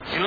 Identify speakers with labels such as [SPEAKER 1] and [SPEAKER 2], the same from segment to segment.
[SPEAKER 1] In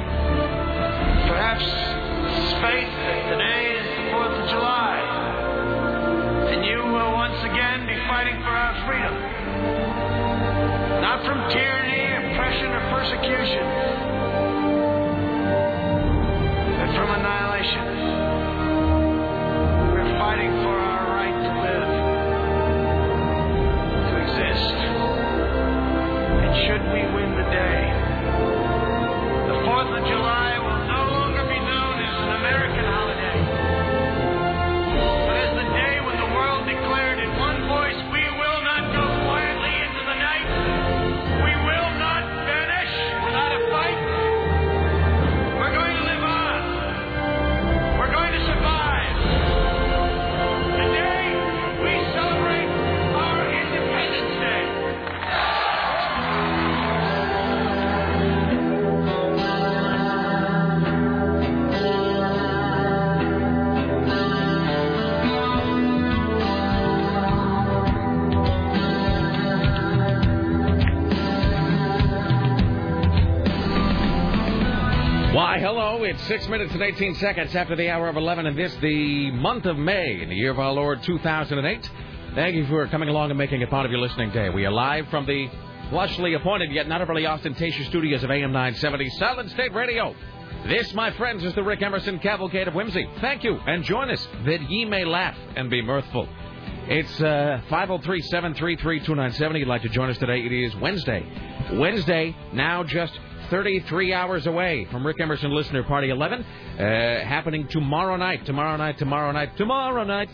[SPEAKER 1] Perhaps it's fate that today is the 4th of July, and you will once again be fighting for our freedom. Not from tyranny, oppression, or persecution, but from annihilation. We're fighting for our right to live to exist. And should we win the day, the 4th of July will no longer be known as an American holiday, but as the day when the world declared in one voice, we will not go quietly into the night. We will not vanish without a fight. We're going to live on. We're going to survive. Today, we celebrate our Independence Day.
[SPEAKER 2] Why, hello, it's six minutes and 18 seconds after the hour of 11, and this, the month of May, in the year of our Lord 2008. Thank you for coming along and making it part of your listening day. We are live from the lushly appointed yet not overly ostentatious studios of AM 970 Solid State Radio. This, my friends, is the Rick Emerson Cavalcade of Whimsy. Thank you, and join us that ye may laugh and be mirthful. It's uh, 503 733 2970. oh. You'd like to join us today? It is Wednesday. Wednesday, now just 33 hours away from Rick Emerson Listener Party 11, uh, happening tomorrow night, tomorrow night, tomorrow night, tomorrow night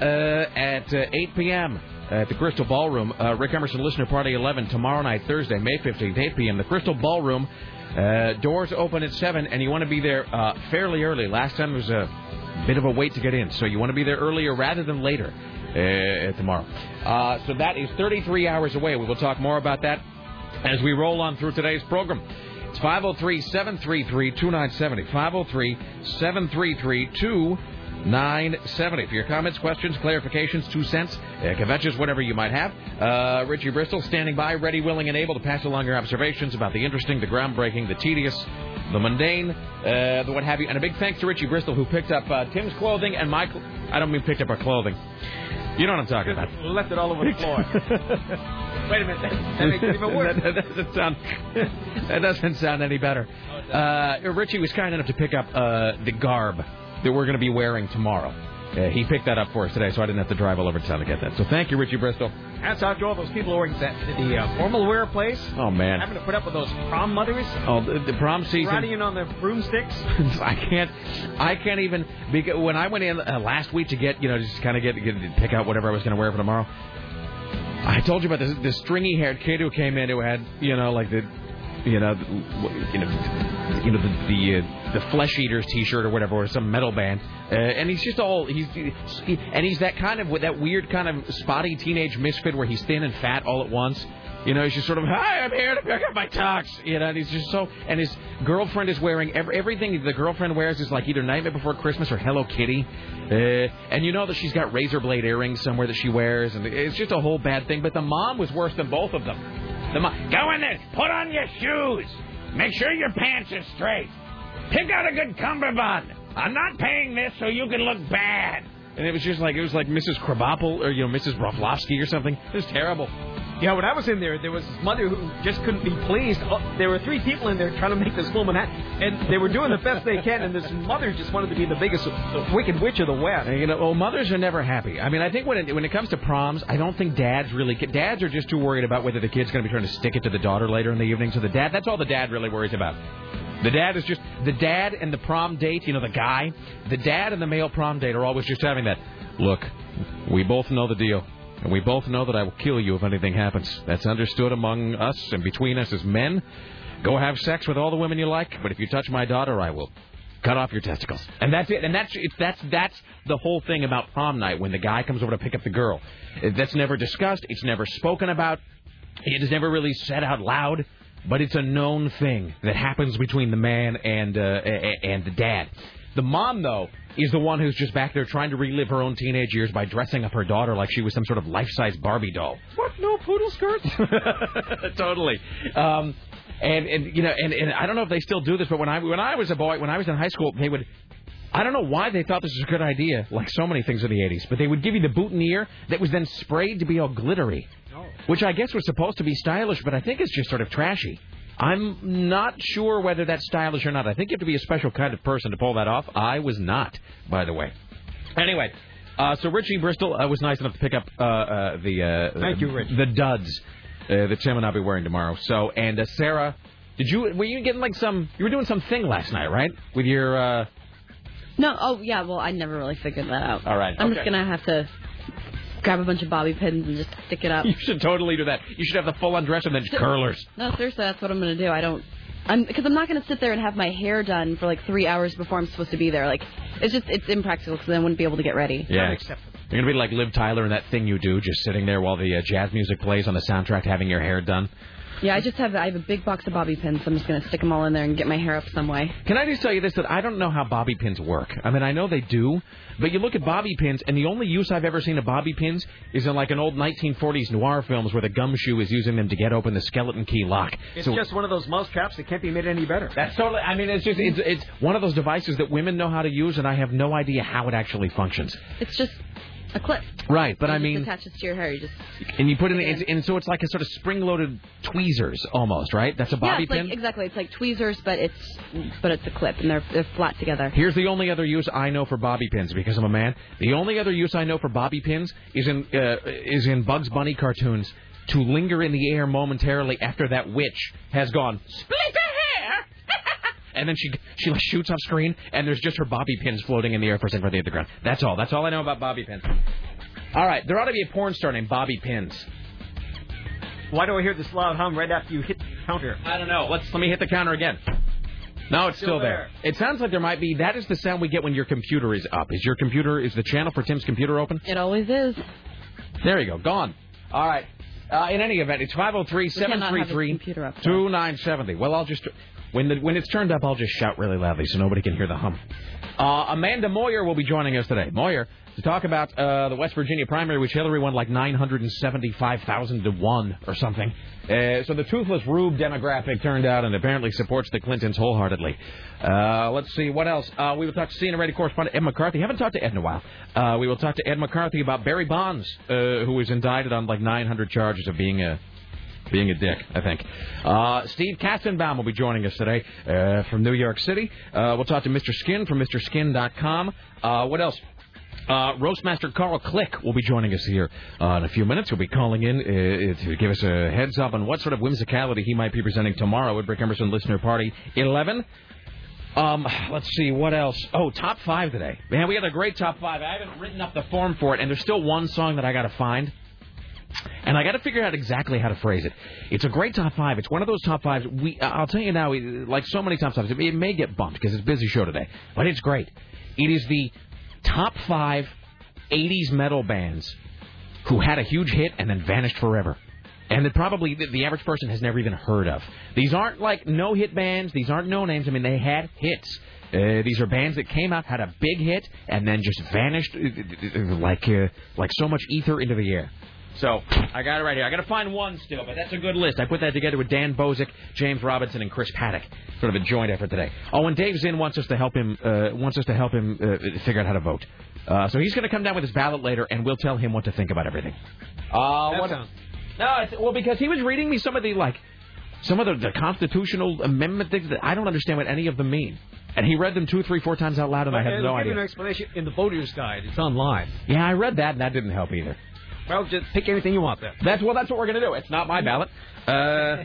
[SPEAKER 2] uh, at uh, 8 p.m. At the Crystal Ballroom, uh, Rick Emerson Listener Party 11 tomorrow night, Thursday, May 15th, 8 p.m. The Crystal Ballroom uh, doors open at 7, and you want to be there uh, fairly early. Last time it was uh, a bit of a wait to get in, so you want to be there earlier rather than later uh, tomorrow. Uh, so that is 33 hours away. We will talk more about that as we roll on through today's program. It's 503 733 2970. 503 733 2970. For your comments, questions, clarifications, two cents, uh, conventions, whatever you might have. Uh, Richie Bristol standing by, ready, willing, and able to pass along your observations about the interesting, the groundbreaking, the tedious, the mundane, uh, the what have you. And a big thanks to Richie Bristol who picked up uh, Tim's clothing and my. Cl- I don't mean picked up our clothing. You know what I'm talking about.
[SPEAKER 3] Left it all over the floor. Wait a minute. That makes it even worse.
[SPEAKER 2] that, doesn't sound, that doesn't sound any better. Uh, Richie was kind enough to pick up uh, the garb that we're going to be wearing tomorrow. Uh, he picked that up for us today, so I didn't have to drive all over town to get that. So thank you, Richie Bristol.
[SPEAKER 3] That's out to all those people who work at the uh, formal wear place.
[SPEAKER 2] Oh, man.
[SPEAKER 3] Having to put up with those prom mothers
[SPEAKER 2] Oh, the, the prom season.
[SPEAKER 3] riding on their broomsticks.
[SPEAKER 2] I can't. I can't even. Because when I went in uh, last week to get, you know, just kind of get, get pick out whatever I was going to wear for tomorrow. I told you about this, this stringy-haired kid who came in who had, you know, like the, you know, the, you know, you know the the, uh, the flesh eaters T-shirt or whatever, or some metal band, uh, and he's just all he's he, and he's that kind of that weird kind of spotty teenage misfit where he's thin and fat all at once. You know, he's just sort of, hi, I'm here to pick up my tux. You know, and he's just so, and his girlfriend is wearing, every, everything the girlfriend wears is like either Nightmare Before Christmas or Hello Kitty. Uh, and you know that she's got razor blade earrings somewhere that she wears, and it's just a whole bad thing. But the mom was worse than both of them. The mom, go in there, put on your shoes, make sure your pants are straight, pick out a good cummerbund. I'm not paying this so you can look bad. And it was just like, it was like Mrs. Krabappel or, you know, Mrs. Broflovsky or something. It was terrible.
[SPEAKER 3] Yeah, when I was in there, there was this mother who just couldn't be pleased. Oh, there were three people in there trying to make this woman happy, and they were doing the best they can, and this mother just wanted to be the biggest wicked witch of the West.
[SPEAKER 2] And, You know, well, mothers are never happy. I mean, I think when it, when it comes to proms, I don't think dads really. ca- Dads are just too worried about whether the kid's going to be trying to stick it to the daughter later in the evening. So the dad, that's all the dad really worries about. The dad is just the dad and the prom date. You know, the guy, the dad and the male prom date are always just having that. Look, we both know the deal, and we both know that I will kill you if anything happens. That's understood among us and between us as men. Go have sex with all the women you like, but if you touch my daughter, I will Cut off your testicles, and that's it. And that's it's, that's that's the whole thing about prom night. When the guy comes over to pick up the girl, that's never discussed. It's never spoken about. It is never really said out loud. But it's a known thing that happens between the man and uh, a- a- and the dad. The mom, though, is the one who's just back there trying to relive her own teenage years by dressing up her daughter like she was some sort of life-size Barbie doll.
[SPEAKER 3] What? No poodle skirts?
[SPEAKER 2] totally. Um, and, and you know, and, and I don't know if they still do this, but when I when I was a boy, when I was in high school, they would. I don't know why they thought this was a good idea, like so many things in the 80s, but they would give you the boutonniere that was then sprayed to be all glittery, which I guess was supposed to be stylish, but I think it's just sort of trashy. I'm not sure whether that's stylish or not. I think you have to be a special kind of person to pull that off. I was not, by the way. Anyway, uh, so Richie Bristol uh, was nice enough to pick up uh, uh, the uh,
[SPEAKER 3] Thank you, Rich.
[SPEAKER 2] the duds uh, that Tim and I'll be wearing tomorrow. So and uh, Sarah, did you were you getting like some you were doing some thing last night, right? With your uh,
[SPEAKER 4] No, oh yeah, well I never really figured that out.
[SPEAKER 2] all right.
[SPEAKER 4] I'm
[SPEAKER 2] okay.
[SPEAKER 4] just gonna have to grab a bunch of bobby pins and just stick it up.
[SPEAKER 2] You should totally do that. You should have the full undress and then curlers.
[SPEAKER 4] No, seriously, that's what I'm gonna do. I don't, I'm because I'm not gonna sit there and have my hair done for like three hours before I'm supposed to be there. Like, it's just it's impractical because I wouldn't be able to get ready.
[SPEAKER 2] Yeah. You're gonna be like Liv Tyler and that thing you do, just sitting there while the uh, jazz music plays on the soundtrack, having your hair done.
[SPEAKER 4] Yeah, I just have I have a big box of bobby pins. So I'm just gonna stick them all in there and get my hair up some way.
[SPEAKER 2] Can I just tell you this that I don't know how bobby pins work. I mean, I know they do, but you look at bobby pins, and the only use I've ever seen of bobby pins is in like an old 1940s noir films where the gumshoe is using them to get open the skeleton key lock.
[SPEAKER 3] It's
[SPEAKER 2] So
[SPEAKER 3] just one of those mouse traps that can't be made any better.
[SPEAKER 2] That's totally. I mean, it's just it's it's one of those devices that women know how to use, and I have no idea how it actually functions.
[SPEAKER 4] It's just a clip.
[SPEAKER 2] Right, but
[SPEAKER 4] It
[SPEAKER 2] I
[SPEAKER 4] just
[SPEAKER 2] mean,
[SPEAKER 4] attaches to your hair. You just
[SPEAKER 2] and you put in, it's, and so it's like a sort of spring-loaded tweezers almost, right? That's a
[SPEAKER 4] yeah,
[SPEAKER 2] bobby
[SPEAKER 4] it's
[SPEAKER 2] pin.
[SPEAKER 4] like exactly. It's like tweezers, but it's but it's a clip and they're they're flat together.
[SPEAKER 2] Here's the only other use I know for bobby pins because I'm a man. The only other use I know for bobby pins is in uh, is in Bugs Bunny cartoons to linger in the air momentarily after that witch has gone split a hair. And then she she like shoots off screen, and there's just her bobby pins floating in the air for a second, the ground. That's all. That's all I know about bobby pins. All right, there ought to be a porn star named Bobby Pins.
[SPEAKER 3] Why do I hear this loud hum right after you hit the counter?
[SPEAKER 2] I don't know. Let's let me hit the counter again. No, it's still,
[SPEAKER 3] Still
[SPEAKER 2] there.
[SPEAKER 3] there.
[SPEAKER 2] It sounds like there might be. That is the sound we get when your computer is up. Is your computer is the channel for Tim's computer open?
[SPEAKER 4] It always is.
[SPEAKER 2] There you go. Gone. All right. Uh, in any event, it's 503-733-2970. Well, I'll just when the when it's turned up, I'll just shout really loudly so nobody can hear the hum. Uh, Amanda Moyer will be joining us today. Moyer to talk about uh, the West Virginia primary, which Hillary won like 975,000 to one or something. Uh, so the toothless rube demographic turned out and apparently supports the Clintons wholeheartedly. Uh, let's see what else. Uh, we will talk to CNN radio correspondent Ed McCarthy. Haven't talked to Ed in a while. Uh, we will talk to Ed McCarthy about Barry Bonds, uh, who was indicted on like 900 charges of being a being a dick, I think. Uh, Steve Kastenbaum will be joining us today uh, from New York City. Uh, we'll talk to Mr. Skin from MrSkin.com. Uh, what else? Uh, Roastmaster Carl Click will be joining us here uh, in a few minutes. He'll be calling in uh, to give us a heads up on what sort of whimsicality he might be presenting tomorrow at Brick Emerson Listener Party 11. Um, let's see what else. Oh, top five today. Man, we had a great top five. I haven't written up the form for it, and there's still one song that I got to find. And I got to figure out exactly how to phrase it. It's a great top five. It's one of those top fives. We, I'll tell you now, like so many top fives, it may get bumped because it's a busy show today, but it's great. It is the top five 80s metal bands who had a huge hit and then vanished forever. And that probably the, the average person has never even heard of. These aren't like no hit bands. These aren't no names. I mean, they had hits. Uh, these are bands that came out, had a big hit, and then just vanished uh, uh, uh, like uh, like so much ether into the air. So I got it right here. I got to find one still, but that's a good list. I put that together with Dan Bozick, James Robinson, and Chris Paddock. Sort of a joint effort today. Oh, and Dave Zinn wants us to help him. Uh, wants us to help him uh, figure out how to vote. Uh, so he's going to come down with his ballot later, and we'll tell him what to think about everything. Uh,
[SPEAKER 3] That
[SPEAKER 2] what-
[SPEAKER 3] sounds-
[SPEAKER 2] no, it's, well, because he was reading me some of the like, some of the, the constitutional amendment things that I don't understand what any of them mean. And he read them two, three, four times out loud, and I
[SPEAKER 3] It'll
[SPEAKER 2] have no
[SPEAKER 3] give you an
[SPEAKER 2] idea.
[SPEAKER 3] explanation in the voter's guide. It's online.
[SPEAKER 2] Yeah, I read that, and that didn't help either.
[SPEAKER 3] Well, just pick anything you want there.
[SPEAKER 2] That's well, that's what we're gonna do. It's not my ballot. Uh,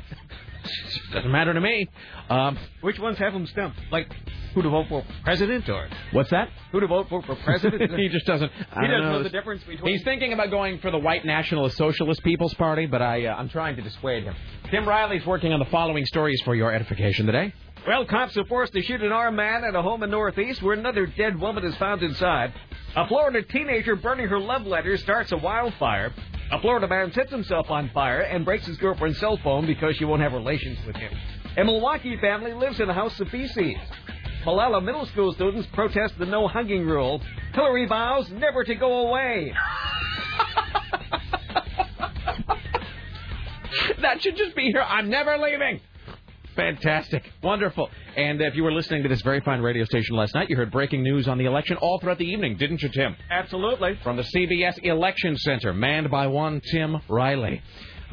[SPEAKER 2] doesn't matter to me. Um,
[SPEAKER 3] Which ones have them stamped? Like who to vote for president or
[SPEAKER 2] what's that?
[SPEAKER 3] who to vote for for president?
[SPEAKER 2] he just doesn't. I
[SPEAKER 3] He
[SPEAKER 2] don't
[SPEAKER 3] doesn't know, the
[SPEAKER 2] this-
[SPEAKER 3] difference between.
[SPEAKER 2] He's thinking about going for the white nationalist socialist people's party, but I, uh, I'm trying to dissuade him. Tim Riley's working on the following stories for your edification today.
[SPEAKER 3] Well, cops are forced to shoot an armed man at a home in Northeast where another dead woman is found inside. A Florida teenager burning her love letter starts a wildfire. A Florida man sets himself on fire and breaks his girlfriend's cell phone because she won't have relations with him. A Milwaukee family lives in a house of feces. Malala middle school students protest the no hugging rule. Hillary vows never to go away.
[SPEAKER 2] that should just be here. I'm never leaving. Fantastic. Wonderful. And if you were listening to this very fine radio station last night, you heard breaking news on the election all throughout the evening, didn't you, Tim?
[SPEAKER 3] Absolutely.
[SPEAKER 2] From the CBS Election Center, manned by one Tim Riley.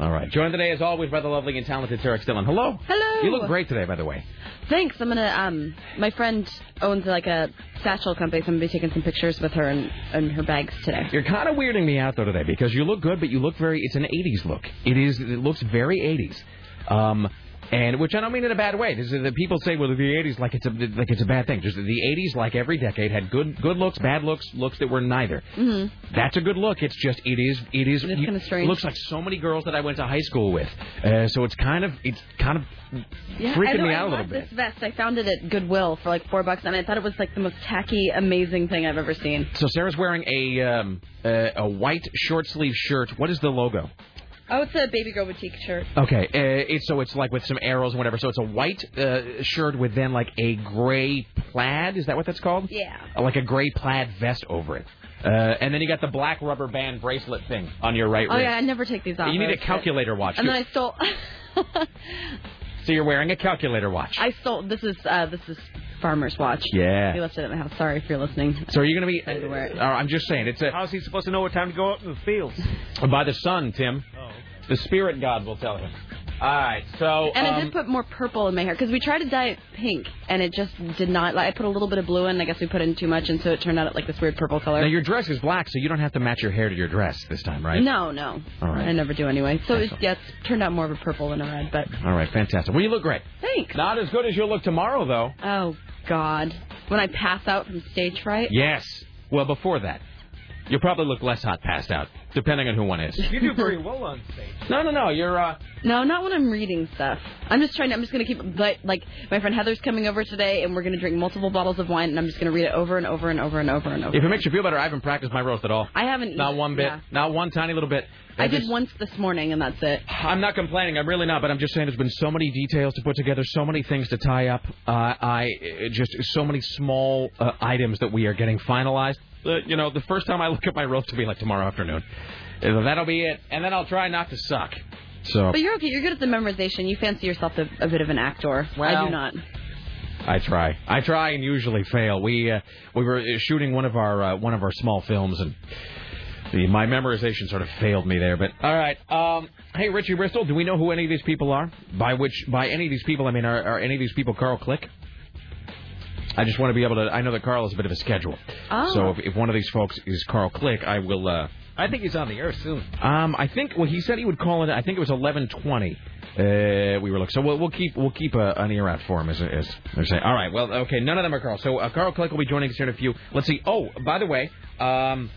[SPEAKER 2] All right. Joined today, as always, by the lovely and talented Tarek Dillon. Hello.
[SPEAKER 4] Hello.
[SPEAKER 2] You look great today, by the way.
[SPEAKER 4] Thanks. I'm gonna. Um, my friend owns like a satchel company, so I'm gonna be taking some pictures with her and, and her bags today.
[SPEAKER 2] You're kind of weirding me out though today because you look good, but you look very. It's an '80s look. It is. It looks very '80s. Um, and which I don't mean in a bad way. This is, the people say, well, the '80s like it's a like it's a bad thing. Just the '80s, like every decade, had good good looks, bad looks, looks that were neither.
[SPEAKER 4] hmm
[SPEAKER 2] That's a good look. It's just it is it is.
[SPEAKER 4] It's kinda strange.
[SPEAKER 2] Looks like so many girls that I went to high school with. Uh, so it's kind of it's kind of
[SPEAKER 4] Yeah, I
[SPEAKER 2] freaking
[SPEAKER 4] know, I
[SPEAKER 2] me out a little
[SPEAKER 4] love
[SPEAKER 2] bit.
[SPEAKER 4] This vest, I found it at Goodwill for like four bucks, and I thought it was like the most tacky, amazing thing I've ever seen.
[SPEAKER 2] So Sarah's wearing a um, uh, a white short sleeve shirt. What is the logo?
[SPEAKER 4] Oh, it's a baby girl boutique shirt.
[SPEAKER 2] Okay, uh, it's so it's like with some arrows and whatever. So it's a white uh, shirt with then like a gray plaid. Is that what that's called?
[SPEAKER 4] Yeah.
[SPEAKER 2] Uh, Like a gray plaid vest over it. Uh, and then you got the black rubber band bracelet thing on your right
[SPEAKER 4] Oh
[SPEAKER 2] wrist.
[SPEAKER 4] yeah, I never take these off.
[SPEAKER 2] You need
[SPEAKER 4] I
[SPEAKER 2] a
[SPEAKER 4] was-
[SPEAKER 2] calculator watch.
[SPEAKER 4] And then I stole.
[SPEAKER 2] So you're wearing a calculator watch.
[SPEAKER 4] I stole. This is uh, this is Farmer's watch.
[SPEAKER 2] Yeah.
[SPEAKER 4] We left it at my house. Sorry if you're listening.
[SPEAKER 2] So are you going
[SPEAKER 4] had
[SPEAKER 2] to
[SPEAKER 4] to
[SPEAKER 2] be?
[SPEAKER 4] wear it.
[SPEAKER 2] Uh, I'm just saying, it's a, Uh,
[SPEAKER 3] How's he supposed to know what time to go out in the fields?
[SPEAKER 2] by the sun, Tim.
[SPEAKER 3] Oh.
[SPEAKER 2] The spirit god will tell him. All right, so
[SPEAKER 4] And
[SPEAKER 2] um,
[SPEAKER 4] I did put more purple in my hair because we tried to dye it pink, and it just did not. Like, I put a little bit of blue in. I guess we put in too much, and so it turned out like this weird purple
[SPEAKER 2] now
[SPEAKER 4] color.
[SPEAKER 2] your dress is black, so you don't have to match your hair to your dress this time, right?
[SPEAKER 4] No, no.
[SPEAKER 2] All right.
[SPEAKER 4] I never do anyway. So it,
[SPEAKER 2] Excellent.
[SPEAKER 4] yeah, it's turned out more of a purple than a red, but
[SPEAKER 2] All right, fantastic. Well, you look great.
[SPEAKER 4] thanks.
[SPEAKER 2] Not as good as you'll look tomorrow, though.
[SPEAKER 4] Oh God, when I pass out from stage fright.
[SPEAKER 2] Yes. Well, before that, you'll probably look less hot passed out, depending on who one is.
[SPEAKER 3] You do very well on stage.
[SPEAKER 2] No, no, no. You're uh,
[SPEAKER 4] No, not when I'm reading stuff. I'm just trying to. I'm just gonna keep. But like my friend Heather's coming over today, and we're gonna drink multiple bottles of wine, and I'm just gonna read it over and over and over and over and over.
[SPEAKER 2] If it makes you feel better, I haven't practiced my roast at all.
[SPEAKER 4] I haven't.
[SPEAKER 2] Not
[SPEAKER 4] either-
[SPEAKER 2] one bit.
[SPEAKER 4] yeah.
[SPEAKER 2] Not one tiny little bit.
[SPEAKER 4] I did
[SPEAKER 2] just-
[SPEAKER 4] once this morning, and that's it.
[SPEAKER 2] I'm not complaining. I'm really not, but I'm just saying there's been so many details to put together, so many things to tie up. Uh, I it just so many small uh, items that we are getting finalized. Uh, you know, the first time I look at my roast will be like tomorrow afternoon. Uh, That'll be it, and then I'll try not to suck. So
[SPEAKER 4] But you're okay. You're good at the memorization. You fancy yourself a, a bit of an actor. I
[SPEAKER 2] Well-
[SPEAKER 4] do not.
[SPEAKER 2] I try. I try and usually fail. We uh, we were uh, shooting one of our uh, one of our small films and. the- My memorization sort of failed me there, but all right. Um, hey, Richie Bristol, do we know who any of these people are? By which, by any of these people, I mean, are, are any of these people Carl Click? I just want to be able to. I know that Carl is a bit of a schedule,
[SPEAKER 4] Oh.
[SPEAKER 2] so if, if one of these folks is Carl Click, I will. Uh,
[SPEAKER 3] I think he's on the air soon.
[SPEAKER 2] um, I think. Well, he said he would call it. I think it was eleven twenty. Uh, we were looking. So we'll, we'll keep we'll keep uh, an ear out for him as as they're saying. All right. Well, okay. None of them are Carl. So uh, Carl Click will be joining us here in a few. Let's see. Oh, by the way, um,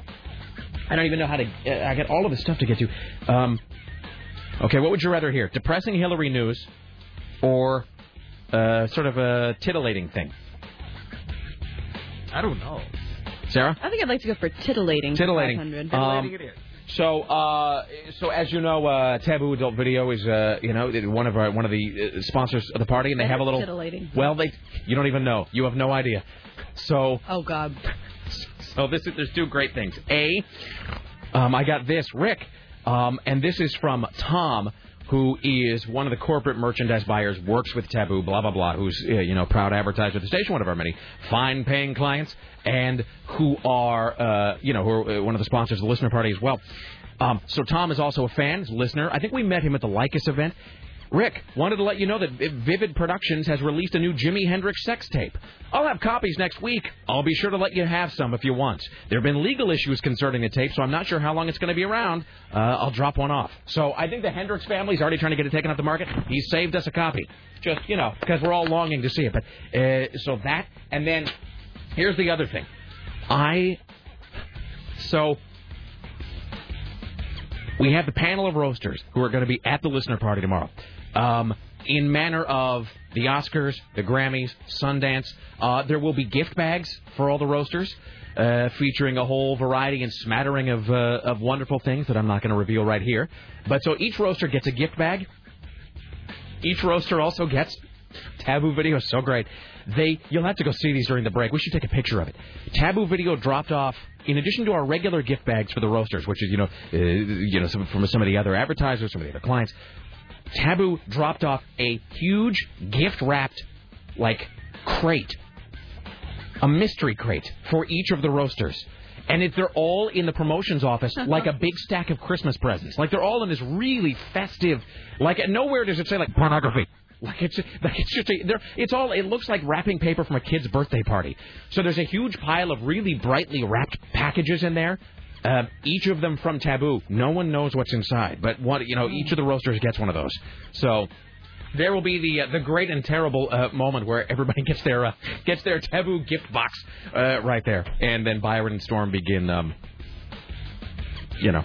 [SPEAKER 2] I don't even know how to. Uh, I got all of the stuff to get to. Um, okay. What would you rather hear? Depressing Hillary news, or uh, sort of a titillating thing?
[SPEAKER 3] I don't know.
[SPEAKER 2] Sarah.
[SPEAKER 4] I think I'd like to go for titillating.
[SPEAKER 2] Titillating.
[SPEAKER 4] 500.
[SPEAKER 2] Um,
[SPEAKER 3] Titillating it is.
[SPEAKER 2] So, uh, so as you know, uh, Taboo Adult Video is, uh, you know, one of our one of the uh, sponsors of the party, and they have a little.
[SPEAKER 4] Titillating.
[SPEAKER 2] Well, they, you don't even know. You have no idea. So,
[SPEAKER 4] Oh God.
[SPEAKER 2] so this is, there's two great things. A, um, I got this, Rick, um, and this is from Tom, who is one of the corporate merchandise buyers, works with Taboo, blah blah blah, who's uh, you know proud advertiser of the station, one of our many fine-paying clients, and who are uh, you know who are uh, one of the sponsors of the listener party as well. Um, so Tom is also a fan, he's a listener. I think we met him at the Lycus event. Rick, wanted to let you know that Vivid Productions has released a new Jimi Hendrix sex tape. I'll have copies next week. I'll be sure to let you have some if you want. There have been legal issues concerning the tape, so I'm not sure how long it's going to be around. Uh, I'll drop one off. So I think the Hendrix family's already trying to get it taken off the market. He saved us a copy. Just, you know, because we're all longing to see it. But uh, So that, and then here's the other thing. I. So we have the panel of roasters who are going to be at the listener party tomorrow. Um, in manner of the Oscars, the Grammys, Sundance. Uh, there will be gift bags for all the roasters. Uh, featuring a whole variety and smattering of uh, of wonderful things that I'm not going to reveal right here. But so each roaster gets a gift bag. Each roaster also gets Taboo Video is so great. They you'll have to go see these during the break. We should take a picture of it. Taboo Video dropped off in addition to our regular gift bags for the roasters, which is you know uh, you know some, from some of the other advertisers, some of the other clients. Taboo dropped off a huge gift wrapped like crate, a mystery crate for each of the roasters. And it, they're all in the promotions office like a big stack of Christmas presents. Like they're all in this really festive, like nowhere does it say like pornography. Like it's like it's just a, they're- it's all it looks like wrapping paper from a kid's birthday party. So there's a huge pile of really brightly wrapped packages in there. Uh, each of them from Taboo. No one knows what's inside, but one you know each of the roasters gets one of those. So there will be the uh, the great and terrible uh, moment where everybody gets their uh, gets their Taboo gift box uh, right there, and then Byron and Storm begin um, you know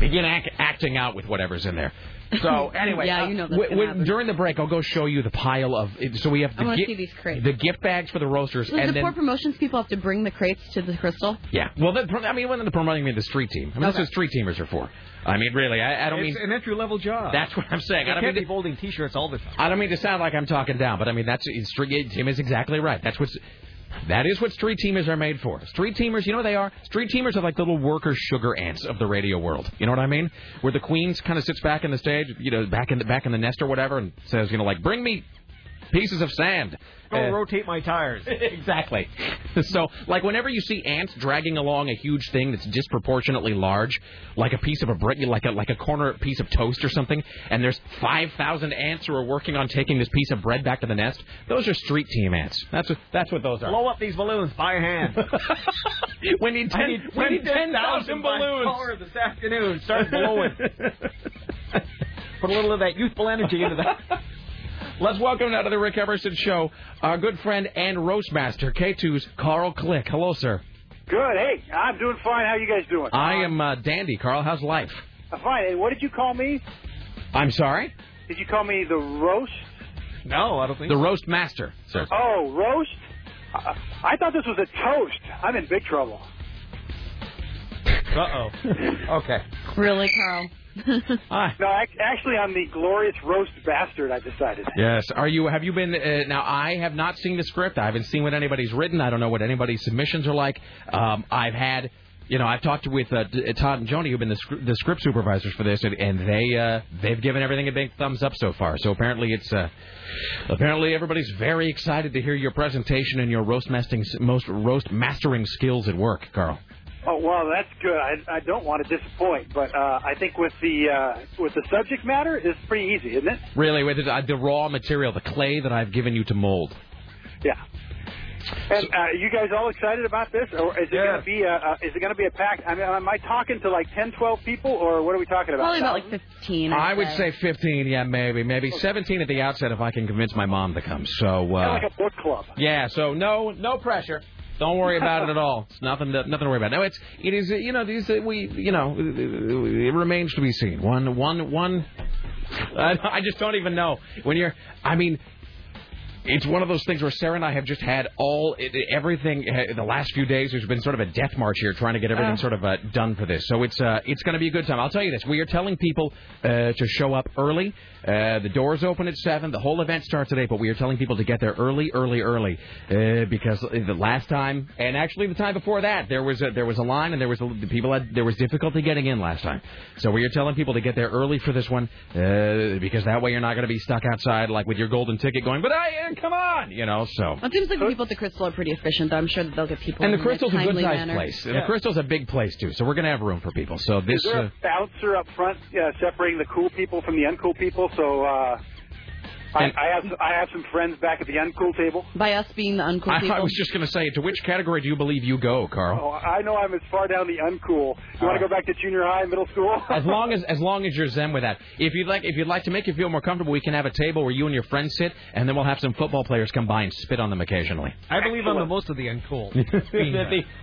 [SPEAKER 2] begin act, acting out with whatever's in there. So anyway,
[SPEAKER 4] Yeah,
[SPEAKER 2] uh,
[SPEAKER 4] you know that's
[SPEAKER 2] w-
[SPEAKER 4] gonna
[SPEAKER 2] when-
[SPEAKER 4] happen.
[SPEAKER 2] during the break, I'll go show you the pile of. So we have
[SPEAKER 4] I
[SPEAKER 2] the
[SPEAKER 4] wanna
[SPEAKER 2] gift,
[SPEAKER 4] see these crates.
[SPEAKER 2] the gift bags for the roasters,
[SPEAKER 4] So
[SPEAKER 2] and
[SPEAKER 4] the
[SPEAKER 2] then
[SPEAKER 4] poor promotions people have to bring the crates to the crystal.
[SPEAKER 2] yeah. Well, the, I mean, when the promoting me the street team. I mean, that's what street teamers are for. I mean, really, I, I don't
[SPEAKER 3] it's
[SPEAKER 2] mean.
[SPEAKER 3] an entry level job.
[SPEAKER 2] That's what I'm saying. I
[SPEAKER 3] I
[SPEAKER 2] don't
[SPEAKER 3] can't
[SPEAKER 2] mean
[SPEAKER 3] be folding T-shirts all the time.
[SPEAKER 2] I don't mean to sound like I'm talking down, but I mean that's it's- street team is exactly right. That's what's that is what street teamers are made for. Street teamers, you know what they are? Street teamers are like the little worker sugar ants of the radio world. You know what I mean? Where the queen kind of sits back in the stage, you know, back in the back in the nest or whatever, and says, you know, like bring me pieces of sand.
[SPEAKER 3] Go
[SPEAKER 2] Uh,
[SPEAKER 3] rotate my tires.
[SPEAKER 2] exactly. So, like, whenever you see ants dragging along a huge thing that's disproportionately large, like a piece of a brick, like a like a corner piece of toast or something, and there's five thousand ants who are working on taking this piece of bread back to the nest, those are street team ants. That's what that's what those are.
[SPEAKER 3] Blow up these balloons by hand.
[SPEAKER 2] We need ten, we need ten thousand
[SPEAKER 3] by
[SPEAKER 2] balloons.
[SPEAKER 3] four this afternoon. Start blowing. Put a little of that youthful energy into that.
[SPEAKER 2] Let's welcome now to the Rick Emerson Show our good friend and roastmaster K2's Carl Click. Hello, sir.
[SPEAKER 5] Good. Hey, I'm doing fine. How you guys doing?
[SPEAKER 2] I am uh, Dandy. Carl, how's life?
[SPEAKER 5] I'm fine. Hey, what did you call me?
[SPEAKER 2] I'm sorry.
[SPEAKER 5] Did you call me the roast?
[SPEAKER 3] No, I don't think.
[SPEAKER 2] The roast master, sir.
[SPEAKER 5] Oh, roast? Uh, I thought this was a toast. I'm in big trouble.
[SPEAKER 3] Uh oh. Okay.
[SPEAKER 4] Really, Carl?
[SPEAKER 2] Hi.
[SPEAKER 5] No, ac- actually, I'm the glorious roast bastard. I decided.
[SPEAKER 2] Yes. Are you? Have you been? Uh, now, I have not seen the script. I haven't seen what anybody's written. I don't know what anybody's submissions are like. Um, I've had, you know, I've talked with uh, D- Todd and Joni, who've been the, script the script supervisors for this, and, and they uh, they've given everything a big thumbs up so far. So apparently, it's uh, apparently everybody's very excited to hear your presentation and your roast mastering most roast mastering skills at work, Carl.
[SPEAKER 5] Oh, well, that's good. I, I don't want to disappoint, but uh, I think with the uh, with the subject matter, it's pretty easy, isn't it?
[SPEAKER 2] Really, with the, the raw material, the clay that I've given you to mold.
[SPEAKER 5] Yeah. And uh, are you guys all excited about this, or is it
[SPEAKER 3] Yeah.
[SPEAKER 5] going to be a uh, is it going to be a pack? I mean, am I talking to like 10, 12 people, or what are we talking about?
[SPEAKER 4] Probably about like 15.
[SPEAKER 2] I would say 15, yeah, maybe. Maybe 17 at the outset if I can convince my mom to come. So, uh,
[SPEAKER 5] Kinda like a book club.
[SPEAKER 2] yeah, so no no pressure. Don't worry about it at all. It's nothing to, nothing to worry about. No, it's it is uh, you know these uh, we you know it remains to be seen. One one one I, I just don't even know when you're I mean it's one of those things where Sarah and I have just had all it- it- everything uh, the last few days. There's been sort of a death march here, trying to get everything sort of uh, done for this. So it's uh, it's going to be a good time. I'll tell you this: we are telling people uh, to show up early. Uh, the doors open at seven. The whole event starts at eight, but we are telling people to get there early, early, early, uh, because the last time and actually the time before that there was a, there was a line and there was a, the people had there was difficulty getting in last time. So we are telling people to get there early for this one uh, because that way you're not going to be stuck outside like with your golden ticket going, but I uh, come on, you know. So
[SPEAKER 4] Well, it seems like the people at the crystal are pretty efficient, though. I'm sure that they'll get people.
[SPEAKER 2] and the
[SPEAKER 4] in in
[SPEAKER 2] crystal's a good
[SPEAKER 4] timely
[SPEAKER 2] sized
[SPEAKER 4] manner.
[SPEAKER 2] place. And
[SPEAKER 3] Yeah.
[SPEAKER 2] the crystal's a big place too, so we're going to have room for people. So
[SPEAKER 5] Is
[SPEAKER 2] this.
[SPEAKER 5] there
[SPEAKER 2] Uh,
[SPEAKER 5] a bouncer up front uh, separating the cool people from the uncool people? So uh, I,
[SPEAKER 2] And-
[SPEAKER 5] I have I have some friends back at the uncool table.
[SPEAKER 4] By us being the uncool
[SPEAKER 2] I,
[SPEAKER 4] people.
[SPEAKER 2] I was just going to say, to which category do you believe you go, Carl?
[SPEAKER 5] Oh, I know I'm as far down the uncool. You want to go back to junior high, middle school?
[SPEAKER 2] As long as as long as you're zen with that. If you'd like if you'd like to make you feel more comfortable, we can have a table where you and your friends sit, and then we'll have some football players come by and spit on them occasionally.
[SPEAKER 3] I believe I'm the most of the uncool.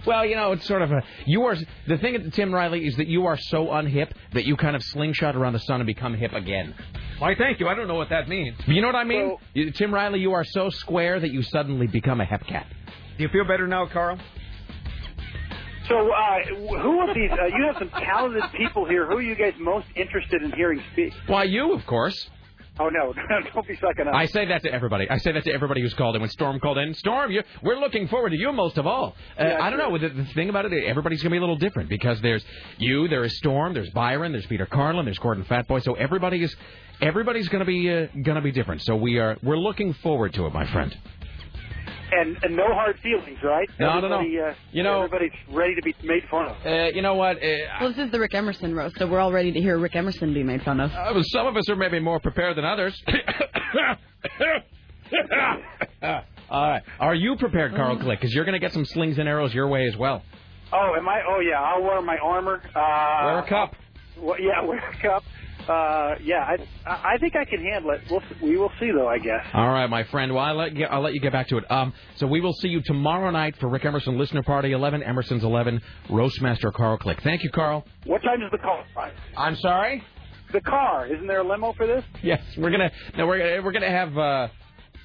[SPEAKER 2] well, you know, it's sort of a you are the thing, Tim Riley, is that you are so unhip that you kind of slingshot around the sun and become hip again.
[SPEAKER 3] Why? Thank you. I don't know what that means.
[SPEAKER 2] You You know what I mean? You- Tim Riley, you are so square that you suddenly become a hepcat.
[SPEAKER 3] Do you feel better now, Carl?
[SPEAKER 5] So, uh, who of these? Uh, you have some talented people here. Who are you guys most interested in hearing speak?
[SPEAKER 2] Why, you, of course.
[SPEAKER 5] Oh no, don't be sucking up.
[SPEAKER 2] I say that to everybody. I say that to everybody who's called in. When Storm called in, Storm, you, we're looking forward to you most of all. Uh, I don't know. The, the thing about it, everybody's going to be a little different because there's you, there is Storm, there's Byron, there's Peter Carlin, there's Gordon Fatboy. So everybody is, everybody's going to be uh, going to be different. So we are we're looking forward to it, my friend.
[SPEAKER 5] And, and no hard feelings, right?
[SPEAKER 2] No, no, no.
[SPEAKER 5] Everybody, Uh,
[SPEAKER 2] You know-
[SPEAKER 5] everybody's ready to be made fun of.
[SPEAKER 2] Uh, you know what? Uh,
[SPEAKER 4] Well, this is the Rick Emerson roast, so we're all ready to hear Rick Emerson be made fun of.
[SPEAKER 2] uh, some of us are maybe more prepared than others. all right. Are you prepared, Carl Click? Because you're going to get some slings and arrows your way as well.
[SPEAKER 5] Oh, am I? Oh yeah, I'll wear my armor. Uh,
[SPEAKER 2] Wear a cup.
[SPEAKER 5] Well, yeah, wear a cup. Uh, yeah, I I I think I can handle it. We'll, we will see though, I guess.
[SPEAKER 2] All right, my friend. Well, I'll let, you, I'll let you get back to it. Um, so we will see you tomorrow night for Rick Emerson Listener Party 11, Emerson's 11, Roastmaster Carl Click. Thank you, Carl.
[SPEAKER 5] What time is the car? Right.
[SPEAKER 2] I'm sorry.
[SPEAKER 5] The car. Isn't there a limo for this?
[SPEAKER 2] Yes, we're gonna. No, we're we're gonna have. Uh,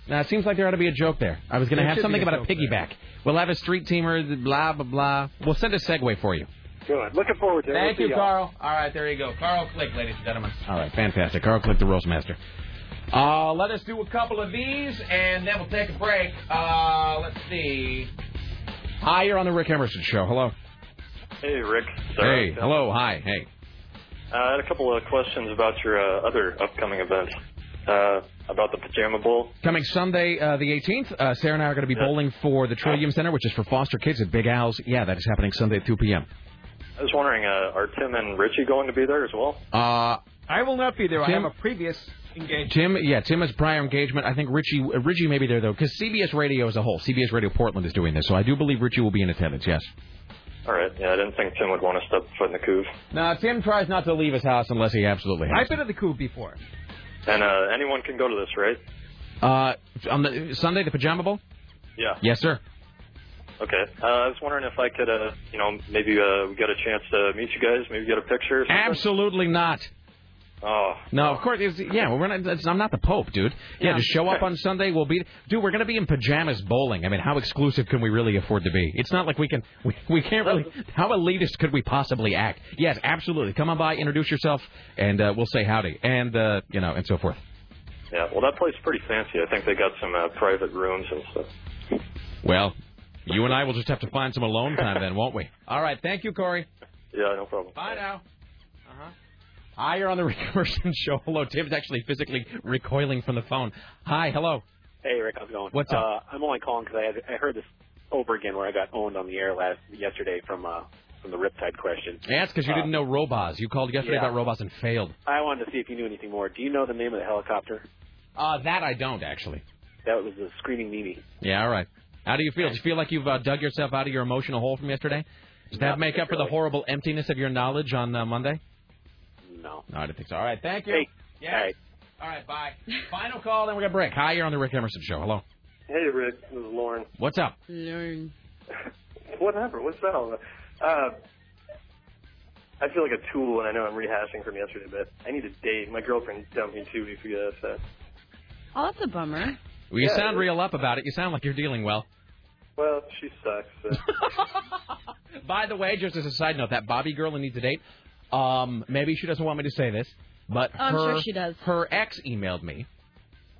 [SPEAKER 2] now it seems like there ought to be a joke there. I was gonna
[SPEAKER 5] There
[SPEAKER 2] have
[SPEAKER 5] should
[SPEAKER 2] something
[SPEAKER 5] be a
[SPEAKER 2] about a
[SPEAKER 5] joke there.
[SPEAKER 2] piggyback. We'll have a street teamer. Blah blah blah. We'll send a segue for you.
[SPEAKER 5] Good. Looking forward to it.
[SPEAKER 2] Thank
[SPEAKER 5] We'll see
[SPEAKER 2] you,
[SPEAKER 5] y'all.
[SPEAKER 2] Carl. All right, there you go. Carl Click, ladies and gentlemen. All right, fantastic. Carl Click, the Roastmaster. Uh, let us do a couple of these, and then we'll take a break. Uh, let's see. Hi, you're on the Rick Emerson Show. Hello.
[SPEAKER 6] Hey, Rick.
[SPEAKER 2] Hey, hello, hi, hey.
[SPEAKER 6] Uh, I had a couple of questions about your uh, other upcoming events. Uh, about the Pajama Bowl.
[SPEAKER 2] Coming Sunday, uh, the 18th, uh, Sarah and I are going to be bowling for the Trillium Center, which is for foster kids at Big Al's. Yeah, that is happening Sunday at 2 p.m.
[SPEAKER 6] I was wondering, uh, are Tim and Richie going to be there as well?
[SPEAKER 2] Uh,
[SPEAKER 3] I will not be there. I
[SPEAKER 2] Tim?
[SPEAKER 3] have a previous engagement.
[SPEAKER 2] Tim, yeah, Tim has prior engagement. I think Richie, uh, Richie may be there though, because CBS Radio as a whole, CBS Radio Portland is doing this, so I do believe Richie will be in attendance. Yes.
[SPEAKER 6] All right. Yeah, I didn't think Tim would want to step foot in the couve.
[SPEAKER 2] Now, Tim tries not to leave his house unless he absolutely has.
[SPEAKER 3] I've been to the coup before.
[SPEAKER 6] And uh, anyone can go to this, right?
[SPEAKER 2] to. Uh, on the Sunday, the Pajama Bowl.
[SPEAKER 6] Yeah.
[SPEAKER 2] Yes, sir.
[SPEAKER 6] Okay. Uh, I was wondering if I could, uh, you know, maybe uh, we get a chance to meet you guys, maybe get a picture. Or something.
[SPEAKER 2] Absolutely not.
[SPEAKER 6] Oh,
[SPEAKER 2] No, of course. It's, yeah, well, we're not. It's, I'm not the Pope, dude. Yeah,
[SPEAKER 6] Yeah.
[SPEAKER 2] just show up on Sunday. We'll be, dude. We're gonna be in pajamas bowling. I mean, how exclusive can we really afford to be? It's not like we can. We, we can't really. How elitist could we possibly act? Yes, absolutely. Come on by, introduce yourself, and uh, we'll say howdy, and uh, you know, and so forth.
[SPEAKER 6] yeah. Well, that place is pretty fancy. I think they got some uh, private rooms and stuff.
[SPEAKER 2] Well, you and I will just have to find some alone time then, won't we? All right. Thank you, Corey.
[SPEAKER 6] Yeah, no problem.
[SPEAKER 2] Bye now. Uh huh. Hi, you're on the Rick Emerson show. Hello, Tim's actually physically recoiling from the phone. Hi, hello.
[SPEAKER 7] Hey, Rick, how's it going?
[SPEAKER 2] What's
[SPEAKER 7] Uh, I'm only calling because I, had- I heard this over again where I got owned on the air last yesterday from uh, from the Riptide question.
[SPEAKER 2] Yeah, it's because you
[SPEAKER 7] Uh,
[SPEAKER 2] didn't know Robaz. You called yesterday
[SPEAKER 7] yeah.
[SPEAKER 2] about Robaz and failed.
[SPEAKER 7] I wanted to see if you knew anything more. Do you know the name of the helicopter?
[SPEAKER 2] Uh, that I don't, actually.
[SPEAKER 7] That was the Screaming Mimi.
[SPEAKER 2] Yeah, all right. How do you feel? Do you feel like you've uh, dug yourself out of your emotional hole from yesterday? Does that
[SPEAKER 7] Not
[SPEAKER 2] make up for the
[SPEAKER 7] particularly.
[SPEAKER 2] horrible emptiness of your knowledge on uh, Monday?
[SPEAKER 7] No.
[SPEAKER 2] No, I don't think so. All right, thank you.
[SPEAKER 7] Hey.
[SPEAKER 2] Yeah.
[SPEAKER 7] All right.
[SPEAKER 2] All right, bye. Final call, then we're going to break. Hi, you're on the Rick Emerson Show. Hello.
[SPEAKER 8] Hey, Rick. This is Lauren.
[SPEAKER 2] What's up?
[SPEAKER 4] Learn.
[SPEAKER 8] Whatever. What's that all about? Uh, I feel like a tool, and I know I'm rehashing from yesterday, but I need a date. My girlfriend dumped me two weeks ago, so.
[SPEAKER 4] Oh, that's a bummer.
[SPEAKER 2] Well, you
[SPEAKER 8] Yeah,
[SPEAKER 2] sound
[SPEAKER 8] it-
[SPEAKER 2] real up about it. You sound like you're dealing well.
[SPEAKER 8] Well, she sucks. So.
[SPEAKER 2] By the way, just as a side note, that Bobby girl who needs a date, um, maybe she doesn't want me to say this, but
[SPEAKER 4] Oh, I'm
[SPEAKER 2] her,
[SPEAKER 4] sure she does.
[SPEAKER 2] her ex emailed me.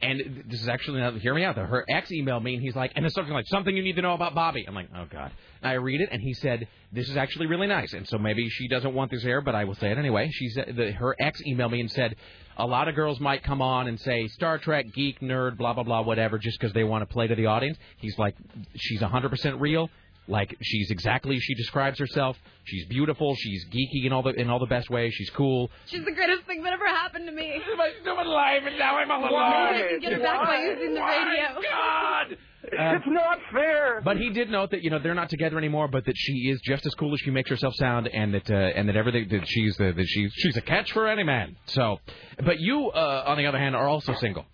[SPEAKER 2] And this is actually now. Hear me out though. Her ex emailed me, and he's like, and it's something like something you need to know about Bobby. I'm like, oh god. And I read it, and he said, this is actually really nice. And so maybe she doesn't want this air, but I will say it anyway. She said the, her ex emailed me and said, a lot of girls might come on and say Star Trek geek nerd blah blah blah whatever just because they want to play to the audience. He's like, she's 100% real. Like she's exactly as she describes herself. She's beautiful. She's geeky in all the in all the best ways. She's cool.
[SPEAKER 4] She's the greatest thing that ever happened to me.
[SPEAKER 2] My stupid life, and now I'm all Oh
[SPEAKER 4] Maybe I can get it back by using the radio.
[SPEAKER 2] God!
[SPEAKER 8] it's not fair.
[SPEAKER 2] Uh, But he did note that you know they're not together anymore, but that she is just as cool as she makes herself sound, and that uh, and that everything that she's the, that she's she's a catch for any man. So, but you uh, on the other hand are also single.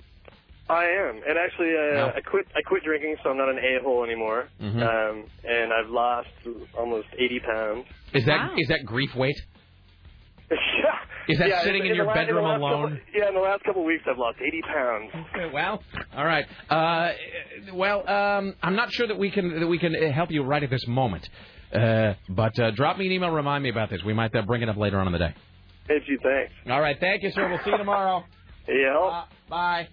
[SPEAKER 8] I am, and actually, uh,
[SPEAKER 2] No.
[SPEAKER 8] I quit. I quit drinking, so I'm not an a-hole anymore.
[SPEAKER 2] Mhm.
[SPEAKER 8] Um, and I've lost almost 80 pounds.
[SPEAKER 2] Is that is
[SPEAKER 4] Wow.
[SPEAKER 2] that grief weight?
[SPEAKER 8] yeah,
[SPEAKER 2] Is that
[SPEAKER 8] Yeah,
[SPEAKER 2] sitting in,
[SPEAKER 8] the
[SPEAKER 2] your
[SPEAKER 8] la- the
[SPEAKER 2] bedroom
[SPEAKER 8] last
[SPEAKER 2] alone?
[SPEAKER 8] couple- yeah, in the last couple of weeks, I've lost 80 pounds.
[SPEAKER 2] well, all right. Uh, well, um, I'm not sure that we can that we can uh, help you right at this moment. Uh, but uh, drop me an email. Remind me about this. We might uh, bring it up later on in the day.
[SPEAKER 8] If you think.
[SPEAKER 2] All right. Thank you, sir. We'll see you tomorrow.
[SPEAKER 8] Yeah.
[SPEAKER 2] Uh, bye.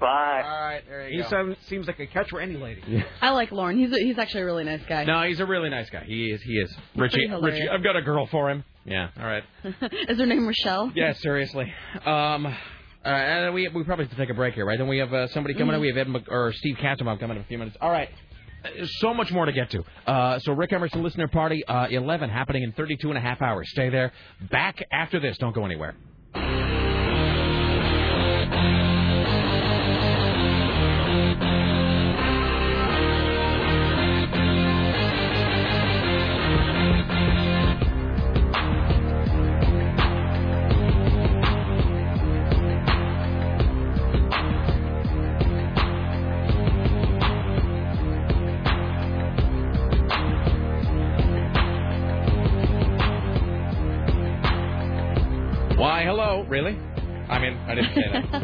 [SPEAKER 8] Bye.
[SPEAKER 2] All right. There
[SPEAKER 3] He sound, seems like a catch for any lady.
[SPEAKER 4] I like Lauren. He's a, he's actually a really nice guy.
[SPEAKER 2] No, he's a really nice guy. He is. He is. Richie.
[SPEAKER 4] Pretty hilarious.
[SPEAKER 2] Richie. I've got a girl for him. Yeah. All right.
[SPEAKER 4] Is her name Rochelle?
[SPEAKER 2] Yeah. Seriously. Um. All right. and we we probably have to take a break here, right? Then we have uh, somebody coming up. We have Ed Mc- or Steve Katzenbaum coming in a few minutes. All right. Uh, So much more to get to. Uh, so Rick Emerson Listener Party uh, 11 happening in 32 and a half hours. Stay there. Back after this. Don't go anywhere. Why, hello. Really? I mean, I didn't say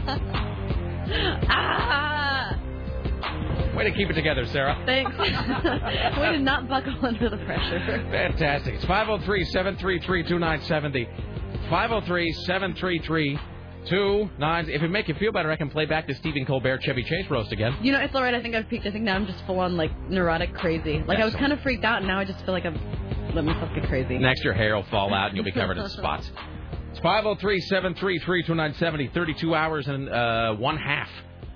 [SPEAKER 2] that.
[SPEAKER 4] ah,
[SPEAKER 2] Way to keep it together, Sarah.
[SPEAKER 4] thanks. we did not buckle under the pressure.
[SPEAKER 2] Fantastic. It's 503 733 2970. 503 733 2970. If it make you feel better, I can play back the Stephen Colbert Chevy Chase roast again.
[SPEAKER 4] You know, it's all right. I think I've peaked. I think now I'm just full on like neurotic crazy. Like I was
[SPEAKER 2] Excellent.
[SPEAKER 4] kind of freaked out, and now I just feel like I've let myself get crazy.
[SPEAKER 2] Next, your hair will fall out and you'll be covered in spots. It's 503 733 2970. 32 oh, hours and uh, one half.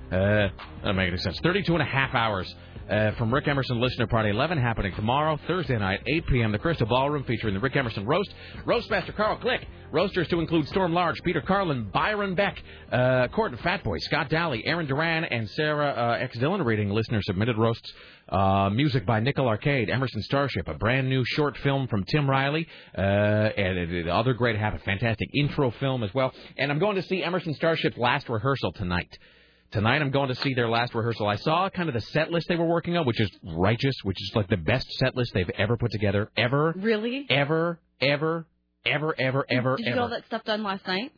[SPEAKER 2] Uh, that doesn't make any sense. 32 and a half hours. Uh, from Rick Emerson Listener Party 11 happening tomorrow, Thursday night, 8 p.m. The Crystal Ballroom featuring the Rick Emerson Roast. Roastmaster Carl Click. Roasters to include Storm Large, Peter Carlin, Byron Beck, uh, Court Fat Boy, Scott Daly, Aaron Duran, and Sarah uh, X. Dillon reading listener submitted roasts. Uh, music by Nickel Arcade, Emerson Starship, a brand new short film from Tim Riley, uh, and uh, other great habit. Fantastic intro film as well. And I'm going to see Emerson Starship's last rehearsal tonight. Tonight I'm going to see their last rehearsal. I saw kind of the set list they were working on, which is righteous, which is like the best set list they've ever put together, ever,
[SPEAKER 4] Really?
[SPEAKER 2] ever, ever, ever, ever, ever,
[SPEAKER 4] Did you get all
[SPEAKER 2] ever.
[SPEAKER 4] that stuff done last night?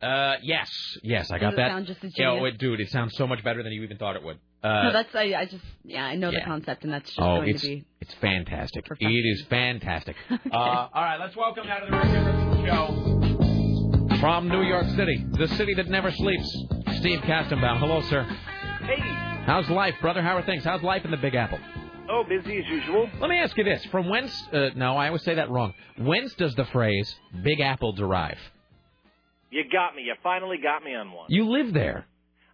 [SPEAKER 2] Uh, yes, yes, I
[SPEAKER 4] Does
[SPEAKER 2] got
[SPEAKER 4] it
[SPEAKER 2] that.
[SPEAKER 4] sound just as
[SPEAKER 2] Yeah, oh,
[SPEAKER 4] genius?
[SPEAKER 2] it, dude, it sounds so much better than you even thought it would. Uh,
[SPEAKER 4] no, that's I, I just yeah I know the
[SPEAKER 2] yeah.
[SPEAKER 4] concept, and that's just
[SPEAKER 2] oh,
[SPEAKER 4] going
[SPEAKER 2] it's
[SPEAKER 4] to be.
[SPEAKER 2] it's fantastic.
[SPEAKER 4] Perfection.
[SPEAKER 2] It is fantastic. uh, all right, let's welcome now to the Rick Emerson Show from New York City, the city that never sleeps. Steve Kastenbaum, hello, sir.
[SPEAKER 9] Hey.
[SPEAKER 2] How's life, brother? How are things? How's life in the Big Apple?
[SPEAKER 9] Oh, busy as usual.
[SPEAKER 2] Let me ask you this: From whence? Uh, no, I always say that wrong. Whence does the phrase "Big Apple" derive?
[SPEAKER 9] You got me. You finally got me on one.
[SPEAKER 2] You live there.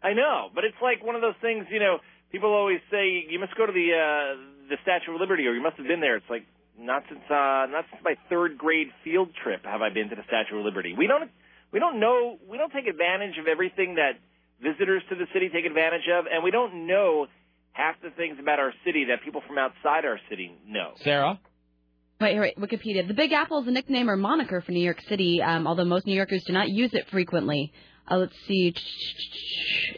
[SPEAKER 9] I know, but it's like one of those things. You know, people always say you must go to the uh, the Statue of Liberty, or you must have been there. It's like not since uh, not since my third grade field trip have I been to the Statue of Liberty. We don't we don't know we don't take advantage of everything that visitors to the city take advantage of, and we don't know half the things about our city that people from outside our city know.
[SPEAKER 2] Sarah.
[SPEAKER 4] Wait, wait, Wikipedia. The Big Apple is a nickname or moniker for New York City, um, although most New Yorkers do not use it frequently. Uh, let's see.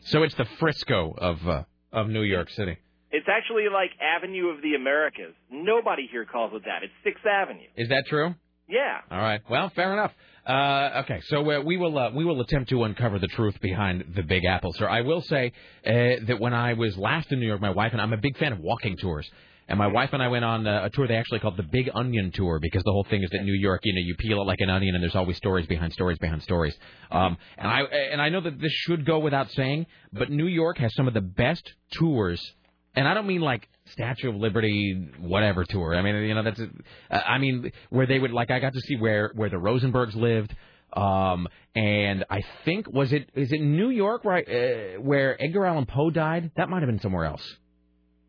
[SPEAKER 2] So it's the Frisco of uh, of New York City.
[SPEAKER 9] It's actually like Avenue of the Americas. Nobody here calls it that. It's Sixth Avenue.
[SPEAKER 2] Is that true?
[SPEAKER 9] Yeah.
[SPEAKER 2] All right. Well, fair enough. Uh, okay, so uh, we will uh, we will attempt to uncover the truth behind the Big Apple, sir. I will say uh, that when I was last in New York, my wife and I'm a big fan of walking tours, and my wife and I went on uh, a tour they actually called the Big Onion Tour because the whole thing is that New York, you know, you peel it like an onion, and there's always stories behind stories behind stories. Um, and I and I know that this should go without saying, but New York has some of the best tours and I don't mean like Statue of Liberty, whatever tour. I mean, you know, that's. Uh, I mean, where they would like, I got to see where where the Rosenbergs lived, um, and I think was it is it New York right uh, where Edgar Allan Poe died? That might have been somewhere else.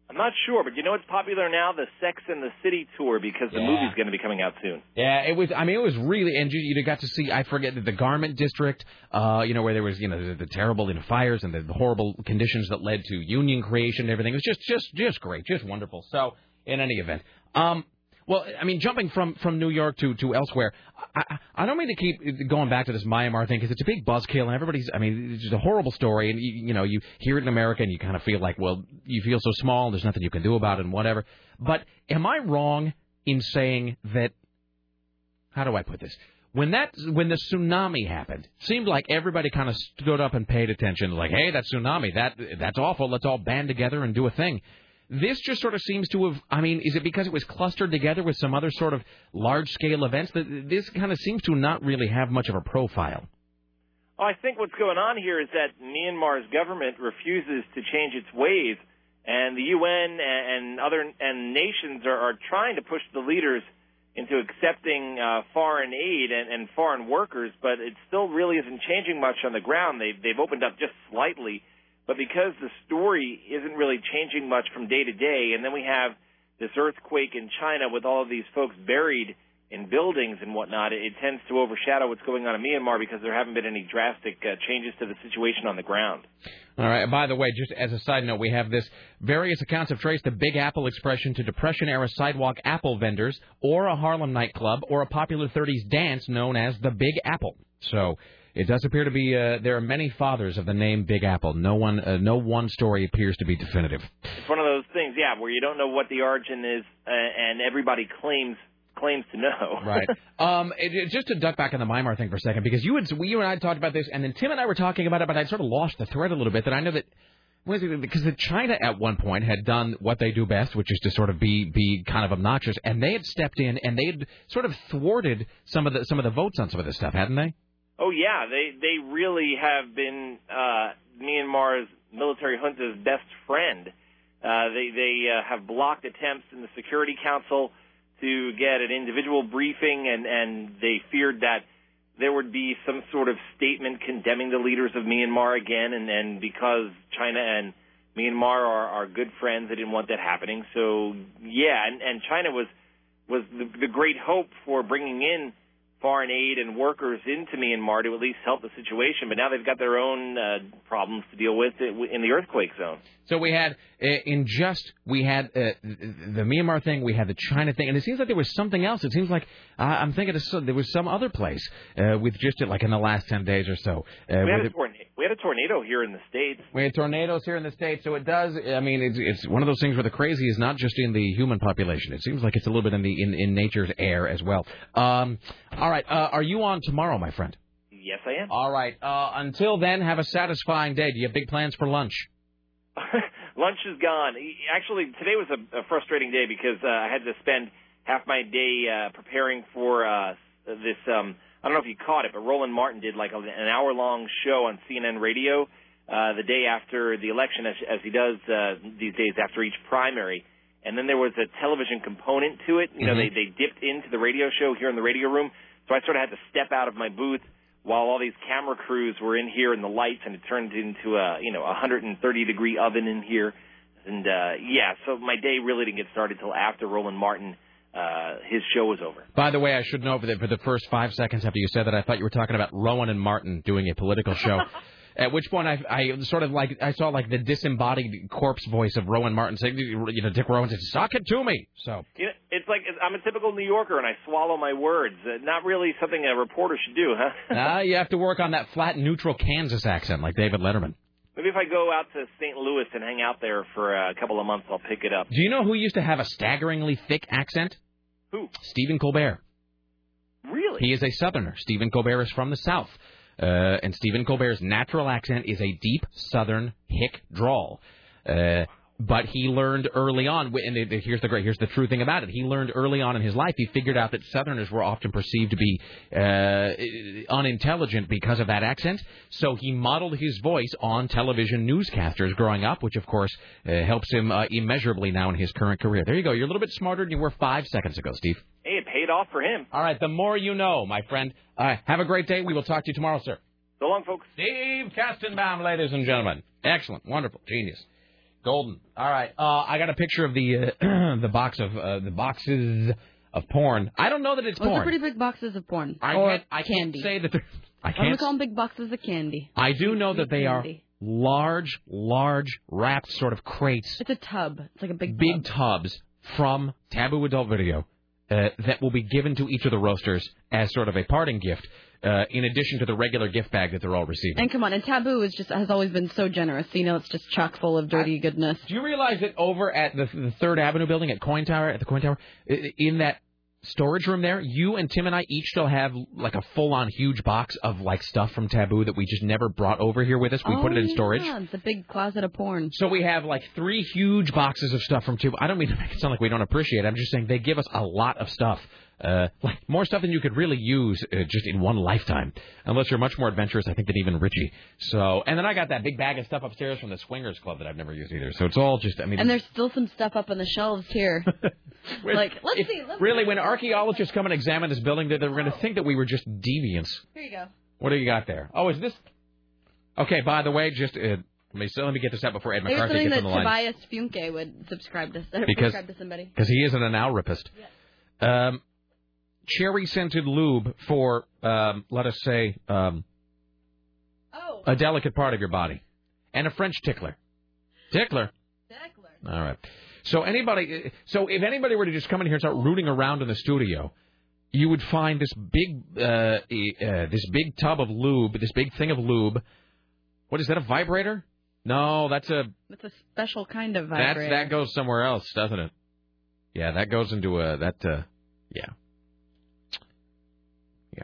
[SPEAKER 9] I'm not sure, but you know what's popular now? The Sex and the City tour because the
[SPEAKER 2] Yeah.
[SPEAKER 9] movie's going to be coming out soon.
[SPEAKER 2] Yeah, it was. I mean, it was really, and you, you got to see. I forget the, the garment district. Uh, you know where there was, you know, the, the terrible, you know, fires and the, the horrible conditions that led to union creation and everything. It was just, just, just great, just wonderful. So, in any event, um, well, I mean, jumping from from New York to to elsewhere, I I I don't mean to keep going back to this Myanmar thing because it's a big buzzkill and everybody's. I mean, it's just a horrible story, and you, you know, you hear it in America and you kind of feel like, well, you feel so small. There's nothing you can do about it and whatever. But am I wrong in saying that? how do I put this? When that when the tsunami happened, seemed like everybody kind of stood up and paid attention. Like, hey, that tsunami, that that's awful. Let's all band together and do a thing. This just sort of seems to have. I mean, is it because it was clustered together with some other sort of large scale events that this kind of seems to not really have much of a profile?
[SPEAKER 9] Well, I think what's going on here is that Myanmar's government refuses to change its ways, and the UN and, and other and nations are, are trying to push the leaders into accepting uh, foreign aid and, and foreign workers, but it still really isn't changing much on the ground. They, they've opened up just slightly, but because the story isn't really changing much from day to day, and then we have this earthquake in China with all of these folks buried in buildings and whatnot, it, it tends to overshadow what's going on in Myanmar because there haven't been any drastic uh, changes to the situation on the ground.
[SPEAKER 2] All right. By the way, just as a side note, we have this. Various accounts have traced the Big Apple expression to Depression era sidewalk apple vendors, or a Harlem nightclub, or a popular 30s dance known as the Big Apple. So it does appear to be uh, there are many fathers of the name Big Apple. No one, uh, no one story appears to be definitive.
[SPEAKER 9] It's one of those things, yeah, where you don't know what the origin is, uh, and everybody claims claims to know.
[SPEAKER 2] right. Um, it, it, just to duck back on the Mimar thing for a second, because you had, we, you and I talked about this, and then Tim and I were talking about it, but I sort of lost the thread a little bit. That I know that it, because that China at one point had done what they do best, which is to sort of be be kind of obnoxious, and they had stepped in and they had sort of thwarted some of the some of the votes on some of this stuff, hadn't they?
[SPEAKER 9] Oh yeah, they they really have been uh, Myanmar's military junta's best friend. Uh, they they uh, have blocked attempts in the Security Council to get an individual briefing, and, and they feared that there would be some sort of statement condemning the leaders of Myanmar again. And, and because China and Myanmar are, are good friends, they didn't want that happening. So yeah, and, and China was was the, the great hope for bringing in foreign aid and workers into Myanmar to at least help the situation. But now they've got their own uh, problems to deal with uh, in the earthquake zone.
[SPEAKER 2] So we had uh, in just we had uh, the Myanmar thing, we had the China thing, and it seems like there was something else. It seems like uh, I'm thinking of, there was some other place eh, with just like in the last ten days or so. eh,
[SPEAKER 9] we, had a tornado. we had a tornado here in the states.
[SPEAKER 2] We had tornadoes here in the states, so it does. I mean, it's, it's one of those things where the crazy is not just in the human population. It seems like it's a little bit in the in, in nature's air as well. Um, all right. Uh, are you on tomorrow, my friend?
[SPEAKER 9] Yes, I am.
[SPEAKER 2] All right. Uh, until then, have a satisfying day. Do you have big plans for lunch?
[SPEAKER 9] lunch is gone. E, Actually, today was a, a frustrating day because uh, I had to spend half my day uh, preparing for uh, this. Um, I don't know if you caught it, but Roland Martin did like a, an hour long show on CNN radio uh, the day after the election, as, as he does uh, these days after each primary. And then there was a television component to it. You know, they,
[SPEAKER 2] Mhm.
[SPEAKER 9] they dipped into the radio show here in the radio room. So I sort of had to step out of my booth while all these camera crews were in here and the lights, and it turned into a you know 130 degree oven in here. And uh, yeah, so my day really didn't get started till after Roland Martin, uh, his show was over.
[SPEAKER 2] By the way, I should know that for the first five seconds after you said that, I thought you were talking about Rowan and Martin doing a political show. At which point I, I sort of like I saw like the disembodied corpse voice of Rowan Martin saying, you know, Dick Rowan said, "Sock it to me." So
[SPEAKER 9] You know, it's like it's, I'm a typical New Yorker and I swallow my words. Uh, not really something a reporter should do, huh?
[SPEAKER 2] now uh, you have to work on that flat, neutral Kansas accent like David Letterman.
[SPEAKER 9] Maybe if I go out to St. Louis and hang out there for uh, a couple of months, I'll pick it up.
[SPEAKER 2] Do you know who used to have a staggeringly thick accent?
[SPEAKER 9] Who?
[SPEAKER 2] Stephen Colbert.
[SPEAKER 9] Really?
[SPEAKER 2] He is a Southerner. Stephen Colbert is from the South. Uh, and Stephen Colbert's natural accent is a deep Southern hick drawl. Uh, but he learned early on, wi- and it- it- here's the great, here's the true thing about it. He learned early on in his life, he figured out that Southerners were often perceived to be uh, unintelligent because of that accent. So he modeled his voice on television newscasters growing up, which of course uh, helps him uh, immeasurably now in his current career. There you go. You're a little bit smarter than you were five seconds ago, Steve.
[SPEAKER 9] Hey, it paid off for him.
[SPEAKER 2] All right, the more you know, my friend. Uh, have a great day. We will talk to you tomorrow, sir.
[SPEAKER 9] So long, folks.
[SPEAKER 2] Steve Kastenbaum, ladies and gentlemen. Excellent, wonderful, genius, golden. All right, uh, I got a picture of the uh, the box of uh, the boxes of porn. I don't know that it's
[SPEAKER 4] Those are
[SPEAKER 2] porn.
[SPEAKER 4] pretty big boxes of porn.
[SPEAKER 2] I
[SPEAKER 4] or
[SPEAKER 2] can't, I
[SPEAKER 4] candy.
[SPEAKER 2] can't say that. they're- I
[SPEAKER 4] I'm gonna
[SPEAKER 2] can't.
[SPEAKER 4] call them big boxes of candy.
[SPEAKER 2] I do know that they are large, large wrapped sort of crates,
[SPEAKER 4] It's a tub. It's like a big
[SPEAKER 2] big tubs from Taboo Adult Video. Uh, that will be given to each of the roasters as sort of a parting gift, uh, in addition to the regular gift bag that they're all receiving.
[SPEAKER 4] And come on, and Taboo is just has always been so generous. You know, it's just chock full of dirty goodness.
[SPEAKER 2] Do you realize that over at the, the Third Avenue building at Coin Tower, at the Coin Tower, i- in that storage room there, you and Tim and I each still have like a full-on huge box of like stuff from Taboo that we just never brought over here with us. We
[SPEAKER 4] oh,
[SPEAKER 2] put it in storage.
[SPEAKER 4] Yeah, the big closet of porn.
[SPEAKER 2] So we have like three huge boxes of stuff from Taboo. I don't mean to make it sound like we don't appreciate it. I'm just saying they give us a lot of stuff. Uh, like more stuff than you could really use uh, just in one lifetime, unless you're much more adventurous, I think, than even Richie. So, and then I got that big bag of stuff upstairs from the Swingers Club that I've never used either. So it's all just, I mean,
[SPEAKER 4] And there's still some stuff up on the shelves here. like, let's see. Let's
[SPEAKER 2] really
[SPEAKER 4] see.
[SPEAKER 2] when archaeologists come and examine this building, they're, they're going to think that we were just deviants.
[SPEAKER 4] Here you go.
[SPEAKER 2] What do you got there? Oh, is this? Okay. By the way, just uh, let me so let me get this out before Ed
[SPEAKER 4] There's
[SPEAKER 2] McCarthy
[SPEAKER 4] something
[SPEAKER 2] gets
[SPEAKER 4] that
[SPEAKER 2] on the line
[SPEAKER 4] Tobias Funke would subscribe to,
[SPEAKER 2] Because-
[SPEAKER 4] subscribe to somebody.
[SPEAKER 2] because he isn't an alripist. Um, cherry scented lube for um, let us say um,
[SPEAKER 4] oh.
[SPEAKER 2] a delicate part of your body, and a French tickler. Tickler. All right. So anybody, so if anybody were to just come in here and start rooting around in the studio, you would find this big, uh, uh, this big tub of lube, this big thing of lube. What is that? A vibrator? No, that's a
[SPEAKER 4] It's a special kind of
[SPEAKER 2] that's
[SPEAKER 4] vibrator.
[SPEAKER 2] that goes somewhere else, doesn't it? Yeah, that goes into a that uh, yeah, yeah,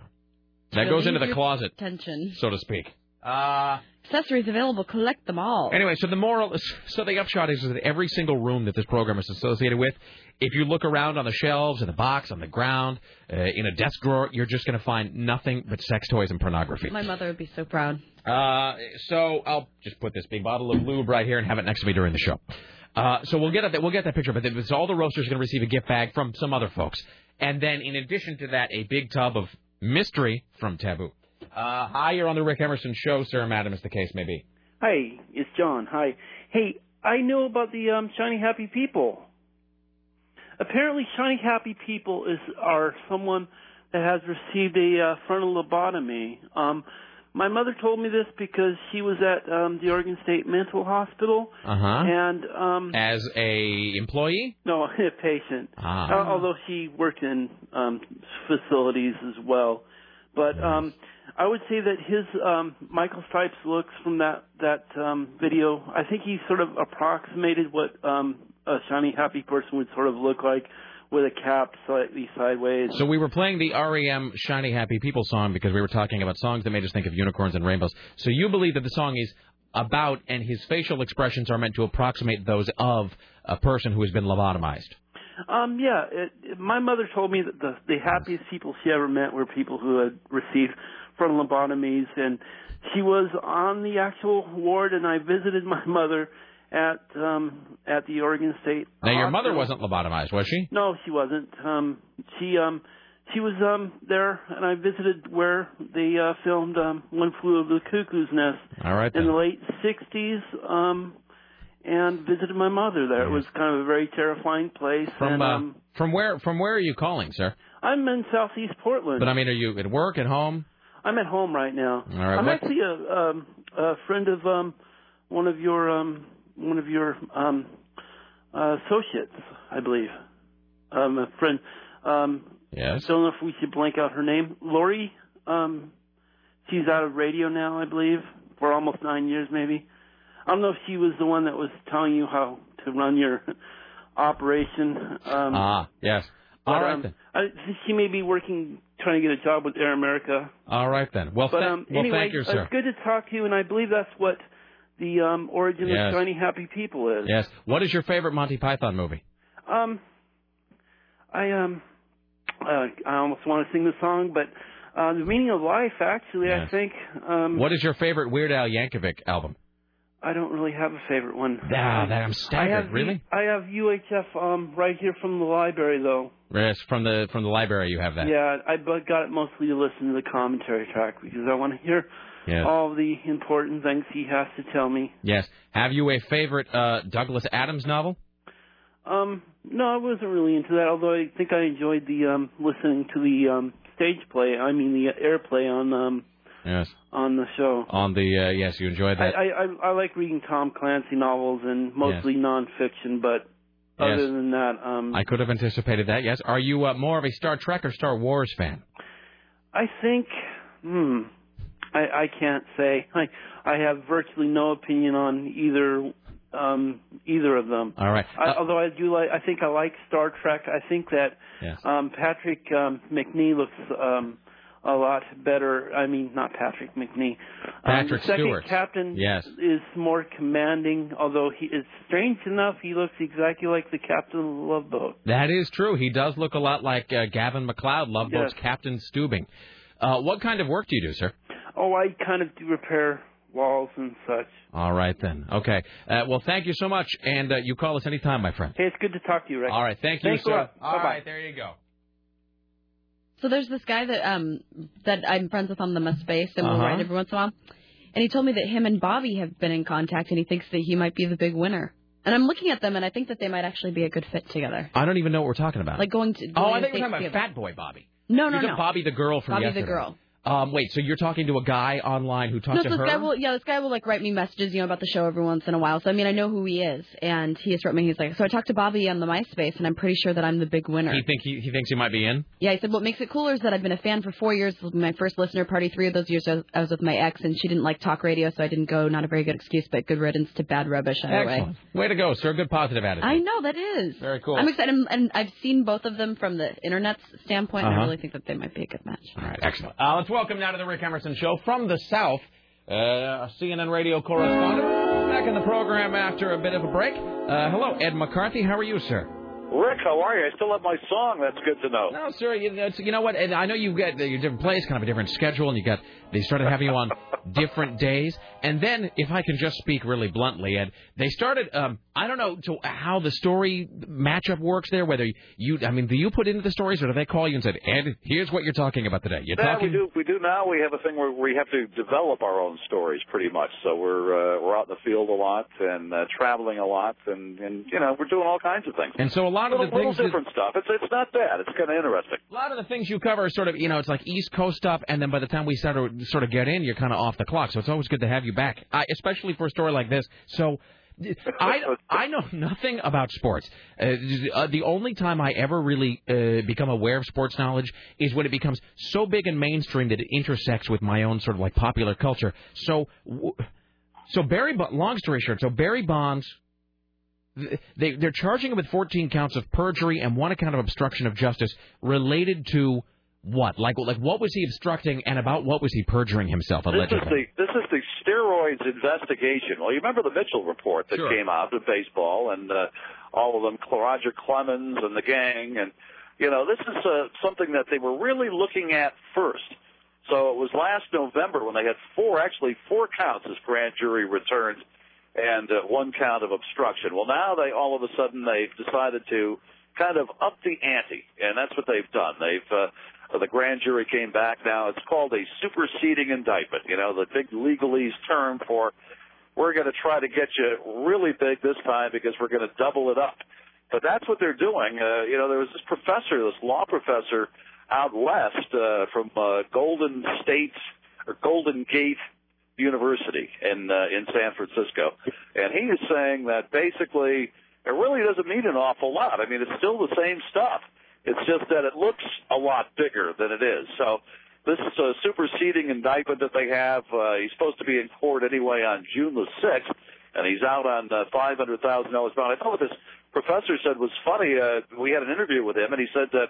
[SPEAKER 2] that goes
[SPEAKER 4] Relieve
[SPEAKER 2] into the
[SPEAKER 4] your
[SPEAKER 2] closet,
[SPEAKER 4] Tension.
[SPEAKER 2] so to speak.
[SPEAKER 4] Uh, Accessories available. Collect them all.
[SPEAKER 2] Anyway, so the moral, so the upshot is that every single room that this program is associated with, if you look around on the shelves, in the box, on the ground, uh, in a desk drawer, you're just going to find nothing but sex toys and pornography.
[SPEAKER 4] My mother would be so proud.
[SPEAKER 2] Uh, so I'll just put this big bottle of lube right here and have it next to me during the show. Uh, so we'll get that we'll get that picture, but then it's all the roasters are going to receive a gift bag from some other folks, and then in addition to that, a big tub of mystery from Taboo. Uh, hi, you're on the Rick Emerson Show, sir, madam, as the case may be.
[SPEAKER 10] Hi, it's John. Hi. Hey, I know about the um, shiny happy people. Apparently, shiny happy people is are someone that has received a uh, frontal lobotomy. Um, my mother told me this because she was at um, the Oregon State Mental Hospital,
[SPEAKER 2] Uh huh.
[SPEAKER 10] and um,
[SPEAKER 2] As a employee.
[SPEAKER 10] no, a patient.
[SPEAKER 2] Ah.
[SPEAKER 10] Al- Although she worked in um, facilities as well, but um, I would say that his um, Michael Stipe's looks from that that um, video, I think he sort of approximated what um, a shiny happy person would sort of look like, with a cap slightly sideways.
[SPEAKER 2] So we were playing the REM Shiny Happy People song because we were talking about songs that made us think of unicorns and rainbows. So you believe that the song is about and his facial expressions are meant to approximate those of a person who has been lobotomized.
[SPEAKER 10] Um, yeah, it, it- my mother told me that the, the happiest people she ever met were people who had received frontal lobotomies, and she was on the actual ward, and I visited my mother at um, at the Oregon State.
[SPEAKER 2] Now your mother
[SPEAKER 10] Hospital.
[SPEAKER 2] wasn't lobotomized, was she?
[SPEAKER 10] Uh, No, she wasn't. Um, she um, she was um, there, and I visited where they uh, filmed um, One Flew Over the Cuckoo's Nest
[SPEAKER 2] All right
[SPEAKER 10] in
[SPEAKER 2] then.
[SPEAKER 10] the late '60s. Um, and visited my mother there. It was kind of a very terrifying place.
[SPEAKER 2] From
[SPEAKER 10] and,
[SPEAKER 2] uh,
[SPEAKER 10] um,
[SPEAKER 2] from where from where are you calling, sir?
[SPEAKER 10] I'm in Southeast Portland.
[SPEAKER 2] But I mean, are you at work, at home?
[SPEAKER 10] I'm at home right now.
[SPEAKER 2] All right,
[SPEAKER 10] I'm
[SPEAKER 2] what-
[SPEAKER 10] actually a, um, a friend of um, one of your um, one of your um, uh, associates, I believe. Um, a friend. Um,
[SPEAKER 2] Yes.
[SPEAKER 10] Don't know if we should blank out her name. Lori. Um, she's out of radio now, I believe, for almost nine years, maybe. I don't know if she was the one that was telling you how to run your operation. Um,
[SPEAKER 2] ah, yes.
[SPEAKER 10] but,
[SPEAKER 2] All right
[SPEAKER 10] um,
[SPEAKER 2] then.
[SPEAKER 10] I, she may be working, trying to get a job with Air America.
[SPEAKER 2] All right then. Well,
[SPEAKER 10] But
[SPEAKER 2] thank-
[SPEAKER 10] um,
[SPEAKER 2] well,
[SPEAKER 10] anyway,
[SPEAKER 2] thank you, sir.
[SPEAKER 10] it's good to talk to you, and I believe that's what the um, origin
[SPEAKER 2] Yes.
[SPEAKER 10] of shiny happy people is.
[SPEAKER 2] Yes. What is your favorite Monty Python movie?
[SPEAKER 10] Um, I um, uh, I almost want to sing the song, but uh, the meaning of life, actually, I think. Um,
[SPEAKER 2] What is your favorite Weird Al Yankovic album?
[SPEAKER 10] I don't really have a favorite one. Um,
[SPEAKER 2] Ah, that I'm
[SPEAKER 10] I
[SPEAKER 2] staggered.
[SPEAKER 10] have
[SPEAKER 2] really?
[SPEAKER 10] I have UHF um right here from the library though.
[SPEAKER 2] Yes, from the from the library you have that.
[SPEAKER 10] Yeah, I bu- got it mostly to listen to the commentary track because I want to hear
[SPEAKER 2] Yes.
[SPEAKER 10] all the important things he has to tell me.
[SPEAKER 2] Yes. Have you a favorite uh, Douglas Adams novel?
[SPEAKER 10] Um, no, I wasn't really into that. Although I think I enjoyed the um listening to the um stage play. I mean the airplay on um
[SPEAKER 2] Yes.
[SPEAKER 10] on the show.
[SPEAKER 2] On the uh, yes, you enjoyed
[SPEAKER 10] I,
[SPEAKER 2] that.
[SPEAKER 10] I I I like reading Tom Clancy novels and mostly nonfiction, but other
[SPEAKER 2] Yes.
[SPEAKER 10] than that, um,
[SPEAKER 2] I could have anticipated that. Yes. Are you uh, more of a Star Trek or Star Wars fan?
[SPEAKER 10] I think hmm, I I can't say I I have virtually no opinion on either um, either of them.
[SPEAKER 2] All right.
[SPEAKER 6] Uh,
[SPEAKER 10] I, although I do like, I think I like Star Trek. I think that
[SPEAKER 2] Yes.
[SPEAKER 6] uh,
[SPEAKER 10] um, Patrick um, McNee looks um, a lot better. I mean, not Patrick McNee. Um, the
[SPEAKER 2] Patrick
[SPEAKER 10] second
[SPEAKER 2] Stewart.
[SPEAKER 10] captain
[SPEAKER 2] Yes.
[SPEAKER 10] is more commanding. Although he is strange enough, he looks exactly like the captain of the Love Boat.
[SPEAKER 2] That is true. He does look a lot like uh, Gavin McLeod, Love Boat's Captain Steubing. Uh, what kind of work do you do, sir?
[SPEAKER 10] Oh, I kind of do repair walls and such.
[SPEAKER 2] All right, then. Okay. Uh, well, thank you so much, and uh, you call us anytime, my friend.
[SPEAKER 10] Hey, it's good to talk to you, Rick.
[SPEAKER 2] All right. Thank you,
[SPEAKER 10] Thanks a
[SPEAKER 2] sir.
[SPEAKER 10] lot.
[SPEAKER 2] All
[SPEAKER 10] Bye-bye.
[SPEAKER 2] right, there you go.
[SPEAKER 4] So there's this guy that um that I'm friends with on the Must Space and
[SPEAKER 2] Uh-huh.
[SPEAKER 4] we'll write every once in a while. And he told me that him and Bobby have been in contact and he thinks that he might be the big winner. And I'm looking at them and I think that they might actually be a good fit together.
[SPEAKER 2] I don't even know what we're talking about.
[SPEAKER 4] Like going to
[SPEAKER 2] oh,
[SPEAKER 4] going
[SPEAKER 2] I
[SPEAKER 4] to
[SPEAKER 2] think we're talking about
[SPEAKER 4] Thanksgiving.
[SPEAKER 2] Fat Boy Bobby.
[SPEAKER 4] No,
[SPEAKER 2] You're
[SPEAKER 4] no,
[SPEAKER 2] the
[SPEAKER 4] no.
[SPEAKER 2] Bobby the girl from
[SPEAKER 4] Bobby the
[SPEAKER 2] yesterday.
[SPEAKER 4] girl.
[SPEAKER 2] Um, wait, so you're talking to a guy online who talked
[SPEAKER 4] No,
[SPEAKER 2] to
[SPEAKER 4] so this
[SPEAKER 2] her?
[SPEAKER 4] guy will yeah, this guy will like write me messages, you know, about the show every once in a while. So I mean I know who he is and he has wrote me he's like so I talked to Bobby on the MySpace and I'm pretty sure that I'm the big winner.
[SPEAKER 2] He think he, he thinks he might be in.
[SPEAKER 4] Yeah, he said, what makes it cooler is that I've been a fan for four years. This will be my first listener party. Three of those years I was- I was with my ex, and she didn't like talk radio, so I didn't go. Not a very good excuse, but good riddance to bad rubbish either way.
[SPEAKER 2] Excellent. Way to go, sir. Good positive attitude.
[SPEAKER 4] I know, that is.
[SPEAKER 2] Very cool.
[SPEAKER 4] I'm excited, and- and I've seen both of them from the internet standpoint, and
[SPEAKER 2] Uh-huh.
[SPEAKER 4] I really think that they might be a good match.
[SPEAKER 2] All right, excellent. Uh, let's welcome now to the Rick Emerson Show from the South, uh, our CNN radio correspondent. Back in the program after a bit of a break. Uh, hello, Ed McCarthy. How are you, sir?
[SPEAKER 11] Rick, how are you? I still have my song. That's good to know.
[SPEAKER 2] No, sir. Oh, You, that's, you know what? And I know you've got your different place, kind of a different schedule, and you got they started having you on different days. And then, if I can just speak really bluntly, Ed, they started. Um, I don't know to how the story matchup works there. Whether you, I mean, do you put into the stories, or do they call you and said, Ed, here's what you're talking about today? You're
[SPEAKER 11] Yeah,
[SPEAKER 2] talking.
[SPEAKER 11] we do. We do now. We have a thing where we have to develop our own stories, pretty much. So we're uh, we're out in the field a lot and uh, traveling a lot, and and you know we're doing all kinds of things.
[SPEAKER 2] And so a lot of
[SPEAKER 11] little,
[SPEAKER 2] the things
[SPEAKER 11] little
[SPEAKER 2] that-
[SPEAKER 11] different stuff. It's it's not bad. It's kind of interesting.
[SPEAKER 2] A lot of the things you cover are sort of, you know, it's like East Coast stuff, and then by the time we start to sort of get in, you're kind of off the clock. So it's always good to have you back, I, especially for a story like this. So I I know nothing about sports. Uh, uh, the only time I ever really uh, become aware of sports knowledge is when it becomes so big and mainstream that it intersects with my own sort of like popular culture. So w- so Barry, Bo- long story short, so Barry Bonds they they're charging him with 14 counts of perjury and one account of obstruction of justice related to what? Like like what was he obstructing and about what was he perjuring himself
[SPEAKER 11] This is the
[SPEAKER 2] allegedly?
[SPEAKER 11] this is the steroids investigation. Well, you remember the Mitchell report that came out of baseball, and uh, all of them, Roger Clemens and the gang, and you know this is uh, something that they were really looking at first. So it was last November when they had four, actually four counts as grand jury returned, and uh, one count of obstruction. Well, now they all of a sudden they've decided to kind of up the ante, and that's what they've done. They've uh, the grand jury came back. Now it's called a superseding indictment. You know, the big legalese term for we're going to try to get you really big this time because we're going to double it up. But that's what they're doing. Uh, you know, there was this professor, this law professor out west uh, from uh, Golden State or Golden Gate University in uh, in San Francisco, and he is saying that basically it really doesn't mean an awful lot. I mean, it's still the same stuff. It's just that it looks a lot bigger than it is. So this is a superseding indictment that they have. Uh, he's supposed to be in court anyway on June the 6th, and he's out on uh, $500,000 bond. I thought what this professor said was funny. Uh, we had an interview with him, and he said that,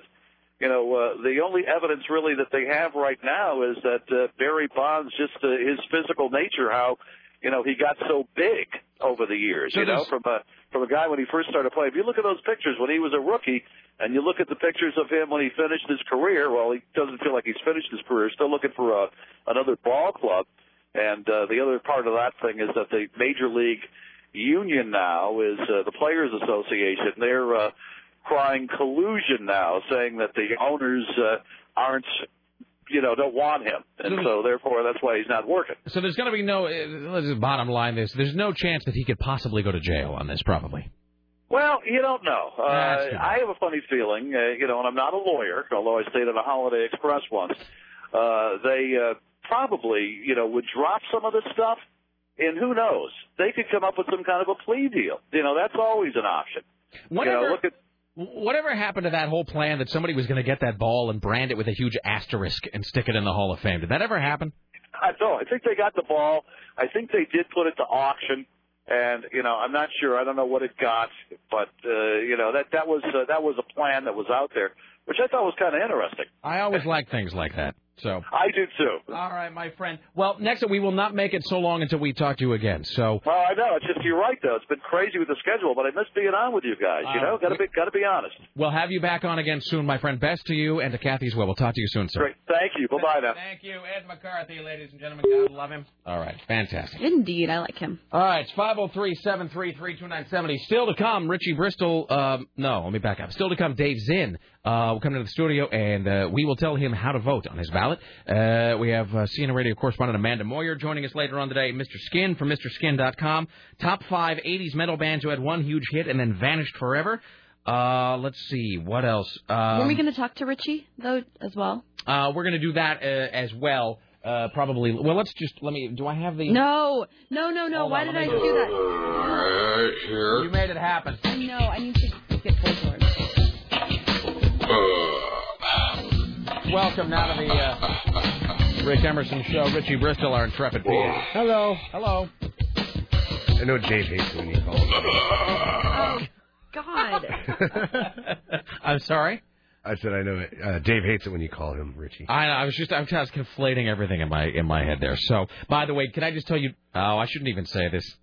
[SPEAKER 11] you know, uh, the only evidence really that they have right now is that uh, Barry Bonds, just uh, his physical nature, how, you know, he got so big over the years,
[SPEAKER 2] So
[SPEAKER 11] you know,
[SPEAKER 2] does-
[SPEAKER 11] from a, from a guy when he first started playing. If you look at those pictures when he was a rookie, and you look at the pictures of him when he finished his career. Well, he doesn't feel like he's finished his career. Still looking for a, another ball club. And uh, the other part of that thing is that the major league union now is uh, the Players Association. They're uh, crying collusion now, saying that the owners uh, aren't, you know, don't want him, and so therefore that's why he's not working.
[SPEAKER 2] So there's going to be no uh, this is bottom line this. There's no chance that he could possibly go to jail on this probably.
[SPEAKER 11] Well, you don't know. Uh,
[SPEAKER 2] That's too
[SPEAKER 11] I have a funny feeling, uh, you know, and I'm not a lawyer, although I stayed at a Holiday Express once. Uh, they uh, probably, you know, would drop some of this stuff, and who knows? They could come up with some kind of a plea deal. You know, that's always an option. you
[SPEAKER 2] Whatever-
[SPEAKER 11] know, look at
[SPEAKER 2] Whatever happened to that whole plan that somebody was going to get that ball and brand it with a huge asterisk and stick it in the Hall of Fame? Did that ever happen?
[SPEAKER 11] I don't. know. I think they got the ball. I think they did put it to auction. and you know I'm not sure. I don't know what it got, but uh, you know that that was uh, that was a plan that was out there, which I thought was kind of interesting.
[SPEAKER 2] I always like things like that. So
[SPEAKER 11] I do too.
[SPEAKER 2] All right, my friend. Well, next we will not make it so long until we talk to you again. So
[SPEAKER 11] Well, I know it's just you're right though. It's been crazy with the schedule, but I miss being on with you guys. You
[SPEAKER 2] Uh,
[SPEAKER 11] know, gotta be gotta be honest.
[SPEAKER 2] we'll have you back on again soon, my friend. Best to you and to Kathy as well. We'll talk to you soon, sir.
[SPEAKER 11] Great, thank you. Bye bye now.
[SPEAKER 2] Thank you, Ed McCarthy, ladies and gentlemen. God love him. All right, fantastic.
[SPEAKER 4] Indeed, I like him.
[SPEAKER 2] All right, it's 503-733-2970. oh. Still to come, Richie Bristol. Um, no, let me back up. Still to come, Dave Zinn uh, will come into the studio, and uh, we will tell him how to vote on his ballot. Uh, we have uh, CNN radio correspondent Amanda Moyer joining us later on today. Mr. Skin from MrSkin.com. Top five 80s metal bands who had one huge hit and then vanished forever. Uh, let's see, what else? Um,
[SPEAKER 4] Were we going to talk to Richie though as well?
[SPEAKER 2] uh, we're going to do that uh, as well. Uh, probably. Well, let's just let me. Do I have the?
[SPEAKER 4] No, no, no, no. Why did I do that?
[SPEAKER 2] You made it happen.
[SPEAKER 4] I know. I need to get full force.
[SPEAKER 2] Welcome now to the uh, Rick Emerson Show. Richie Bristol, our intrepid PA. Hello. Hello.
[SPEAKER 12] I know Dave hates when you call him.
[SPEAKER 4] Oh, God.
[SPEAKER 2] I'm sorry.
[SPEAKER 12] I said I know it. Uh, Dave hates it when you call him Richie.
[SPEAKER 2] I, I was just I was conflating everything in my in my head there. So, by the way, can I just tell you? Oh, I shouldn't even say this.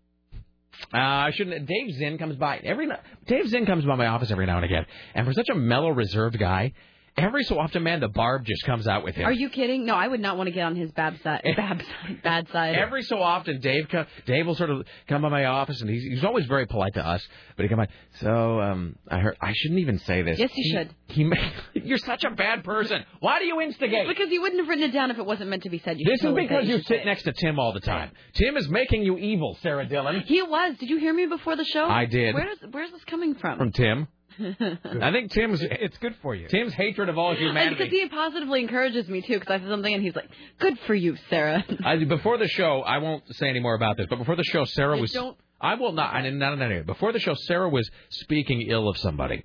[SPEAKER 2] Uh, I shouldn't. Dave Zinn comes by every. no- Dave Zinn comes by my office every now and again, and for such a mellow, reserved guy, every so often, man, the barb just comes out with him.
[SPEAKER 4] Are you kidding? No, I would not want to get on his bad side. Bad side. Bad side.
[SPEAKER 2] Eh. Every so often, Dave co- Dave will sort of come by my office, and he's, he's always very polite to us. But he come by. So um, I heard I shouldn't even say this.
[SPEAKER 4] Yes, you
[SPEAKER 2] He-
[SPEAKER 4] should.
[SPEAKER 2] He, ma- you're such a bad person. Why do you instigate?
[SPEAKER 4] Because you wouldn't have written it down if it wasn't meant to be said. You
[SPEAKER 2] this is
[SPEAKER 4] totally
[SPEAKER 2] because
[SPEAKER 4] said
[SPEAKER 2] you
[SPEAKER 4] should say
[SPEAKER 2] sit
[SPEAKER 4] it.
[SPEAKER 2] next to Tim all the time. Tim is making you evil, Sarah Dillon.
[SPEAKER 4] He was. Did you hear me before the show?
[SPEAKER 2] I did.
[SPEAKER 4] Where does where's this coming from?
[SPEAKER 2] From Tim.
[SPEAKER 4] and
[SPEAKER 2] I think Tim's. It's good for you. Tim's hatred of all
[SPEAKER 4] because
[SPEAKER 2] humanity.
[SPEAKER 4] he positively encourages me too, because I said something and he's like, "Good for you, Sarah."
[SPEAKER 2] I, before the show, I won't say any more about this. But before the show, Sarah
[SPEAKER 4] Just
[SPEAKER 2] was.
[SPEAKER 4] don't-
[SPEAKER 2] I will not. I didn't. No, no, no. Before the show, Sarah was speaking ill of somebody.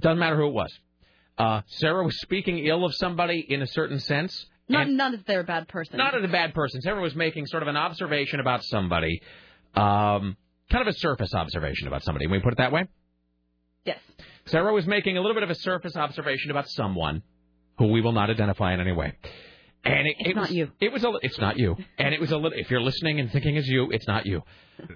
[SPEAKER 2] Doesn't matter who it was. Uh, Sarah was speaking ill of somebody in a certain sense.
[SPEAKER 4] Not not that they're a bad person.
[SPEAKER 2] Not as a bad person. Sarah was making sort of an observation about somebody, um, kind of a surface observation about somebody. Can we put it that way?
[SPEAKER 4] Yes.
[SPEAKER 2] Sarah was making a little bit of a surface observation about someone who we will not identify in any way. And it, it's
[SPEAKER 4] not
[SPEAKER 2] you. It was a. li- It's not you. And it was a little. If you're listening and thinking it's you, it's not you.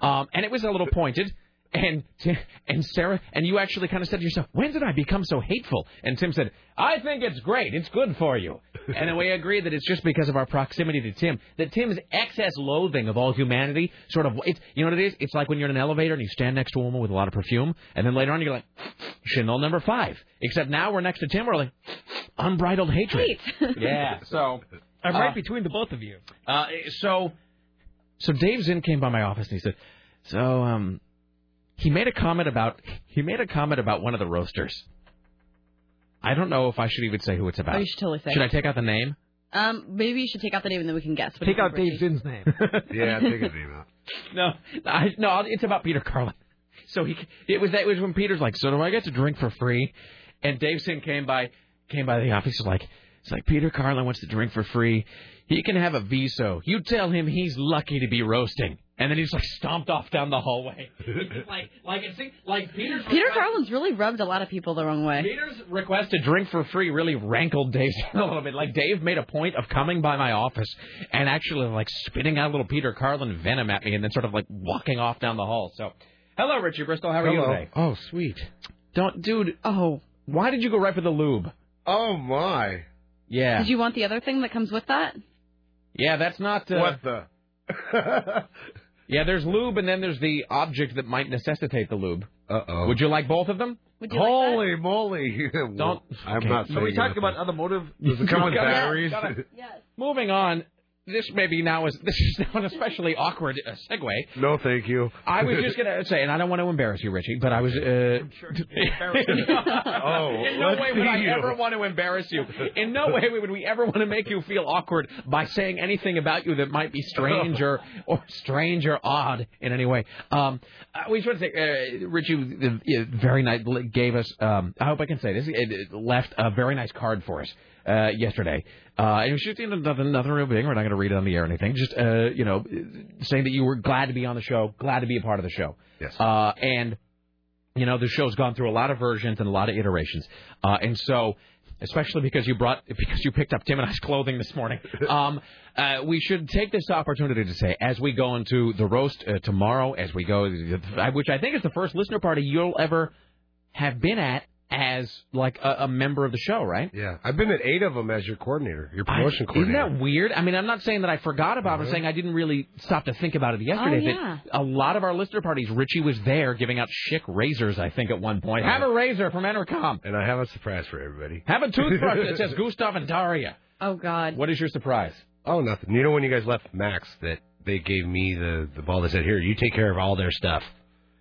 [SPEAKER 2] Um, and it was a little pointed. And Ti- and Sarah and you actually kind of said to yourself, "When did I become so hateful?" And Tim said, "I think it's great. It's good for you." And then we agreed that it's just because of our proximity to Tim that Tim's excess loathing of all humanity sort of it's you know what it is. It's like when you're in an elevator and you stand next to a woman with a lot of perfume, and then later on you're like, "Chanel number five. Except now we're next to Tim. We're like, unbridled hatred.
[SPEAKER 13] Hate.
[SPEAKER 2] yeah. So
[SPEAKER 13] I'm right
[SPEAKER 2] uh,
[SPEAKER 13] between the both of you.
[SPEAKER 2] uh, so, so Dave Zinn came by my office and he said, "So, um, he made a comment about he made a comment about one of the roasters. I don't know if I should even say who it's about.
[SPEAKER 4] Oh, you should totally say.
[SPEAKER 2] Should I take out the name?
[SPEAKER 4] Um, maybe you should take out the name and then we can guess. What
[SPEAKER 13] Take
[SPEAKER 4] do you
[SPEAKER 13] out
[SPEAKER 4] think,
[SPEAKER 13] Dave Zinn's name.
[SPEAKER 2] yeah,
[SPEAKER 4] take his
[SPEAKER 2] name out. No, I, no, it's about Peter Carlin. So he it was that it was when Peter's like, so do I get to drink for free? And Dave Zinn came by came by the office like it's like Peter Carlin wants to drink for free. He can have a viso. You tell him he's lucky to be roasting. And then he's like stomped off down the hallway. like like it's like Peter's
[SPEAKER 4] Peter Carlin's really rubbed a lot of people the wrong way.
[SPEAKER 2] Peter's request to drink for free really rankled Dave a little bit. Like Dave made a point of coming by my office and actually like spitting out a little Peter Carlin venom at me, and then sort of like walking off down the hall. So, hello, Richie Bristol. How are you
[SPEAKER 12] Hello.
[SPEAKER 2] today? Oh, sweet. Don't, dude. Oh, why did you go right for the lube?
[SPEAKER 12] Oh my.
[SPEAKER 2] Yeah.
[SPEAKER 4] Did you want the other thing that comes with that?
[SPEAKER 2] Yeah, that's not. Uh,
[SPEAKER 12] What the?
[SPEAKER 2] yeah, there's lube, and then there's the object that might necessitate the lube. Uh oh. Would you like both of them?
[SPEAKER 4] Would
[SPEAKER 13] you like
[SPEAKER 2] Holy moly! Don't.
[SPEAKER 12] I'm
[SPEAKER 2] Okay.
[SPEAKER 12] not
[SPEAKER 13] Are we talking about automotive?
[SPEAKER 12] Does it come with
[SPEAKER 2] Got it.
[SPEAKER 12] batteries?
[SPEAKER 2] Got it. Moving on. This maybe now is this is now an especially awkward uh, segue.
[SPEAKER 12] No, thank you.
[SPEAKER 2] I was just gonna say, and I don't want to embarrass you, Richie, but I was. Uh,
[SPEAKER 12] Oh,
[SPEAKER 2] in no
[SPEAKER 12] let's
[SPEAKER 2] way would
[SPEAKER 12] see
[SPEAKER 2] I
[SPEAKER 12] you.
[SPEAKER 2] ever want to embarrass you. In no way would we ever want to make you feel awkward by saying anything about you that might be strange or or strange or odd in any way. Um, I- we just want to say, uh, Richie, uh, very nice gave us. Um, I hope I can say this. It left a very nice card for us uh, yesterday, uh, and it was just another another real big. We're not going to to read it on the air or anything. Just uh, you know, saying that you were glad to be on the show, glad to be a part of the show. Yes. Uh, and you know, the show's gone through a lot of versions and a lot of iterations, uh, and so. Especially because you brought, because you picked up Tim and I's clothing this morning. Um, uh, we should take this opportunity to say, as we go into the roast uh, tomorrow, as we go, uh, which I think is the first listener party you'll ever have been at as like a, a member of the show, right?
[SPEAKER 12] Yeah, I've been at eight of them as your coordinator, your promotion
[SPEAKER 2] I-
[SPEAKER 12] coordinator.
[SPEAKER 2] Isn't that weird? I mean, I'm not saying that I forgot about it. I'm
[SPEAKER 12] Mhm.
[SPEAKER 2] saying I didn't really stop to think about it yesterday.
[SPEAKER 12] Oh,
[SPEAKER 2] that
[SPEAKER 12] yeah.
[SPEAKER 2] a lot of our listener parties, Richie was there giving out chic razors, I think, at one point. Have a razor from Entercom.
[SPEAKER 12] And I have a surprise for everybody.
[SPEAKER 2] Have a toothbrush that says Gustav and Daria.
[SPEAKER 4] Oh God.
[SPEAKER 2] What is your surprise?
[SPEAKER 12] Oh, nothing. You know when you guys left Max that they gave me the the ball. They said, "Here, you take care of all their stuff."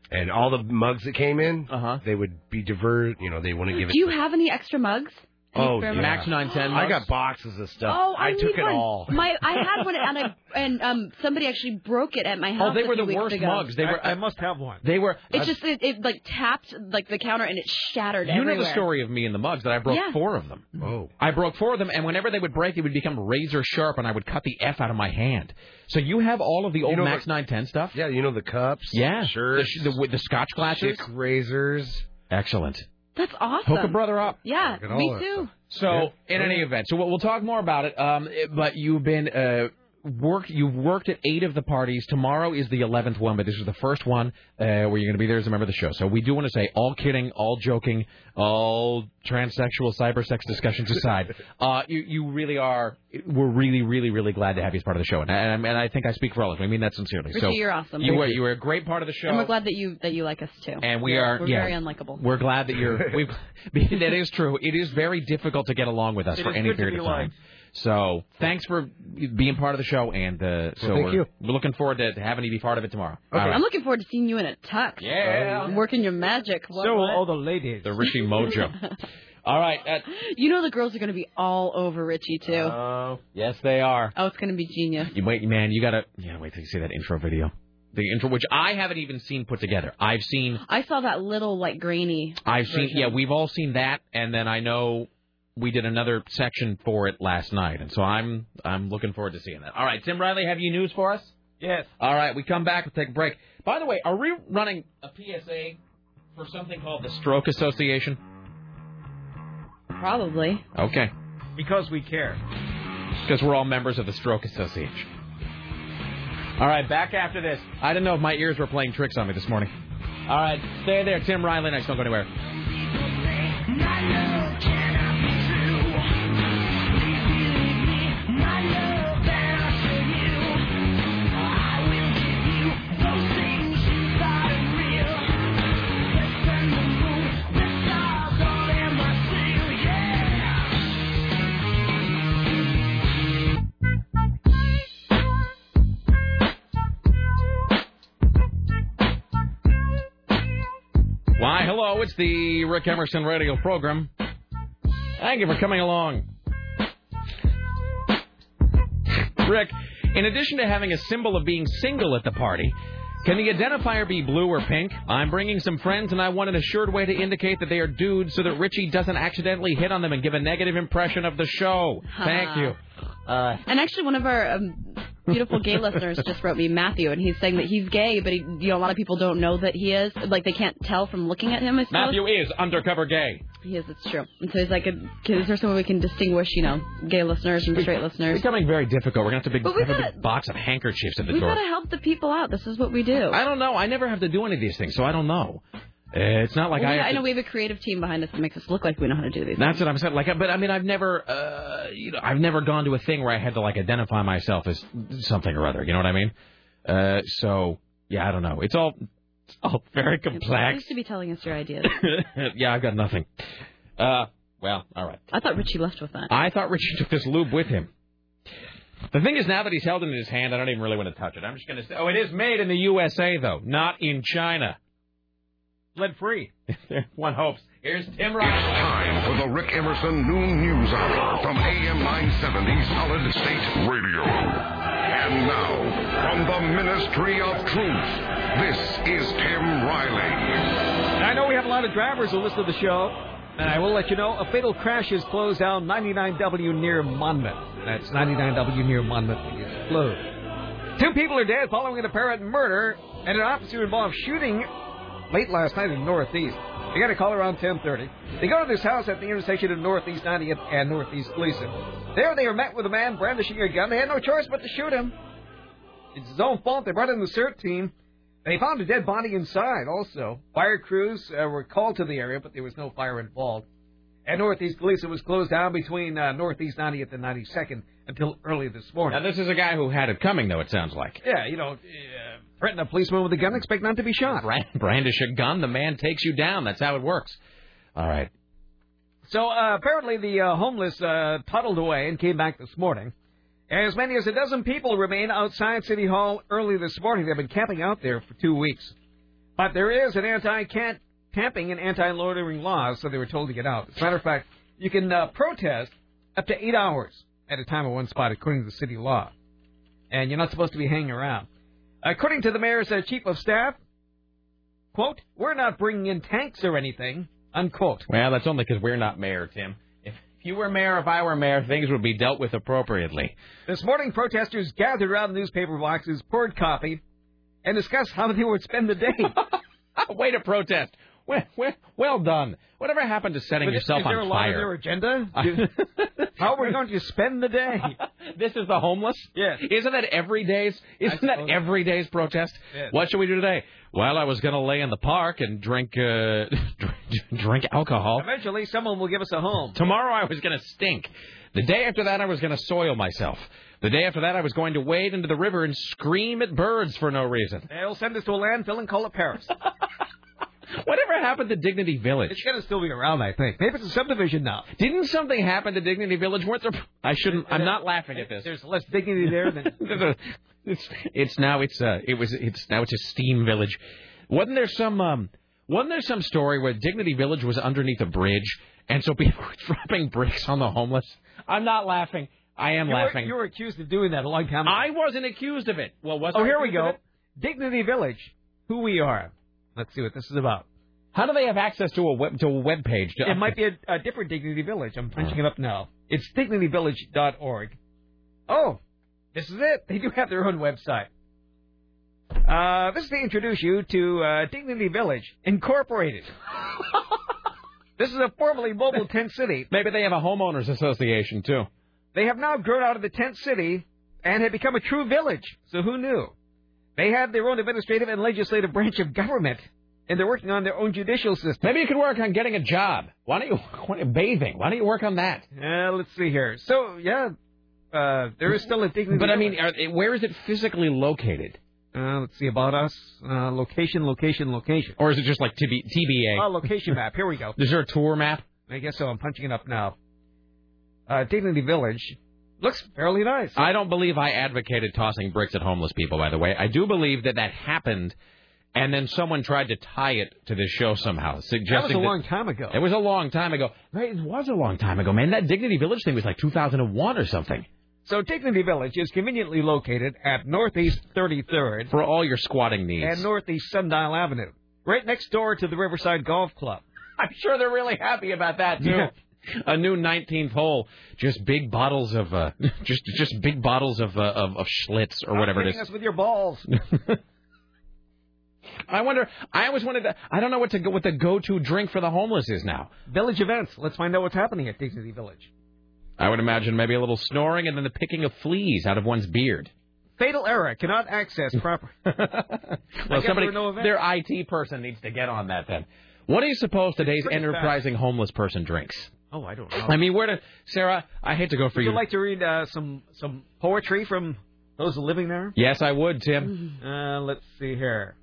[SPEAKER 12] And all the mugs that came in, uh-huh. they would be diverted. You know, they wouldn't give it.
[SPEAKER 4] Do you have any extra mugs? Any
[SPEAKER 12] oh,
[SPEAKER 4] spare
[SPEAKER 12] yeah.
[SPEAKER 4] mugs?
[SPEAKER 12] I got boxes of stuff.
[SPEAKER 4] Oh, I,
[SPEAKER 12] I, took
[SPEAKER 4] need
[SPEAKER 12] it
[SPEAKER 4] one.
[SPEAKER 12] all.
[SPEAKER 4] My, I had one, and I, and um, somebody actually broke it at my house.
[SPEAKER 2] Oh, they
[SPEAKER 4] a
[SPEAKER 2] were
[SPEAKER 4] few
[SPEAKER 2] the
[SPEAKER 4] weeks
[SPEAKER 2] worst
[SPEAKER 4] ago.
[SPEAKER 2] mugs. They were. I, must have one. They were.
[SPEAKER 4] It
[SPEAKER 2] I've-
[SPEAKER 4] just it, it like tapped like the counter and it shattered.
[SPEAKER 2] You
[SPEAKER 4] everywhere.
[SPEAKER 2] know the story of me and the mugs that I broke
[SPEAKER 4] Yeah.
[SPEAKER 2] four of them. Oh. I broke four of them, and whenever they would break, it would become razor sharp, and I would cut the f out of my hand. So you have all of the old
[SPEAKER 12] know
[SPEAKER 2] Max
[SPEAKER 12] the-
[SPEAKER 2] 910 stuff.
[SPEAKER 12] Yeah, you know the cups.
[SPEAKER 2] Yeah.
[SPEAKER 12] Sure.
[SPEAKER 2] The, the, with the Scotch glasses.
[SPEAKER 12] Chick razors.
[SPEAKER 2] Excellent.
[SPEAKER 4] That's awesome.
[SPEAKER 2] Hook a brother up.
[SPEAKER 4] Yeah,
[SPEAKER 2] Look at
[SPEAKER 4] me
[SPEAKER 2] all that
[SPEAKER 4] too.
[SPEAKER 2] So in any event, so we'll, we'll talk more about it. Um, it- but you've been uh, work you've worked at eight of the parties. Tomorrow is the eleventh one, but this is the first one uh, where you're going to be there as a member of the show. So we do want to say, all kidding, all joking, all transsexual cybersex discussions aside, uh, you you really are. We're really, really, really glad to have you as part of the show, and and, and I think I speak for all of us. I mean that sincerely.
[SPEAKER 4] Richie,
[SPEAKER 2] so
[SPEAKER 4] you're awesome.
[SPEAKER 2] You were you were a great part of the show.
[SPEAKER 4] And we're glad that you that you like us too.
[SPEAKER 2] And we
[SPEAKER 4] We're-
[SPEAKER 2] are
[SPEAKER 4] We're
[SPEAKER 2] yeah,
[SPEAKER 4] very unlikable.
[SPEAKER 2] We're glad that you're. We, that is true. It is very difficult to get along with us
[SPEAKER 4] It
[SPEAKER 2] for
[SPEAKER 4] is
[SPEAKER 2] any
[SPEAKER 4] good to
[SPEAKER 2] period
[SPEAKER 4] be
[SPEAKER 2] of time.
[SPEAKER 4] liked.
[SPEAKER 2] So thanks for being part of the show, and uh, so
[SPEAKER 12] thank
[SPEAKER 2] we're,
[SPEAKER 12] you.
[SPEAKER 2] we're looking forward to having you be part of it tomorrow. All right.
[SPEAKER 4] I'm looking forward to seeing you in a tux.
[SPEAKER 2] Yeah.
[SPEAKER 4] Working your magic. What, what?
[SPEAKER 2] the ladies. The Richie Mojo. All right. uh,
[SPEAKER 4] You know the girls are going to be all over Richie too.
[SPEAKER 2] Oh, yes, they are.
[SPEAKER 4] oh, it's going to be genius.
[SPEAKER 2] You wait, man. You gotta. You gotta wait till you see that intro video. The intro, which I haven't even seen put together. I've seen.
[SPEAKER 4] I saw that little like grainy.
[SPEAKER 2] I've seen.
[SPEAKER 4] version.
[SPEAKER 2] Yeah, we've all seen that, and then I know we did another section for it last night, and so I'm I'm looking forward to seeing that. All right, Tim Riley, have you news for us?
[SPEAKER 13] Yes.
[SPEAKER 2] All right, we come back. We'll take a break. By the way, are we running a PSA for something called the Stroke Association?
[SPEAKER 4] Probably.
[SPEAKER 2] Okay,
[SPEAKER 13] Because we care.
[SPEAKER 2] because we're all members of the Stroke Association. All right, back after this. I didn't know if my ears were playing tricks on me this morning. All right, stay there, Tim Riley. Next, don't go anywhere. Why, hello, it's the Rick Emerson radio program. Thank you for coming along. Rick, in addition to having a symbol of being single at the party, can the identifier be blue or pink? I'm bringing some friends and I want an assured way to indicate that they are dudes so that Richie doesn't accidentally hit on them and give a negative impression of the show. Thank you. Uh,
[SPEAKER 4] And actually, one of our um, beautiful gay listeners just wrote me Matthew, and he's saying that he's gay, but he, you know a lot of people don't know that he is. Like they can't tell from looking at him. I suppose.
[SPEAKER 2] Matthew is undercover gay.
[SPEAKER 4] He is. It's true. And so he's like, is there some way we can distinguish, you know, gay listeners from straight listeners?
[SPEAKER 2] It's becoming very difficult. We're going to have to
[SPEAKER 4] But
[SPEAKER 2] big,
[SPEAKER 4] we
[SPEAKER 2] have a
[SPEAKER 4] gotta-
[SPEAKER 2] big box of handkerchiefs at the
[SPEAKER 4] We've
[SPEAKER 2] door.
[SPEAKER 4] got to help the people out. This is what we do.
[SPEAKER 2] I don't know. I never have to do any of these things, so I don't know. Uh, it's not like
[SPEAKER 4] Well,
[SPEAKER 2] I.
[SPEAKER 4] we-
[SPEAKER 2] have
[SPEAKER 4] I
[SPEAKER 2] to-
[SPEAKER 4] know we have a creative team behind us that makes us look like we know how to do these.
[SPEAKER 2] That's what I'm saying. Like, but I mean, I've never, uh, you know, I've never gone to a thing where I had to like identify myself as something or other. You know what I mean? Uh, so yeah, I don't know. It's all, it's all very complex.
[SPEAKER 4] used to be telling us your ideas.
[SPEAKER 2] yeah, I've got nothing. Uh, well, all right.
[SPEAKER 4] I thought Richie left with that.
[SPEAKER 2] I thought Richie took this lube with him. The thing is, now that he's held it in his hand, I don't even really want to touch it. I'm just going to say, oh, it is made in the USA though, not in China.
[SPEAKER 13] Lead free.
[SPEAKER 2] One hopes. Here's Tim
[SPEAKER 14] It's time for the Rick Emerson Noon News Hour from AM 970 Solid State Radio. And now, from the Ministry of Truth, this is Tim Riley.
[SPEAKER 13] And I know we have a lot of drivers who listen to the show.
[SPEAKER 3] And I will let you know, a fatal crash has closed down 99W near Monmouth. That's 99W near Monmouth. It's closed. Two people are dead following an apparent murder and an officer involved shooting late last night in Northeast. They got a call around 10:30. They go to this house at the intersection of Northeast 90th and Northeast Gleason. There they are met with a man brandishing a gun. They had no choice but to shoot him. It's his own fault. They brought in the CERT team. They found a dead body inside also. Fire crews uh, were called to the area, but there was no fire involved. And Northeast Gleason was closed down between uh, Northeast 90th and 92nd until early this morning.
[SPEAKER 2] Now, this is a guy who had it coming, though, it sounds like.
[SPEAKER 3] Yeah, you know, uh, threaten a policeman with a gun, expect not to be shot.
[SPEAKER 2] Brand- brandish a gun, the man takes you down. That's how it works. All right.
[SPEAKER 3] So uh, apparently the uh, homeless uh, toddled away and came back this morning. As many as a dozen people remain outside City Hall early this morning. They've been camping out there for two weeks. But there is an anti-camping and anti-loitering laws, so they were told to get out. As a matter of fact, you can uh, protest up to eight hours at a time at one spot, according to the city law. And you're not supposed to be hanging around. According to the mayor's uh, chief of staff, quote, we're not bringing in tanks or anything, unquote.
[SPEAKER 2] Well, that's only because we're not mayor, Tim. If you were mayor, if I were mayor, things would be dealt with appropriately.
[SPEAKER 3] This morning, protesters gathered around newspaper boxes, poured coffee, and discussed how they would spend the day.
[SPEAKER 2] Way to protest. Well, well, well done. Whatever happened to setting
[SPEAKER 3] But
[SPEAKER 2] yourself
[SPEAKER 3] is there
[SPEAKER 2] on
[SPEAKER 3] a lot on their
[SPEAKER 2] fire?
[SPEAKER 3] agenda? how are we going to spend the day?
[SPEAKER 2] this is the homeless?
[SPEAKER 3] Yes.
[SPEAKER 2] Isn't that every day's? Isn't that every day's protest?
[SPEAKER 3] Yes.
[SPEAKER 2] What should we do today? Well, I was going to lay in the park and drink uh, drink alcohol.
[SPEAKER 3] Eventually, someone will give us a home.
[SPEAKER 2] Tomorrow I was going to stink. The day after that I was going to soil myself. The day after that I was going to wade into the river and scream at birds for no reason.
[SPEAKER 3] They'll send us to a landfill and call it Paris.
[SPEAKER 2] Whatever happened to Dignity Village?
[SPEAKER 3] It's going to still be around, I think. Maybe it's a subdivision now.
[SPEAKER 2] Didn't something happen to Dignity Village? Weren't there? I shouldn't. I'm not laughing at this.
[SPEAKER 3] There's less dignity there than.
[SPEAKER 2] it's it's now it's uh it was it's now it's a steam village. Wasn't there some um wasn't there some story where Dignity Village was underneath a bridge and so people were dropping bricks on the homeless? I'm not laughing. I am
[SPEAKER 3] You were-
[SPEAKER 2] laughing.
[SPEAKER 3] you were accused of doing that a long time ago.
[SPEAKER 2] I wasn't accused of it. Well, was
[SPEAKER 3] Oh,
[SPEAKER 2] I
[SPEAKER 3] here we
[SPEAKER 2] accused of
[SPEAKER 3] go.
[SPEAKER 2] it?
[SPEAKER 3] Dignity Village, who we are. Let's see what this is about.
[SPEAKER 2] How do they have access to a web to a web page? To-
[SPEAKER 3] It might be a, a different Dignity Village. I'm punching it up now. It's dignityvillage.org. Oh, this is it. They do have their own website. Uh, this is to introduce you to uh, Dignity Village Incorporated. this is a formerly mobile tent city.
[SPEAKER 2] Maybe they have a homeowners association too.
[SPEAKER 3] They have now grown out of the tent city and have become a true village. So who knew? They have their own administrative and legislative branch of government, and they're working on their own judicial system.
[SPEAKER 2] Maybe you could work on getting a job. Why don't you, why don't you bathing? Why don't you work on that?
[SPEAKER 3] Uh, let's see here. So yeah, uh, there is still a dignity.
[SPEAKER 2] But I mean, are, where is it physically located?
[SPEAKER 3] Uh, let's see about us. Uh, location, location, location.
[SPEAKER 2] Or is it just like TB, TBA?
[SPEAKER 3] Uh, location map. Here we go.
[SPEAKER 2] Is there a tour map?
[SPEAKER 3] I guess so. I'm punching it up now. Uh, Dignity Village looks fairly nice.
[SPEAKER 2] I don't believe I advocated tossing bricks at homeless people, by the way. I do believe that that happened, and then someone tried to tie it to this show somehow,
[SPEAKER 3] That was
[SPEAKER 2] suggesting
[SPEAKER 3] a long time ago.
[SPEAKER 2] It was a long time ago. Right, it was a long time ago, man. That Dignity Village thing was like 2001 or something.
[SPEAKER 3] So Dignity Village is conveniently located at Northeast 33rd
[SPEAKER 2] for all your squatting needs
[SPEAKER 3] and Northeast Sundial Avenue, right next door to the Riverside Golf Club.
[SPEAKER 2] I'm sure they're really happy about that too. A new 19th hole, just big bottles of uh, just just big bottles of uh, of, of Schlitz or whatever it
[SPEAKER 3] Hitting
[SPEAKER 2] is.
[SPEAKER 3] us with your balls.
[SPEAKER 2] I wonder. I always wanted. To, I don't know what to go, what the go-to drink for the homeless is now.
[SPEAKER 3] Village events. Let's find out what's happening at Dignity Village.
[SPEAKER 2] I would imagine maybe a little snoring and then the picking of fleas out of one's beard.
[SPEAKER 3] Fatal error cannot access proper.
[SPEAKER 2] Well,
[SPEAKER 3] guess
[SPEAKER 2] somebody,
[SPEAKER 3] there were no events.
[SPEAKER 2] their IT person needs to get on that then. What do you suppose today's
[SPEAKER 3] pretty
[SPEAKER 2] enterprising homeless person drinks?
[SPEAKER 3] oh, I don't know.
[SPEAKER 2] I mean, where to, Sarah? I hate to go for
[SPEAKER 3] Would
[SPEAKER 2] you.
[SPEAKER 3] you like to read uh, some some poetry from those living there?
[SPEAKER 2] yes, I would, Tim.
[SPEAKER 3] Uh, let's see here.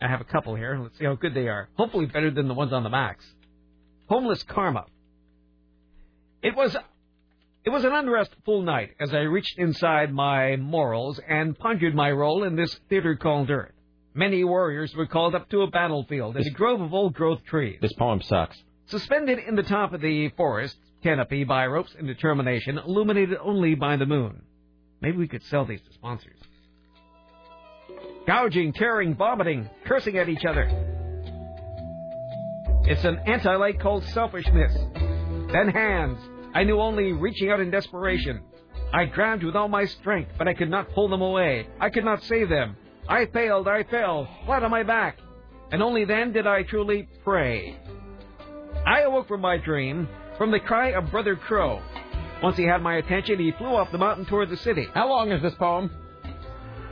[SPEAKER 3] I have a couple here. Let's see how good they are. Hopefully better than the ones on the max. Homeless karma. It was it was an unrestful night as I reached inside my morals and pondered my role in this theater called Earth. Many warriors were called up to a battlefield in a grove of old growth trees.
[SPEAKER 2] This poem sucks.
[SPEAKER 3] Suspended in the top of the forest canopy by ropes and determination, illuminated only by the moon. Maybe we could sell these to sponsors. Gouging, tearing, vomiting, cursing at each other. It's an anti-light called selfishness. Then hands. I knew only reaching out in desperation. I grabbed with all my strength, but I could not pull them away. I could not save them. I failed, I fell, flat on my back. And only then did I truly pray. I awoke from my dream, from the cry of Brother Crow. Once he had my attention, he flew off the mountain toward the city.
[SPEAKER 2] How long is this poem?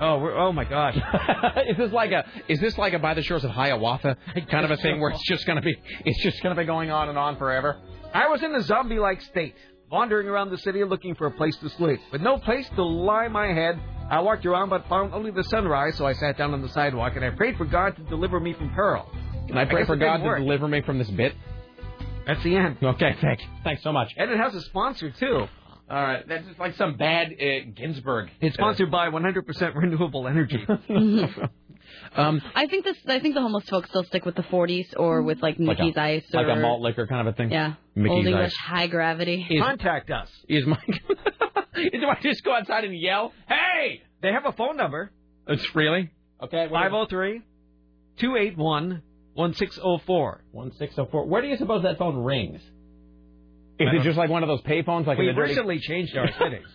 [SPEAKER 3] Oh, we're, oh my gosh!
[SPEAKER 2] is this like a is this like a by the shores of Hiawatha kind of a thing where it's just gonna be it's just gonna be going on and on forever?
[SPEAKER 3] I was in a zombie-like state, wandering around the city looking for a place to sleep, with no place to lie my head. I walked around but found only the sunrise, so I sat down on the sidewalk and I prayed for God to deliver me from peril.
[SPEAKER 2] Can I pray
[SPEAKER 3] guess
[SPEAKER 2] for
[SPEAKER 3] it didn't
[SPEAKER 2] God to
[SPEAKER 3] work.
[SPEAKER 2] deliver me from this bit?
[SPEAKER 3] That's the end.
[SPEAKER 2] Okay, thank thanks so much.
[SPEAKER 3] And it has a sponsor too.
[SPEAKER 2] All right, that's just like some bad uh, Ginsburg.
[SPEAKER 3] It's sponsored by 100% renewable energy.
[SPEAKER 4] Mm-hmm.
[SPEAKER 2] um,
[SPEAKER 4] I think this. I think the homeless folks still stick with the 40s or with like
[SPEAKER 2] Like a-
[SPEAKER 4] Mickey's Ice or
[SPEAKER 2] like a malt liquor kind of a thing.
[SPEAKER 4] Yeah,
[SPEAKER 2] Mickey's
[SPEAKER 4] old English
[SPEAKER 2] Ice.
[SPEAKER 4] high gravity.
[SPEAKER 2] Is-
[SPEAKER 3] Contact us.
[SPEAKER 2] Is my do I just go outside and yell? Hey,
[SPEAKER 3] they have a phone number.
[SPEAKER 2] It's really okay.
[SPEAKER 3] 503 281 1604.
[SPEAKER 2] 1604. Where do you suppose that phone rings? Is
[SPEAKER 3] I
[SPEAKER 2] it
[SPEAKER 3] don't-
[SPEAKER 2] just like one of those pay phones? Like in
[SPEAKER 3] we
[SPEAKER 2] the dirty-
[SPEAKER 3] recently changed our settings.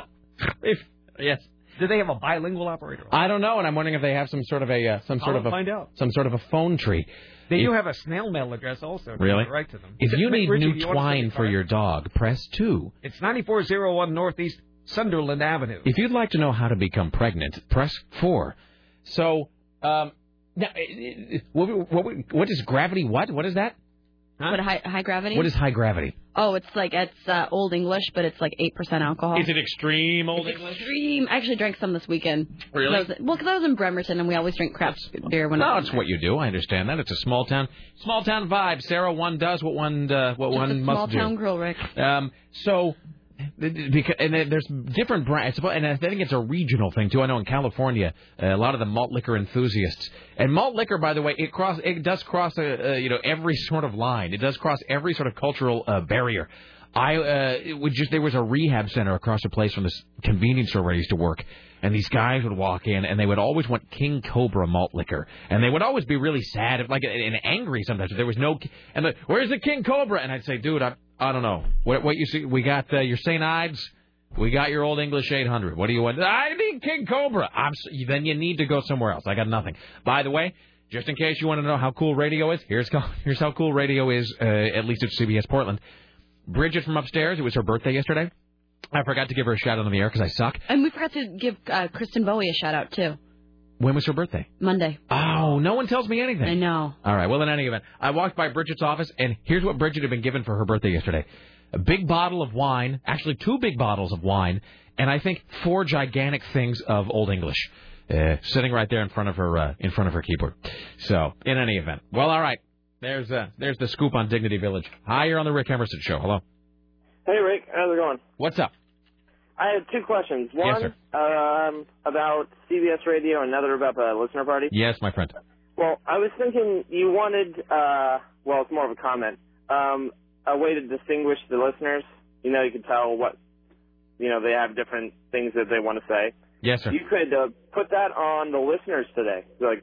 [SPEAKER 2] if yes.
[SPEAKER 3] Do they have a bilingual operator?
[SPEAKER 2] I don't know, and I'm wondering if they have some sort of a uh, some sort
[SPEAKER 3] I'll
[SPEAKER 2] of a
[SPEAKER 3] find out.
[SPEAKER 2] some sort of a phone tree.
[SPEAKER 3] They
[SPEAKER 2] If-
[SPEAKER 3] do have a snail mail address also. if you
[SPEAKER 2] Really?
[SPEAKER 3] want to Write to them.
[SPEAKER 2] If you need
[SPEAKER 3] Richie, do
[SPEAKER 2] new
[SPEAKER 3] you want to
[SPEAKER 2] twine for your dog, press two.
[SPEAKER 3] say- It's 9401 Northeast Sunderland Avenue.
[SPEAKER 2] If you'd like to know how to become pregnant, press four. So, um, now, eh, eh, what, what, what is gravity? What? What is that?
[SPEAKER 4] What high, high gravity?
[SPEAKER 2] What is high gravity?
[SPEAKER 4] Oh, it's like it's uh, old English, but it's like eight percent alcohol.
[SPEAKER 2] Is it extreme old English?
[SPEAKER 4] Extreme. I actually drank some this weekend.
[SPEAKER 2] Really?
[SPEAKER 4] That was- well, because I was in Bremerton and we always drink craft beer when.
[SPEAKER 2] No,
[SPEAKER 4] I
[SPEAKER 2] it's what you do. I understand that. It's a small town, small town vibe. Sarah, one does what one uh, what
[SPEAKER 4] Just
[SPEAKER 2] one
[SPEAKER 4] a small
[SPEAKER 2] must
[SPEAKER 4] town
[SPEAKER 2] do.
[SPEAKER 4] girl, Rick.
[SPEAKER 2] Um, so, th- th- because and then there's different brands, and I think it's a regional thing too. I know in California, uh, a lot of the malt liquor enthusiasts, and malt liquor, by the way, it cross it does cross a, uh you know every sort of line. It does cross every sort of cultural uh, barrier. I uh, it would just there was a rehab center across the place from this convenience store where I used to work, and these guys would walk in and they would always want King Cobra malt liquor, and they would always be really sad, like and angry sometimes. If there was no, and like, where's the King Cobra? And I'd say, dude, I I don't know what what you see. We got uh, your St. Ives. We got your old English 800. What do you want? I need King Cobra. I'm s then you need to go somewhere else. I got nothing. By the way, just in case you want to know how cool radio is, here's co- here's how cool radio is. Uh, at least at CBS Portland. Bridget from upstairs. It was her birthday yesterday. I forgot to give her a shout out on the air because I suck.
[SPEAKER 4] And we forgot to give uh, Kristen Bowie a shout out too.
[SPEAKER 2] When was her birthday?
[SPEAKER 4] Monday.
[SPEAKER 2] Oh, no one tells me anything.
[SPEAKER 4] I know.
[SPEAKER 2] All right. Well, in any event, I walked by Bridget's office, and here's what Bridget had been given for her birthday yesterday: a big bottle of wine, actually two big bottles of wine, and I think four gigantic things of Old English, uh, sitting right there in front of her uh, in front of her keyboard. So, in any event, well, all right. There's uh, there's the scoop on Dignity Village. Hi, you're on the Rick Emerson show. Hello.
[SPEAKER 15] Hey Rick, how's it going?
[SPEAKER 2] What's up?
[SPEAKER 15] I have two questions.
[SPEAKER 2] Yes,
[SPEAKER 15] One um, about CBS Radio, another about the listener party.
[SPEAKER 2] Yes, my friend.
[SPEAKER 15] Well, I was thinking you wanted, uh, well, it's more of a comment, um, a way to distinguish the listeners. You know, you could tell what, you know, they have different things that they want to say.
[SPEAKER 2] Yes, sir.
[SPEAKER 15] You could uh, put that on the listeners today. Like,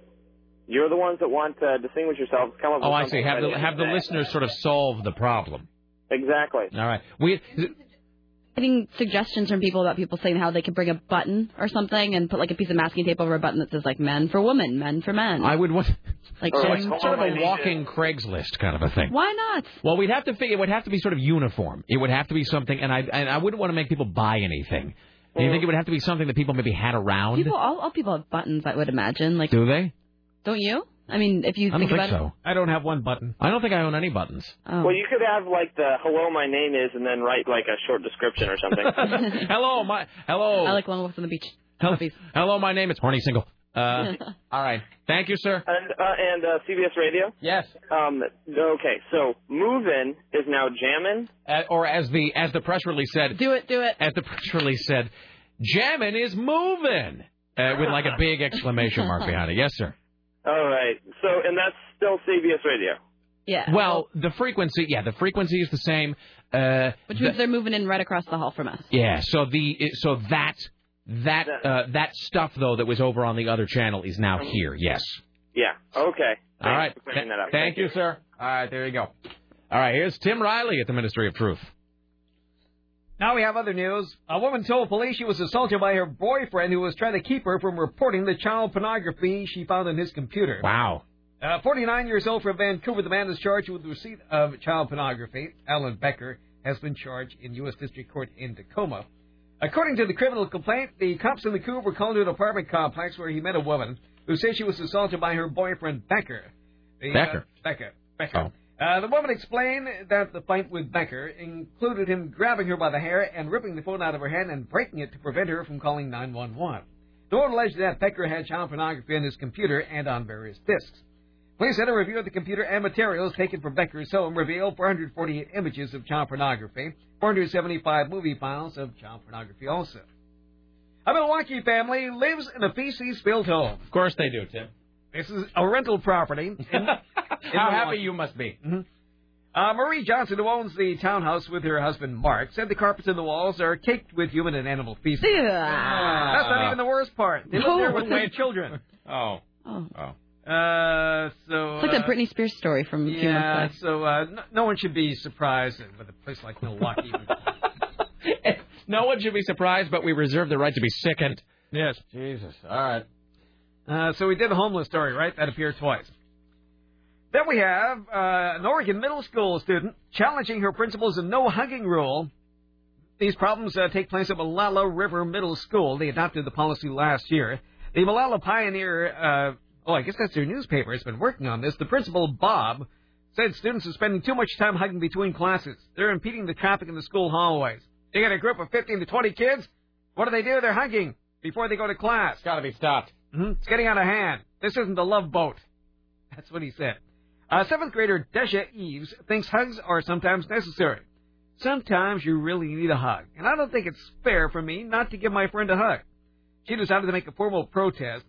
[SPEAKER 15] you're the ones that want to distinguish yourselves. Come up
[SPEAKER 2] Oh,
[SPEAKER 15] with
[SPEAKER 2] I
[SPEAKER 15] something
[SPEAKER 2] see. Have
[SPEAKER 15] by
[SPEAKER 2] the
[SPEAKER 15] end
[SPEAKER 2] have
[SPEAKER 15] of
[SPEAKER 2] the
[SPEAKER 15] day.
[SPEAKER 2] listeners sort of solve the problem.
[SPEAKER 15] Exactly.
[SPEAKER 2] All right. We
[SPEAKER 4] Getting suggestions from people about people saying how they could bring a button or something and put like a piece of masking tape over a button that says like men for women, men for men.
[SPEAKER 2] I would want
[SPEAKER 4] like
[SPEAKER 2] so
[SPEAKER 4] men
[SPEAKER 2] it's
[SPEAKER 4] for
[SPEAKER 2] sort of a
[SPEAKER 4] women.
[SPEAKER 2] walking Craigslist kind of a thing.
[SPEAKER 4] Why not?
[SPEAKER 2] Well, we'd have to figure. It would have to be sort of uniform. It would have to be something, and I and I wouldn't want to make people buy anything. Do you think it would have to be something that people maybe had around?
[SPEAKER 4] People, all, all people have buttons, I would imagine. Like,
[SPEAKER 2] Do they?
[SPEAKER 4] don't you? I mean, if you
[SPEAKER 2] I don't
[SPEAKER 4] think
[SPEAKER 2] think
[SPEAKER 4] about Oh.
[SPEAKER 2] so.
[SPEAKER 4] it,
[SPEAKER 3] I don't have one button.
[SPEAKER 2] I don't think I own any buttons.
[SPEAKER 15] Well, you could have like the "Hello, my name is," and then write like a short description or something.
[SPEAKER 2] hello, my hello.
[SPEAKER 4] I like long walks on the beach.
[SPEAKER 2] Hello, hello my name is Horny Single. Uh, all right. Thank you, sir.
[SPEAKER 15] And, uh, and uh, CBS Radio?
[SPEAKER 2] Yes.
[SPEAKER 15] Um, okay, so Movin' is now jamming.
[SPEAKER 2] Uh, or as the as the press release said,
[SPEAKER 4] do it, do it.
[SPEAKER 2] As the press release said, Jammin' is moving uh, with like a big exclamation mark behind it. Yes, sir.
[SPEAKER 15] All right, so, and that's still CBS Radio.
[SPEAKER 4] Yeah.
[SPEAKER 2] Well, the frequency, yeah, the frequency is the same. Uh,
[SPEAKER 4] Which
[SPEAKER 2] the-
[SPEAKER 4] means they're moving in right across the hall from us.
[SPEAKER 2] yeah. So the so that that uh, that stuff though that was over
[SPEAKER 4] Mm-hmm.
[SPEAKER 2] on the other channel is now here. Yes.
[SPEAKER 15] Yeah, okay.
[SPEAKER 2] All right.
[SPEAKER 15] Thanks for clearing that up.
[SPEAKER 2] Thank you, sir. All right, there you go. All right, here's Tim Riley at the Ministry of Truth.
[SPEAKER 3] Now we have other news. A woman told police she was assaulted by her boyfriend who was trying to keep her from reporting the child pornography she found on his computer.
[SPEAKER 2] Wow.
[SPEAKER 3] Uh, 49 years old from Vancouver, the man is charged with the receipt of child pornography. Alan Becker has been charged in U.S. District Court in Tacoma. According to the criminal complaint, the cops in the coup were called to an apartment complex where he met a woman who said she was assaulted by her boyfriend Becker. The, uh,
[SPEAKER 2] Becker. Oh.
[SPEAKER 3] Becker. Becker. Uh, the woman explained that the fight with Becker included him grabbing her by the hair and ripping the phone out of her hand and breaking it to prevent her from calling 911. The woman alleged that Becker had child pornography on his computer and on various disks. Police had a review of the computer and materials taken from Becker's home revealed 448 images of child pornography, 475 movie files of child pornography also. A Milwaukee family lives in a feces-filled home.
[SPEAKER 2] Of course they do, Tim.
[SPEAKER 3] This is a rental property. In,
[SPEAKER 2] How happy you must be.
[SPEAKER 3] Uh, Marie Johnson, who owns the townhouse with her husband Mark, said the carpets and the walls are caked with human and animal feces.
[SPEAKER 4] Ah.
[SPEAKER 3] That's not even the worst part. They live there with their children.
[SPEAKER 2] Oh.
[SPEAKER 4] Oh.
[SPEAKER 2] Oh.
[SPEAKER 3] Uh, so
[SPEAKER 4] It's like that
[SPEAKER 3] uh,
[SPEAKER 4] Britney Spears story from a few
[SPEAKER 3] Yeah,
[SPEAKER 4] months back.
[SPEAKER 3] so uh, no, no one should be surprised that with a place like Milwaukee.
[SPEAKER 2] No one should be surprised, but we reserve the right to be sickened.
[SPEAKER 3] yes.
[SPEAKER 2] Jesus. All right.
[SPEAKER 3] Uh, so we did a homeless story, right? That appeared twice. Then we have uh, an Oregon middle school student challenging her principal's no hugging rule. These problems uh, take place at Malala River Middle School. They adopted the policy last year. The Malala Pioneer, uh, oh, I guess that's their newspaper, has been working on this. The principal, Bob, said students are spending too much time hugging between classes. They're impeding the traffic in the school hallways. You get a group of 15 to 20 kids, what do they do? They're hugging before they go to class.
[SPEAKER 2] Got to be stopped.
[SPEAKER 3] hmm It's getting out of hand. This isn't the love boat. That's what he said. Uh, seventh grader Desha Eves thinks hugs are sometimes necessary. Sometimes you really need a hug, and I don't think it's fair for me not to give my friend a hug. She decided to make a formal protest,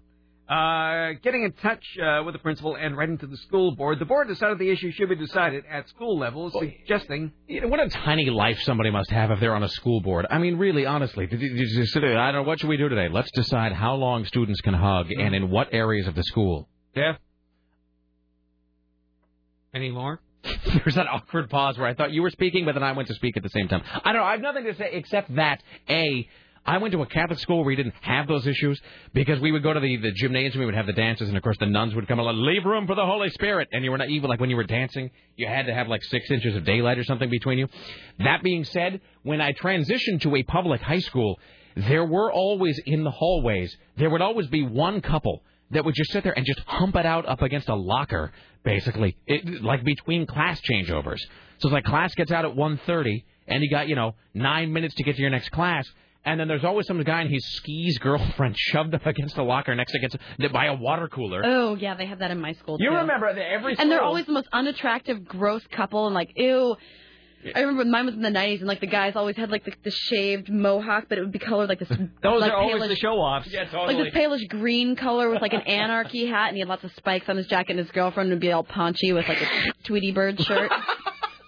[SPEAKER 3] uh, getting in touch uh, with the principal and writing to the school board. The board decided the issue should be decided at school level, suggesting
[SPEAKER 2] You know, what a tiny life somebody must have if they're on a school board. I mean, really, honestly, did you, did you sit there, I don't know, what should we do today? Let's decide how long students can hug and in what areas of the school.
[SPEAKER 3] Yeah. Any more?
[SPEAKER 2] There's that awkward pause where I thought you were speaking, but then I went to speak at the same time. I don't know. I have nothing to say except that, A, I went to a Catholic school where we didn't have those issues because we would go to the, the gymnasium, we would have the dances, and of course the nuns would come along, leave room for the Holy Spirit. And you were not even like when you were dancing, you had to have like six inches of daylight or something between you. That being said, when I transitioned to a public high school, there were always in the hallways, there would always be one couple that would just sit there and just hump it out up against a locker, basically, it, like between class changeovers. So it's like class gets out at 1.30, and you got, you know, nine minutes to get to your next class, and then there's always some guy and his skis girlfriend shoved up against a locker next to against by a water cooler.
[SPEAKER 4] Oh yeah, they have that in my school.
[SPEAKER 2] You
[SPEAKER 4] too.
[SPEAKER 2] remember that every
[SPEAKER 4] and they're
[SPEAKER 2] school-
[SPEAKER 4] always the most unattractive, gross couple, and like ew. I remember when mine was in the '90s, and like the guys always had like the, the shaved mohawk, but it would be colored like this.
[SPEAKER 3] those
[SPEAKER 4] like,
[SPEAKER 3] are always
[SPEAKER 4] palish,
[SPEAKER 3] the show-offs. Yeah,
[SPEAKER 4] Like this palish green color with like an anarchy hat, and he had lots of spikes on his jacket. And his girlfriend would be all paunchy with like a Tweety Bird shirt. and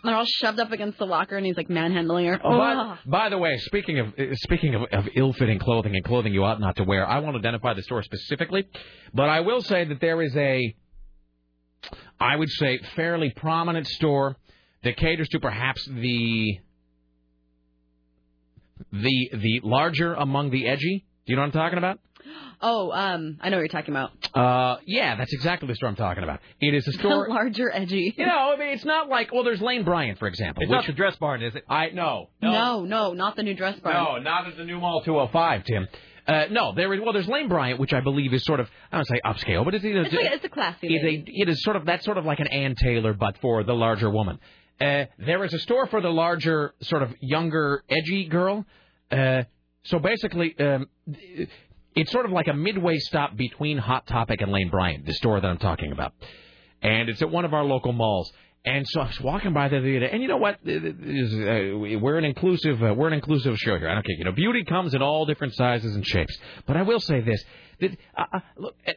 [SPEAKER 4] they're all shoved up against the locker, and he's like manhandling her.
[SPEAKER 2] Oh,
[SPEAKER 4] Ugh.
[SPEAKER 2] by, by the way, speaking of uh, speaking of, of ill-fitting clothing and clothing you ought not to wear, I won't identify the store specifically, but I will say that there is a, I would say, fairly prominent store that caters to perhaps the the the larger among the edgy. Do you know what I'm talking about?
[SPEAKER 4] Oh, um, I know what you're talking about.
[SPEAKER 2] Uh, yeah, that's exactly the store I'm talking about. It is a store.
[SPEAKER 4] larger, edgy.
[SPEAKER 2] You know, I mean, it's not like well, there's Lane Bryant, for example.
[SPEAKER 4] It's
[SPEAKER 2] which,
[SPEAKER 4] not the
[SPEAKER 3] dress barn, is it?
[SPEAKER 2] I no,
[SPEAKER 4] No, no, not the new dress bar.
[SPEAKER 2] no, not at the New Mall 205, Tim. Uh, no, there is well, there's Lane Bryant, which I believe is sort of I don't say upscale, but it's you know,
[SPEAKER 4] It's like it's a classy.
[SPEAKER 2] it,
[SPEAKER 4] lady.
[SPEAKER 2] it is sort of that's sort of like an Ann Taylor, but for the larger woman. Uh, there is a store for the larger, sort of younger, edgy girl. Uh, so basically, um, it's sort of like a midway stop between Hot Topic and Lane Bryant, the store that I'm talking about. And it's at one of our local malls. And so I was walking by there the other day, and you know what? It is, uh, We're an inclusive, uh, we're an inclusive show here. I don't care. You know, beauty comes in all different sizes and shapes. But I will say this: that uh, uh, look, uh,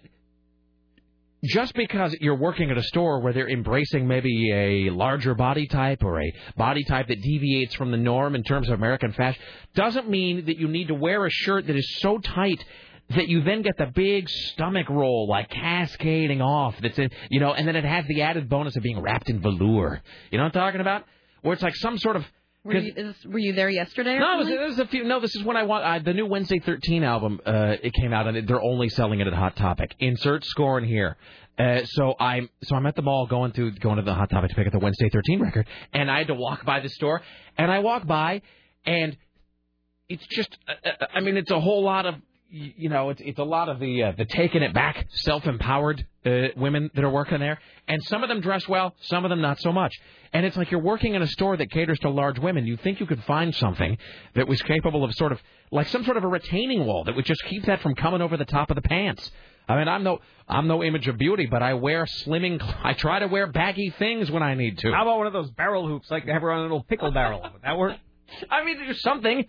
[SPEAKER 2] just because you're working at a store where they're embracing maybe a larger body type or a body type that deviates from the norm in terms of American fashion doesn't mean that you need to wear a shirt that is so tight is that you then get the big stomach roll, like cascading off. That's it, you know, and then it has the added bonus of being wrapped in velour. You know what I'm talking about? Where it's like some sort of
[SPEAKER 4] Were you, is, were you there yesterday? Or
[SPEAKER 2] no, it was,
[SPEAKER 4] something?
[SPEAKER 2] it was a few. No, this is when I want uh, the new Wednesday 13 album. Uh, it came out, and it- they're only selling it at Hot Topic. Insert score in here. Uh, so I'm so I'm at the mall going to going to the Hot Topic to pick up the Wednesday 13 record, and I had to walk by the store, and I walk by, and it's just uh, uh, I mean it's a whole lot of y- you know it's it's a lot of the uh, the taking it back self empowered uh, women that are working there and some of them dress well some of them not so much and it's like you're working in a store that caters to large women you think you could find something that was capable of sort of like some sort of a retaining wall that would just keep that from coming over the top of the pants I mean I'm no I'm no image of beauty but I wear slimming I try to wear baggy things when I need to
[SPEAKER 3] How about one of those barrel hoops like they have around a little pickle barrel? Would that work?
[SPEAKER 2] I mean, there's something.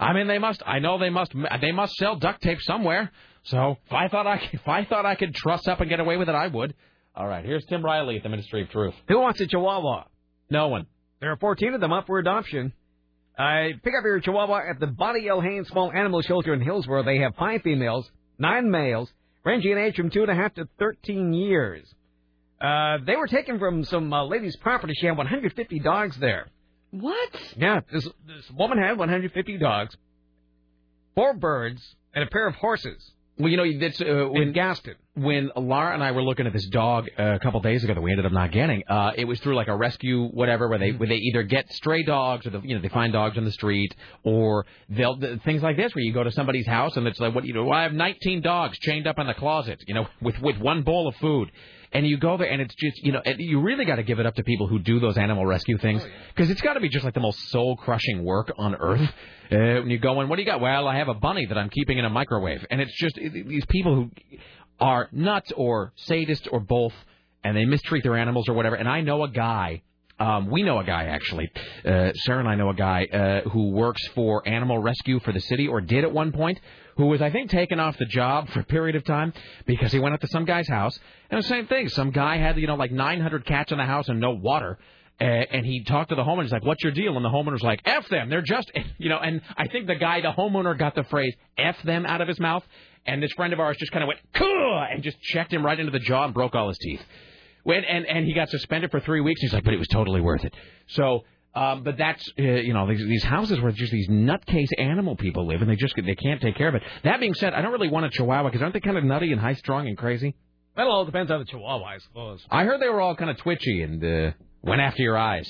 [SPEAKER 2] I mean, they must. I know they must. They must sell duct tape somewhere. So if I thought I could, if I thought I could truss up and get away with it, I would. All right, here's Tim Riley at the Ministry of Truth.
[SPEAKER 3] Who wants a Chihuahua?
[SPEAKER 2] No one.
[SPEAKER 3] There are 14 of them up for adoption. I pick up your Chihuahua at the Bonnie L. Haynes Small Animal Shelter in Hillsborough. They have five females, nine males, ranging in age from two and a half to 13 years. Uh, they were taken from some uh, lady's property. She had 150 dogs there.
[SPEAKER 4] What?
[SPEAKER 3] Yeah, this, this woman had 150 dogs, four birds, and a pair of horses.
[SPEAKER 2] Well, you know, that's uh, when
[SPEAKER 3] Gaston.
[SPEAKER 2] When Laura and I were looking at this dog uh, a couple days ago that we ended up not getting, uh, it was through like a rescue whatever where they where they either get stray dogs or the, you know they find dogs on the street or they'll th- things like this where you go to somebody's house and it's like what you know I have 19 dogs chained up in the closet you know with with one bowl of food and you go there and it's just you know and you really got to give it up to people who do those animal rescue things because it's got to be just like the most soul crushing work on earth uh, when you go in what do you got well i have a bunny that i'm keeping in a microwave and it's just it, it- these people who are nuts or sadists or both and they mistreat their animals or whatever and i know a guy um, we know a guy actually. Uh, Sarah and I know a guy uh, who works for animal rescue for the city, or did at one point, who was I think taken off the job for a period of time because he went up to some guy's house and the same thing. Some guy had you know like 900 cats in the house and no water. Uh, and he talked to the homeowner. He's like, "What's your deal?" And the homeowner's like, "F them. They're just, you know." And I think the guy, the homeowner, got the phrase "f them" out of his mouth. And this friend of ours just kind of went, "Cool," and just checked him right into the jaw and broke all his teeth. When and and he got suspended for three weeks. He's like, but it was totally worth it. So, um, but that's uh, you know these, these houses where just these nutcase animal people live, and they just they can't take care of it. That being said, I don't really want a Chihuahua because aren't they kind of nutty and high strung and crazy?
[SPEAKER 3] Well, it all depends on the Chihuahua, I suppose.
[SPEAKER 2] I heard they were all kind of twitchy and uh, went after your eyes.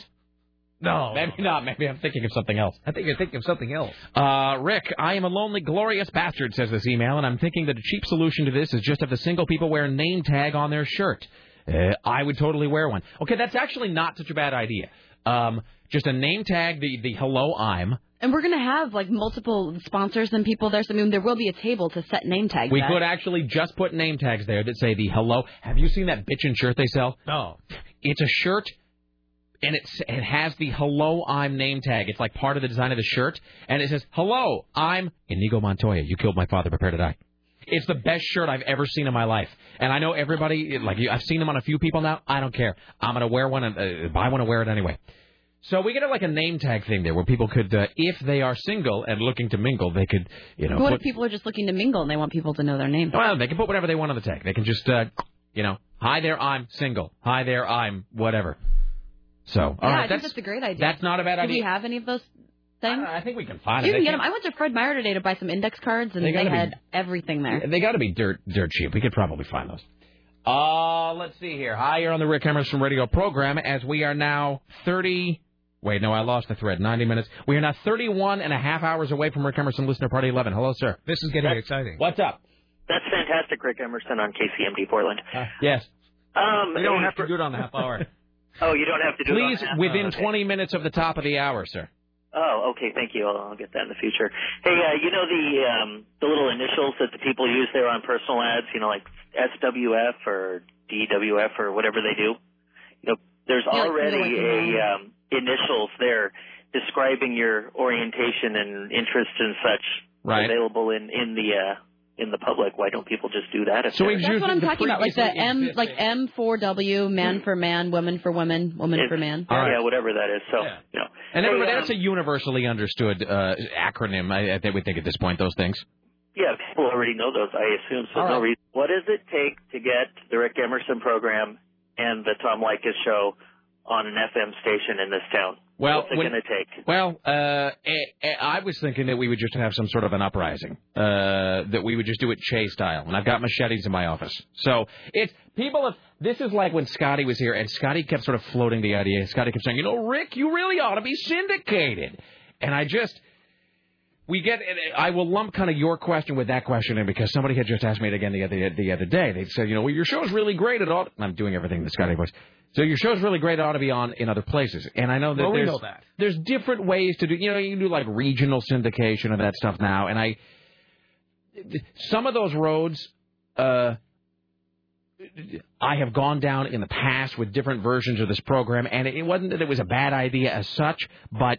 [SPEAKER 3] No,
[SPEAKER 2] maybe not. Maybe I'm thinking of something else.
[SPEAKER 3] I think you're thinking of something else.
[SPEAKER 2] Uh, Rick, I am a lonely, glorious bastard, says this email, and I'm thinking that a cheap solution to this is just have the single people wear a name tag on their shirt. Uh, I would totally wear one. Okay, that's actually not such a bad idea. Um, just a name tag, the, the hello I'm.
[SPEAKER 4] And we're gonna have like multiple sponsors and people there. So I mean, there will be a table to set name tags.
[SPEAKER 2] We
[SPEAKER 4] at.
[SPEAKER 2] could actually just put name tags there that say the hello. Have you seen that bitchin' shirt they sell?
[SPEAKER 3] No.
[SPEAKER 2] It's a shirt, and it's, it has the hello I'm name tag. It's like part of the design of the shirt, and it says hello I'm Inigo Montoya. You killed my father. Prepare to die. It's the best shirt I've ever seen in my life, and I know everybody like you. I've seen them on a few people now. I don't care. I'm gonna wear one and uh, buy one and wear it anyway. So we could have like a name tag thing there where people could, uh, if they are single and looking to mingle, they could, you know,
[SPEAKER 4] But what
[SPEAKER 2] put-
[SPEAKER 4] if people are just looking to mingle and they want people to know their name?
[SPEAKER 2] well, Oh, they can put whatever they want on the tag. They can just, uh, you know, hi there, I'm single. Hi there, I'm whatever. So, all
[SPEAKER 4] yeah,
[SPEAKER 2] right,
[SPEAKER 4] I think
[SPEAKER 2] that's
[SPEAKER 4] that's a great idea.
[SPEAKER 2] that's not a bad
[SPEAKER 4] Do we
[SPEAKER 2] idea.
[SPEAKER 4] have any of those things? I,
[SPEAKER 2] think we can find
[SPEAKER 4] You
[SPEAKER 2] it.
[SPEAKER 4] can
[SPEAKER 2] They
[SPEAKER 4] get them. I
[SPEAKER 2] can't-
[SPEAKER 4] went to Fred Meyer today to buy some index cards, and
[SPEAKER 2] They
[SPEAKER 4] they,
[SPEAKER 2] gotta be-
[SPEAKER 4] had everything there.
[SPEAKER 2] They got to be dirt dirt cheap. We could probably find those. Uh, let's see here. Hi, you're on the Rick Emerson radio program as we are now 30. Wait, no, I lost the thread. 90 minutes. We are now 31 and a half hours away from Rick Emerson Listener Party 11. Hello, sir.
[SPEAKER 3] This is getting exciting.
[SPEAKER 2] What's up?
[SPEAKER 16] That's fantastic, Rick Emerson on KCMD Portland.
[SPEAKER 2] Yes.
[SPEAKER 16] Um,
[SPEAKER 3] We don't have to do it on the half hour.
[SPEAKER 16] Oh, you don't have to do
[SPEAKER 2] Please,
[SPEAKER 16] it. on that?
[SPEAKER 2] within
[SPEAKER 16] Oh, okay.
[SPEAKER 2] 20 minutes of the top of the hour, sir.
[SPEAKER 16] Oh, okay. Thank you. I'll, I'll get that in the future. Hey, uh, you know the um, the little initials that the people use there on personal ads. You know, like SWF or DWF or whatever they do. You know, there's
[SPEAKER 8] Yeah, like
[SPEAKER 16] already
[SPEAKER 8] middle
[SPEAKER 16] a
[SPEAKER 8] name.
[SPEAKER 16] um, initials there describing your orientation and interest and such
[SPEAKER 2] Right.
[SPEAKER 16] available in in the uh, in the public. Why don't people just do that? If
[SPEAKER 2] So
[SPEAKER 16] they're-
[SPEAKER 2] we've
[SPEAKER 4] That's what I'm talking about, like the M, like M for W, man for man, woman for women, woman for man.
[SPEAKER 2] All right.
[SPEAKER 16] Yeah, whatever that is. So, you know.
[SPEAKER 2] And
[SPEAKER 16] Hey,
[SPEAKER 2] everybody,
[SPEAKER 16] um,
[SPEAKER 2] that's a universally understood uh, acronym. I, I think we think at this point those things.
[SPEAKER 16] Yeah, people already know those, I assume, so no reason. What does it take to get the Rick Emerson program and the Tom Likas show on an FM station in this town?
[SPEAKER 2] Well,
[SPEAKER 16] What's it
[SPEAKER 2] when-
[SPEAKER 16] going to take?
[SPEAKER 2] Well, uh, eh, eh, I was thinking that we would just have some sort of an uprising, uh, that we would just do it Che style, and I've got machetes in my office. So it's people. Have, this is like when Scotty was here, and Scotty kept sort of floating the idea. Scotty kept saying, "You know, Rick, you really ought to be syndicated," and I just. We get. I will lump kind of your question with that question in because somebody had just asked me it again the other the other day. They said, you know, well, your show's really great. It ought. I'm doing everything that Scotty was. So your show's really great. It ought to be on in other places. And I know that
[SPEAKER 13] Well, we
[SPEAKER 2] there's
[SPEAKER 13] know that.
[SPEAKER 2] there's different ways to do. You know, you can do like regional syndication and that stuff now. And I some of those roads. uh I have gone down in the past with different versions of this program, and it wasn't that it was a bad idea as such, but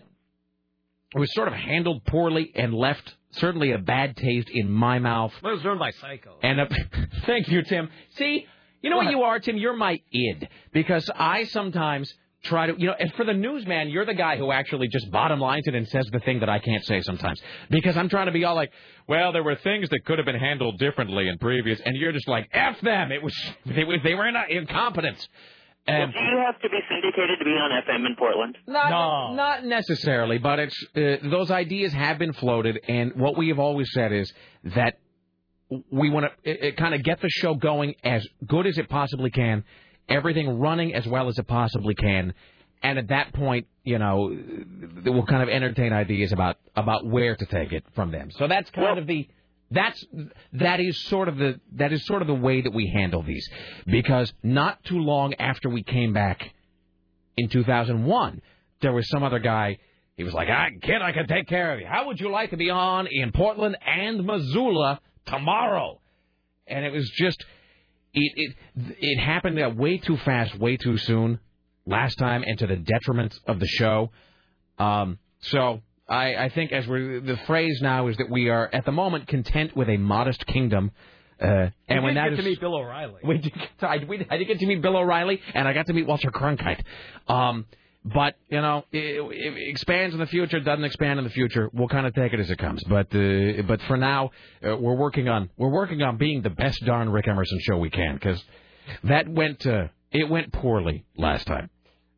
[SPEAKER 2] it was sort of handled poorly and left certainly a bad taste in my mouth.
[SPEAKER 13] It was run by Psycho.
[SPEAKER 2] And a, thank you, Tim. See, you know what? you are, Tim? You're my id because I sometimes try to, you know, and for the newsman, you're the guy who actually just bottom lines it and says the thing that I can't say sometimes because I'm trying to be all like, well, there were things that could have been handled differently in previous, and you're just like, f them. It was they, were- they were in, uh, incompetence.
[SPEAKER 16] Well,
[SPEAKER 2] And
[SPEAKER 16] do you have to be syndicated to be on FM in Portland?
[SPEAKER 2] Not, not necessarily, but it's uh, those ideas have been floated, and what we have always said is that we want to kind of get the show going as good as it possibly can, everything running as well as it possibly can, and at that point, you know, uh, we'll kind of entertain ideas about about where to take it from them. So that's kind of the that's that is sort of the that is sort of the way that we handle these, because not too long after we came back in 2001, there was some other guy. He was like, "Ah," "I kid, I can take care of you. How would you like to be on in Portland and Missoula tomorrow?" And it was just, it it it happened uh, way too fast, way too soon last time, and to the detriment of the show. Um, so I I think as we're the phrase now is that we are at the moment content with a modest kingdom. Uh, and
[SPEAKER 13] you
[SPEAKER 2] when
[SPEAKER 13] did
[SPEAKER 2] that
[SPEAKER 13] get
[SPEAKER 2] is-
[SPEAKER 13] to meet Bill O'Reilly.
[SPEAKER 2] we did get to, I, we, I did get to meet Bill O'Reilly, and I got to meet Walter Cronkite. Um, but you know, it, it expands in the future, doesn't expand in the future. We'll kind of take it as it comes. But uh, but for now, uh, we're working on we're working on being the best darn Rick Emerson show we can because that went uh, it went poorly last time.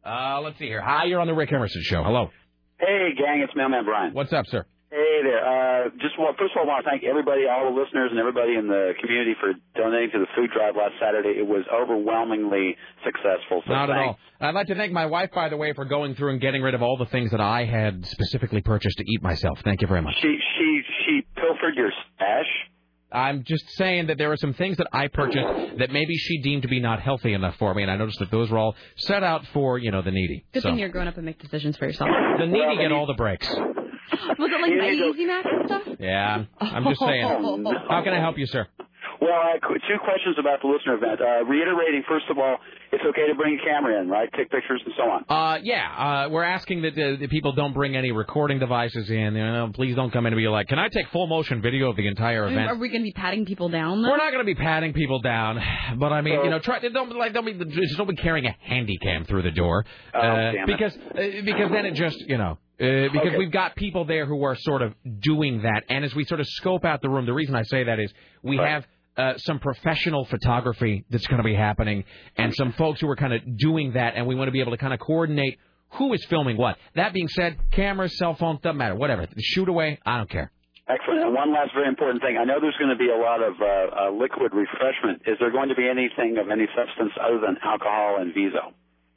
[SPEAKER 2] Uh, let's see here. Hi, you're on the Rick Emerson show. Hello.
[SPEAKER 17] Hey, gang, it's Mailman Brian.
[SPEAKER 2] What's up, sir?
[SPEAKER 17] Hey there. Uh, just want, first of all, I want to thank everybody, all the listeners, and everybody in the community for donating to the food drive last Saturday. It was overwhelmingly successful. So
[SPEAKER 2] Not at
[SPEAKER 17] thanks.
[SPEAKER 2] all. I'd like to thank my wife, by the way, for going through and getting rid of all the things that I had specifically purchased to eat myself. Thank you very much.
[SPEAKER 17] She she she pilfered your stash.
[SPEAKER 2] I'm just saying that there were some things that I purchased that maybe she deemed to be not healthy enough for me, and I noticed that those were all set out for you know the needy.
[SPEAKER 4] Good
[SPEAKER 2] So,
[SPEAKER 4] thing you're grown up and make decisions for yourself.
[SPEAKER 2] the needy get all the breaks.
[SPEAKER 4] Was it like my Easy Mac and stuff?
[SPEAKER 2] Yeah, I'm just saying.
[SPEAKER 4] Oh, no.
[SPEAKER 2] How can I help you, sir?
[SPEAKER 17] Well, I, qu- two questions about the listener event. Uh, reiterating, first of all, it's okay to bring a camera in, right? Take pictures and so on.
[SPEAKER 2] Uh, yeah, uh, we're asking that uh, that people don't bring any recording devices in. You know, please don't come in and be like, "Can I take full motion video of the entire
[SPEAKER 4] I mean,
[SPEAKER 2] event?"
[SPEAKER 4] Are we going to be patting people down? Though?
[SPEAKER 2] We're not going to be patting people down, but I mean, you know, try don't be like don't be just don't be carrying a handy cam through the door uh,
[SPEAKER 18] Oh, damn it.
[SPEAKER 2] because uh, because then it just you know. Uh, because
[SPEAKER 18] Okay.
[SPEAKER 2] we've got people there who are sort of doing that, and as we sort of scope out the room, the reason I say that is we have uh, some professional photography that's going to be happening, and some folks who are kind of doing that, and we want to be able to kind of coordinate who is filming what. That being said, cameras, cell phones, doesn't matter, whatever. Shoot away, I don't care.
[SPEAKER 17] Excellent. And one last very important thing. I know there's going to be a lot of uh, uh, liquid refreshment. Is there going to be anything of any substance other than alcohol and Viso?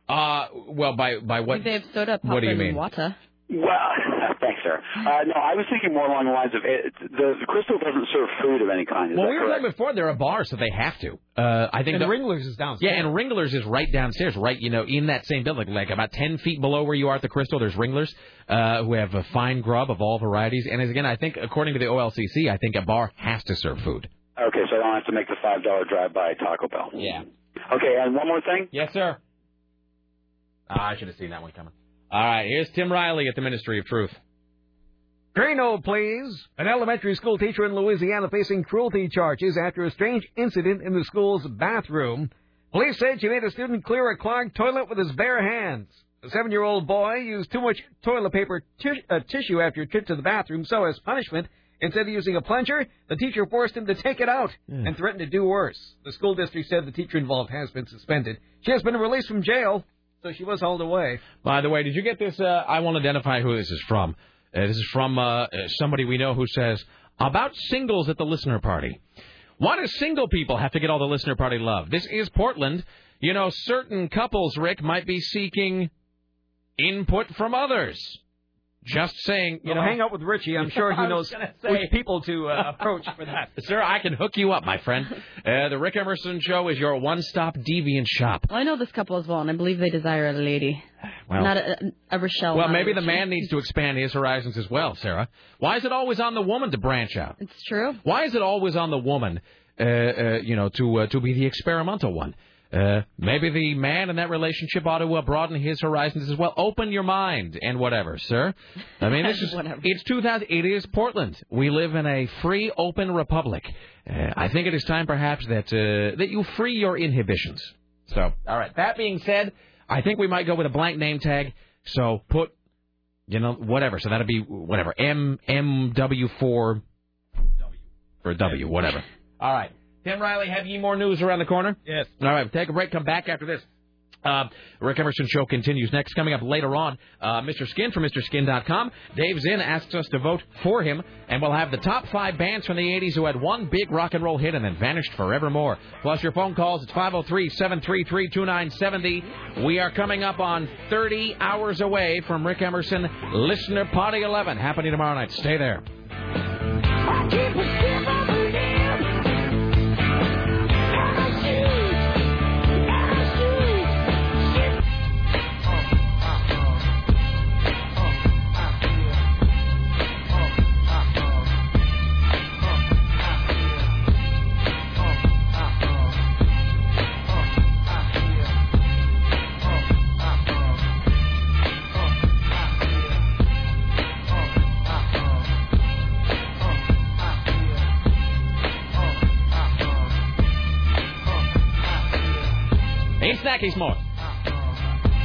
[SPEAKER 2] Uh, well, by by what?
[SPEAKER 4] They have soda pop
[SPEAKER 2] What do you
[SPEAKER 4] and
[SPEAKER 2] mean?
[SPEAKER 4] water.
[SPEAKER 17] Well, thanks, sir. Uh, no, I was thinking more along the lines of it, the, the crystal doesn't serve food of any kind. Is
[SPEAKER 2] Well,
[SPEAKER 17] that
[SPEAKER 2] we were
[SPEAKER 17] correct?
[SPEAKER 2] talking before they're a bar, so they have to. Uh, I think
[SPEAKER 17] And
[SPEAKER 2] the,
[SPEAKER 13] Ringler's is downstairs.
[SPEAKER 2] Yeah, and Ringler's is right downstairs, right you know in that same building, like about ten feet below where you are at the Crystal. There's Ringler's, uh, who have a fine grub of all varieties, and as again, I think according to the OLCC, I think a bar has to serve food.
[SPEAKER 17] Okay, so I don't have to make the five dollar drive by Taco Bell.
[SPEAKER 2] Yeah.
[SPEAKER 17] Okay, and one more thing.
[SPEAKER 2] Yes, sir. Ah, I should have seen that one coming. All right, here's Tim Riley at the Ministry of Truth.
[SPEAKER 13] Drano, please. An elementary school teacher in Louisiana facing cruelty charges after a strange incident in the school's bathroom. Police said she made a student clear a clogged toilet with his bare hands. The seven year old boy used too much toilet paper ti- uh, tissue after a trip to the bathroom, so as punishment,
[SPEAKER 3] Instead of using a plunger, the teacher forced him to take it out
[SPEAKER 2] Hmm.
[SPEAKER 3] and threatened to do worse. The school district said the teacher involved has been suspended. She has been released from jail, so she was hauled away.
[SPEAKER 2] By the way, did you get this? Uh, I won't identify who this is from. Uh, this is from uh, uh, somebody we know who says about singles at the listener party. Why do single people have to get all the listener party love? This is Portland. You know, certain couples, Rick, might be seeking input from others. Just saying,
[SPEAKER 3] Well,
[SPEAKER 2] you know.
[SPEAKER 3] Oh, hang out with Richie. I'm sure
[SPEAKER 2] I
[SPEAKER 3] he knows
[SPEAKER 2] was gonna say.
[SPEAKER 3] which people to uh, approach for that.
[SPEAKER 2] Sir, I can hook you up, my friend. Uh, the Rick Emerson Show is your one-stop deviant shop.
[SPEAKER 4] Well, I know this couple as well, and I believe they desire a lady,
[SPEAKER 2] Well-
[SPEAKER 4] not a, a Rochelle.
[SPEAKER 2] Well,
[SPEAKER 4] not a
[SPEAKER 2] maybe the
[SPEAKER 4] Richie.
[SPEAKER 2] man needs to expand his horizons as well, Sarah. Why is it always on the woman to branch out?
[SPEAKER 4] It's true.
[SPEAKER 2] Why is it always on the woman, uh, uh, you know, to uh, to be the experimental one? Uh, maybe the man in that relationship ought to uh, broaden his horizons as well. Open your mind and whatever, sir. I mean, this is it's 2000. It is Portland. We live in a free, open republic. Uh, I think it is time, perhaps, that uh, that you free your inhibitions. So, all right. That being said, I think we might go with a blank name tag. So put, you know, whatever. So that'll be whatever. M M W four or W, whatever. All right. Tim Riley, have you more news around the corner?
[SPEAKER 3] Yes.
[SPEAKER 2] All right, take a break. Come back after this. Uh, Rick Emerson Show continues next. Coming up later on, uh, Mr. Skin from MrSkin.com. Dave Zinn asks us to vote for him, and we'll have the top five bands from the 80s who had one big rock and roll hit and then vanished forevermore. Plus your phone calls. It's 503 733 2970. We are coming up on 30 hours away from Rick Emerson Listener Party 11, happening tomorrow night. Stay there. Ain't Snacky's more.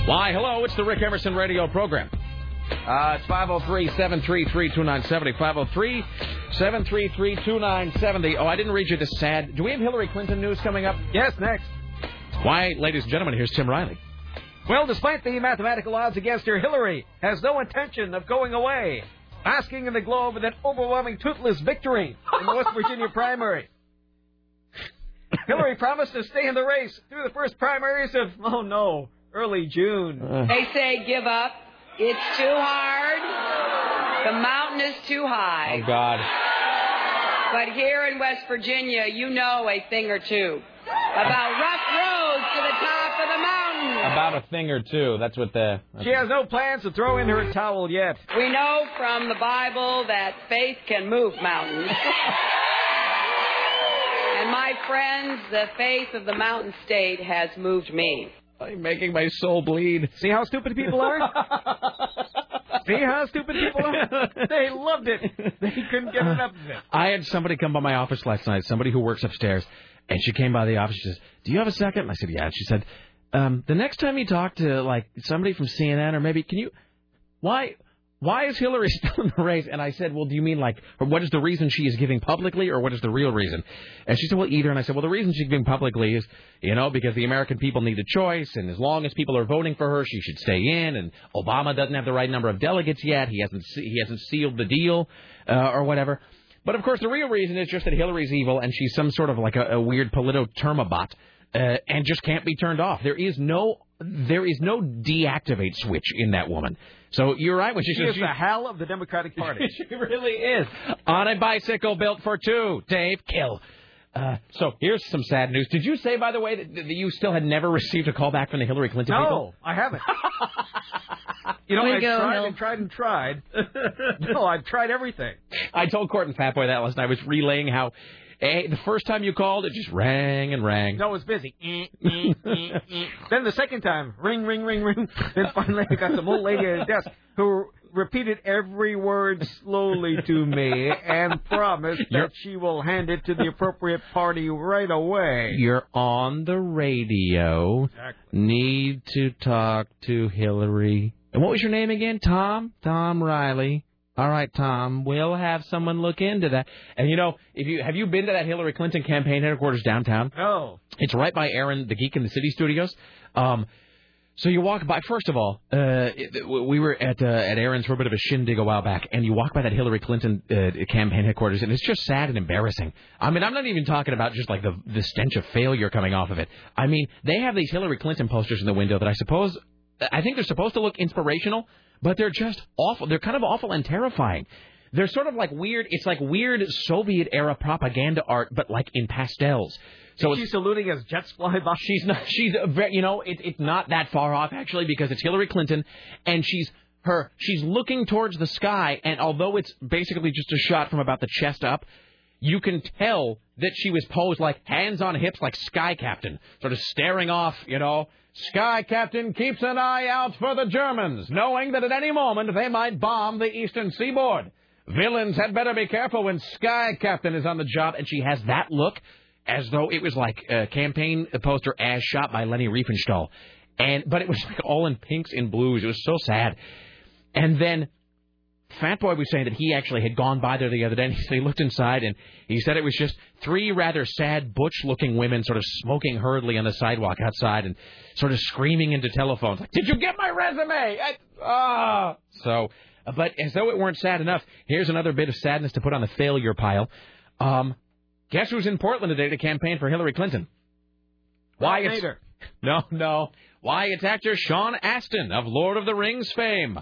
[SPEAKER 2] Why, hello, it's the Rick Emerson radio program. Uh, it's 503 733 2970. 503 733 2970. Oh, I didn't read you the sad. Do we have Hillary Clinton news coming up?
[SPEAKER 3] Yes, next.
[SPEAKER 2] Why, ladies and gentlemen, here's Tim Riley.
[SPEAKER 3] Well, despite the mathematical odds against her, Hillary has no intention of going away, asking in the glow of an overwhelming toothless victory in the West Virginia primary. Hillary promised to stay in the race through the first primaries of, oh no, early June.
[SPEAKER 19] They say give up. It's too hard. The mountain is too high.
[SPEAKER 2] oh, God.
[SPEAKER 19] But here in West Virginia, you know a thing or two about rough roads to the top of the mountain.
[SPEAKER 2] About a thing or two. That's what the.
[SPEAKER 3] She has no plans to throw in her towel yet.
[SPEAKER 19] We know from the Bible that faith can move mountains. and my friends, the faith of the mountain state has moved me.
[SPEAKER 2] I'm making my soul bleed.
[SPEAKER 3] See how stupid people are? See how stupid people are? They loved it. They couldn't get enough of it.
[SPEAKER 2] I had somebody come by my office last night, somebody who works upstairs, and she came by the office. She says, "Do you have a second? And I said, "Yeah." And she said, um, "The next time you talk to like somebody from CNN or maybe can you, why, why is Hillary still in the race?" And I said, "Well, do you mean like or what is the reason she is giving publicly, or what is the real reason?" And she said, "Well, either." And I said, "Well, the reason she's giving publicly is, you know, because the American people need a choice, and as long as people are voting for her, she should stay in. And Obama doesn't have the right number of delegates yet; he hasn't se- he hasn't sealed the deal uh, or whatever." But of course, the real reason is just that Hillary's evil and she's some sort of like a, a weird politotermabot uh, and just can't be turned off. There is no there is no deactivate switch in that woman. So you're right when she,
[SPEAKER 3] She
[SPEAKER 2] says
[SPEAKER 3] is the hell of the Democratic Party.
[SPEAKER 2] she really is on a bicycle built for two. Dave, kill. Uh, so here's some sad news. Did you say, by the way, that, that you still had never received a call back from the Hillary Clinton
[SPEAKER 3] No,
[SPEAKER 2] people?
[SPEAKER 3] I haven't. You know,
[SPEAKER 2] Way to
[SPEAKER 3] I've
[SPEAKER 2] go,
[SPEAKER 3] tried
[SPEAKER 2] Hill.
[SPEAKER 3] and tried and tried. no, I've tried everything.
[SPEAKER 2] I told Court and Fatboy that last night. I was relaying how eh, the first time you called, it just rang and rang.
[SPEAKER 3] No, it's busy. Eh, eh, eh, eh. then the second time, ring, ring, ring, ring. Then finally, I got some old lady at a desk who repeated every word slowly to me and promised that she will hand it to the appropriate party right away.
[SPEAKER 2] You're on the radio. Need to talk to Hillary. And what was your name again? Tom? Tom Riley. All right, Tom, we'll have someone look into that. And you know, if you have you been to that Hillary Clinton campaign headquarters downtown?
[SPEAKER 3] Oh.
[SPEAKER 2] It's right by Aaron, the geek in the city studios. Um, so you walk by. First of all, uh, it- we were at uh, at Aaron's for a bit of a shindig a while back, and you walk by that Hillary Clinton uh, campaign headquarters, and it's just sad and embarrassing. I mean, I'm not even talking about just like the the stench of failure coming off of it. I mean, they have these Hillary Clinton posters in the window that I suppose I think they're supposed to look inspirational, but they're just awful. They're kind of awful and terrifying. They're sort of like weird. It's like weird Soviet era propaganda art, but like in pastels. So
[SPEAKER 3] Is she
[SPEAKER 2] it's-
[SPEAKER 3] saluting as jets fly by?
[SPEAKER 2] She's not. She's a very, you know, it, it's not that far off actually because it's Hillary Clinton, and she's her. She's looking towards the sky, and although it's basically just a shot from about the chest up, you can tell that she was posed like hands on hips, like sky captain, sort of staring off. You know, sky captain keeps an eye out for the Germans, knowing that at any moment they might bomb the eastern seaboard. Villains had better be careful when Sky Captain is on the job, and she has that look as though it was like a campaign poster as shot by Lenny Riefenstahl. And but it was like all in pinks and blues. It was so sad. And then Fat Boy was saying that he actually had gone by there the other day, and he said he looked inside, and he said it was just three rather sad, butch-looking women sort of smoking hurriedly on the sidewalk outside and sort of screaming into telephones, like, "Did you get my resume?" I,
[SPEAKER 3] Uh,
[SPEAKER 2] ah. So, but as though it weren't sad enough, here's another bit of sadness to put on the failure pile. Um, guess who's in Portland today to campaign for Hillary Clinton? Why
[SPEAKER 3] Ralph
[SPEAKER 2] it's
[SPEAKER 3] Nader.
[SPEAKER 2] no, no. Why it's actor Sean Astin of Lord of the Rings fame.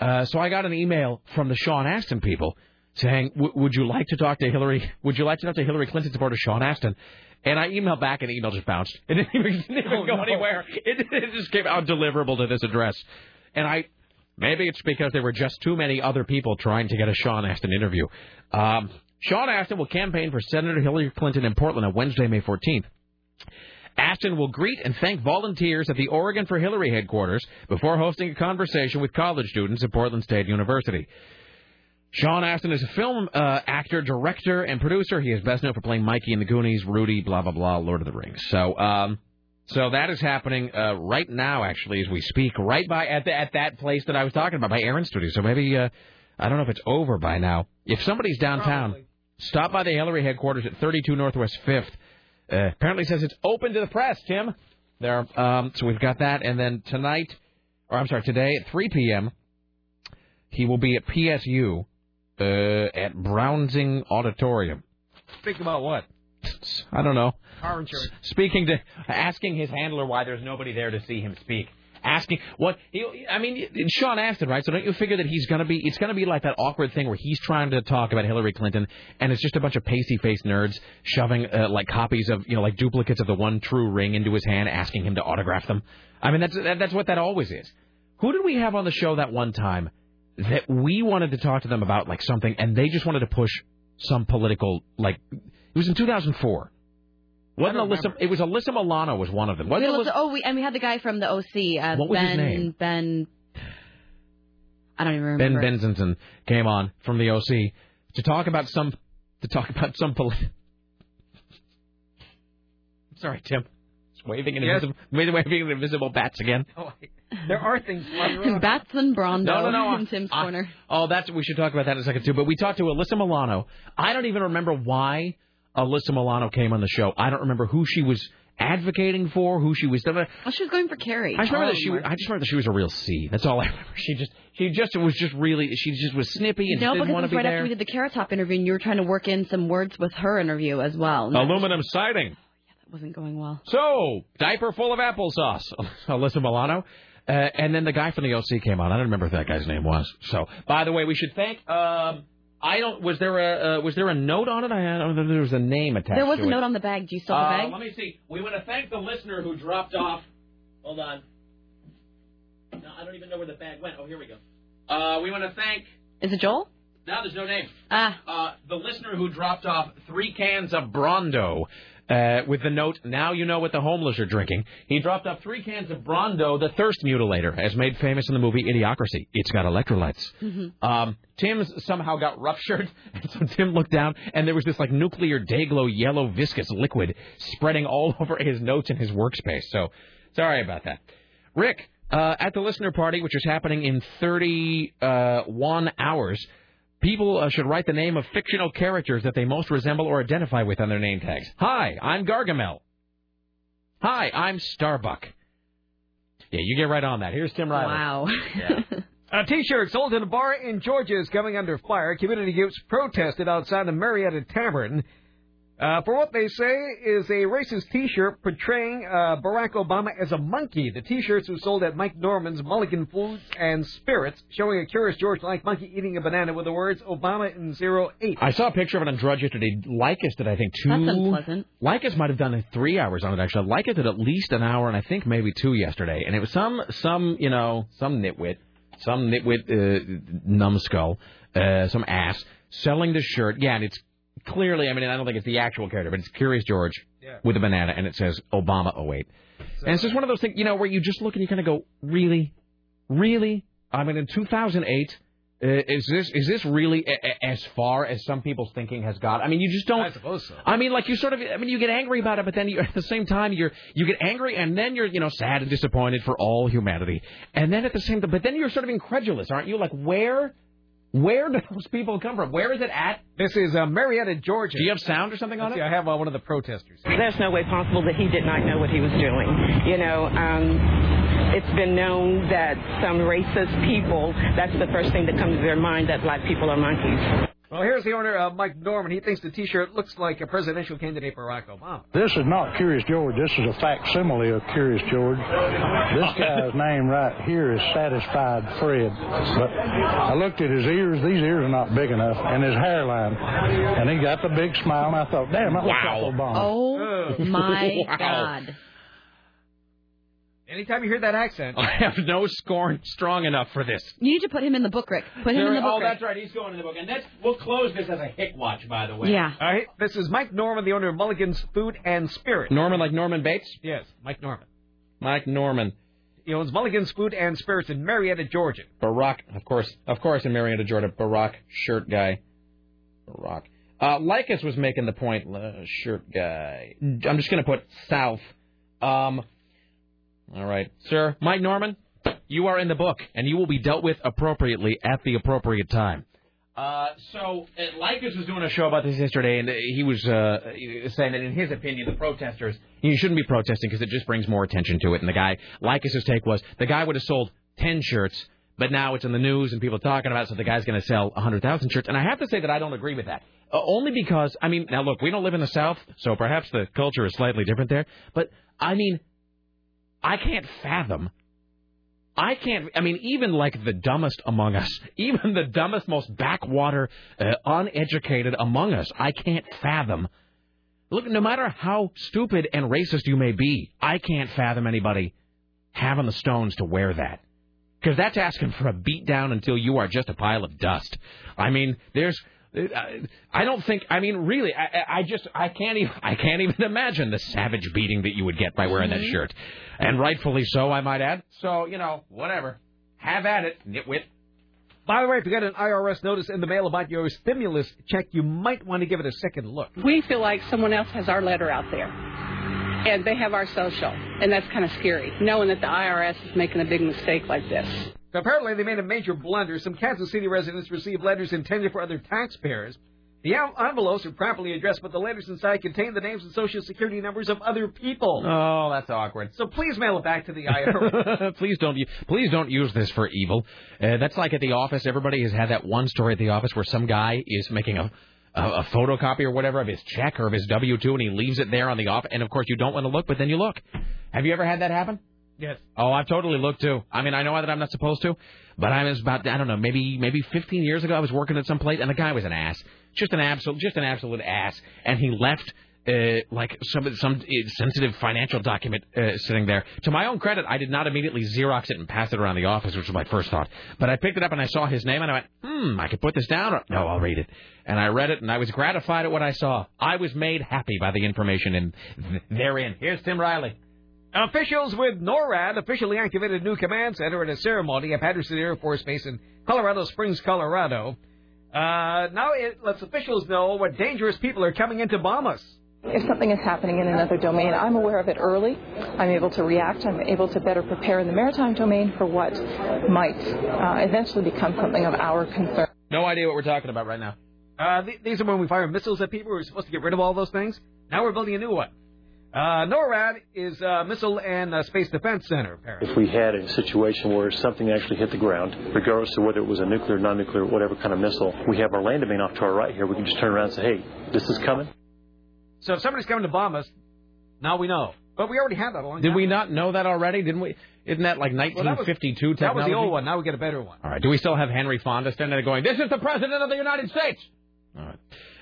[SPEAKER 2] Uh, so I got an email from the Sean Astin people saying, "W- "Would you like to talk to Hillary? Would you like to talk to Hillary Clinton supporter Sean Astin?" And I emailed back, and the email just bounced. It didn't even, it didn't even
[SPEAKER 20] Oh,
[SPEAKER 2] go
[SPEAKER 20] no.
[SPEAKER 2] anywhere. It, it just came out deliverable to this address. And I, maybe it's because there were just too many other people trying to get a Sean Astin interview. Um, Sean Astin will campaign for Senator Hillary Clinton in Portland on Wednesday, May 14th. Ashton will greet and thank volunteers at the Oregon for Hillary headquarters before hosting a conversation with college students at Portland State University. Sean Astin is a film uh, actor, director, and producer. He is best known for playing Mikey in the Goonies, Rudy, blah blah blah, Lord of the Rings. So, um, so that is happening uh, right now, actually, as we speak, right by at the, at that place that I was talking about, by Aaron's studio. So maybe uh, I don't know if it's over by now. If somebody's downtown, stop by the Hillary headquarters at 32 Northwest Fifth. Uh, apparently says it's open to the press, Tim. There, um, so we've got that, and then tonight, or I'm sorry, today at 3 p.m. He will be at PSU uh, at Brownsing Auditorium.
[SPEAKER 3] Think about what?
[SPEAKER 2] I don't know.
[SPEAKER 3] Car insurance.
[SPEAKER 2] Speaking to, asking his handler why there's nobody there to see him speak. Asking what he, I mean, it's Sean Astin, right? So don't you figure that he's gonna be, it's gonna be like that awkward thing where he's trying to talk about Hillary Clinton, and it's just a bunch of pasty faced nerds shoving uh, like copies of, you know, like duplicates of the one true ring into his hand, asking him to autograph them. I mean, that's that, that's what that always is. Who did we have on the show that one time that we wanted to talk to them about like something, and they just wanted to push some political like it was in 2004. Wasn't Alyssa? It was Alyssa Milano was one of them. Wasn't
[SPEAKER 4] We
[SPEAKER 2] Alyssa-
[SPEAKER 4] looked- oh, we, and we had the guy from the OC. Uh,
[SPEAKER 2] What was his
[SPEAKER 4] ben,
[SPEAKER 2] name?
[SPEAKER 4] Ben. I don't even
[SPEAKER 2] Ben
[SPEAKER 4] remember.
[SPEAKER 2] Benzinson came on from the OC to talk about some to talk about some polit- Sorry, Tim. It's waving an
[SPEAKER 20] Yes.
[SPEAKER 2] invisible waving an invisible bats again.
[SPEAKER 3] There are things flying around.
[SPEAKER 4] Bats and Brondo
[SPEAKER 2] No, no, no.
[SPEAKER 4] in Tim's
[SPEAKER 2] I-
[SPEAKER 4] corner.
[SPEAKER 2] Oh, that's we should talk about that in a second too. But we talked to Alyssa Milano. I don't even remember why Alyssa Milano came on the show. I don't remember who she was advocating for, who she was.
[SPEAKER 4] Oh, she was going for Carrie.
[SPEAKER 2] I just remember
[SPEAKER 4] Oh,
[SPEAKER 2] that she.
[SPEAKER 4] my-
[SPEAKER 2] Was, I just remember that she was a real C. That's all I remember. She just. She just was just really. She just was snippy and
[SPEAKER 4] no,
[SPEAKER 2] didn't
[SPEAKER 4] because
[SPEAKER 2] want
[SPEAKER 4] it was
[SPEAKER 2] to be
[SPEAKER 4] right
[SPEAKER 2] there.
[SPEAKER 4] after we did the Carrot Top interview, and you were trying to work in some words with her interview as well. And
[SPEAKER 2] Aluminum siding.
[SPEAKER 4] Oh, That wasn't going well.
[SPEAKER 2] So, diaper full of applesauce. Alyssa Milano. Uh, and then the guy from the OC came on. I don't remember what that guy's name was. So, by the way, we should thank. Um, I don't. Was there a uh, was there a note on it? I don't know. There was a name attached.
[SPEAKER 4] There was
[SPEAKER 2] to
[SPEAKER 4] a
[SPEAKER 2] it.
[SPEAKER 4] note on the bag. Do you still have the
[SPEAKER 2] Uh,
[SPEAKER 4] bag?
[SPEAKER 2] let me see. We want to thank the listener who dropped off. Hold on. No, I don't even know where the bag went. Oh, here we go. Uh, we want to thank.
[SPEAKER 4] Is it Joel?
[SPEAKER 2] Now there's no name.
[SPEAKER 4] Ah.
[SPEAKER 2] Uh, the listener who dropped off three cans of Brondo uh, with the note, now you know what the homeless are drinking. He dropped off three cans of Brondo, the thirst mutilator, as made famous in the movie Idiocracy. It's got electrolytes. Um, Tim's somehow got ruptured, and so Tim looked down, and there was this like nuclear day glow yellow viscous liquid spreading all over his notes and his workspace. So sorry about that. Rick, uh, at the listener party, which is happening in 31 hours, People uh, should write the name of fictional characters that they most resemble or identify with on their name tags. Hi, I'm Gargamel. Hi, I'm Starbuck. Yeah, you get right on that. Here's Tim Riley.
[SPEAKER 4] Wow.
[SPEAKER 3] A T-shirt sold in a bar in Georgia is coming under fire. Community groups protested outside the Marietta Tavern uh, for what they say is a racist T-shirt portraying uh, Barack Obama as a monkey. The T-shirts were sold at Mike Norman's Mulligan Foods and Spirits, showing a curious George-like monkey eating a banana with the words "Obama in 08.
[SPEAKER 2] I saw a picture of it on Drudge yesterday. Lycus did, I think, two.
[SPEAKER 4] That's unpleasant.
[SPEAKER 2] Lycus might have done three hours on it actually. Lycus did at least an hour and I think maybe two yesterday. And it was some some you know some nitwit, some nitwit uh, numbskull, uh, some ass selling the shirt. Yeah, and it's clearly I mean I don't think it's the actual character, but it's Curious George
[SPEAKER 21] Yeah.
[SPEAKER 2] with a banana and it says Obama 08. and it's just one of those things you know where you just look and you kind of go really, really. I mean in 2008. Uh, is this is this really a, a, as far as some people's thinking has got? I mean, you just don't. I
[SPEAKER 3] suppose so.
[SPEAKER 2] I mean, like you sort of. I mean, you get angry about it, but then you, at the same time you're you get angry and then you're you know sad and disappointed for all humanity, and then at the same time, but then you're sort of incredulous, aren't you? Like where, where do those people come from? Where is it at?
[SPEAKER 3] This is uh, Marietta, Georgia. Do you
[SPEAKER 2] have sound or something on
[SPEAKER 3] it? Yeah, I have uh, one of the protesters.
[SPEAKER 22] There's no way possible that he did not know what he was doing. You know, um, it's been known that some racist people, that's the first thing that comes to their mind that black people are monkeys.
[SPEAKER 3] Well, here's the owner, uh, Mike Norman. He thinks the T-shirt looks like a presidential candidate Barack Obama.
[SPEAKER 1] This is not Curious George. This is a facsimile of Curious George. This guy's name right here is Satisfied Fred. But I looked at his ears. These ears are not big enough, and his hairline. And he got the big smile, and I thought, damn, that looks like Obama.
[SPEAKER 4] Oh my
[SPEAKER 1] Wow.
[SPEAKER 4] God.
[SPEAKER 3] Anytime you hear that accent,
[SPEAKER 2] I have no scorn strong enough for this.
[SPEAKER 4] You need to put him in the book, Rick. Put him in the book.
[SPEAKER 2] oh,
[SPEAKER 4] Rick.
[SPEAKER 2] that's right. He's going in the book, and that's we'll close this as a hick watch, by the way.
[SPEAKER 3] All right. This is Mike Norman, the owner of Mulligan's Food and Spirit.
[SPEAKER 2] Norman, like Norman Bates.
[SPEAKER 3] Yes, Mike Norman.
[SPEAKER 2] Mike Norman.
[SPEAKER 3] He owns Mulligan's Food and Spirits in Marietta, Georgia.
[SPEAKER 2] Barack, of course, of course, in Marietta, Georgia, Barack shirt guy. Barack. Uh, Lycus was making the point, uh, shirt guy. I'm just going to put South. Um, all right, sir, Mike Norman, you are in the book, and you will be dealt with appropriately at the appropriate time. Uh, so, uh, Lycus was doing a show about this yesterday, and uh, he was uh, saying that in his opinion, the protesters you shouldn't be protesting because it just brings more attention to it. And the guy, Lycus's take was the guy would have sold ten shirts, but now it's in the news and people are talking about it, so the guy's going to sell a hundred thousand shirts. And I have to say that I don't agree with that, uh, only because I mean, now look, we don't live in the South, so perhaps the culture is slightly different there. But I mean, I can't fathom I can't. I mean, even like the dumbest among us, even the dumbest, most backwater, uh, uneducated among us, I can't fathom. Look, no matter how stupid and racist you may be, I can't fathom anybody having the stones to wear that. Because that's asking for a beatdown until you are just a pile of dust. I mean, there's. I I don't think. I mean, really, I, I- I just I can't even I can't even imagine the savage beating that you would get by wearing that
[SPEAKER 21] Mhm.
[SPEAKER 2] shirt, and rightfully so, I might add. So you know, whatever. Have at it, nitwit.
[SPEAKER 3] By the way, if you got an IRS notice in the mail about your stimulus check, you might want to give it a second look.
[SPEAKER 19] We feel like someone else has our letter out there, and they have our social, and that's kind of scary, knowing that the IRS is making a big mistake like this.
[SPEAKER 3] Apparently, they made a major blunder. Some Kansas City residents received letters intended for other taxpayers. The en- envelopes are properly addressed, but the letters inside contain the names and social security numbers of other people.
[SPEAKER 2] Oh, that's awkward.
[SPEAKER 3] So please mail it back to the IRS.
[SPEAKER 2] please don't u- please don't use this for evil. Uh, that's like at the office. Everybody has had that one story at the office where some guy is making a a, a photocopy or whatever of his check or of his W two, and he leaves it there on the office. And of course, you don't want to look, but then you look. Have you ever had that happen?
[SPEAKER 3] yes.
[SPEAKER 2] Oh, I've totally looked too. I mean, I know that I'm not supposed to, but I was about I don't know, maybe maybe 15 years ago, I was working at some place, and the guy was an ass, just an absolute, just an absolute ass, and he left. Uh, like some some uh, sensitive financial document uh, sitting there. To my own credit, I did not immediately Xerox it and pass it around the office, which was my first thought. But I picked it up and I saw his name and I went, hmm, I could put this down. Or, no, I'll read it. And I read it and I was gratified at what I saw. I was made happy by the information in th- therein. Here's Tim Riley.
[SPEAKER 3] Officials with NORAD officially activated a new command center at a ceremony at Patterson Air Force Base in Colorado Springs, Colorado. Uh, now it lets officials know what dangerous people are coming into bomb us.
[SPEAKER 5] If something is happening in another domain, I'm aware of it early. I'm able to react. I'm able to better prepare in the maritime domain for what might uh, eventually become something of our concern.
[SPEAKER 2] No idea what we're talking about right now.
[SPEAKER 3] Uh, th- these are when we fire missiles at people. We're supposed to get rid of all those things. Now we're building a new one. Uh, NORAD is uh, Missile and uh, Space Defense Center, apparently.
[SPEAKER 23] If we had a situation where something actually hit the ground, regardless of whether it was a nuclear, non-nuclear, whatever kind of missile, we have our lander beam off to our right here. We can just turn around and say, "Hey, this is coming."
[SPEAKER 3] So if somebody's coming to bomb us, now we know. But we already had that a long
[SPEAKER 2] Did
[SPEAKER 3] time.
[SPEAKER 2] we not know that already? Didn't we? Isn't that like
[SPEAKER 3] Well, that was-
[SPEAKER 2] 1952 technology?
[SPEAKER 3] That was the old one. Now we get a better one.
[SPEAKER 2] All right. Do we still have Henry Fonda standing there going, "This is the president of the United States"? All right.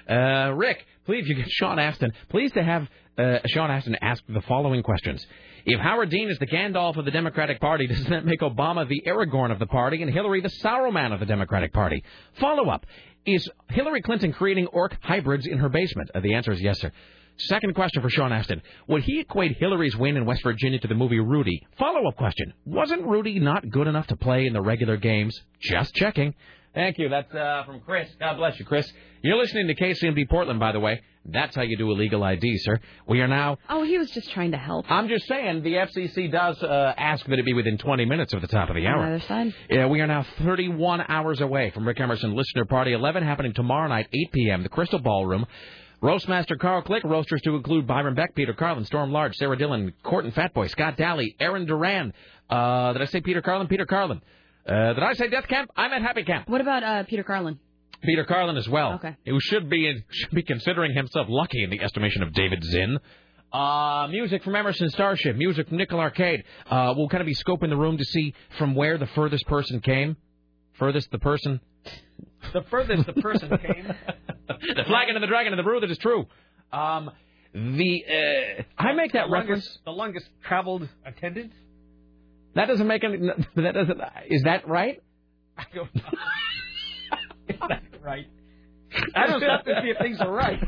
[SPEAKER 2] Uh, Rick, please, you get Sean Aston. Please to have uh, Sean Aston ask the following questions: If Howard Dean is the Gandalf of the Democratic Party, does that make Obama the Aragorn of the party and Hillary the Sauroman of the Democratic Party? Follow up: Is Hillary Clinton creating orc hybrids in her basement? Uh, the answer is yes, sir. Second question for Sean Aston. Would he equate Hillary's win in West Virginia to the movie Rudy? Follow up question. Wasn't Rudy not good enough to play in the regular games? Just checking. Thank you. That's uh, from Chris. God bless you, Chris. You're listening to KCMD Portland, by the way. That's how you do illegal ID, sir. We are now.
[SPEAKER 4] Oh, he was just trying to help.
[SPEAKER 2] I'm just saying, the FCC does uh, ask that it be within 20 minutes of the top of the
[SPEAKER 4] On the
[SPEAKER 2] hour.
[SPEAKER 4] other side.
[SPEAKER 2] Yeah, we are now 31 hours away from Rick Emerson Listener Party 11 happening tomorrow night, 8 p.m., the Crystal Ballroom. Roastmaster Carl Click, roasters to include Byron Beck, Peter Carlin, Storm Large, Sarah Dillon, Corton Fatboy, Scott Daly, Aaron Duran. Uh, did I say Peter Carlin? Peter Carlin. Uh, did I say Death Camp? I'm at Happy Camp.
[SPEAKER 4] What about uh, Peter Carlin?
[SPEAKER 2] Peter Carlin as well,
[SPEAKER 4] Okay.
[SPEAKER 2] who should be should be considering himself lucky in the estimation of David Zinn. Uh, music from Emerson Starship, music from Nickel Arcade. Uh, we'll kind of be scoping the room to see from where the furthest person came. Furthest the person,
[SPEAKER 3] The furthest the person came.
[SPEAKER 2] the flagon and the dragon and the brew that is true. Um, the uh, I make that
[SPEAKER 3] The longest-
[SPEAKER 2] reference.
[SPEAKER 3] The longest traveled attendant?
[SPEAKER 2] That doesn't make any. That doesn't. Is that right?
[SPEAKER 3] I don't know. Is that right? I don't stop to see if things are right.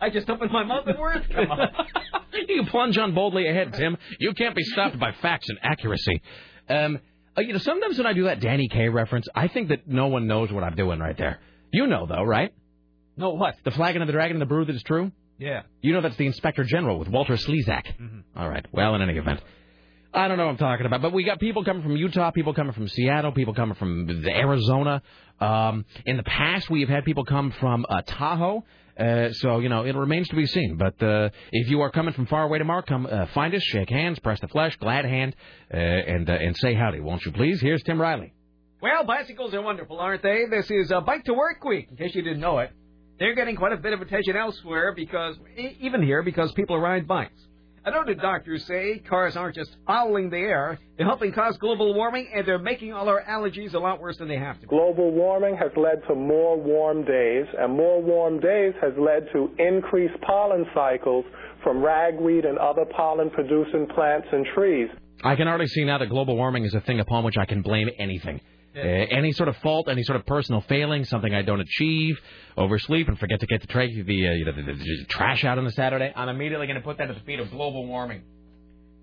[SPEAKER 3] I just opened my mouth and words come out.
[SPEAKER 2] you can plunge on boldly ahead, Tim. You can't be stopped by facts and accuracy. Um, uh, you know, sometimes when I do that Danny Kaye reference, I think that no one knows what I'm doing right there. You know, though, right?
[SPEAKER 3] No, what?
[SPEAKER 2] The flagon of the dragon and the brew that is true?
[SPEAKER 3] Yeah.
[SPEAKER 2] You know that's the Inspector General with Walter Slezak.
[SPEAKER 3] Mm-hmm.
[SPEAKER 2] All right. Well, in any event, I don't know what I'm talking about, but we got people coming from Utah, people coming from Seattle, people coming from Arizona. Um, in the past, we have had people come from uh, Tahoe. Uh, so you know it remains to be seen. But uh, if you are coming from far away tomorrow, come uh, find us, shake hands, press the flesh, glad hand, uh, and uh, and say howdy, won't you please? Here's Tim Riley.
[SPEAKER 3] Well, bicycles are wonderful, aren't they? This is uh, Bike to Work Week, in case you didn't know it. They're getting quite a bit of attention elsewhere because, e- even here, because people ride bikes. I know the doctors say cars aren't just fouling the air, they're helping cause global warming, and they're making all our allergies a lot worse than they have to.
[SPEAKER 1] Global warming has led to more warm days, and more warm days has led to increased pollen cycles from ragweed and other pollen producing plants and trees.
[SPEAKER 2] I can already see now that global warming is a thing upon which I can blame anything. Uh, any sort of fault, any sort of personal failing, something I don't achieve, oversleep and forget to get the, tra- the, uh, you know, the, the, the trash out on the Saturday. I'm immediately going to put that at the feet of global warming.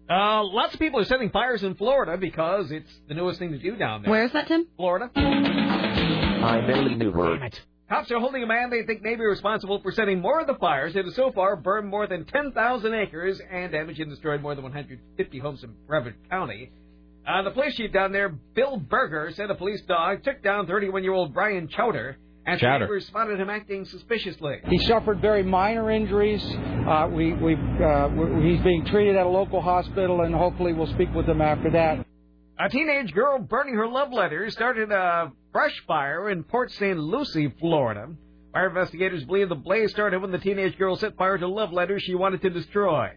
[SPEAKER 3] Uh, lots of people are setting fires in Florida because it's the newest thing to do down there.
[SPEAKER 4] Where's that, Tim?
[SPEAKER 3] Florida.
[SPEAKER 24] I'm Ellie Newberg.
[SPEAKER 3] Cops are holding a man they think may be responsible for setting more of the fires that have so far burned more than 10,000 acres and damaged and destroyed more than 150 homes in Brevard County. Uh, the police chief down there, Bill Berger, said a police dog took down 31-year-old Brian Chowder after
[SPEAKER 25] Chowder.
[SPEAKER 3] neighbors spotted him acting suspiciously.
[SPEAKER 25] He suffered very minor injuries. Uh, we, we, uh, we, he's being treated at a local hospital, and hopefully we'll speak with him after that.
[SPEAKER 3] A teenage girl burning her love letter started a brush fire in Port St. Lucie, Florida. Fire investigators believe the blaze started when the teenage girl set fire to love letters she wanted to destroy.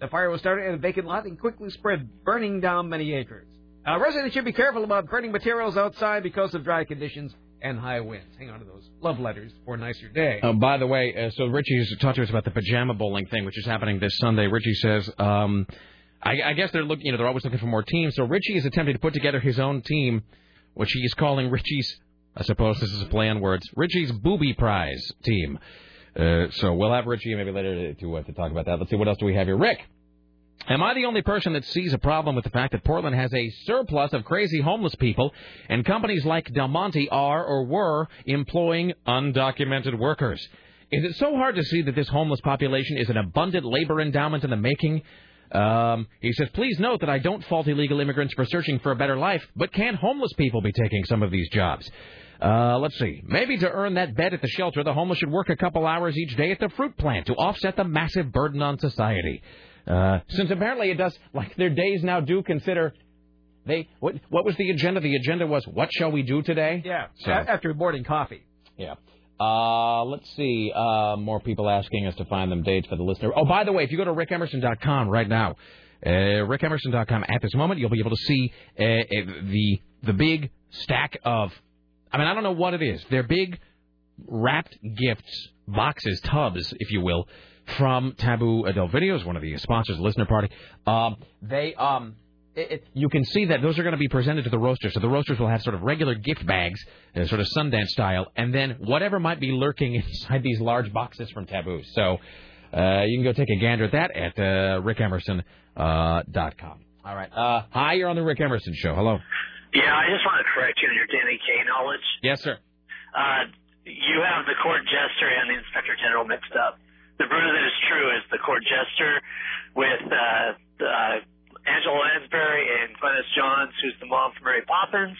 [SPEAKER 3] The fire was started in a vacant lot and quickly spread, burning down many acres. Uh, residents should be careful about burning materials outside because of dry conditions and high winds. Hang on to those love letters for a nicer day.
[SPEAKER 2] Uh, by the way, uh, so Richie's talked to us about the pajama bowling thing, which is happening this Sunday. Richie says, um, I, I guess they're looking, you know, they're always looking for more teams. So Richie is attempting to put together his own team, which he is calling Richie's. I suppose this is a play on words. Richie's booby prize team. Uh, so we'll have Richie maybe later to uh, to talk about that. Let's see what else do we have here. Rick, am I the only person that sees a problem with the fact that Portland has a surplus of crazy homeless people, and companies like Del Monte are or were employing undocumented workers? Is it so hard to see that this homeless population is an abundant labor endowment in the making? Um, he says, please note that I don't fault illegal immigrants for searching for a better life, but can homeless people be taking some of these jobs? Uh, let's see. Maybe to earn that bed at the shelter, the homeless should work a couple hours each day at the fruit plant to offset the massive burden on society. Uh, since apparently it does, like their days now do consider they what what was the agenda? The agenda was what shall we do today?
[SPEAKER 3] Yeah.
[SPEAKER 2] So-
[SPEAKER 3] a- After boarding coffee.
[SPEAKER 2] Yeah. Uh, let's see. Uh, more people asking us to find them dates for the listener. Oh, by the way, if you go to rickemerson.com right now, uh, rickemerson.com at this moment, you'll be able to see uh, uh, the the big stack of. I mean, I don't know what it is. They're big wrapped gifts, boxes, tubs, if you will, from Taboo Adult Videos, one of the sponsors, of the listener party. Um, they um, it, it, you can see that those are going to be presented to the roasters. So the roasters will have sort of regular gift bags, uh, sort of Sundance style, and then whatever might be lurking inside these large boxes from Taboo. So uh, you can go take a gander at that at uh, rickemerson.com. Uh, dot com. All right. Uh, hi, you're on the Rick Emerson Show. Hello.
[SPEAKER 8] Yeah, I just want to correct you on your Danny Kaye knowledge.
[SPEAKER 2] Yes, sir.
[SPEAKER 8] Uh, you have the court jester and the inspector general mixed up. The Bruno that is true is the court jester with uh, uh, Angela Lansbury and Glennis Johns, who's the mom from Mary Poppins.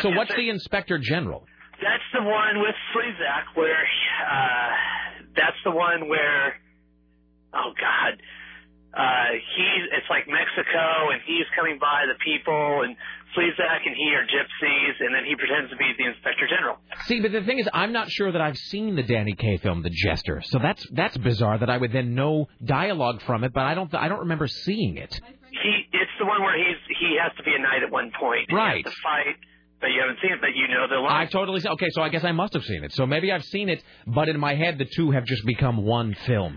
[SPEAKER 8] But
[SPEAKER 2] so
[SPEAKER 8] yes,
[SPEAKER 2] what's
[SPEAKER 8] sir.
[SPEAKER 2] the Inspector General?
[SPEAKER 8] That's the one with Slezak where uh, that's the one where oh god. Uh, he's it's like Mexico and he's coming by the people and Slezak and he are gypsies and then he pretends to be the inspector general.
[SPEAKER 2] See, but the thing is, I'm not sure that I've seen the Danny Kaye film, The Jester. So that's that's bizarre that I would then know dialogue from it, but I don't I don't remember seeing it.
[SPEAKER 8] He it's the one where he's he has to be a knight at one point.
[SPEAKER 2] Right.
[SPEAKER 8] He has to fight but you haven't seen it but you know the
[SPEAKER 2] I
[SPEAKER 8] line.
[SPEAKER 2] totally see. Okay, so I guess I must have seen it. So maybe I've seen it, but in my head, the two have just become one film.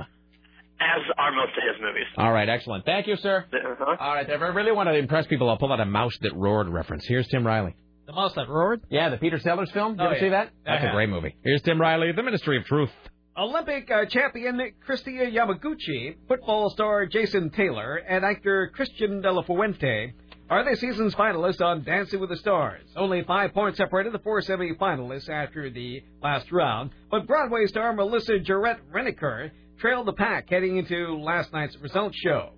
[SPEAKER 8] as are most of his movies.
[SPEAKER 2] All right, excellent. Thank you, sir. All right, if I really want to impress people, I'll pull out a mouse that roared reference. Here's Tim Riley.
[SPEAKER 3] The mouse that roared.
[SPEAKER 2] Yeah, the Peter Sellers film.
[SPEAKER 3] Oh,
[SPEAKER 2] Did you ever see that? That's
[SPEAKER 3] Uh-huh.
[SPEAKER 2] a great movie. Here's Tim Riley, The Ministry of Truth.
[SPEAKER 3] Olympic uh, champion Christia Yamaguchi, football star Jason Taylor, and actor Christian De La Fuente are this season's finalists on Dancing with the Stars. Only five points separated the four semi-finalists after the last round, but Broadway star Melissa Jarrett Reneker trailed the pack heading into last night's results show.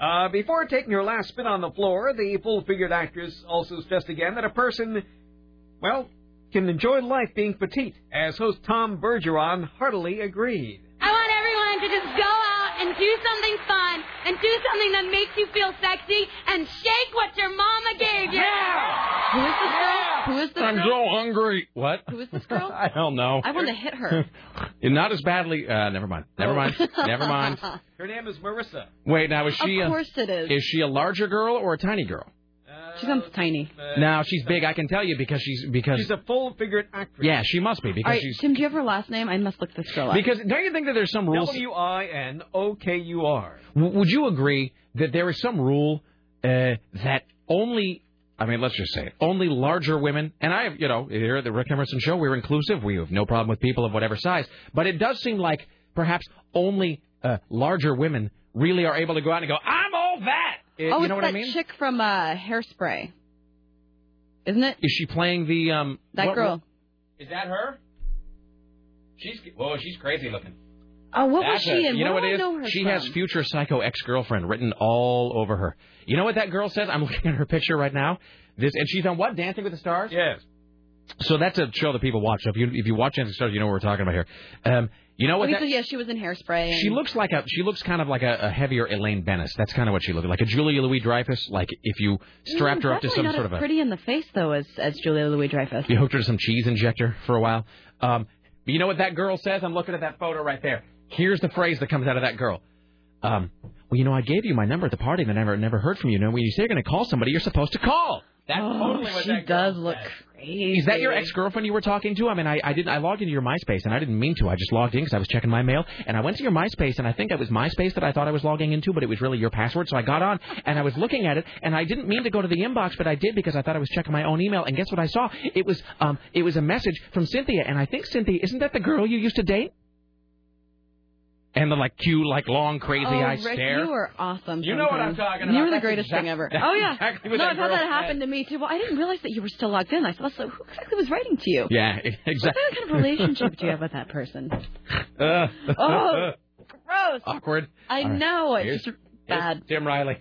[SPEAKER 3] Uh, before taking her last spin on the floor, the full-figured actress also stressed again that a person well, can enjoy life being petite, as host Tom Bergeron heartily agreed.
[SPEAKER 9] I want everyone to just go out and do something fun and do something that makes you feel sexy and shake what your mama gave you.
[SPEAKER 4] Who is this girl? Who is this
[SPEAKER 2] I'm
[SPEAKER 4] girl?
[SPEAKER 2] so hungry. What?
[SPEAKER 4] Who is this girl?
[SPEAKER 2] I don't know.
[SPEAKER 4] I want to hit her.
[SPEAKER 2] Not as badly. Uh, never mind.
[SPEAKER 4] Oh.
[SPEAKER 2] Never mind. Never mind.
[SPEAKER 3] Her name is Marissa.
[SPEAKER 2] Wait, now is she?
[SPEAKER 4] Of
[SPEAKER 2] a-
[SPEAKER 4] course it is.
[SPEAKER 2] Is she a larger girl or a tiny girl?
[SPEAKER 4] She sounds tiny.
[SPEAKER 2] No, she's big. I can tell you because she's because
[SPEAKER 4] She's
[SPEAKER 3] Uh, a full-figured actress.
[SPEAKER 2] Yeah, she must be
[SPEAKER 4] All
[SPEAKER 2] because
[SPEAKER 4] right,
[SPEAKER 2] she's
[SPEAKER 4] Tim, do you have her last name? I must look this girl up.
[SPEAKER 2] because don't you think that there's some rules?
[SPEAKER 3] W I N O K U R.
[SPEAKER 2] W- Would you agree that there is some rule uh, that only, I mean, let's just say it, only larger women, and I, you know, here at the Rick Emerson Show, we're inclusive. We have no problem with people of whatever size. But it does seem like perhaps only uh, larger women really are able to go out and go, I'm all that. Uh,
[SPEAKER 4] oh,
[SPEAKER 2] you
[SPEAKER 4] it's
[SPEAKER 2] know what
[SPEAKER 4] that
[SPEAKER 2] I mean?
[SPEAKER 4] chick from uh, Hairspray, isn't it?
[SPEAKER 2] Is she playing the. um
[SPEAKER 4] That
[SPEAKER 2] what-
[SPEAKER 4] girl.
[SPEAKER 2] Is that her? She's whoa, she's crazy looking.
[SPEAKER 4] Oh, what was
[SPEAKER 2] That's
[SPEAKER 4] she
[SPEAKER 2] it.
[SPEAKER 4] in?
[SPEAKER 2] You know
[SPEAKER 4] Where do
[SPEAKER 2] what it
[SPEAKER 4] I
[SPEAKER 2] is?
[SPEAKER 4] know her
[SPEAKER 2] she
[SPEAKER 4] from?
[SPEAKER 2] has future psycho ex girlfriend written all over her. You know what that girl says? I'm looking at her picture right now. This and she's on what? Dancing with the Stars.
[SPEAKER 3] Yes.
[SPEAKER 2] So that's a show that people watch. So if you if you watch Dancing with the Stars, you know what we're talking about here. Um, you know what?
[SPEAKER 4] Okay,
[SPEAKER 2] that-
[SPEAKER 4] so yeah, she was in Hairspray. And...
[SPEAKER 2] she looks like a she looks kind of like a, a heavier Elaine Bennis. That's kind of what she looked like. A Julia Louis Dreyfus. Like if you strapped her up to
[SPEAKER 4] Definitely
[SPEAKER 2] some
[SPEAKER 4] not
[SPEAKER 2] sort
[SPEAKER 4] as
[SPEAKER 2] of a
[SPEAKER 4] pretty in the face though as as Julia Louis Dreyfus.
[SPEAKER 2] you hooked her to some cheese injector for a while. Um, but you know what that girl says? I'm looking at that photo right there. Here's the phrase that comes out of that girl. Um, well, you know, I gave you my number at the party, and I never never heard from you. Now, when you say you're going to call somebody, you're supposed to call. That's
[SPEAKER 4] oh,
[SPEAKER 2] totally what
[SPEAKER 4] she
[SPEAKER 2] that
[SPEAKER 4] does look crazy.
[SPEAKER 2] Is that your ex-girlfriend you were talking to? I mean, I, I didn't. I logged into your MySpace, and I didn't mean to. I just logged in because I was checking my mail, and I went to your MySpace, and I think it was MySpace that I thought I was logging into, but it was really your password. So I got on, and I was looking at it, and I didn't mean to go to the inbox, but I did because I thought I was checking my own email. And guess what I saw? It was um, it was a message from Cynthia, and I think Cynthia isn't that the girl you used to date? And the like cue, like long crazy
[SPEAKER 4] oh,
[SPEAKER 2] eye
[SPEAKER 4] Rick,
[SPEAKER 2] stare.
[SPEAKER 4] You were awesome.
[SPEAKER 2] You know what I'm
[SPEAKER 4] sometimes.
[SPEAKER 2] talking
[SPEAKER 4] You
[SPEAKER 2] about.
[SPEAKER 4] were the
[SPEAKER 2] That's
[SPEAKER 4] greatest
[SPEAKER 2] exact-
[SPEAKER 4] thing ever.
[SPEAKER 2] that's
[SPEAKER 4] Oh yeah.
[SPEAKER 2] exactly what
[SPEAKER 4] no,
[SPEAKER 2] that
[SPEAKER 4] I've had
[SPEAKER 2] girl
[SPEAKER 4] that happen to me too. Well, I didn't realize that you were still logged in. I thought, so who exactly was writing to you?
[SPEAKER 2] Yeah, exactly.
[SPEAKER 4] What kind of relationship do you have with that person?
[SPEAKER 2] Uh,
[SPEAKER 4] Oh, Gross.
[SPEAKER 2] awkward.
[SPEAKER 4] I
[SPEAKER 2] All right.
[SPEAKER 4] know. It
[SPEAKER 2] Here's-
[SPEAKER 4] Oh, just bad.
[SPEAKER 2] Tim Riley.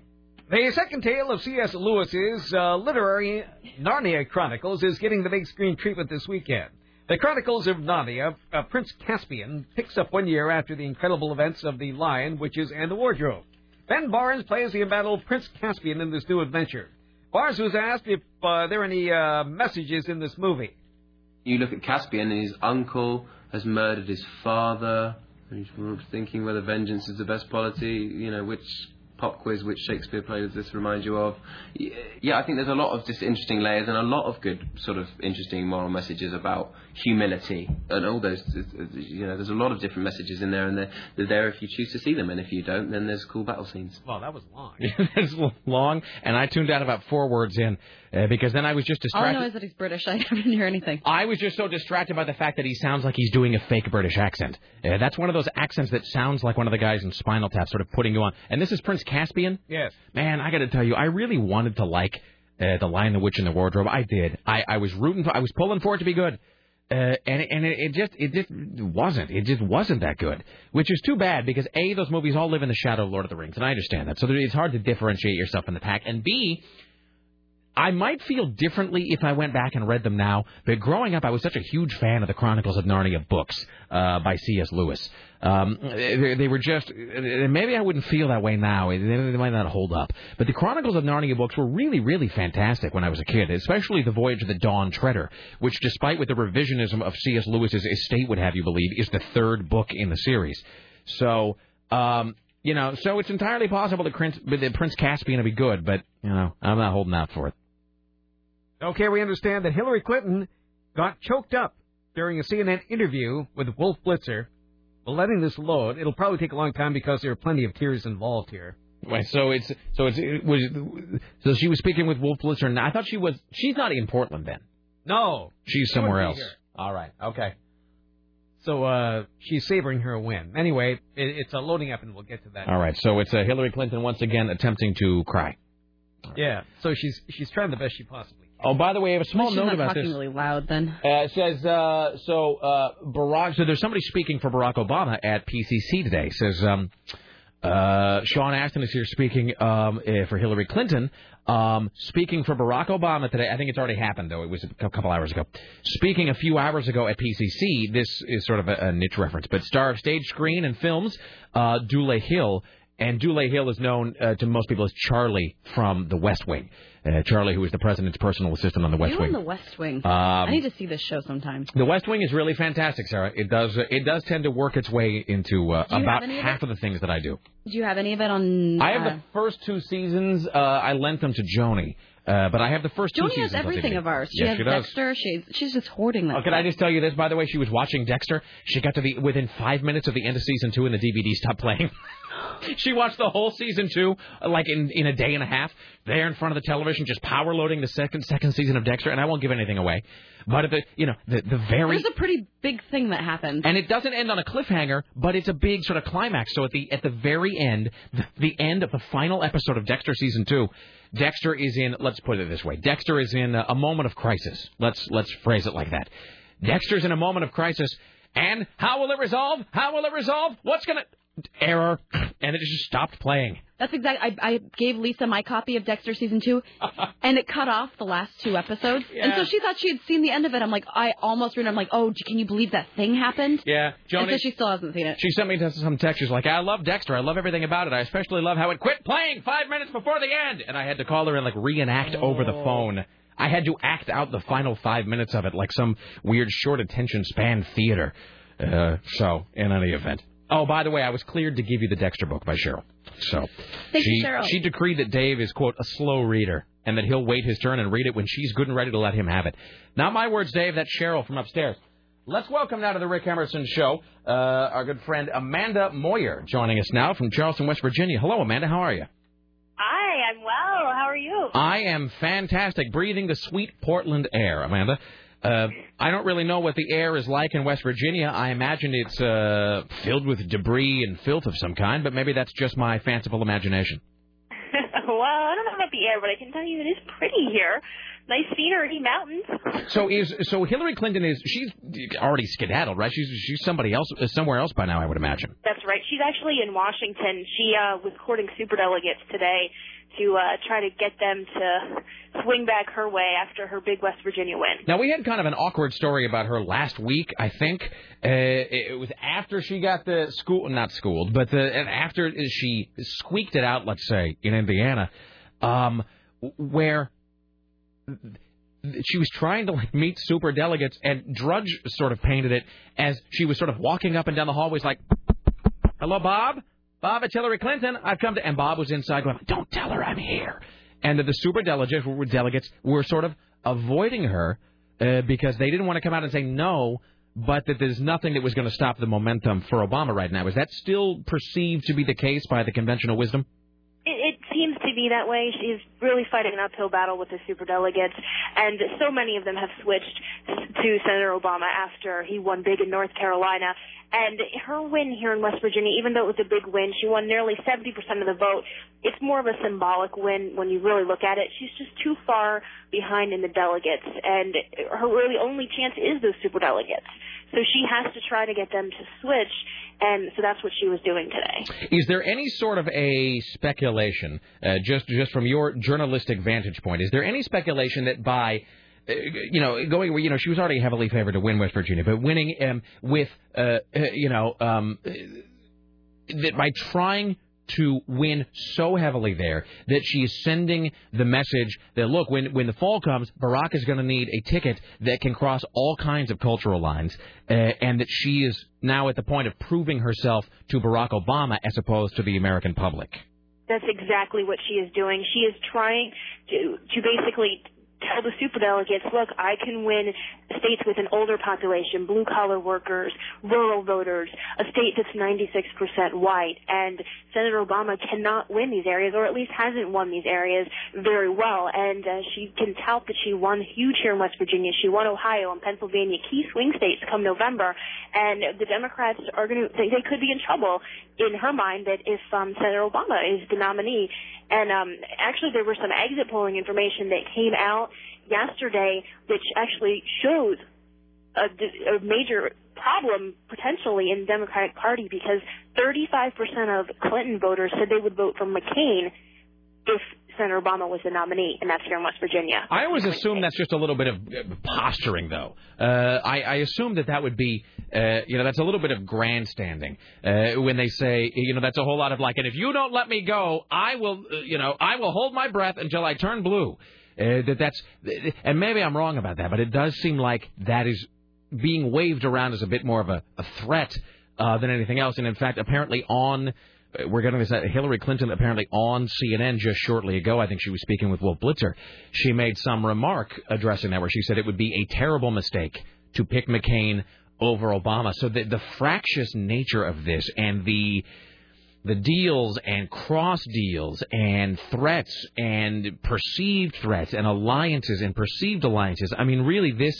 [SPEAKER 3] The second tale of C.S. Lewis's uh, literary Narnia Chronicles is getting the big screen treatment this weekend. The Chronicles of Narnia, uh, Prince Caspian, picks up one year after the incredible events of The Lion, Witches, and the Wardrobe. Ben Barnes plays the embattled Prince Caspian in this new adventure. Barnes was asked if uh, there are any uh, messages in this movie.
[SPEAKER 10] You look at Caspian, and his uncle has murdered his father. He's thinking whether vengeance is the best policy. You know, which pop quiz, which Shakespeare play does this remind you of? Y- Yeah, I think there's a lot of just interesting layers and a lot of good, sort of interesting moral messages about humility and all those. You know, there's a lot of different messages in there, and they're, they're there if you choose to see them, and if you don't, then there's cool battle scenes.
[SPEAKER 3] Well, that was long.
[SPEAKER 2] It's long, and I tuned out about four words in uh, because then I was just
[SPEAKER 4] All I
[SPEAKER 2] distracted.
[SPEAKER 4] know is that he's British. I didn't hear anything.
[SPEAKER 2] I was just so distracted by the fact that he sounds like he's doing a fake British accent. Uh, that's one of those accents that sounds like one of the guys in Spinal Tap, sort of putting you on. And this is Prince Caspian.
[SPEAKER 3] Yes.
[SPEAKER 2] Man, I got to tell you, I really wanted to like uh, the Lion, the Witch, and the Wardrobe. I did. I, I was rooting for. I was pulling for it to be good. Uh, and and it, it just it just wasn't it just wasn't that good, which is too bad because a those movies all live in the shadow of Lord of the Rings, and I understand that. So there- it's hard to differentiate yourself in the pack. And b I might feel differently if I went back and read them now, but growing up, I was such a huge fan of the Chronicles of Narnia books uh, by C.S. Lewis. Um, they, they were just, maybe I wouldn't feel that way now. They, they might not hold up. But the Chronicles of Narnia books were really, really fantastic when I was a kid, especially The Voyage of the Dawn Treader, which, despite what the revisionism of C.S. Lewis's estate would have you believe, is the third book in the series. So, um, you know, so it's entirely possible that Prince, that Prince Caspian would be good, but, you know, I'm not holding out for it.
[SPEAKER 3] Okay, we understand that Hillary Clinton got choked up during a CNN interview with Wolf Blitzer. Well, letting this load, it'll probably take a long time because there are plenty of tears involved here.
[SPEAKER 2] Right, so it's so it's it was so she was speaking with Wolf Blitzer, and I thought she was she's not in Portland then.
[SPEAKER 3] No,
[SPEAKER 2] She's somewhere
[SPEAKER 3] wouldn't
[SPEAKER 2] else.
[SPEAKER 3] be here.
[SPEAKER 2] All right, okay.
[SPEAKER 3] So uh, she's savoring her win. Anyway, it, it's uh, loading up, and we'll get to that.
[SPEAKER 2] All right, so it's uh, Hillary Clinton once again attempting to cry.
[SPEAKER 3] Yeah. So she's she's trying the best she possibly.
[SPEAKER 2] Oh, by the way, I have a small
[SPEAKER 4] She's
[SPEAKER 2] note
[SPEAKER 4] not
[SPEAKER 2] about
[SPEAKER 4] talking
[SPEAKER 2] this.
[SPEAKER 4] really loud then.
[SPEAKER 2] Uh, it says uh, so. Uh, Barack. So there's somebody speaking for Barack Obama at PCC today. It says um, uh, Sean Astin is here speaking um, eh, for Hillary Clinton. Um, speaking for Barack Obama today. I think it's already happened though. It was a cou- couple hours ago. Speaking a few hours ago at PCC. This is sort of a, a niche reference, but star of stage, screen, and films, uh, Dule Hill. And Dule Hill is known uh, to most people as Charlie from The West Wing. Uh, Charlie, who is the president's personal assistant on The West
[SPEAKER 4] you
[SPEAKER 2] Wing.
[SPEAKER 4] on the West Wing.
[SPEAKER 2] Um,
[SPEAKER 4] I need to see this show sometime.
[SPEAKER 2] The West Wing is really fantastic, Sarah. It does uh, it does tend to work its way into uh,
[SPEAKER 4] Do you have
[SPEAKER 2] about
[SPEAKER 4] any of
[SPEAKER 2] half of the things that I do.
[SPEAKER 4] Do you have any of it on?
[SPEAKER 2] I have
[SPEAKER 4] uh,
[SPEAKER 2] the first two seasons. Uh, I lent them to Joni, uh, but I have the first two
[SPEAKER 4] Joni
[SPEAKER 2] seasons.
[SPEAKER 4] has
[SPEAKER 2] on
[SPEAKER 4] everything
[SPEAKER 2] DVD.
[SPEAKER 4] of ours. She
[SPEAKER 2] yes,
[SPEAKER 4] has
[SPEAKER 2] she does.
[SPEAKER 4] Dexter. She's she's just hoarding that.
[SPEAKER 2] Oh, can I just tell you this? By the way, she was watching Dexter. She got to the within five minutes of the end of season two, and the DVD stopped playing. she watched the whole season two, uh, like in in a day and a half, there in front of the television, just power loading the second second season of Dexter. And I won't give anything away, but at the you know the the very
[SPEAKER 4] There's a pretty big thing that happens.
[SPEAKER 2] And it doesn't end on a cliffhanger, but it's a big sort of climax. So at the at the very end, the, the end of the final episode of Dexter season two, Dexter is in. Let's put it this way: Dexter is in a, a moment of crisis. Let's let's phrase it like that. Dexter's in a moment of crisis, and how will it resolve? How will it resolve? What's gonna error? And it just stopped playing.
[SPEAKER 4] That's exactly. I, I gave Lisa my copy of Dexter season two, and it cut off the last two episodes. And
[SPEAKER 2] Yeah.
[SPEAKER 4] so she thought she had seen the end of it. I'm like, I almost ruined. it. I'm like, oh, gee, can you believe that thing happened?
[SPEAKER 2] Yeah,
[SPEAKER 4] And
[SPEAKER 2] Joni.
[SPEAKER 4] so she still hasn't seen it.
[SPEAKER 2] She sent me some text. She's like, I love Dexter. I love everything about it. I especially love how it quit playing five minutes before the end. And I had to call her and like reenact over the phone. I had to act out the final five minutes of it like some weird short attention span theater. Uh, so, in any event. Oh, by the way, I was cleared to give you the Dexter book by Cheryl. So,
[SPEAKER 4] Thank
[SPEAKER 2] she,
[SPEAKER 4] you, Cheryl.
[SPEAKER 2] she decreed that Dave is, quote, a slow reader and that he'll wait his turn and read it when she's good and ready to let him have it. Not my words, Dave. That's Cheryl from upstairs. Let's welcome now to the Rick Emerson Show uh, our good friend Amanda Moyer joining us now from Charleston, West Virginia. Hello, Amanda. How are you?
[SPEAKER 11] Hi, I'm well. How are you?
[SPEAKER 2] I am fantastic, breathing the sweet Portland air, Amanda. Uh, I don't really know what the air is like in West Virginia. I imagine it's uh, filled with debris and filth of some kind, but maybe that's just my fanciful imagination.
[SPEAKER 11] well, I don't know about the air, but I can tell you it is pretty here. Nice scenery, mountains.
[SPEAKER 2] So is so Hillary Clinton is she's already skedaddled, right? She's she's somebody else somewhere else by now, I would imagine.
[SPEAKER 11] That's right. She
[SPEAKER 26] she's actually in Washington. She uh, was courting superdelegates today to uh, try to get them to swing back her way after her big West Virginia win.
[SPEAKER 2] Now we had kind of an awkward story about her last week. I think uh, it, it was after she got the school, not schooled, but the, and after she squeaked it out, let's say in Indiana, um, where she was trying to like meet super delegates, and Drudge sort of painted it as she was sort of walking up and down the hallways like, "Hello, Bob." Bob, it's Hillary Clinton. I've come to, and Bob was inside going, "Don't tell her I'm here." And the, the super delegates were, delegates were sort of avoiding her uh, because they didn't want to come out and say no, but that there's nothing that was going to stop the momentum for Obama right now. Is that still perceived to be the case by the conventional wisdom?
[SPEAKER 26] It, it seems to be that way. She's really fighting an uphill battle with the superdelegates, and so many of them have switched to Senator Obama after he won big in North Carolina. And her win here in West Virginia, even though it was a big win, she won nearly 70% of the vote. It's more of a symbolic win when you really look at it. She's just too far behind in the delegates, and her really only chance is those superdelegates. So she has to try to get them to switch, and so that's what she was doing today.
[SPEAKER 2] Is there any sort of a speculation, uh, just just from your journalistic vantage point? Is there any speculation that by uh, you know, going you know, she was already heavily favored to win West Virginia, but winning um, with, uh, you know, um, that by trying to win so heavily there that she is sending the message that look, when when the fall comes, Barack is going to need a ticket that can cross all kinds of cultural lines, uh, and that she is now at the point of proving herself to Barack Obama as opposed to the American public.
[SPEAKER 26] That's exactly what she is doing. She is trying to to basically tell the superdelegates, look, I can win states with an older population, blue collar workers, rural voters, a state that's 96% white, and Senator Obama cannot win these areas, or at least hasn't won these areas very well. And uh, she can tout that she won huge here in West Virginia. She won Ohio and Pennsylvania, key swing states come November. And the Democrats are going to, they, they could be in trouble in her mind that if um, Senator Obama is the nominee. And um, actually, there were some exit polling information that came out yesterday, which actually shows a, a major problem potentially in the Democratic Party because 35% of Clinton voters said they would vote for McCain if Senator Obama was the nominee, and that's here in West Virginia.
[SPEAKER 2] I always assume that's just a little bit of uh, posturing, though. Uh, I, I, assume that that would be, uh, you know, that's a little bit of grandstanding uh, when they say, you know, that's a whole lot of like, and if you don't let me go, I will, uh, you know, I will hold my breath until I turn blue. Uh, that that's, and maybe I'm wrong about that, but it does seem like that is being waved around as a bit more of a, a threat uh, than anything else. And in fact, apparently on uh, we're getting this. Hillary Clinton apparently on CNN just shortly ago. I think she was speaking with Wolf Blitzer. She made some remark addressing that where she said it would be a terrible mistake to pick McCain over Obama. So the, the fractious nature of this and the the deals and cross deals and threats and perceived threats and alliances and perceived alliances. I mean, really, this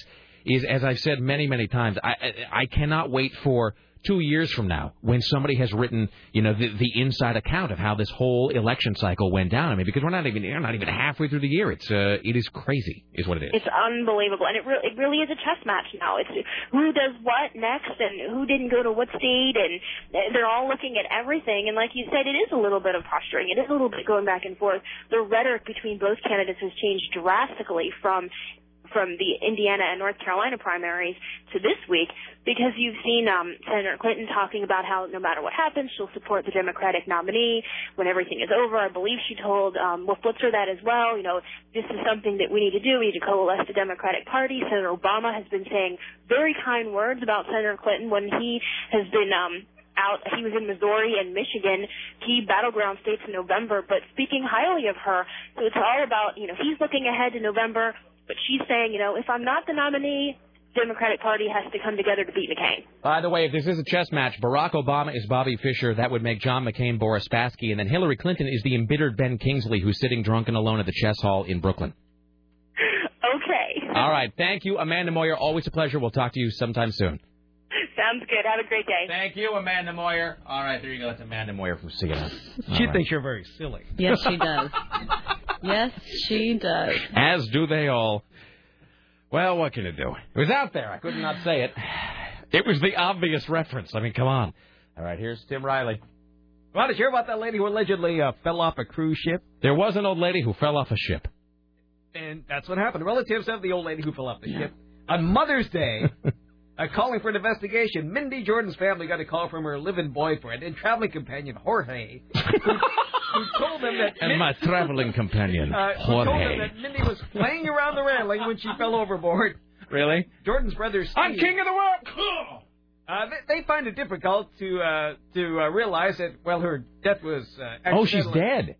[SPEAKER 2] is as I've said many many times. I I, I cannot wait for two years from now when somebody has written, you know, the, the inside account of how this whole election cycle went down. I mean, because we're not even we're not even halfway through the year. It's uh, it is crazy, is what it is.
[SPEAKER 26] It's unbelievable, and it really it really is a chess match now. It's who does what next, and who didn't go to what state, and they're all looking at everything. And like you said, it is a little bit of posturing. It is a little bit going back and forth. The rhetoric between both candidates has changed drastically from from the Indiana and North Carolina primaries to this week because you've seen um, Senator Clinton talking about how no matter what happens, she'll support the Democratic nominee when everything is over. I believe she told um, Wolf Blitzer that as well. You know, this is something that we need to do. We need to coalesce the Democratic Party. Senator Obama has been saying very kind words about Senator Clinton when he has been um, out. He was in Missouri and Michigan, key battleground states in November, but speaking highly of her. So it's all about, you know, he's looking ahead to November, but she's saying, you know, if I'm not the nominee, Democratic Party has to come together to beat McCain.
[SPEAKER 2] By the way, if this is a chess match, Barack Obama is Bobby Fischer. That would make John McCain Boris Spassky, and then Hillary Clinton is the embittered Ben Kingsley who's sitting drunk and alone at the chess hall in Brooklyn.
[SPEAKER 26] okay.
[SPEAKER 2] All right. Thank you, Amanda Moyer. Always a pleasure. We'll talk to you sometime soon.
[SPEAKER 26] Sounds good. Have a great day.
[SPEAKER 2] Thank you, Amanda Moyer. All right, there you go. That's Amanda Moyer from CNN.
[SPEAKER 3] she right. thinks you're very silly.
[SPEAKER 4] Yes, she does. yes, she does.
[SPEAKER 2] As do they all. Well, what can you do? It was out there. I could not say it. It was the obvious reference. I mean, come on. All right, here's Tim Riley.
[SPEAKER 3] Want to hear about that lady who allegedly uh, fell off a cruise ship?
[SPEAKER 2] There was an old lady who fell off a ship.
[SPEAKER 3] And that's what happened. Relatives of the old lady who fell off the ship. On Mother's Day, uh, calling for an investigation, Mindy Jordan's family got a call from her live-in boyfriend and traveling companion, Jorge, who, who told them that
[SPEAKER 2] And my traveling companion,
[SPEAKER 3] uh, who told them
[SPEAKER 2] Jorge.
[SPEAKER 3] that Mindy was playing around the railing when she fell overboard.
[SPEAKER 2] Really?
[SPEAKER 3] Jordan's brother Steve.
[SPEAKER 1] I'm king of the
[SPEAKER 3] world. Uh, they, they find it difficult to uh, to uh, realize that well, her death was. Uh,
[SPEAKER 2] Oh, she's
[SPEAKER 3] accidental.
[SPEAKER 2] dead.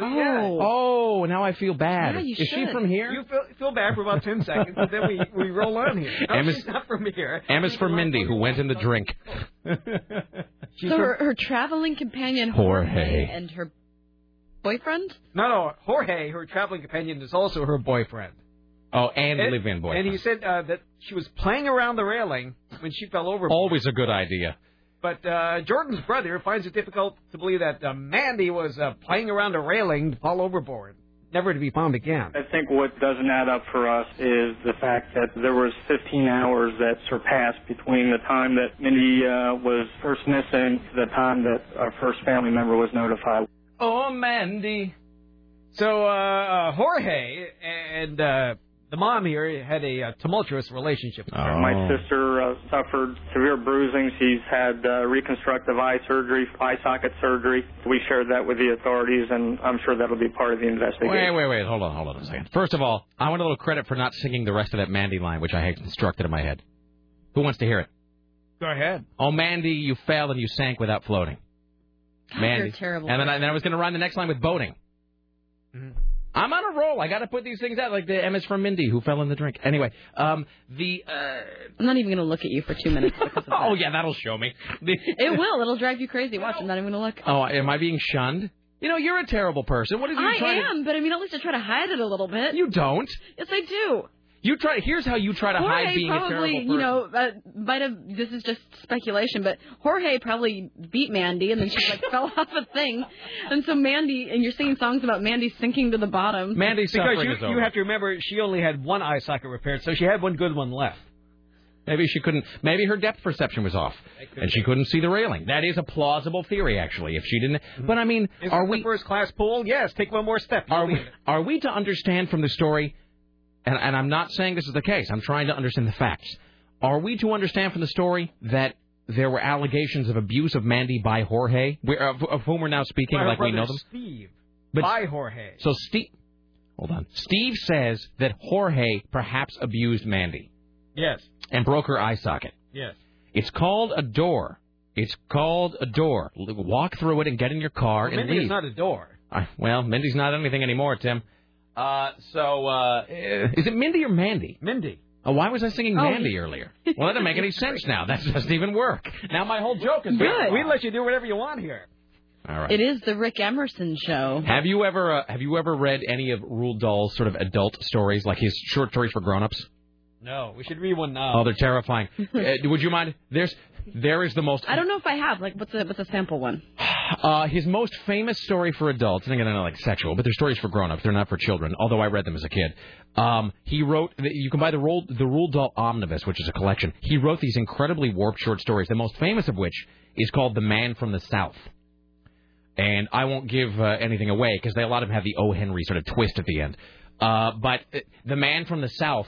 [SPEAKER 2] Oh, now I feel bad. Is she from here?
[SPEAKER 3] You feel, feel bad for about ten seconds, but then we, we roll on here. No,
[SPEAKER 2] Emma's-
[SPEAKER 3] she's not from here.
[SPEAKER 2] M is for Mindy, who went in the drink.
[SPEAKER 4] so her, her traveling companion
[SPEAKER 2] Jorge.
[SPEAKER 4] and her boyfriend.
[SPEAKER 3] No, no, Jorge, her traveling companion, is also her boyfriend.
[SPEAKER 2] Oh, and, live-in boy.
[SPEAKER 3] And he said uh, that she was playing around the railing when she fell over.
[SPEAKER 2] Always a good idea.
[SPEAKER 3] But uh, Jordan's brother finds it difficult to believe that uh, Mandy was uh, playing around a railing to fall overboard, never to be found again.
[SPEAKER 12] I think what doesn't add up for us is the fact that there was 15 hours that surpassed between the time that Mindy uh, was first missing to the time that our first family member was notified.
[SPEAKER 3] Oh, Mandy. So uh, uh, Jorge and uh, the mom here had a uh, tumultuous relationship.
[SPEAKER 2] Oh.
[SPEAKER 3] Oh.
[SPEAKER 12] My sister uh, suffered severe bruising. She's had uh, reconstructive eye surgery, eye socket surgery. We shared that with the authorities, and I'm sure that'll be part of the investigation.
[SPEAKER 2] Wait, wait, wait. Hold on, hold on a second. First of all, I want a little credit for not singing the rest of that Mandy line, which I had constructed in my head. Who wants to hear it?
[SPEAKER 3] Go ahead.
[SPEAKER 2] Oh, Mandy, you fell and you sank without floating. Mandy.
[SPEAKER 1] you're terrible.
[SPEAKER 2] And then I, then I was going to rhyme the next line with boating. I'm on a roll. I got to put these things out, like the M is for Mindy, who fell in the drink. Anyway, um, the uh,
[SPEAKER 4] I'm not even going to look at you for two minutes. Because of that.
[SPEAKER 2] oh yeah, that'll show me. The-
[SPEAKER 4] It will. It'll drive you crazy. Watch. I'm not even going to look.
[SPEAKER 2] Oh, am I being shunned? You know, you're a terrible person. What are you
[SPEAKER 4] I
[SPEAKER 2] trying?
[SPEAKER 4] am, but I mean, at least I try to hide it a little bit.
[SPEAKER 2] You don't.
[SPEAKER 4] Yes, I do.
[SPEAKER 2] You try. Here's how you try to
[SPEAKER 4] Jorge
[SPEAKER 2] hide being a
[SPEAKER 4] probably,
[SPEAKER 2] terrible person.
[SPEAKER 4] you know, uh, might have. This is just speculation, but Jorge probably beat Mandy, and then she like fell off a thing, and so Mandy, and you're singing songs about Mandy sinking to the bottom.
[SPEAKER 3] because you, you have to remember she only had one eye socket repaired, so she had one good one left.
[SPEAKER 2] Maybe she couldn't. Maybe her depth perception was off, and she couldn't see the railing. That is a plausible theory, actually. If she didn't,
[SPEAKER 3] Mm-hmm.
[SPEAKER 2] but I mean, are we
[SPEAKER 3] first class pool? Yes. Take one more step.
[SPEAKER 2] Are we are we to understand from the story? And, and I'm not saying this is the case. I'm trying to understand the facts. Are we to understand from the story that there were allegations of abuse of Mandy by Jorge, we, of, of whom we're now speaking,
[SPEAKER 3] By her
[SPEAKER 2] like we
[SPEAKER 3] brother
[SPEAKER 2] know them?
[SPEAKER 3] Steve.
[SPEAKER 2] But-
[SPEAKER 3] by Jorge.
[SPEAKER 2] So Steve, hold on. Steve says that Jorge perhaps abused Mandy
[SPEAKER 3] Yes.
[SPEAKER 2] and broke her eye socket.
[SPEAKER 3] Yes.
[SPEAKER 2] It's called a door. It's called a door. L- Walk through it and get in your car and
[SPEAKER 3] Mindy
[SPEAKER 2] leave.
[SPEAKER 3] is not a door.
[SPEAKER 2] I- well, Mindy's not anything anymore, Tim. Uh, so uh, eh, is it Mindy or Mandy?
[SPEAKER 3] Mindy.
[SPEAKER 2] Oh, why was I singing
[SPEAKER 3] Oh,
[SPEAKER 2] Mandy
[SPEAKER 3] yeah.
[SPEAKER 2] earlier? Well, that doesn't make any sense now. That doesn't even work. Now my whole joke is
[SPEAKER 3] Good. We let you do whatever you want here.
[SPEAKER 2] All right.
[SPEAKER 4] It is the Rick Emerson show.
[SPEAKER 2] Have you ever uh, have you ever read any of Roald Dahl's sort of adult stories, like his short stories for grown-ups?
[SPEAKER 3] No, we should read one now.
[SPEAKER 2] Oh, they're terrifying. uh, would you mind? There's there is the most
[SPEAKER 4] I don't know if I have. Like, what's a what's a sample one?
[SPEAKER 2] Uh, his most famous story for adults, and again, they're not like sexual, but they're stories for grown-ups. They're not for children. Although I read them as a kid. Um, he wrote. You can buy the Roald, the Roald Dahl Omnibus, which is a collection. He wrote these incredibly warped short stories. The most famous of which is called The Man from the South. And I won't give uh, anything away because a lot of them have the O. Henry sort of twist at the end. Uh, but uh, The Man from the South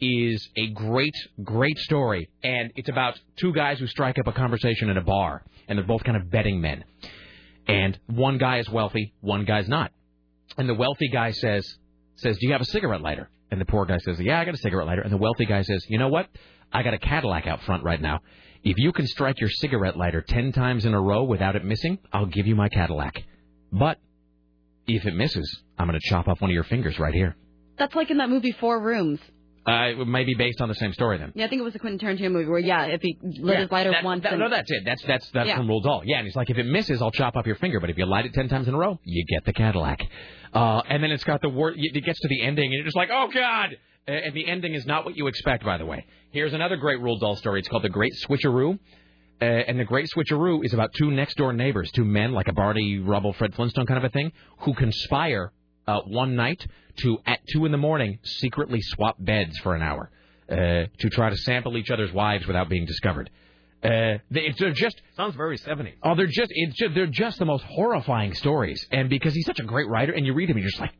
[SPEAKER 2] is a great, great story, and it's about two guys who strike up a conversation in a bar, and they're both kind of betting men. And one guy is wealthy, one guy's not. And the wealthy guy says, says, "Do you have a cigarette lighter?" And the poor guy says, "Yeah, I got a cigarette lighter." And the wealthy guy says, "You know what? I got a Cadillac out front right now. If you can strike your cigarette lighter ten times in a row without it missing, I'll give you my Cadillac. But if it misses, I'm going to chop off one of your fingers right here."
[SPEAKER 4] That's like in that movie Four Rooms.
[SPEAKER 2] Uh, it may be based on the same story then.
[SPEAKER 4] Yeah, I think it was a Quentin Tarantino movie where yeah, if he lit
[SPEAKER 2] Yeah,
[SPEAKER 4] his lighter
[SPEAKER 2] that-
[SPEAKER 4] once.
[SPEAKER 2] that-
[SPEAKER 4] and-
[SPEAKER 2] no, that's it. That's that's that's
[SPEAKER 4] Yeah.
[SPEAKER 2] from Roald Dahl. Yeah, and he's like, if it misses, I'll chop off your finger. But if you light it ten times in a row, you get the Cadillac. Uh, and then it's got the word. It gets to the ending, and you're just like, oh god. A- And the ending is not what you expect, by the way. Here's another great Roald Dahl story. It's called The Great Switcheroo. Uh, and the Great Switcheroo is about two next door neighbors, two men like a Barney Rubble, Fred Flintstone kind of a thing, who conspire uh, one night to at two in the morning secretly swap beds for an hour uh, to try to sample each other's wives without being discovered. Uh, they, they're just
[SPEAKER 27] sounds very 70s.
[SPEAKER 2] Oh, they're just, it's just they're just the most horrifying stories. And because he's such a great writer, and you read him, you're just like,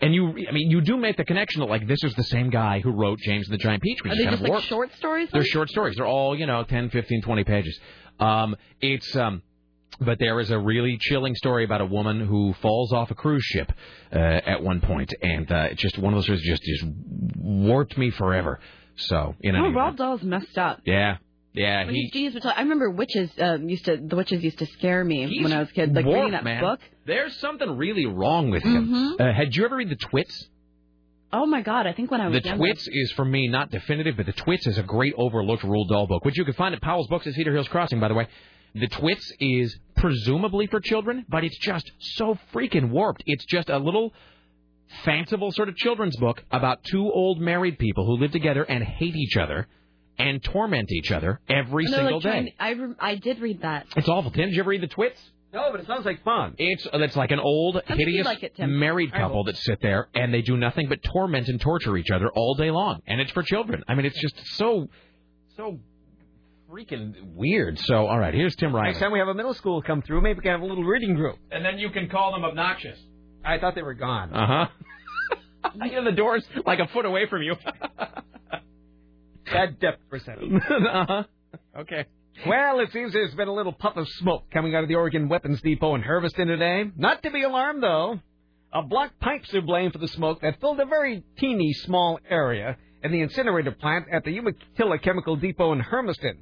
[SPEAKER 2] and you, I mean, you do make the connection that like this is the same guy who wrote James and the Giant Peach. which
[SPEAKER 4] Are
[SPEAKER 2] is
[SPEAKER 4] they
[SPEAKER 2] kind
[SPEAKER 4] just
[SPEAKER 2] of
[SPEAKER 4] like
[SPEAKER 2] warped.
[SPEAKER 4] short stories?
[SPEAKER 2] They're short stories. They're all you know, 10, 15, 20 pages. Um, it's um, but there is a really chilling story about a woman who falls off a cruise ship uh, at one point, and uh, it's just one of those stories just just warped me forever. So you know,
[SPEAKER 4] Oh, Roald Dahl's messed up.
[SPEAKER 2] yeah, yeah,
[SPEAKER 4] But
[SPEAKER 2] he
[SPEAKER 4] his genius was- I remember witches um, used to the witches used to scare me when I was a kid. Like reading
[SPEAKER 2] warped,
[SPEAKER 4] that
[SPEAKER 2] man.
[SPEAKER 4] book. Mm-hmm.
[SPEAKER 2] There's something really wrong with him. Uh, had you ever read the Twits?
[SPEAKER 4] Oh my god! I think when I was
[SPEAKER 2] The
[SPEAKER 4] younger.
[SPEAKER 2] Twits is for me not definitive, but the Twits is a great overlooked Roald Dahl book, which you can find at Powell's Books at Cedar Hills Crossing, by the way. The Twits is presumably for children, but it's just so freaking warped. It's just a little fanciful sort of children's book about two old married people who live together and hate each other and torment each other every
[SPEAKER 4] And they're,
[SPEAKER 2] single
[SPEAKER 4] like,
[SPEAKER 2] day.
[SPEAKER 4] trying- I rem- I did read that.
[SPEAKER 2] It's awful. Tim, did you ever read the Twits?
[SPEAKER 3] No, but it sounds like fun.
[SPEAKER 2] It's it's like an old
[SPEAKER 4] think you'd
[SPEAKER 2] hideous
[SPEAKER 4] like it, Tim.
[SPEAKER 2] married
[SPEAKER 4] I
[SPEAKER 2] couple
[SPEAKER 4] will.
[SPEAKER 2] that sit there and they do nothing but torment and torture each other all day long, and it's for children. I mean, it's just so so freaking weird. So all right, here's Tim Riley.
[SPEAKER 3] Next time we have a middle school come through, maybe we can have a little reading group.
[SPEAKER 2] And then you can call them obnoxious.
[SPEAKER 3] I thought they were gone.
[SPEAKER 2] Uh huh. you know the door's like a foot away from you.
[SPEAKER 3] Bad depth percentage.
[SPEAKER 2] uh
[SPEAKER 3] Uh-huh.
[SPEAKER 2] huh. Okay.
[SPEAKER 3] Well, it seems there's been a little puff of smoke coming out of the Oregon Weapons Depot in Hermiston today. Not to be alarmed, though. A block pipes are blamed for the smoke that filled a very teeny small area in the incinerator plant at the Umatilla Chemical Depot in Hermiston.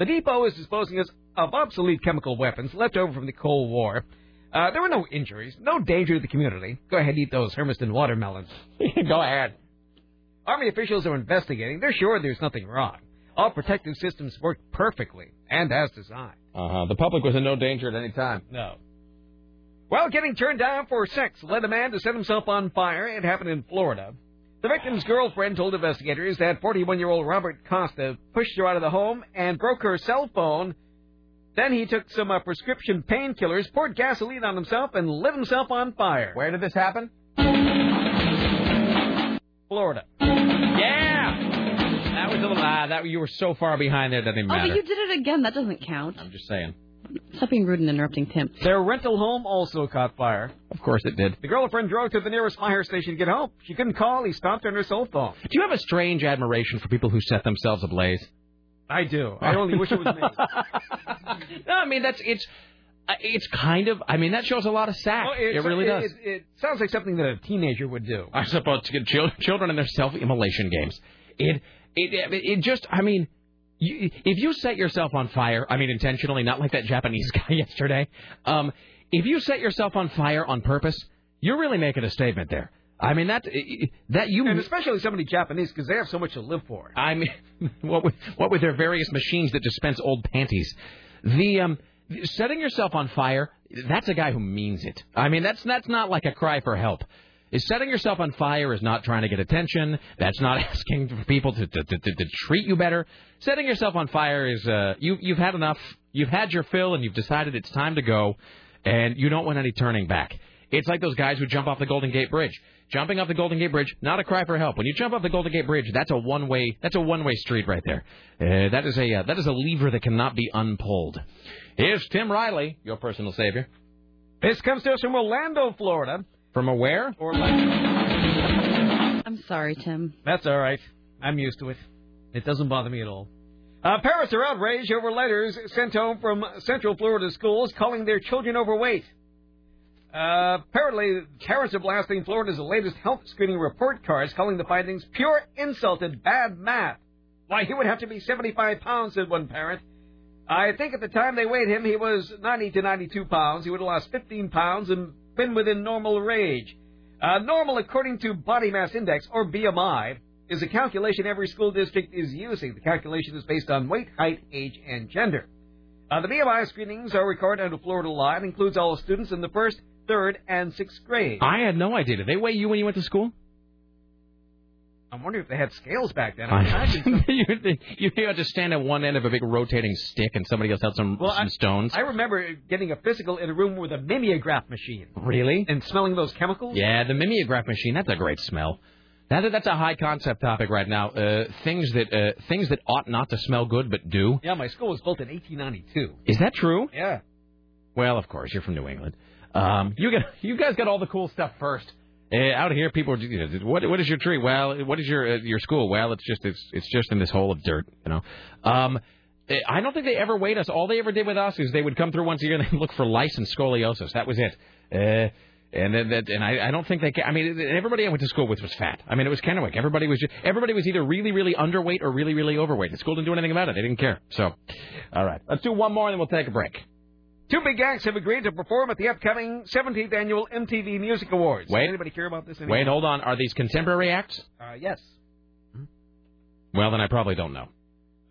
[SPEAKER 3] The depot is disposing us of obsolete chemical weapons left over from the Cold War. Uh, there were no injuries, no danger to the community. Go ahead, eat those Hermiston watermelons. Go ahead. Army officials are investigating. They're sure there's nothing wrong. All protective systems work perfectly and as designed.
[SPEAKER 2] Uh huh. The public was in no danger at any time.
[SPEAKER 3] No. While getting turned down for sex led a man to set himself on fire. It happened in Florida. The victim's girlfriend told investigators that 41 year old Robert Costa pushed her out of the home and broke her cell phone. Then he took some uh, prescription painkillers, poured gasoline on himself, and lit himself on fire. Where
[SPEAKER 2] did this happen?
[SPEAKER 3] Florida.
[SPEAKER 2] Yeah. That was a little ah. That you were so far behind there that didn't
[SPEAKER 4] Oh,
[SPEAKER 2] matter.
[SPEAKER 4] but you did it again. That doesn't count.
[SPEAKER 2] I'm just saying.
[SPEAKER 4] Stop being rude and interrupting Tim.
[SPEAKER 3] Their rental home also caught fire.
[SPEAKER 2] Of course it did.
[SPEAKER 3] The girlfriend drove to the nearest fire station to get help. She couldn't call. He stopped her on her cell phone.
[SPEAKER 2] Do you have a strange admiration for people who set themselves ablaze?
[SPEAKER 3] I do. I only wish it was me.
[SPEAKER 2] No, I mean that's it's uh, it's kind of. I mean that shows a lot of sack.
[SPEAKER 3] Well,
[SPEAKER 2] it really does.
[SPEAKER 3] It, it sounds like something that a teenager would do.
[SPEAKER 2] I suppose to get chil- children and their self-immolation games. It it it it just. I mean. You, if you set yourself on fire, I mean intentionally, not like that Japanese guy yesterday. Um, if you set yourself on fire on purpose, you're really making a statement there. I mean that that you
[SPEAKER 3] And especially somebody Japanese, because they have so much to live for.
[SPEAKER 2] I mean, what with what with their various machines that dispense old panties, the um, setting yourself on fire. That's a guy who means it. I mean, that's that's not like a cry for help. Is setting yourself on fire is not trying to get attention. That's not asking for people to to, to, to to treat you better. Setting yourself on fire is uh, you you've had enough. You've had your fill, and you've decided it's time to go, and you don't want any turning back. It's like those guys who jump off the Golden Gate Bridge. Jumping off the Golden Gate Bridge, not a cry for help. When you jump off the Golden Gate Bridge, that's a one-way that's a one-way street right there. Uh, that is a uh, that is a lever that cannot be unpulled. Here's Tim Riley, your personal savior.
[SPEAKER 3] This comes to us from Orlando, Florida.
[SPEAKER 2] From a where?
[SPEAKER 4] I'm sorry, Tim.
[SPEAKER 3] That's all right. I'm used to it. It doesn't bother me at all. Uh, parents are outraged over letters sent home from Central Florida schools calling their children overweight. Uh, apparently, parents are blasting Florida's latest health screening report cards, calling the findings pure insult and bad math. Why, he would have to be 75 pounds, said one parent. I think at the time they weighed him, he was 90 to 92 pounds. He would have lost 15 pounds and been within normal range. Uh, normal, according to Body Mass Index, or BMI, is a calculation every school district is using. The calculation is based on weight, height, age, and gender. Uh, the BMI screenings are recorded under Florida law and includes all students in the first, third, and sixth grade.
[SPEAKER 2] I had no idea. Did they weigh you when you went to school?
[SPEAKER 3] I'm wondering if they had scales back then. I mean, I
[SPEAKER 2] you, you you had to stand at one end of a big rotating stick, and somebody else had some
[SPEAKER 3] Well,
[SPEAKER 2] some
[SPEAKER 3] I-
[SPEAKER 2] stones.
[SPEAKER 3] I remember getting a physical in a room with a mimeograph machine
[SPEAKER 2] really?
[SPEAKER 3] and smelling those chemicals.
[SPEAKER 2] Yeah, the mimeograph machine. That's a great smell. Now that that's a high concept topic right now, uh, things that uh, things that ought not to smell good but do.
[SPEAKER 3] Yeah, my school was built in 1892.
[SPEAKER 2] Is that true?
[SPEAKER 3] Yeah.
[SPEAKER 2] Well, of course, you're from New England. Um, you get you guys got all the cool stuff first. Uh, out here, people are. You know, what what is your tree? Well, what is your uh, your school? Well, it's just it's it's just in this hole of dirt. You know. Um, I don't think they ever weighed us. All they ever did with us is they would come through once a year and they'd look for lice and scoliosis. That was it. Uh, and then that, and I, I don't think they. Ca- I mean, everybody I went to school with was fat. I mean, it was Kennewick. Everybody was just, everybody was either really, really underweight or really, really overweight. The school didn't do anything about it. They didn't care. So, all right, let's do one more and then we'll take a break.
[SPEAKER 3] Two big acts have agreed to perform at the upcoming 17th annual MTV Music Awards.
[SPEAKER 2] Wait,
[SPEAKER 3] anybody care about this?
[SPEAKER 2] Anymore? Wait, hold on. Are these contemporary acts?
[SPEAKER 3] Uh, yes.
[SPEAKER 2] Well, then I probably don't know.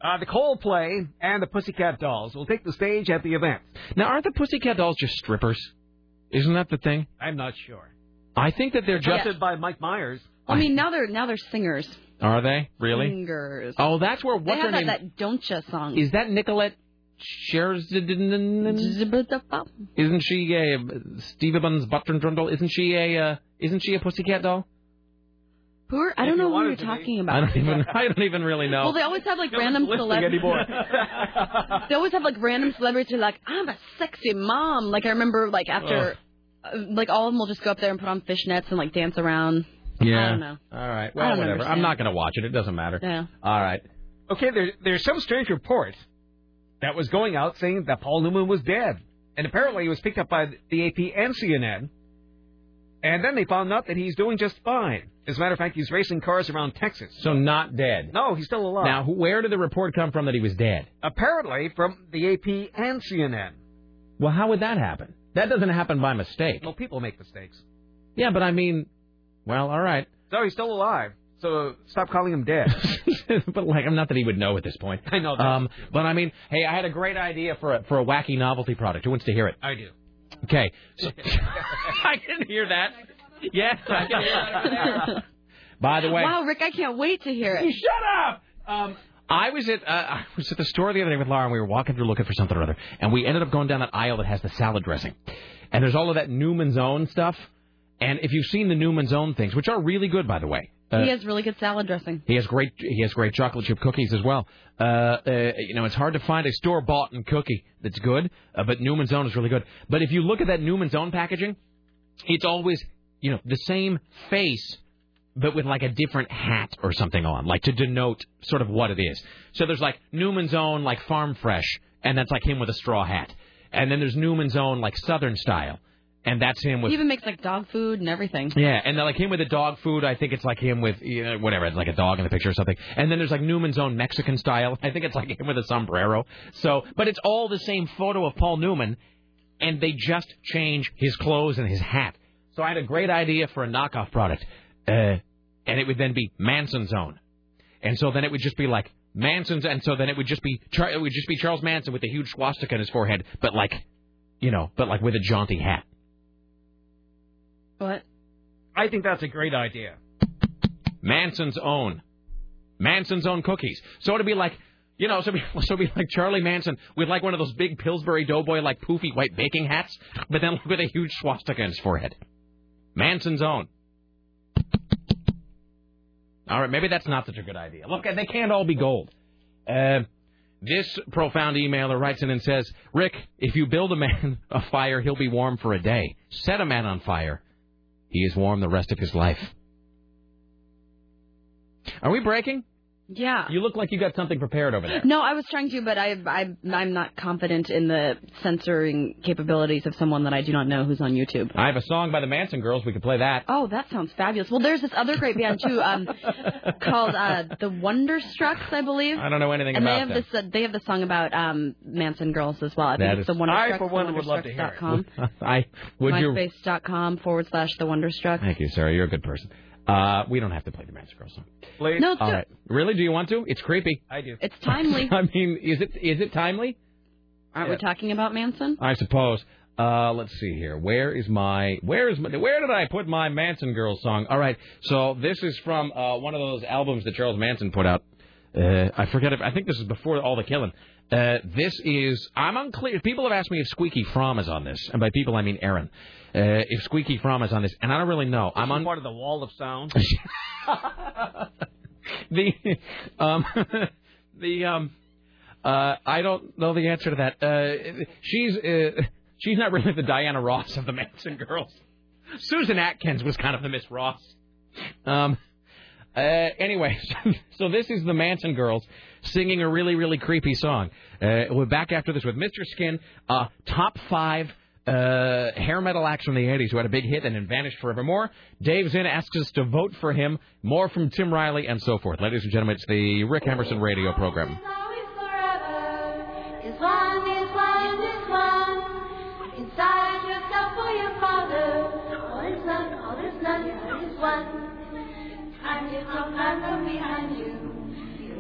[SPEAKER 3] Uh, the Coldplay and the Pussycat Dolls will take the stage at the event.
[SPEAKER 2] Now, aren't the Pussycat Dolls just strippers? Isn't that the thing?
[SPEAKER 3] I'm not sure.
[SPEAKER 2] I think that they're
[SPEAKER 3] dressed
[SPEAKER 2] just...
[SPEAKER 3] by Mike Myers.
[SPEAKER 4] I mean, now they're now they're singers.
[SPEAKER 2] Are they really?
[SPEAKER 4] Singers.
[SPEAKER 2] Oh, that's where
[SPEAKER 4] Mm. They
[SPEAKER 2] what's
[SPEAKER 4] have
[SPEAKER 2] her
[SPEAKER 4] that,
[SPEAKER 2] name?
[SPEAKER 4] that Don'tcha song.
[SPEAKER 2] Is that Nicolette Sheridan? Isn't she a Stevie Buns Buttern Drundle? Isn't she a uh, isn't she a pussycat doll?
[SPEAKER 4] Poor. I don't know who you're talking
[SPEAKER 2] I
[SPEAKER 4] about.
[SPEAKER 2] don't even I don't even really know.
[SPEAKER 4] Well, they always have like random celebrities. they always have like random celebrities who are like, I'm a sexy mom. Like I remember, like after, uh, like all of them will just go up there and put on fishnets and like dance around.
[SPEAKER 2] yeah.
[SPEAKER 4] I don't know.
[SPEAKER 2] All right.
[SPEAKER 4] I
[SPEAKER 2] Well,
[SPEAKER 4] don't
[SPEAKER 2] whatever.
[SPEAKER 4] understand.
[SPEAKER 2] I'm not going to watch it. It doesn't matter.
[SPEAKER 4] Yeah.
[SPEAKER 2] All right.
[SPEAKER 3] Okay, there, there's some strange report that was going out saying that Paul Newman was dead. And apparently it was picked up by the AP and CNN. And then they found out that he's doing just fine. As a matter of fact, he's racing cars around Texas.
[SPEAKER 2] So not dead.
[SPEAKER 3] No, he's still alive.
[SPEAKER 2] Now, who- where did the report come from that he was dead?
[SPEAKER 3] apparently from the AP and CNN.
[SPEAKER 2] Well, how would that happen? That doesn't happen by mistake.
[SPEAKER 3] Well, people make mistakes.
[SPEAKER 2] Yeah, but I mean, well, all right.
[SPEAKER 3] So he's still alive. So stop calling him dead.
[SPEAKER 2] but like, I'm not that he would know at this point.
[SPEAKER 3] I know. That.
[SPEAKER 2] Um, but I mean, hey, I had a great idea for a, for a wacky novelty product. Who wants to hear it?
[SPEAKER 3] I do.
[SPEAKER 2] Okay. So, I can hear that. Yes, I can hear that. over there. By the way,
[SPEAKER 4] Wow, Rick, I can't wait to hear it.
[SPEAKER 2] Shut up. Um, I was at uh, I was at the store the other day with Laura, and we were walking through looking for something or other, and we ended up going down that aisle that has the salad dressing, and there's all of that Newman's Own stuff, and if you've seen the Newman's Own things, which are really good by the way, uh,
[SPEAKER 4] he has really good salad dressing.
[SPEAKER 2] he has great he has great chocolate chip cookies as well. Uh, uh, you know, it's hard to find a store bought and cookie that's good, uh, but Newman's Own is really good. But if you look at that Newman's Own packaging, it's always you know the same face, but with like a different hat or something on, like to denote sort of what it is. So there's like Newman's Own like farm fresh, and that's like him with a straw hat, and then there's Newman's Own like Southern style, and that's him with
[SPEAKER 4] He even makes like dog food and everything.
[SPEAKER 2] yeah, and then, like him with the dog food, I think it's like him with you know, whatever, it's like a dog in the picture or something. And then there's like Newman's own Mexican style. I think it's like him with a sombrero. So, but it's all the same photo of Paul Newman, and they just change his clothes and his hat. So I had a great idea for a knockoff product, uh, and it would then be Manson's own, and so then it would just be like Manson's, and so then it would just be Char- it would just be Charles Manson with a huge swastika on his forehead, but like, you know, but like with a jaunty hat.
[SPEAKER 4] What?
[SPEAKER 3] I think that's a great idea.
[SPEAKER 2] Manson's own. Manson's own cookies. So it'd be like, you know, so it'd be, so it'd be like Charlie Manson with like one of those big Pillsbury Doughboy like poofy white baking hats, but then with a huge swastika on his forehead. Manson's own. All right, maybe that's not such a good idea. Look, they can't all be gold. Uh, this profound emailer writes in and says, Rick, if you build a man a fire, he'll be warm for a day. Set a man on fire, he is warm the rest of his life. Are we breaking?
[SPEAKER 4] Yeah.
[SPEAKER 2] You look like you got something prepared over there.
[SPEAKER 4] No, I was trying to, but I, I, I'm not confident in the censoring capabilities of someone that I do not know who's on YouTube.
[SPEAKER 2] I have a song by the Manson Girls. We could play that.
[SPEAKER 4] Oh, that sounds fabulous. Well, there's this other great band too, um, called uh, the Wonderstrucks, I believe.
[SPEAKER 2] I don't know anything
[SPEAKER 4] and
[SPEAKER 2] about
[SPEAKER 4] they
[SPEAKER 2] them.
[SPEAKER 4] have this. Uh, they have the song about um, Manson girls as well. I think
[SPEAKER 2] That
[SPEAKER 4] it's
[SPEAKER 2] is-
[SPEAKER 4] the Wonderstrucks.
[SPEAKER 2] I, for one, would love to hear it.
[SPEAKER 4] wonderstrucks.com,
[SPEAKER 2] I would you?
[SPEAKER 4] MySpace.com forward slash the Wonderstrucks.
[SPEAKER 2] Thank you, Sarah. You're a good person. Uh, we don't have to play the Manson Girls song.
[SPEAKER 3] Please.
[SPEAKER 4] No, it's
[SPEAKER 2] All right. Really? Do you want to? It's creepy.
[SPEAKER 3] I do.
[SPEAKER 4] It's timely.
[SPEAKER 2] I mean, is it is it timely?
[SPEAKER 4] Aren't we talking about Manson?
[SPEAKER 2] I suppose. Uh, let's see here. Where is my where is my, where did I put my Manson Girls song? All right. So this is from uh, one of those albums that Charles Manson put out. Uh, I forget if I think this is before all the killing. Uh, this is I'm unclear. People have asked me if Squeaky Fromm is on this, and by people I mean Aaron. Uh, if Squeaky Fromm is on this, and I don't really know. I'm
[SPEAKER 3] I'm
[SPEAKER 2] on
[SPEAKER 3] part of the wall of sound.
[SPEAKER 2] the um the um uh I don't know the answer to that. Uh, she's uh, she's not really the Diana Ross of the Manson girls. Susan Atkins was kind of the Miss Ross. Um. Uh, anyway, so this is the Manson girls singing a really, really creepy song. Uh, we're back after this with Mr. Skin, uh, top five uh, hair metal acts from the 80s who had a big hit and then vanished forevermore. Dave's in, asks us to vote for him, more from Tim Riley, and so forth. Ladies and gentlemen, it's the Rick Emerson radio program.
[SPEAKER 14] Is one, is one, is one. Inside yourself for your father. All is love, all is love, all is one. Time is no time from behind you.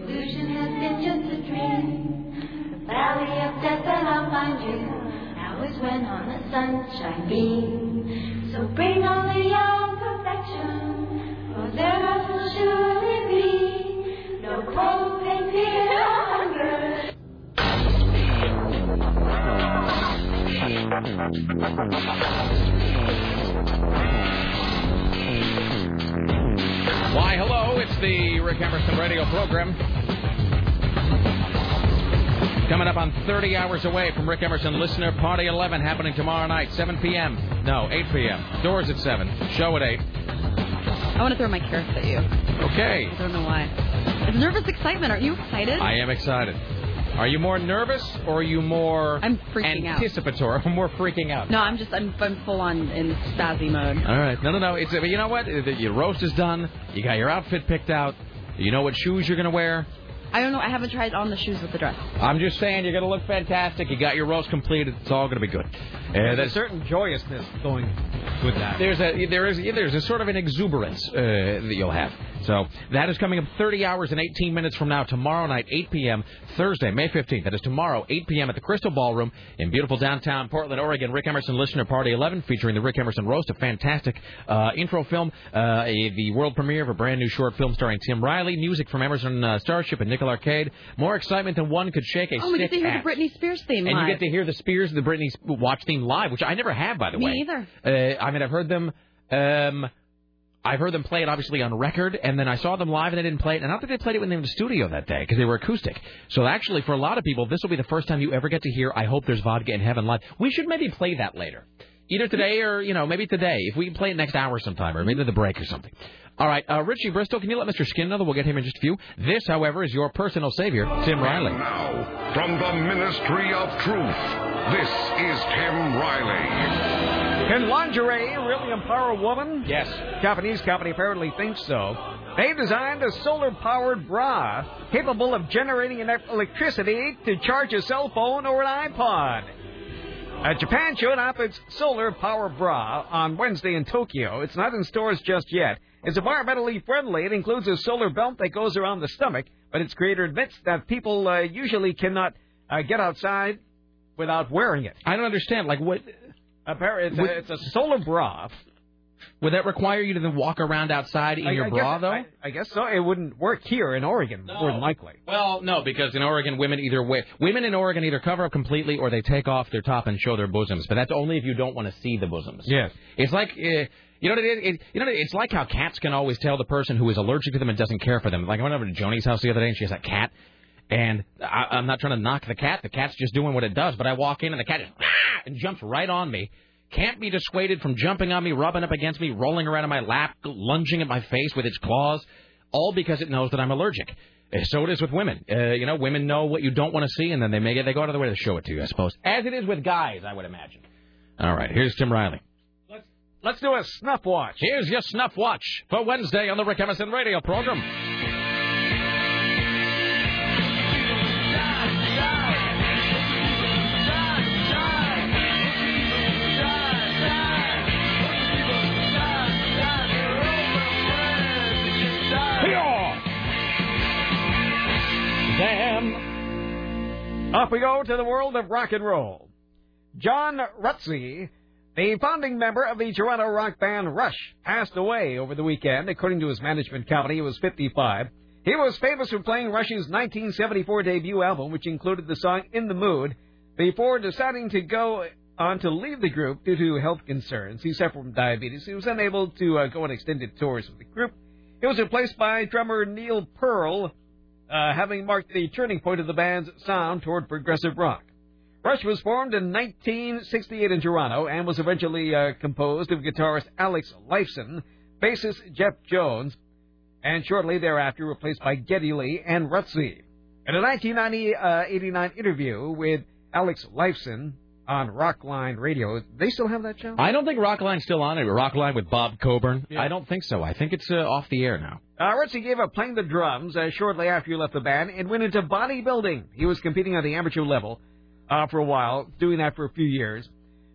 [SPEAKER 14] Illusion has been just a dream. The valley of death that I'll find you. Now is when on the sunshine beam. So bring only your perfection. For there will surely be no cold, pain, fear, or hunger.
[SPEAKER 2] Why, hello, it's the Rick Emerson radio program. Coming up on 30 hours away from Rick Emerson Listener Party 11 happening tomorrow night, 7 p.m. No, 8 p.m. Doors at 7, show at 8.
[SPEAKER 4] I want to throw my carrots at you.
[SPEAKER 2] Okay.
[SPEAKER 4] I don't know why. It's nervous excitement. Aren't you excited?
[SPEAKER 2] I am excited. Are you more nervous or are you more
[SPEAKER 4] I'm freaking out.
[SPEAKER 2] anticipatory? I'm more freaking out.
[SPEAKER 4] No, I'm just I'm, I'm full on in spazzy mode.
[SPEAKER 2] All right. No, no, no. It's but you know what? The- Your roast is done. You got your outfit picked out. You know what shoes you're gonna wear.
[SPEAKER 4] I don't know. I haven't tried on the shoes with the dress.
[SPEAKER 2] I'm just saying you're gonna look fantastic. You got your roast completed. It's all gonna be good. Uh,
[SPEAKER 3] There's a certain joyousness going with that.
[SPEAKER 2] There's a there is there's a sort of an exuberance uh, that you'll have. So that is coming up 30 hours and 18 minutes from now tomorrow night 8 p.m. Thursday May 15th. That is tomorrow 8 p.m. at the Crystal Ballroom in beautiful downtown Portland, Oregon. Rick Emerson Listener Party 11 featuring the Rick Emerson Roast, a fantastic uh, intro film, uh, a- the world premiere of a brand new short film starring Tim Riley, music from Emerson uh, Starship and Nickel Arcade. More excitement than one could shake a
[SPEAKER 4] Oh, we get
[SPEAKER 2] stick
[SPEAKER 4] to hear
[SPEAKER 2] at.
[SPEAKER 4] the Britney Spears theme
[SPEAKER 2] And
[SPEAKER 4] live.
[SPEAKER 2] you get to hear the Spears, the Britney Watch theme live, which I never have, by the
[SPEAKER 4] Me
[SPEAKER 2] way.
[SPEAKER 4] either.
[SPEAKER 2] Uh, I mean, I've heard them. Um, I've heard them play it obviously on record, and then I saw them live, and they didn't play it. And I don't think they played it when they were in the studio that day because they were acoustic. So actually, for a lot of people, this will be the first time you ever get to hear "I Hope There's Vodka in Heaven" live. We should maybe play that later, either today or you know maybe today if we can play it next hour sometime or maybe the break or something. All right, uh, Richie Bristol, can you let Mr. Skin know that we'll get him in just a few? This, however, is your personal savior, Tim Riley.
[SPEAKER 28] Now, from the Ministry of Truth, this is Tim Riley.
[SPEAKER 3] Can lingerie really empower a woman?
[SPEAKER 2] Yes.
[SPEAKER 3] Japanese company apparently thinks so. They designed a solar powered bra capable of generating enough electricity to charge a cell phone or an iPod. Uh, Japan showed off its solar power bra on Wednesday in Tokyo. It's not in stores just yet. It's environmentally friendly. It includes a solar belt that goes around the stomach, but its creator admits that people uh, usually cannot uh, get outside without wearing it.
[SPEAKER 2] I don't understand. Like what?
[SPEAKER 3] Apparently,
[SPEAKER 2] Would-
[SPEAKER 3] it's, a, it's a solar bra.
[SPEAKER 2] Would that require you to then walk around outside in
[SPEAKER 3] I-
[SPEAKER 2] your
[SPEAKER 3] I
[SPEAKER 2] bra,
[SPEAKER 3] guess,
[SPEAKER 2] though?
[SPEAKER 3] I, I guess so. It wouldn't work here in Oregon, more than likely.
[SPEAKER 2] Well, no, because in Oregon, women either wear women in Oregon either cover up completely or they take off their top and show their bosoms. But that's only if you don't want to see the bosoms.
[SPEAKER 3] Yes.
[SPEAKER 2] It's like uh, you know what it is. It, you know what it- it's like how cats can always tell the person who is allergic to them and doesn't care for them. Like I went over to Joni's house the other day and she has a cat, and I, I'm not trying to knock the cat. The cat's just doing what it does. But I walk in and the cat just "Ah!" and jumps right on me. Can't be dissuaded from jumping on me, rubbing up against me, rolling around in my lap, lunging at my face with its claws, all because it knows that I'm allergic. Uh, So it is with women. Uh, you know, women know what you don't want to see, and then they make it. They go out of their way to show it to you, I suppose. As it is with guys, I would imagine. All right, here's Tim Riley.
[SPEAKER 3] Let's do a snuff watch.
[SPEAKER 2] Here's your snuff watch for Wednesday on the Rick Emerson radio program. Damn.
[SPEAKER 3] Off we go to the world of rock and roll. John Rutsey, the founding member of the Toronto rock band Rush, passed away over the weekend. According to his management company, he was 55. He was famous for playing Rush's 1974 debut album, which included the song In the Mood, before deciding to go on to leave the group due to health concerns. He suffered from diabetes. He was unable to uh, go on extended tours with the group. He was replaced by drummer Neil Pearl, uh, having marked the turning point of the band's sound toward progressive rock. Rush was formed in 1968 in Toronto and was eventually uh, composed of guitarist Alex Lifeson, bassist Jeff Jones, and shortly thereafter replaced by Geddy Lee and Rutsey. In a 1989 interview with Alex Lifeson on Rockline Radio, they still have that show?
[SPEAKER 2] I don't think Rockline's still on it. Rockline with Bob Coburn. I don't think so. I think it's uh, off the air now.
[SPEAKER 3] Uh, Ritzy gave up playing the drums uh, shortly after he left the band and went into bodybuilding. He was competing on the amateur level uh, for a while, doing that for a few years.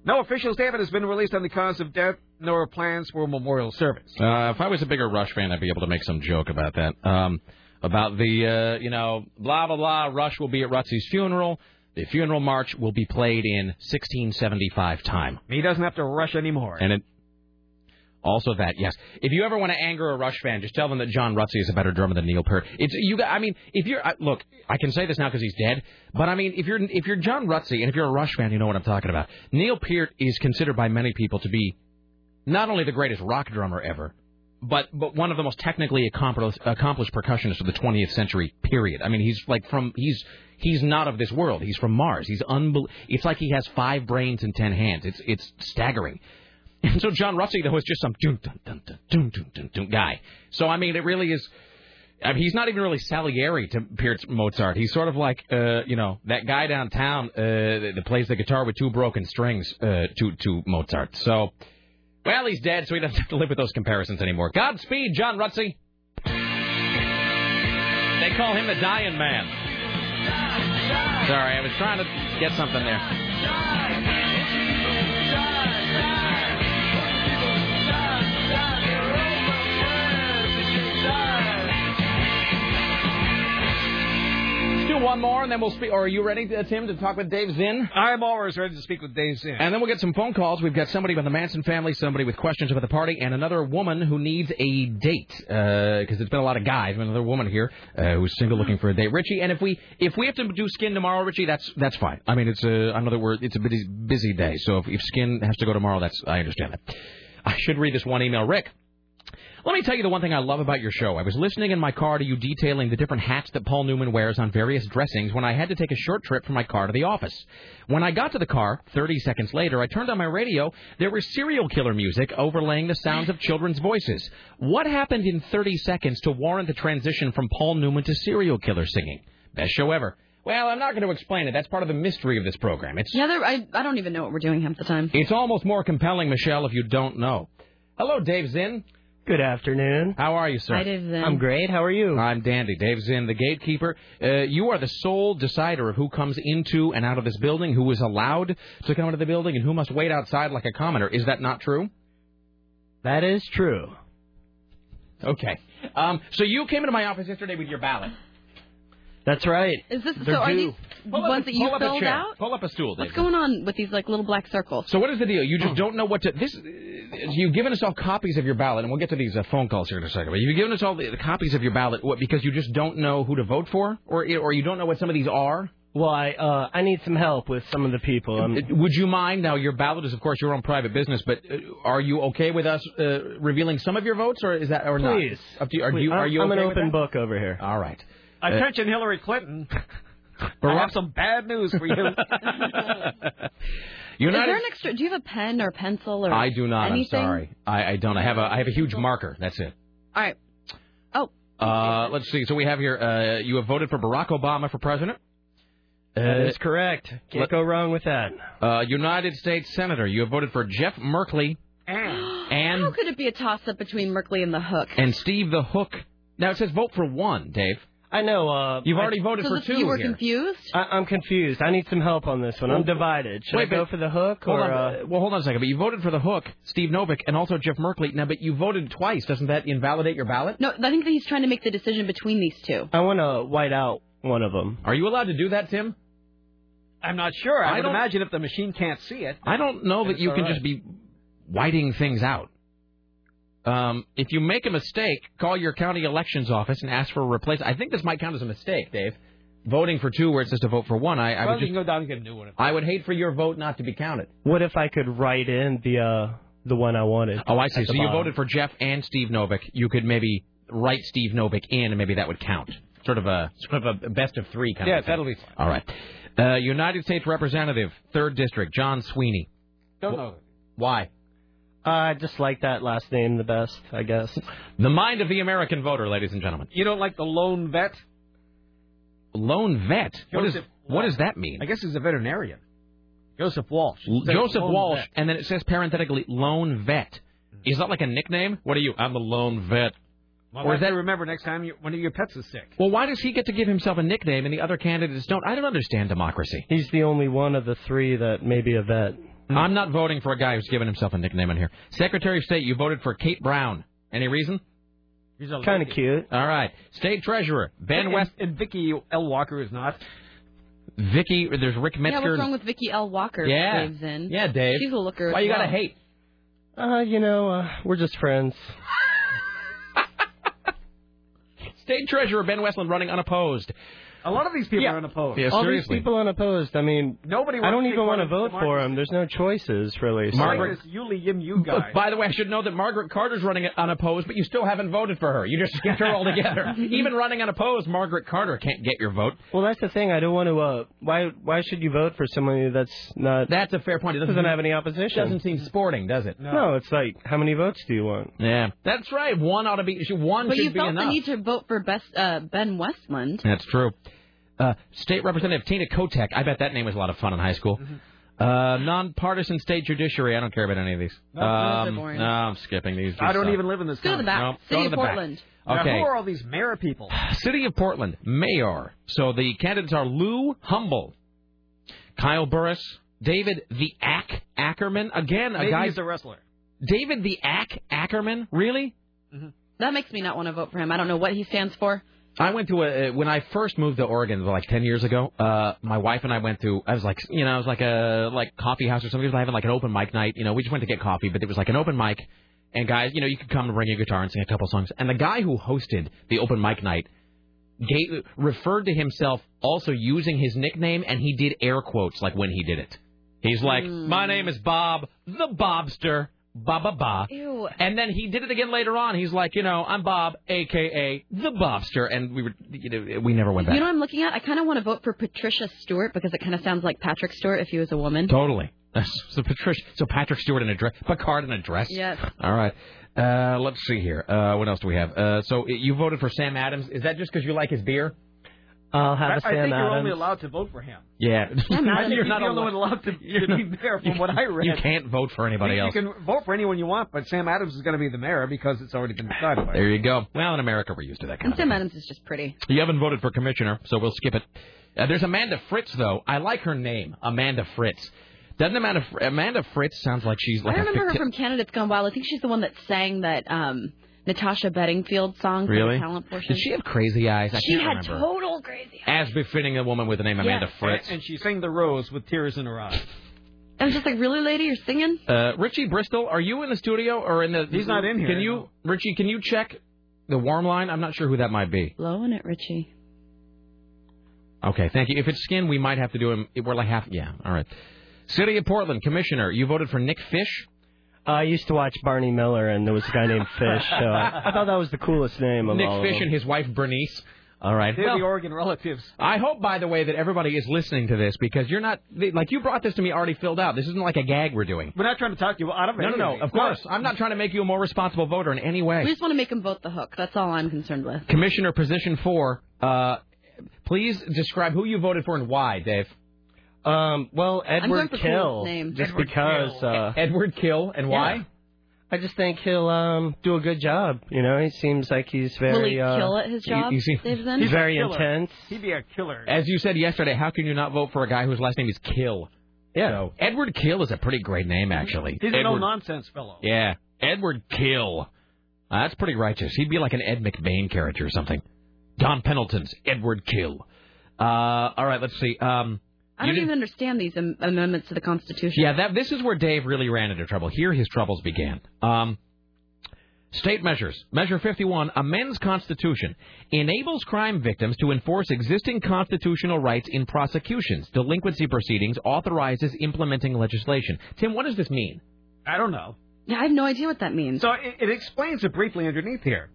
[SPEAKER 3] No official statement has been released on the cause of death, nor plans for memorial service.
[SPEAKER 2] Uh, if I was a bigger Rush fan, I'd be able to make some joke about that. Um, about the, uh, you know, blah, blah, blah, Rush will be at Rutsey's funeral. The funeral march will be played in 1675 time.
[SPEAKER 3] He doesn't have to rush anymore.
[SPEAKER 2] And it, also that, yes. If you ever want to anger a Rush fan, just tell them that John Rutsey is a better drummer than Neil Peart. It's you. got- I mean, if you're I, look, I can say this now because he's dead. But I mean, if you're if you're John Rutsey and if you're a Rush fan, you know what I'm talking about. Neil Peart is considered by many people to be not only the greatest rock drummer ever, but but one of the most technically accomplished, accomplished percussionists of the 20th century. Period. I mean, he's like from he's he's not of this world. He's from Mars. He's unbel- It's like he has five brains and ten hands. It's it's staggering. And so John Rutsey though is just some dun dun dun dun dun dun dun, dun guy. So I mean, it really is. I mean, he's not even really Salieri to Pierce Mozart. He's sort of like, uh, you know, that guy downtown uh, that that plays the guitar with two broken strings uh, to to Mozart. So, well, he's dead, so he doesn't have to live with those comparisons anymore. Godspeed, John Rutsey. They call him the Dying Man. Sorry, I was trying to get something there. Let's do one more, and then we'll speak. Or are you ready, uh, Tim, to talk with Dave Zinn?
[SPEAKER 3] I'm always ready to speak with Dave Zinn.
[SPEAKER 2] And then we'll get some phone calls. We've got somebody from the Manson family, somebody with questions about the party, and another woman who needs a date because there's been a lot of guys. but Another woman here uh, who's single, looking for a date. Richie, and if we if we have to do skin tomorrow, Richie, that's that's fine. I mean, it's a I know that we're it's a busy busy day, so if, if skin has to go tomorrow, that's I understand that. I should read this one email, Rick. Let me tell you the one thing I love about your show. I was listening in my car to you detailing the different hats that Paul Newman wears on various dressings when I had to take a short trip from my car to the office. When I got to the car, 30 seconds later, I turned on my radio. There was serial killer music overlaying the sounds of children's voices. What happened in 30 seconds to warrant the transition from Paul Newman to serial killer singing? Best show ever. Well, I'm not going to explain it. That's part of the mystery of this program. It's
[SPEAKER 4] Yeah, they're- I, I don't even know what we're doing half the time.
[SPEAKER 2] it's almost more compelling, Michelle, if you don't know. Hello, Dave Zinn.
[SPEAKER 15] Good afternoon.
[SPEAKER 2] How are you, sir?
[SPEAKER 4] Hi, Dave Zinn.
[SPEAKER 15] I'm great. How are you?
[SPEAKER 2] I'm dandy. Dave Zinn, the gatekeeper. Uh, you are the sole decider of who comes into and out of this building, who is allowed to come into the building, and who must wait outside like a commoner. Is that not true?
[SPEAKER 15] That is true.
[SPEAKER 2] Okay. Um, so you came into my office yesterday with your ballot.
[SPEAKER 15] That's right.
[SPEAKER 4] Is this
[SPEAKER 2] They're
[SPEAKER 4] so? Are
[SPEAKER 2] due.
[SPEAKER 4] these ones that you
[SPEAKER 2] pull up a
[SPEAKER 4] filled
[SPEAKER 2] chair.
[SPEAKER 4] out?
[SPEAKER 2] Pull up a stool, Dave.
[SPEAKER 4] What's going on with these like little black circles?
[SPEAKER 2] So what is the deal? You
[SPEAKER 15] Hmm.
[SPEAKER 2] just don't know what to. This you've given us all copies of your ballot, and we'll get to these uh, phone calls here in a second. But you've given us all the, the copies of your ballot what, because you just don't know who to vote for, or or you don't know what some of these are. Uh,
[SPEAKER 15] Well, I uh, I need some help with some of the people. Um,
[SPEAKER 2] Would you mind? Now, your ballot is, of course, your own private business, but uh, are you okay with us uh, revealing some of your votes, or is that or not?
[SPEAKER 15] Please.
[SPEAKER 2] Up to you. Are
[SPEAKER 15] Please.
[SPEAKER 2] you are you
[SPEAKER 15] I'm
[SPEAKER 2] okay
[SPEAKER 15] an
[SPEAKER 2] with
[SPEAKER 15] open
[SPEAKER 2] that?
[SPEAKER 15] book over here.
[SPEAKER 2] All right.
[SPEAKER 3] Uh, Attention, Hillary Clinton. I have some bad news for you.
[SPEAKER 4] is
[SPEAKER 2] United.
[SPEAKER 4] there an extra? Do you have a pen or pencil or?
[SPEAKER 2] I do not.
[SPEAKER 4] Anything?
[SPEAKER 2] I'm sorry. I, I don't. I have a I have a huge marker. That's it.
[SPEAKER 4] All right. Oh,
[SPEAKER 2] Uh, let's see. So we have here. Uh, you have voted for Barack Obama for president. Uh,
[SPEAKER 15] That is correct. Can't
[SPEAKER 2] let-
[SPEAKER 15] go wrong with that.
[SPEAKER 2] Uh, United States Senator. You have voted for Jeff Merkley and
[SPEAKER 4] how could it be a toss-up between Merkley and the Hook?
[SPEAKER 2] and Steve the Hook. Now it says vote for one, Dave.
[SPEAKER 15] I know. Uh,
[SPEAKER 2] You've already voted
[SPEAKER 4] so
[SPEAKER 2] for
[SPEAKER 4] this-
[SPEAKER 2] two
[SPEAKER 4] you were
[SPEAKER 2] here.
[SPEAKER 4] confused.
[SPEAKER 15] I, I'm confused. I need some help on this one. I'm divided. Should
[SPEAKER 2] Wait,
[SPEAKER 15] I go
[SPEAKER 2] but-
[SPEAKER 15] for the hook
[SPEAKER 2] Hold
[SPEAKER 15] or?
[SPEAKER 2] on.
[SPEAKER 15] Uh,
[SPEAKER 2] uh, well, hold on a second. But you voted for the hook, Steve Novick, and also Jeff Merkley. Now, but you voted twice. Doesn't that invalidate your ballot?
[SPEAKER 4] No, I think that he's trying to make the decision between these two.
[SPEAKER 15] I want to white out one of them.
[SPEAKER 2] Are you allowed to do that, Tim?
[SPEAKER 3] I'm not sure. I,
[SPEAKER 2] I
[SPEAKER 3] would
[SPEAKER 2] don't-
[SPEAKER 3] imagine if the machine can't see it.
[SPEAKER 2] I don't know that
[SPEAKER 3] It's
[SPEAKER 2] you
[SPEAKER 3] all
[SPEAKER 2] can
[SPEAKER 3] right.
[SPEAKER 2] just be whiting things out. Um, if you make a mistake, call your county elections office and ask for a replacement. I think this might count as a mistake, Dave. Voting for two where it says to vote for one, I, I
[SPEAKER 3] Well,
[SPEAKER 2] would
[SPEAKER 3] you
[SPEAKER 2] just
[SPEAKER 3] can go down and get a new one.
[SPEAKER 2] I would hate for your vote not to be counted.
[SPEAKER 15] What if I could write in the uh, the one I wanted?
[SPEAKER 2] Oh, I see.
[SPEAKER 15] at
[SPEAKER 2] So
[SPEAKER 15] the
[SPEAKER 2] you
[SPEAKER 3] uh,
[SPEAKER 15] bottom?
[SPEAKER 2] voted for Jeff and Steve Novik. You could maybe write Steve Novik in, and maybe that would count. Sort of a sort of a best of three kind
[SPEAKER 3] Yeah,
[SPEAKER 2] of. thing.
[SPEAKER 3] that'll be fine.
[SPEAKER 2] All right. Uh, United States Representative, Third District, John Sweeney.
[SPEAKER 3] Don't know.
[SPEAKER 2] Why?
[SPEAKER 15] Uh, I just like that last name the best, I guess.
[SPEAKER 2] The mind of the American voter, ladies and gentlemen.
[SPEAKER 3] You don't like the lone vet?
[SPEAKER 2] Lone vet. What is
[SPEAKER 3] Joseph
[SPEAKER 2] what does that mean?
[SPEAKER 3] I guess he's a veterinarian. Joseph Walsh.
[SPEAKER 2] L-
[SPEAKER 3] Says
[SPEAKER 2] Joseph
[SPEAKER 3] lone
[SPEAKER 2] Walsh,
[SPEAKER 3] vet.
[SPEAKER 2] and then it says parenthetically lone vet. Is that like a nickname? What are you? I'm the lone vet.
[SPEAKER 3] Well,
[SPEAKER 2] or is that?
[SPEAKER 3] remember next time you, one of your pets is sick?
[SPEAKER 2] Well, why does he get to give himself a nickname and the other candidates don't? I don't understand democracy.
[SPEAKER 15] He's the only one of the three that may be a vet.
[SPEAKER 2] I'm not voting for a guy who's given himself a nickname in here. Secretary of State, you voted for Kate Brown. Any reason?
[SPEAKER 3] He's a
[SPEAKER 15] Kind of cute.
[SPEAKER 2] All right. State Treasurer Ben
[SPEAKER 3] and,
[SPEAKER 2] West,
[SPEAKER 3] and Vicky L. Walker is not.
[SPEAKER 2] Vicky. There's Rick
[SPEAKER 4] Yeah,
[SPEAKER 2] Metzger.
[SPEAKER 4] what's wrong with Vicky L. Walker?
[SPEAKER 2] Yeah.
[SPEAKER 4] Waves in.
[SPEAKER 2] Yeah, Dave.
[SPEAKER 4] She's a looker.
[SPEAKER 2] Why
[SPEAKER 4] as
[SPEAKER 2] you gotta
[SPEAKER 4] well.
[SPEAKER 2] hate?
[SPEAKER 15] Uh, you know, uh, we're just friends.
[SPEAKER 2] State Treasurer Ben Westland running unopposed.
[SPEAKER 3] A lot of these people are unopposed.
[SPEAKER 2] Yeah,
[SPEAKER 15] All
[SPEAKER 2] seriously.
[SPEAKER 15] these people unopposed. I mean,
[SPEAKER 3] Nobody.
[SPEAKER 15] I
[SPEAKER 3] wants
[SPEAKER 15] don't
[SPEAKER 3] to
[SPEAKER 15] even
[SPEAKER 3] take
[SPEAKER 15] want to
[SPEAKER 3] part
[SPEAKER 15] vote
[SPEAKER 3] in
[SPEAKER 15] for
[SPEAKER 3] democracy.
[SPEAKER 15] him. There's no choices really. so-
[SPEAKER 2] Margaret- Oh,
[SPEAKER 3] It's Yuli Yim Yu guy.
[SPEAKER 2] By the way, I should know that Margaret Carter's running unopposed, but you still haven't voted for her. You just skipped her altogether. Even running unopposed, Margaret Carter can't get your vote.
[SPEAKER 15] Well, that's the thing. I don't want to. Uh, why? Why should you vote for someone that's not?
[SPEAKER 2] That's a fair point. It
[SPEAKER 15] doesn't, have any opposition.
[SPEAKER 2] Doesn't seem sporting, does it?
[SPEAKER 15] No. it's like how many votes do you want?
[SPEAKER 2] Yeah, that's right. One ought to be. One
[SPEAKER 4] But
[SPEAKER 2] should
[SPEAKER 4] you
[SPEAKER 2] be
[SPEAKER 4] felt
[SPEAKER 2] enough.
[SPEAKER 4] the need to vote for best uh, Ben Westland.
[SPEAKER 2] That's true. Uh, State Representative Tina Kotek. I bet that name was a lot of fun in high school.
[SPEAKER 4] Mm-hmm.
[SPEAKER 2] Uh, nonpartisan state judiciary. I don't care about any of these.
[SPEAKER 3] No, those are
[SPEAKER 2] Um,
[SPEAKER 3] boring.
[SPEAKER 2] No, I'm skipping these.
[SPEAKER 3] I don't
[SPEAKER 2] These
[SPEAKER 3] even live in this.
[SPEAKER 2] Go to the
[SPEAKER 3] town.
[SPEAKER 2] back. No, City go to of the back. Portland.
[SPEAKER 3] Now,
[SPEAKER 2] Okay.
[SPEAKER 3] who are all these mayor people?
[SPEAKER 2] suck. City of Portland, mayor. So the candidates are Lou Humble, Kyle Burris, David the Ack Ackerman. Again, a
[SPEAKER 3] Maybe
[SPEAKER 2] guy.
[SPEAKER 3] he's a wrestler.
[SPEAKER 2] David the Ack Ackerman. Really?
[SPEAKER 4] That makes me not want to vote for him. I don't know what he stands for.
[SPEAKER 2] I went to a uh, when I first moved to Oregon like ten years ago. Uh, my wife and I went to I was like you know I was like a like coffee house or something. It was having like an open mic night. You know we just went to get coffee, but it was like an open mic, and guys you know you could come and bring your guitar and sing a couple songs. And the guy who hosted the open mic night gave, referred to himself also using his nickname, and he did air quotes like when he did it. He's like, my name is Bob the Bobster. Ba ba ba.
[SPEAKER 4] Ew.
[SPEAKER 2] And then he did it again later on. He's like, you know, I'm Bob, aka the Bobster, and we were, you know, we never went back.
[SPEAKER 4] You know what I'm looking at? I kind of want to vote for Patricia Stewart because it kind of sounds like Patrick Stewart if he was a woman.
[SPEAKER 2] Totally. So Patricia, so Patrick Stewart in a dress, Picard in a dress.
[SPEAKER 4] Yes.
[SPEAKER 2] All right. Uh, let's see here. Uh, what else do we have? Uh, so you voted for Sam Adams. Is that just because you like his beer?
[SPEAKER 15] I'll
[SPEAKER 3] I, I think you're only allowed to vote for him.
[SPEAKER 2] Yeah.
[SPEAKER 3] I think
[SPEAKER 2] You're
[SPEAKER 3] he's
[SPEAKER 2] not
[SPEAKER 3] the only
[SPEAKER 2] allo-
[SPEAKER 3] one allowed to, to be mayor, from what I read.
[SPEAKER 2] You can't vote for anybody
[SPEAKER 3] you,
[SPEAKER 2] else.
[SPEAKER 3] you can vote for anyone you want, but Sam Adams is going to be the mayor because it's already been decided. By
[SPEAKER 2] There you go. Well, in America, we're used to that
[SPEAKER 4] And
[SPEAKER 2] kind of
[SPEAKER 4] Sam Adams is just pretty.
[SPEAKER 2] You haven't voted for commissioner, so we'll skip it. Uh, there's Amanda Fritz, though. I like her name, Amanda Fritz. Doesn't Amanda Fr- Amanda Fritz sounds like she's like
[SPEAKER 4] I remember
[SPEAKER 2] a
[SPEAKER 4] her
[SPEAKER 2] ficti-
[SPEAKER 4] from Candidates Gone Wild. I think she's the one that sang that um, Natasha Bedingfield song for
[SPEAKER 2] really?
[SPEAKER 4] the talent portion.
[SPEAKER 2] Did she have crazy eyes? I
[SPEAKER 4] She
[SPEAKER 2] can't
[SPEAKER 4] had
[SPEAKER 2] remember.
[SPEAKER 4] total crazy.
[SPEAKER 2] As befitting a woman with the name Amanda Fritz.
[SPEAKER 3] And, and she sang the rose with tears in her eyes.
[SPEAKER 4] I was just like, really, lady, you're singing?
[SPEAKER 2] Uh, Richie Bristol, are you in the studio or in the?
[SPEAKER 3] He's not in here.
[SPEAKER 2] Can you, Richie? Can you check the warm line? I'm not sure who that might be.
[SPEAKER 4] Blowing it, Richie.
[SPEAKER 2] Okay, thank you. If it's skin, we might have to do him. We're like half. Yeah, all right. City of Portland commissioner, you voted for Nick Fish.
[SPEAKER 15] I used to watch Barney Miller, and there was a guy named Fish. So I, I thought that was the coolest name of
[SPEAKER 2] Nick
[SPEAKER 15] all of
[SPEAKER 2] Fish
[SPEAKER 15] them.
[SPEAKER 2] and his wife Bernice. All right.
[SPEAKER 3] They're
[SPEAKER 2] Well,
[SPEAKER 3] the Oregon relatives.
[SPEAKER 2] I hope, by the way, that everybody is listening to this because you're not they- like you brought this to me already filled out. This isn't like a gag we're doing.
[SPEAKER 3] We're not trying to talk you out of it.
[SPEAKER 2] No, no, no. Of course, I'm not trying to make you a more responsible voter in any
[SPEAKER 4] We
[SPEAKER 2] way.
[SPEAKER 4] just want to make him vote the hook. That's all I'm concerned with.
[SPEAKER 2] Commissioner position four. Uh, please describe who you voted for and why, Dave.
[SPEAKER 15] Um, well,
[SPEAKER 4] going
[SPEAKER 15] Edward
[SPEAKER 4] for
[SPEAKER 15] Kill,
[SPEAKER 4] coolest name.
[SPEAKER 15] just
[SPEAKER 4] Edward
[SPEAKER 15] because Uh,
[SPEAKER 2] Edward Kill, and why?
[SPEAKER 15] I just think he'll um, do a good job. You know, he seems like he's very.
[SPEAKER 4] Will he
[SPEAKER 15] uh,
[SPEAKER 4] kill at his job? Dave, then?
[SPEAKER 15] he's very intense.
[SPEAKER 3] He'd be a killer.
[SPEAKER 2] As you said yesterday, how can you not vote for a guy whose last name is Kill?
[SPEAKER 15] Yeah.
[SPEAKER 2] So, Edward Kill is a pretty great name, actually.
[SPEAKER 3] He's a
[SPEAKER 2] Edward,
[SPEAKER 3] no nonsense fellow.
[SPEAKER 2] Yeah. Edward Kill. Uh, that's pretty righteous. He'd be like an Ed McBain character or something. Don Pendleton's Edward Kill. Uh, all right, let's see. Um,
[SPEAKER 4] I
[SPEAKER 2] you
[SPEAKER 4] don't
[SPEAKER 2] didn't-
[SPEAKER 4] even understand these am- amendments to the Constitution.
[SPEAKER 2] yeah, that this is where Dave really ran into trouble. Here, his troubles began. Um, State measures. Measure 51 amends Constitution, enables crime victims to enforce existing constitutional rights in prosecutions, delinquency proceedings, authorizes implementing legislation. Tim, what does this mean?
[SPEAKER 3] I don't know.
[SPEAKER 4] Yeah, I have no idea what that means.
[SPEAKER 3] So it, it explains it briefly underneath here.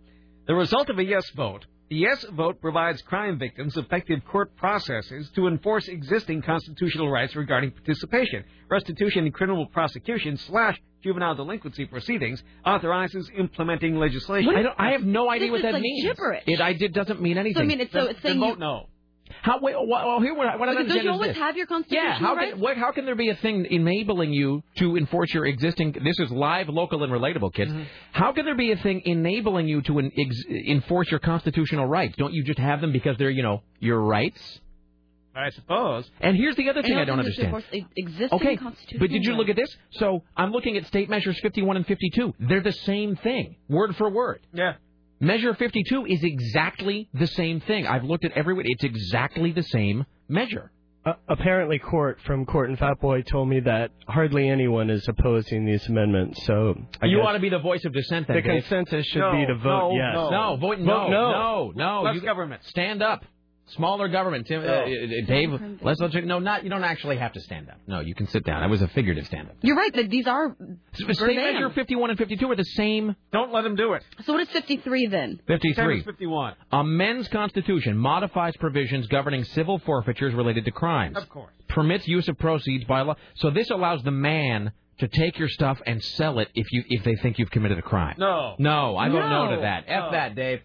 [SPEAKER 3] The result of a yes vote. The yes vote provides crime victims effective court processes to enforce existing constitutional rights regarding participation, restitution in criminal prosecution slash juvenile delinquency proceedings, authorizes implementing legislation.
[SPEAKER 2] I, don't, I have no idea
[SPEAKER 4] This
[SPEAKER 2] what
[SPEAKER 4] is
[SPEAKER 2] that
[SPEAKER 4] like
[SPEAKER 2] means.
[SPEAKER 4] gibberish.
[SPEAKER 2] It I did doesn't mean anything.
[SPEAKER 4] So, I mean, it's- so it's
[SPEAKER 2] Then
[SPEAKER 4] saying
[SPEAKER 2] vote
[SPEAKER 4] you-
[SPEAKER 2] no. How? Wait, well, well, here what, I- what I don't
[SPEAKER 4] Because don't
[SPEAKER 2] understand
[SPEAKER 4] you
[SPEAKER 2] is
[SPEAKER 4] always
[SPEAKER 2] this.
[SPEAKER 4] have your constitutional
[SPEAKER 2] Yeah, how
[SPEAKER 4] rights?
[SPEAKER 2] can what, how can there be a thing enabling you to enforce your existing? This is live, local, and relatable, kids.
[SPEAKER 4] Mm-hmm.
[SPEAKER 2] How can there be a thing enabling you to en, ex, enforce your constitutional rights? Don't you just have them because they're you know your rights?
[SPEAKER 3] I suppose.
[SPEAKER 2] And here's the other thing
[SPEAKER 4] And
[SPEAKER 2] I don't
[SPEAKER 4] also just
[SPEAKER 2] understand.
[SPEAKER 4] enforce e- Existing
[SPEAKER 2] Okay,
[SPEAKER 4] constitutional
[SPEAKER 2] but did you look
[SPEAKER 4] rights.
[SPEAKER 2] at this? So I'm looking at state measures 51 and 52. They're the same thing, word for word.
[SPEAKER 3] Yeah.
[SPEAKER 2] Measure 52 is exactly the same thing. I've looked at every. It's exactly the same measure.
[SPEAKER 16] Uh, apparently, Court from Court and Fat Boy told me that hardly anyone is opposing these amendments. So I
[SPEAKER 2] you
[SPEAKER 16] guess
[SPEAKER 2] want to be the voice of dissent. Then
[SPEAKER 16] The
[SPEAKER 2] Dave.
[SPEAKER 16] consensus should No, be to vote no, yes. no.
[SPEAKER 2] No, vote no,
[SPEAKER 16] Vote no.
[SPEAKER 2] no, no.
[SPEAKER 16] Less
[SPEAKER 2] government. Stand up. Smaller government. Tim, uh,
[SPEAKER 16] No.
[SPEAKER 2] uh, Dave, let's let you, no, not you don't actually have to stand up. No, you can sit down. That was a figurative stand up.
[SPEAKER 4] You're right. That these are
[SPEAKER 2] State
[SPEAKER 4] verbatim.
[SPEAKER 2] measure 51 and 52 are the same.
[SPEAKER 3] Don't let them do it.
[SPEAKER 4] So what is 53 then?
[SPEAKER 2] 53.
[SPEAKER 3] 51.
[SPEAKER 2] Amends Constitution, modifies provisions governing civil forfeitures related to crimes.
[SPEAKER 3] Of course.
[SPEAKER 2] Permits use of proceeds by law. So this allows the man to take your stuff and sell it if you if they think you've committed a crime.
[SPEAKER 3] Oh, No.
[SPEAKER 2] No, I vote no,
[SPEAKER 4] No.
[SPEAKER 2] to that.
[SPEAKER 4] Oh.
[SPEAKER 2] F that, Dave.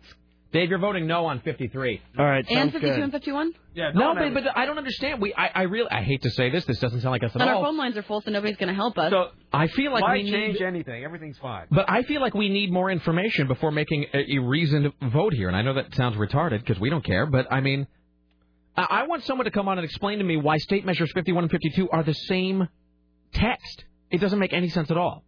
[SPEAKER 2] Dave, you're voting no on 53.
[SPEAKER 16] All right,
[SPEAKER 4] And 52 and 51?
[SPEAKER 3] Yeah,
[SPEAKER 2] No, but, but I don't understand. We, I, I really, I hate to say this. This doesn't sound like us at
[SPEAKER 4] And our
[SPEAKER 2] all.
[SPEAKER 4] phone lines are full, so nobody's going to help us.
[SPEAKER 2] I feel like
[SPEAKER 3] Why
[SPEAKER 2] we
[SPEAKER 3] change
[SPEAKER 2] need,
[SPEAKER 3] anything? Everything's fine.
[SPEAKER 2] but I feel like we need more information before making a, a reasoned vote here. And I know that sounds retarded because we don't care, but I mean, I, I want someone to come on and explain to me why state measures 51 and 52 are the same text. It doesn't make any sense at all.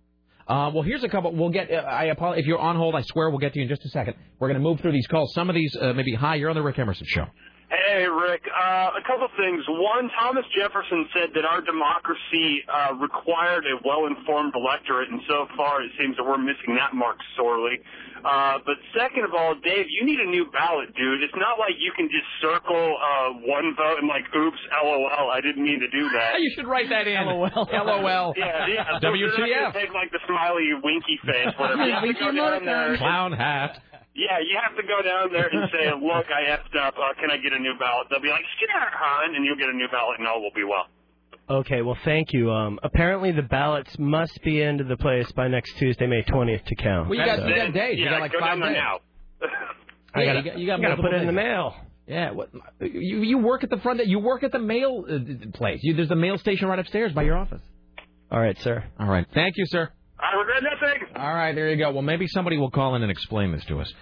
[SPEAKER 2] Uh, well, here's a couple. We'll get. Uh, I apologize if you're on hold. I swear we'll get to you in just a second. We're going to move through these calls. Some of these, uh, maybe. Hi, you're on the Rick Emerson show.
[SPEAKER 29] Hey, Rick. Uh, a couple things. One, Thomas Jefferson said that our democracy uh, required a well-informed electorate, and so far it seems that we're missing that mark sorely. Uh, but second of all, Dave, you need a new ballot, dude. It's not like you can just circle uh, one vote and like, oops, lol, I didn't mean to do that.
[SPEAKER 2] you should write that in. LOL. LOL.
[SPEAKER 29] Yeah, yeah.
[SPEAKER 2] WTF.
[SPEAKER 29] Take like the smiley winky face, whatever. You have to go down there.
[SPEAKER 2] Clown hat.
[SPEAKER 29] Yeah, you have to go down there and say, "Look, I effed up. Uh, can I get a new ballot?" They'll be like, "Sure, hon," and you'll get a new ballot, and all will be well.
[SPEAKER 16] Okay, well, thank you. Um, apparently, the ballots must be into the place by next Tuesday, May 20th, to count.
[SPEAKER 2] Well, you got,
[SPEAKER 16] So-
[SPEAKER 2] you got days. you
[SPEAKER 29] Yeah,
[SPEAKER 2] got like
[SPEAKER 29] go
[SPEAKER 2] five
[SPEAKER 29] down there
[SPEAKER 2] days.
[SPEAKER 29] now.
[SPEAKER 16] I
[SPEAKER 2] Yeah,
[SPEAKER 16] gotta-
[SPEAKER 2] you got, you got
[SPEAKER 16] I gotta
[SPEAKER 2] multiple
[SPEAKER 16] put it in the
[SPEAKER 2] days.
[SPEAKER 16] mail.
[SPEAKER 2] Yeah, what? You you work at the front. You work at the mail uh, place. You, there's the mail station right upstairs by your office.
[SPEAKER 16] All right, sir.
[SPEAKER 2] All right, thank you, sir.
[SPEAKER 29] I regret nothing.
[SPEAKER 2] All right, there you go. Well, maybe somebody will call in and explain this to us.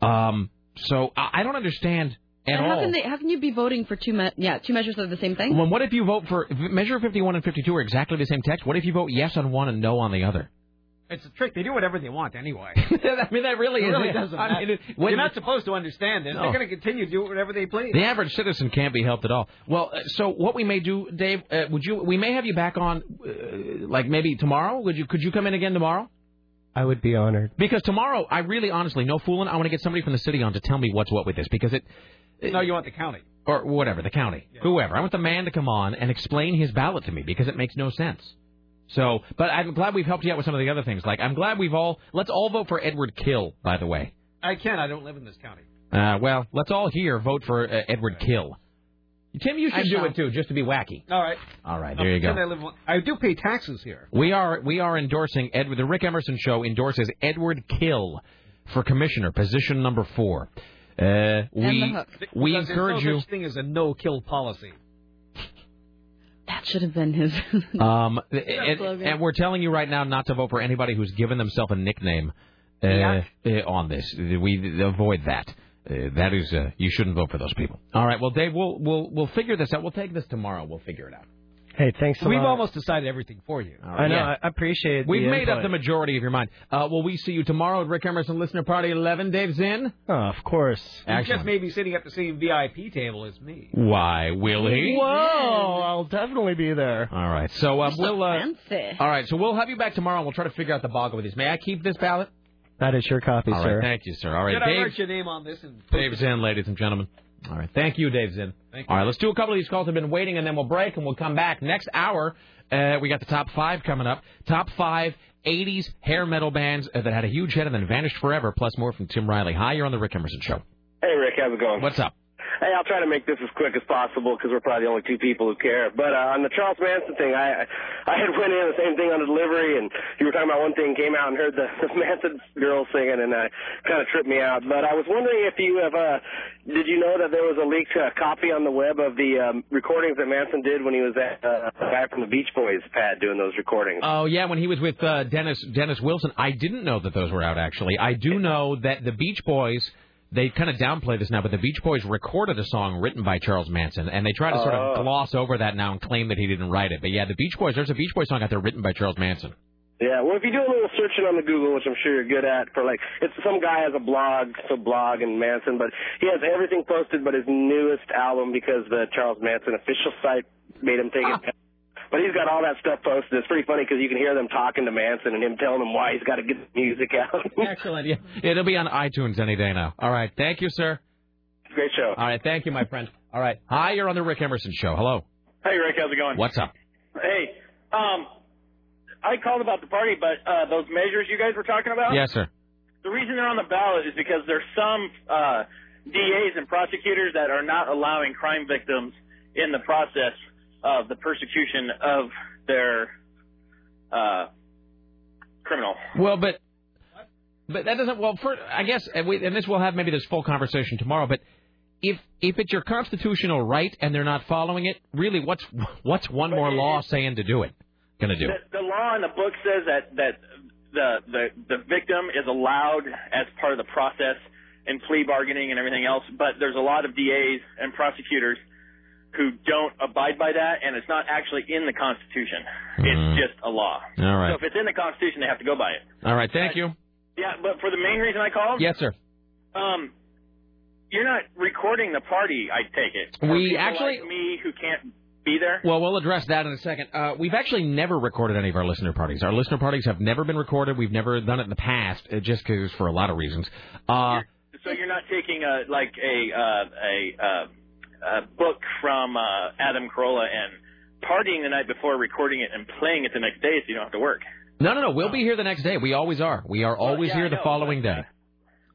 [SPEAKER 2] Um, so I, I don't understand at
[SPEAKER 4] And
[SPEAKER 2] all.
[SPEAKER 4] how can they? How can you be voting for two? Me- yeah, two measures of the same thing.
[SPEAKER 2] Well, what if you vote for measure 51 and 52 are exactly the same text? What if you vote yes on one and no on the other?
[SPEAKER 3] It's a trick. They do whatever they want anyway.
[SPEAKER 2] I mean, that really
[SPEAKER 3] it
[SPEAKER 2] is
[SPEAKER 3] really
[SPEAKER 2] it.
[SPEAKER 3] doesn't
[SPEAKER 2] I
[SPEAKER 3] matter.
[SPEAKER 2] mean, it-
[SPEAKER 3] You're
[SPEAKER 2] when you-
[SPEAKER 3] not supposed to understand this.
[SPEAKER 2] No.
[SPEAKER 3] They're going to continue to do whatever they please.
[SPEAKER 2] The average citizen can't be helped at all. Well, uh, so what we may do, Dave? Uh, would you? We may have you back on, uh, like maybe tomorrow. Would you? Could you come in again tomorrow?
[SPEAKER 16] I would be honored.
[SPEAKER 2] Because tomorrow, I really, honestly, no fooling, I want to get somebody from the city on to tell me what's what with this because it,
[SPEAKER 3] No, you want the county.
[SPEAKER 2] or whatever, the county, whoever. I want the man to come on and explain his ballot to me because it makes no sense. So, but I'm glad we've helped you out with some of the other things. Like, I'm glad we've all let's all vote for Edward Kill. By the way,
[SPEAKER 3] I can. I don't live in this county.
[SPEAKER 2] uh, well, let's all here vote for uh, Edward Kill. Tim, you
[SPEAKER 3] I
[SPEAKER 2] should do
[SPEAKER 3] shall.
[SPEAKER 2] it too, just to be wacky.
[SPEAKER 3] All right.
[SPEAKER 2] All right, there you
[SPEAKER 3] Pretend
[SPEAKER 2] go.
[SPEAKER 3] I, live on- I do pay taxes here.
[SPEAKER 2] We are we are endorsing Edward. The Rick Emerson Show endorses Edward Kill for commissioner, position number four. Uh, we we
[SPEAKER 3] Because
[SPEAKER 2] encourage
[SPEAKER 3] there's no
[SPEAKER 2] you.
[SPEAKER 3] Such thing as a no-kill policy.
[SPEAKER 4] That should have been his.
[SPEAKER 2] Um, and,
[SPEAKER 4] slogan.
[SPEAKER 2] and we're telling you right now not to vote for anybody who's given themselves a nickname uh,
[SPEAKER 4] Yeah.
[SPEAKER 2] uh, on this. We avoid that. Uh, that is, uh, you shouldn't vote for those people. All right. Well, Dave, we'll we'll we'll figure this out. We'll take this tomorrow. We'll figure it out.
[SPEAKER 16] Hey, thanks a
[SPEAKER 3] We've
[SPEAKER 16] lot.
[SPEAKER 3] almost decided everything for you.
[SPEAKER 16] I know. I appreciate it.
[SPEAKER 2] We've made up the majority of your mind. Uh, well, we see you tomorrow at Rick Emerson Listener Party 11. Dave's in.
[SPEAKER 16] Oh, of course.
[SPEAKER 3] He just may be sitting at the same VIP table as me.
[SPEAKER 2] Why will he?
[SPEAKER 16] Whoa! I'll definitely be there.
[SPEAKER 2] All right. So uh, we'll. Uh,
[SPEAKER 4] fancy.
[SPEAKER 2] all right. So we'll have you back tomorrow, and we'll try to figure out the boggle with these. May I keep this ballot?
[SPEAKER 16] That is your copy,
[SPEAKER 2] All right,
[SPEAKER 16] sir.
[SPEAKER 2] thank you, sir. All right,
[SPEAKER 13] Did I
[SPEAKER 2] Dave.
[SPEAKER 13] write your name on this? And
[SPEAKER 2] Dave's in, ladies and gentlemen. All right, thank you, Dave's in.
[SPEAKER 13] Thank
[SPEAKER 2] All right, let's do a couple of these calls. Have been waiting, and then we'll break, and we'll come back next hour. Uh, we got the top five coming up. Top five 80s hair metal bands uh, that had a huge hit and then vanished forever. Plus more from Tim Riley. Hi, you're on the Rick Emerson Show.
[SPEAKER 15] Hey, Rick, how's it going?
[SPEAKER 2] What's up?
[SPEAKER 15] Hey, I'll try to make this as quick as possible because we're probably the only two people who care. But uh, on the Charles Manson thing, I I had went in the same thing on the delivery, and you were talking about one thing, came out and heard the, the Manson girl singing, and uh, kind of tripped me out. But I was wondering if you have uh, did you know that there was a leaked uh, copy on the web of the um, recordings that Manson did when he was at uh, the guy from the Beach Boys pad doing those recordings?
[SPEAKER 2] Oh yeah, when he was with uh, Dennis Dennis Wilson, I didn't know that those were out. Actually, I do know that the Beach Boys. They kind of downplay this now, but the Beach Boys recorded a song written by Charles Manson, and they try to sort of
[SPEAKER 15] Oh.
[SPEAKER 2] gloss over that now and claim that he didn't write it. But yeah, the Beach Boys, there's a Beach Boy song out there written by Charles Manson.
[SPEAKER 15] Yeah, well, if you do a little searching on the Google, which I'm sure you're good at, for like, it's some guy has a blog, so blog and Manson, but he has everything posted but his newest album because the Charles Manson official site made him
[SPEAKER 20] Ah.
[SPEAKER 15] take it down. But he's got all that stuff posted. It's pretty funny because you can hear them talking to Manson and him telling him why he's got to get the music out.
[SPEAKER 2] Excellent, yeah. It'll be on iTunes any day now. All right, thank you, sir.
[SPEAKER 15] Great show.
[SPEAKER 2] All right, thank you, my friend. All right, hi, you're on the Rick Emerson Show. Hello.
[SPEAKER 30] Hey, Rick, how's it going?
[SPEAKER 2] What's up?
[SPEAKER 30] Hey, um, I called about the party, but uh, those measures you guys were talking about.
[SPEAKER 2] Yes, sir.
[SPEAKER 30] The reason they're on the ballot is because there's some uh, DAs and prosecutors that are not allowing crime victims in the process of the persecution of their uh, criminal.
[SPEAKER 2] Well, but but that doesn't. Well, for, I guess, and, we, and this we'll have maybe this full conversation tomorrow. But if if it's your constitutional right and they're not following it, really, what's what's one more law saying to do it? Going to do?
[SPEAKER 30] The, the law in the book says that that the, the the victim is allowed as part of the process in plea bargaining and everything else, but there's a lot of DAs and prosecutors who don't abide by that, and it's not actually in the Constitution. It's just a law.
[SPEAKER 2] Hmm. All right.
[SPEAKER 30] So if it's in the Constitution, they have to go by it.
[SPEAKER 2] Mm. All right. Thank you.
[SPEAKER 30] Yeah, but for the main reason I called,
[SPEAKER 2] Yes, sir.
[SPEAKER 30] um, you're not recording the party. I take it. For
[SPEAKER 2] We
[SPEAKER 30] people
[SPEAKER 2] actually-
[SPEAKER 30] like me who can't be there.
[SPEAKER 2] Well, we'll address that in a second. Uh, we've actually never recorded any of our listener parties. Our listener parties have never been recorded. We've never done it in the past, uh, just 'cause- for a lot of reasons. Uh,
[SPEAKER 30] So you're not taking a like a uh, a, uh, a book from uh, Adam Carolla and partying the night before, recording it, and playing it the next day, so you don't have to work.
[SPEAKER 2] no, no, no. We'll be here the next day. We always are. We are always
[SPEAKER 30] yeah, I
[SPEAKER 2] here the
[SPEAKER 30] know,
[SPEAKER 2] following day.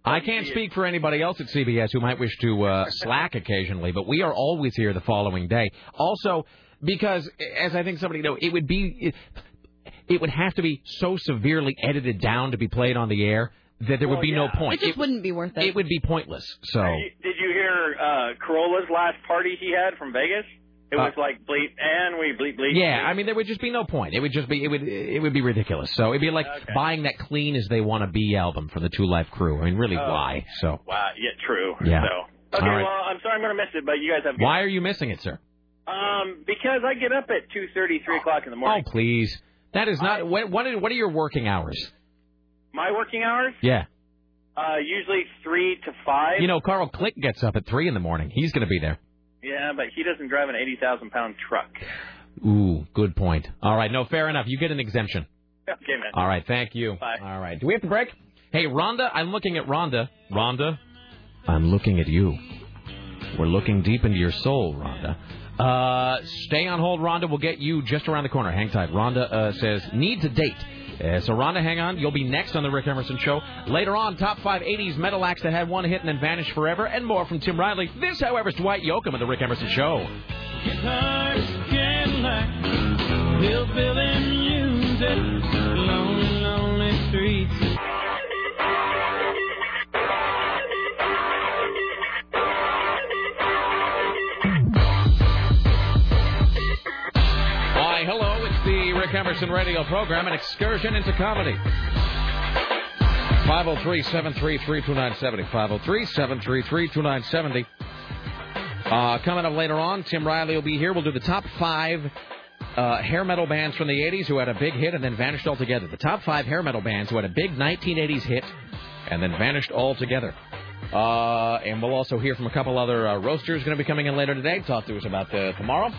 [SPEAKER 2] I can't speak for anybody else at CBS who might wish to uh, slack occasionally, but we are always here the following day. Also, because as I think somebody know, it would be it would have to be so severely edited down to be played on the air that there would
[SPEAKER 30] Well,
[SPEAKER 2] be
[SPEAKER 30] yeah.
[SPEAKER 2] no point.
[SPEAKER 30] It just
[SPEAKER 4] wouldn't be worth
[SPEAKER 2] it. It would be pointless. So
[SPEAKER 30] Did you hear uh, Carolla's last party he had from Vegas? It was
[SPEAKER 2] Uh,
[SPEAKER 30] like bleep and we bleep bleep.
[SPEAKER 2] yeah, I mean there would just be no point. It would just be it would it would be ridiculous. So it'd be like buying that clean as they want to be album from the Two Life Crew. I mean, really,
[SPEAKER 30] Oh.
[SPEAKER 2] why? So
[SPEAKER 30] Wow. Yeah. True.
[SPEAKER 2] Yeah.
[SPEAKER 30] So. Okay.
[SPEAKER 2] All right.
[SPEAKER 30] Well, I'm sorry I'm gonna miss it, but you guys have. a good-
[SPEAKER 2] why are you missing it, sir?
[SPEAKER 30] Um, because I get up at two thirty, three o'clock in the
[SPEAKER 2] Oh,
[SPEAKER 30] morning.
[SPEAKER 2] please. That is not. What what are, what are your working hours?
[SPEAKER 30] My working hours,
[SPEAKER 2] Yeah.
[SPEAKER 30] uh, usually three to five.
[SPEAKER 2] You know, Carl Click gets up at three in the morning. He's going to be there.
[SPEAKER 30] Yeah, but he doesn't drive an eighty thousand pound truck.
[SPEAKER 2] Ooh, good point. All right, no, fair enough. You get an exemption.
[SPEAKER 30] Okay, man.
[SPEAKER 2] All right, thank you. All right, do we have to break? Hey, Rhonda, I'm looking at Rhonda. Rhonda, I'm looking at you. We're looking deep into your soul, Rhonda. Uh, stay on hold, Rhonda. We'll get you just around the corner. Hang tight. Rhonda uh, says, needs a date. Uh, so, Rhonda, hang on. You'll be next on The Rick Emerson Show. Later on, top five 80s metal acts that had one hit and then vanished forever, and more from Tim Riley. This, however, is Dwight Yoakam of The Rick Emerson Show.
[SPEAKER 1] Guitars, Cadillac, hillbilly music, lonely, lonely streets.
[SPEAKER 2] Why, hello, it's the Rick Emerson radio program, an excursion into comedy. 503 733 2970. 503 733 2970. Uh, Coming up later on, Tim Riley will be here. We'll do the top five uh, hair metal bands from the 80s who had a big hit and then vanished altogether. The top five hair metal bands who had a big 1980s hit and then vanished altogether. Uh, and we'll also hear from a couple other uh, roasters going to be coming in later today. Talk to us about uh, tomorrow.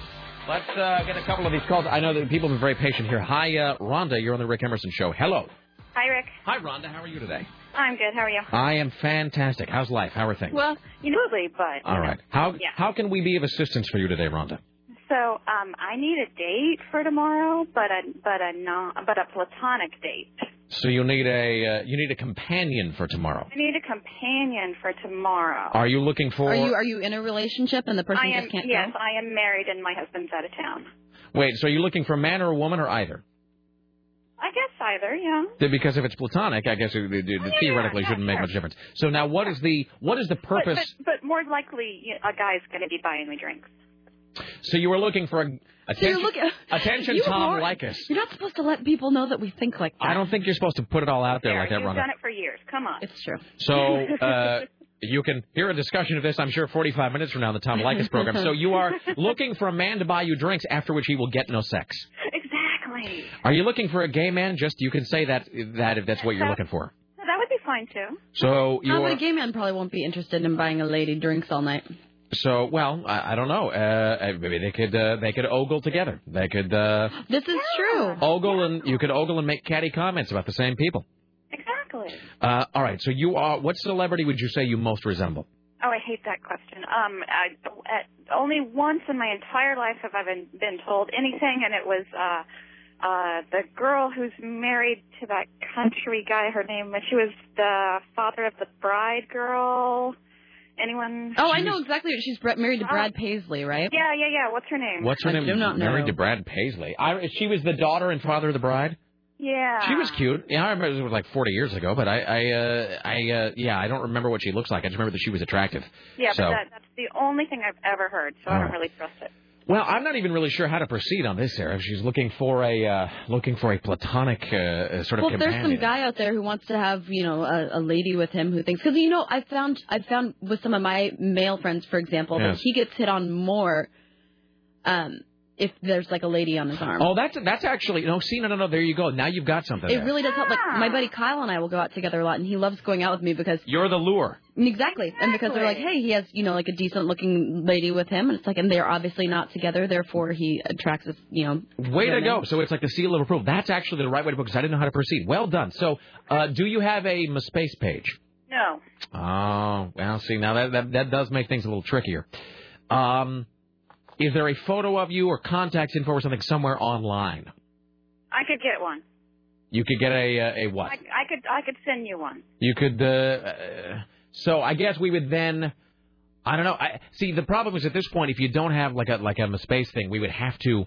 [SPEAKER 2] Let's uh, get a couple of these calls. I know that people have been very patient here. Hi, uh, Rhonda. You're on the Rick Emerson Show. Hello.
[SPEAKER 19] Hi, Rick.
[SPEAKER 2] Hi, Rhonda. How are you today?
[SPEAKER 5] I'm good. How are you?
[SPEAKER 2] I am fantastic. How's life? How are things?
[SPEAKER 5] Well, you know, absolutely, but
[SPEAKER 2] All right. How
[SPEAKER 5] Yeah.
[SPEAKER 2] how can we be of assistance for you today, Rhonda?
[SPEAKER 5] so um, I need a date for tomorrow, but a but a non but a platonic date.
[SPEAKER 2] So you need a uh, you need a companion for tomorrow.
[SPEAKER 5] I need a companion for tomorrow.
[SPEAKER 2] Are you looking for?
[SPEAKER 4] Are you are you in a relationship and the person
[SPEAKER 5] I am
[SPEAKER 4] just can't
[SPEAKER 5] yes,
[SPEAKER 4] go?
[SPEAKER 5] I am married and my husband's out of town.
[SPEAKER 2] Wait. So are you looking for a man or a woman or either?
[SPEAKER 5] I guess either, yeah.
[SPEAKER 2] Because if it's platonic, I guess it, it- it theoretically shouldn't make much difference. So now, what is the what is the
[SPEAKER 5] But,
[SPEAKER 2] purpose?
[SPEAKER 5] but but more likely you know, a guy's going to be buying me drinks.
[SPEAKER 2] so you were looking for a
[SPEAKER 4] So you're
[SPEAKER 2] attention,
[SPEAKER 4] looking-
[SPEAKER 2] attention
[SPEAKER 4] you
[SPEAKER 2] Tom
[SPEAKER 4] are-
[SPEAKER 2] Likas.
[SPEAKER 4] You're not supposed to let people know that we think like that.
[SPEAKER 2] I don't think you're supposed to put it all out there like that,
[SPEAKER 5] You've
[SPEAKER 2] Rhonda.
[SPEAKER 5] done it for years. Come on.
[SPEAKER 4] It's true.
[SPEAKER 2] So uh, you can hear a discussion of this, I'm sure, 45 minutes from now on the Tom Likas program. So you are looking for a man to buy you drinks, after which he will get no sex.
[SPEAKER 5] Exactly.
[SPEAKER 2] Are you looking for a gay man? Just you can say that that if that's what you're looking for.
[SPEAKER 5] So that would be fine too.
[SPEAKER 2] So you
[SPEAKER 4] How about a
[SPEAKER 2] are,
[SPEAKER 4] gay man probably won't be interested in buying a lady drinks all night.
[SPEAKER 2] so well. I, I don't know. Uh, maybe they could uh, they could ogle together. They could uh,
[SPEAKER 4] This is true.
[SPEAKER 2] ogle and you could ogle and make catty comments about the same people.
[SPEAKER 5] Exactly.
[SPEAKER 2] Uh, all right. So you are. What celebrity would you say you most resemble?
[SPEAKER 5] Oh, I hate that question. Um, I, at, only once in my entire life have I been been told anything, and it was uh, uh, the girl who's married to that country guy. Her name, she was the father of the bride girl. Anyone?
[SPEAKER 4] Oh, I know exactly. What she's br- married
[SPEAKER 5] Uh,
[SPEAKER 4] to Brad Paisley, right?
[SPEAKER 5] Yeah, yeah, yeah. What's her name?
[SPEAKER 2] What's her
[SPEAKER 4] I
[SPEAKER 2] name?
[SPEAKER 4] do not know.
[SPEAKER 2] Married to Brad Paisley. I, she was the daughter and father of the bride.
[SPEAKER 5] Yeah.
[SPEAKER 2] She was cute. Yeah, I remember it was like 40 years ago, but I, I, uh, I, uh, yeah, I don't remember what she looks like. I just remember that she was attractive.
[SPEAKER 5] Yeah,
[SPEAKER 2] So,
[SPEAKER 5] but that, that's the only thing I've ever heard, so I
[SPEAKER 2] All
[SPEAKER 5] don't
[SPEAKER 2] right.
[SPEAKER 5] really trust it.
[SPEAKER 2] well, I'm not even really sure how to proceed on this, Sarah. If she's looking for a, uh, looking for a platonic uh, uh, sort of
[SPEAKER 4] Well, if there's some
[SPEAKER 2] companion.
[SPEAKER 4] guy out there who wants to have you know a, a lady with him who thinks because you know I found I found with some of my male friends for example that
[SPEAKER 2] Yes.
[SPEAKER 4] he gets hit on more um, if there's like a lady on his arm.
[SPEAKER 2] Oh, that's that's actually no. See, no, no, no. There you go. Now you've got something.
[SPEAKER 4] it
[SPEAKER 2] there.
[SPEAKER 4] really does help. Like my buddy Kyle and I will go out together a lot, and he loves going out with me because
[SPEAKER 2] You're the lure.
[SPEAKER 4] Exactly. And because they're like, hey, he has, you know, like a decent looking lady with him. And it's like, and they're obviously not together. Therefore, he attracts us, you know.
[SPEAKER 2] Way to
[SPEAKER 4] women.
[SPEAKER 2] go. So it's like the seal of approval. That's actually the right way to put it because I didn't know how to proceed. Well done. So, uh, do you have a MySpace page?
[SPEAKER 5] No.
[SPEAKER 2] Oh, well, see, now that, that, that does make things a little trickier. Um, is there a photo of you or contact info or something somewhere online?
[SPEAKER 5] I could get one.
[SPEAKER 2] You could get a, uh, a what?
[SPEAKER 5] I, I could I could send you one.
[SPEAKER 2] You could, uh, uh, so I guess we would then, I don't know. I, see, the problem is at this point, if you don't have like a, like a space thing, we would have to,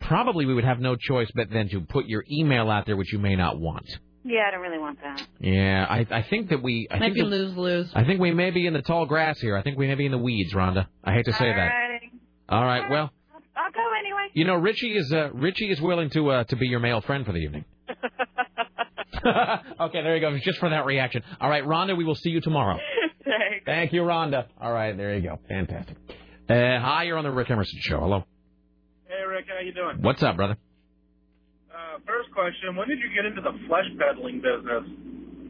[SPEAKER 2] probably we would have no choice but then to put your email out there, which you may not want.
[SPEAKER 5] Yeah, I don't really want that.
[SPEAKER 2] Yeah, I, I think that we, I
[SPEAKER 4] Might
[SPEAKER 2] think
[SPEAKER 4] be
[SPEAKER 2] that-
[SPEAKER 4] lose lose.
[SPEAKER 2] I think we may be in the tall grass here. I think we may be in the weeds, Rhonda. I hate to say that.
[SPEAKER 5] Alrighty.
[SPEAKER 2] All right. Well,
[SPEAKER 5] I'll go anyway.
[SPEAKER 2] you know, Richie is uh, Richie is willing to uh, to be your male friend for the evening. okay, there you go. Just for that reaction. All right, Rhonda, we will see you tomorrow.
[SPEAKER 5] Thanks.
[SPEAKER 2] Thank you, Rhonda. All right, there you go. Fantastic. Uh, hi, you're on the Rick Emerson show. Hello.
[SPEAKER 6] Hey Rick, how you doing?
[SPEAKER 2] What's up, brother?
[SPEAKER 6] Uh, first question: When did you get into the flesh peddling business?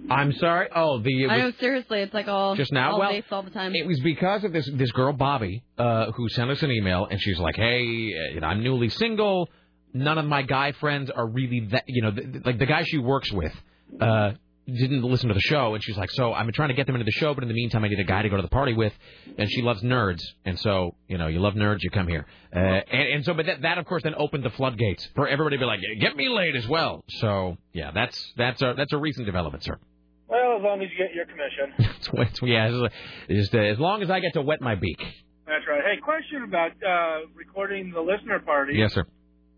[SPEAKER 2] I'm sorry. Oh, the it
[SPEAKER 4] I know,
[SPEAKER 2] was-
[SPEAKER 4] seriously. It's like all,
[SPEAKER 2] Just now?
[SPEAKER 4] all
[SPEAKER 2] Well,
[SPEAKER 4] based all the time.
[SPEAKER 2] It was because of this this girl Bobby uh, who sent us an email, and she's like, "Hey, uh, you know, I'm newly single. None of my guy friends are really that. You know, th- th- like the guy she works with uh, didn't listen to the show, and she's like, so I'm trying to get them into the show, but in the meantime, I need a guy to go to the party with, and she loves nerds, and so you know, you love nerds, you come here, uh, and, and so, but that, that of course then opened the floodgates for everybody to be like, get me laid as well. So yeah, that's that's a that's a recent development, sir.
[SPEAKER 6] Well, as long as you get your commission.
[SPEAKER 2] It's, it's, yeah, it's, just, uh, as long as I get to wet my beak.
[SPEAKER 6] That's right. Hey, question about uh, recording the listener party.
[SPEAKER 2] Yes, sir.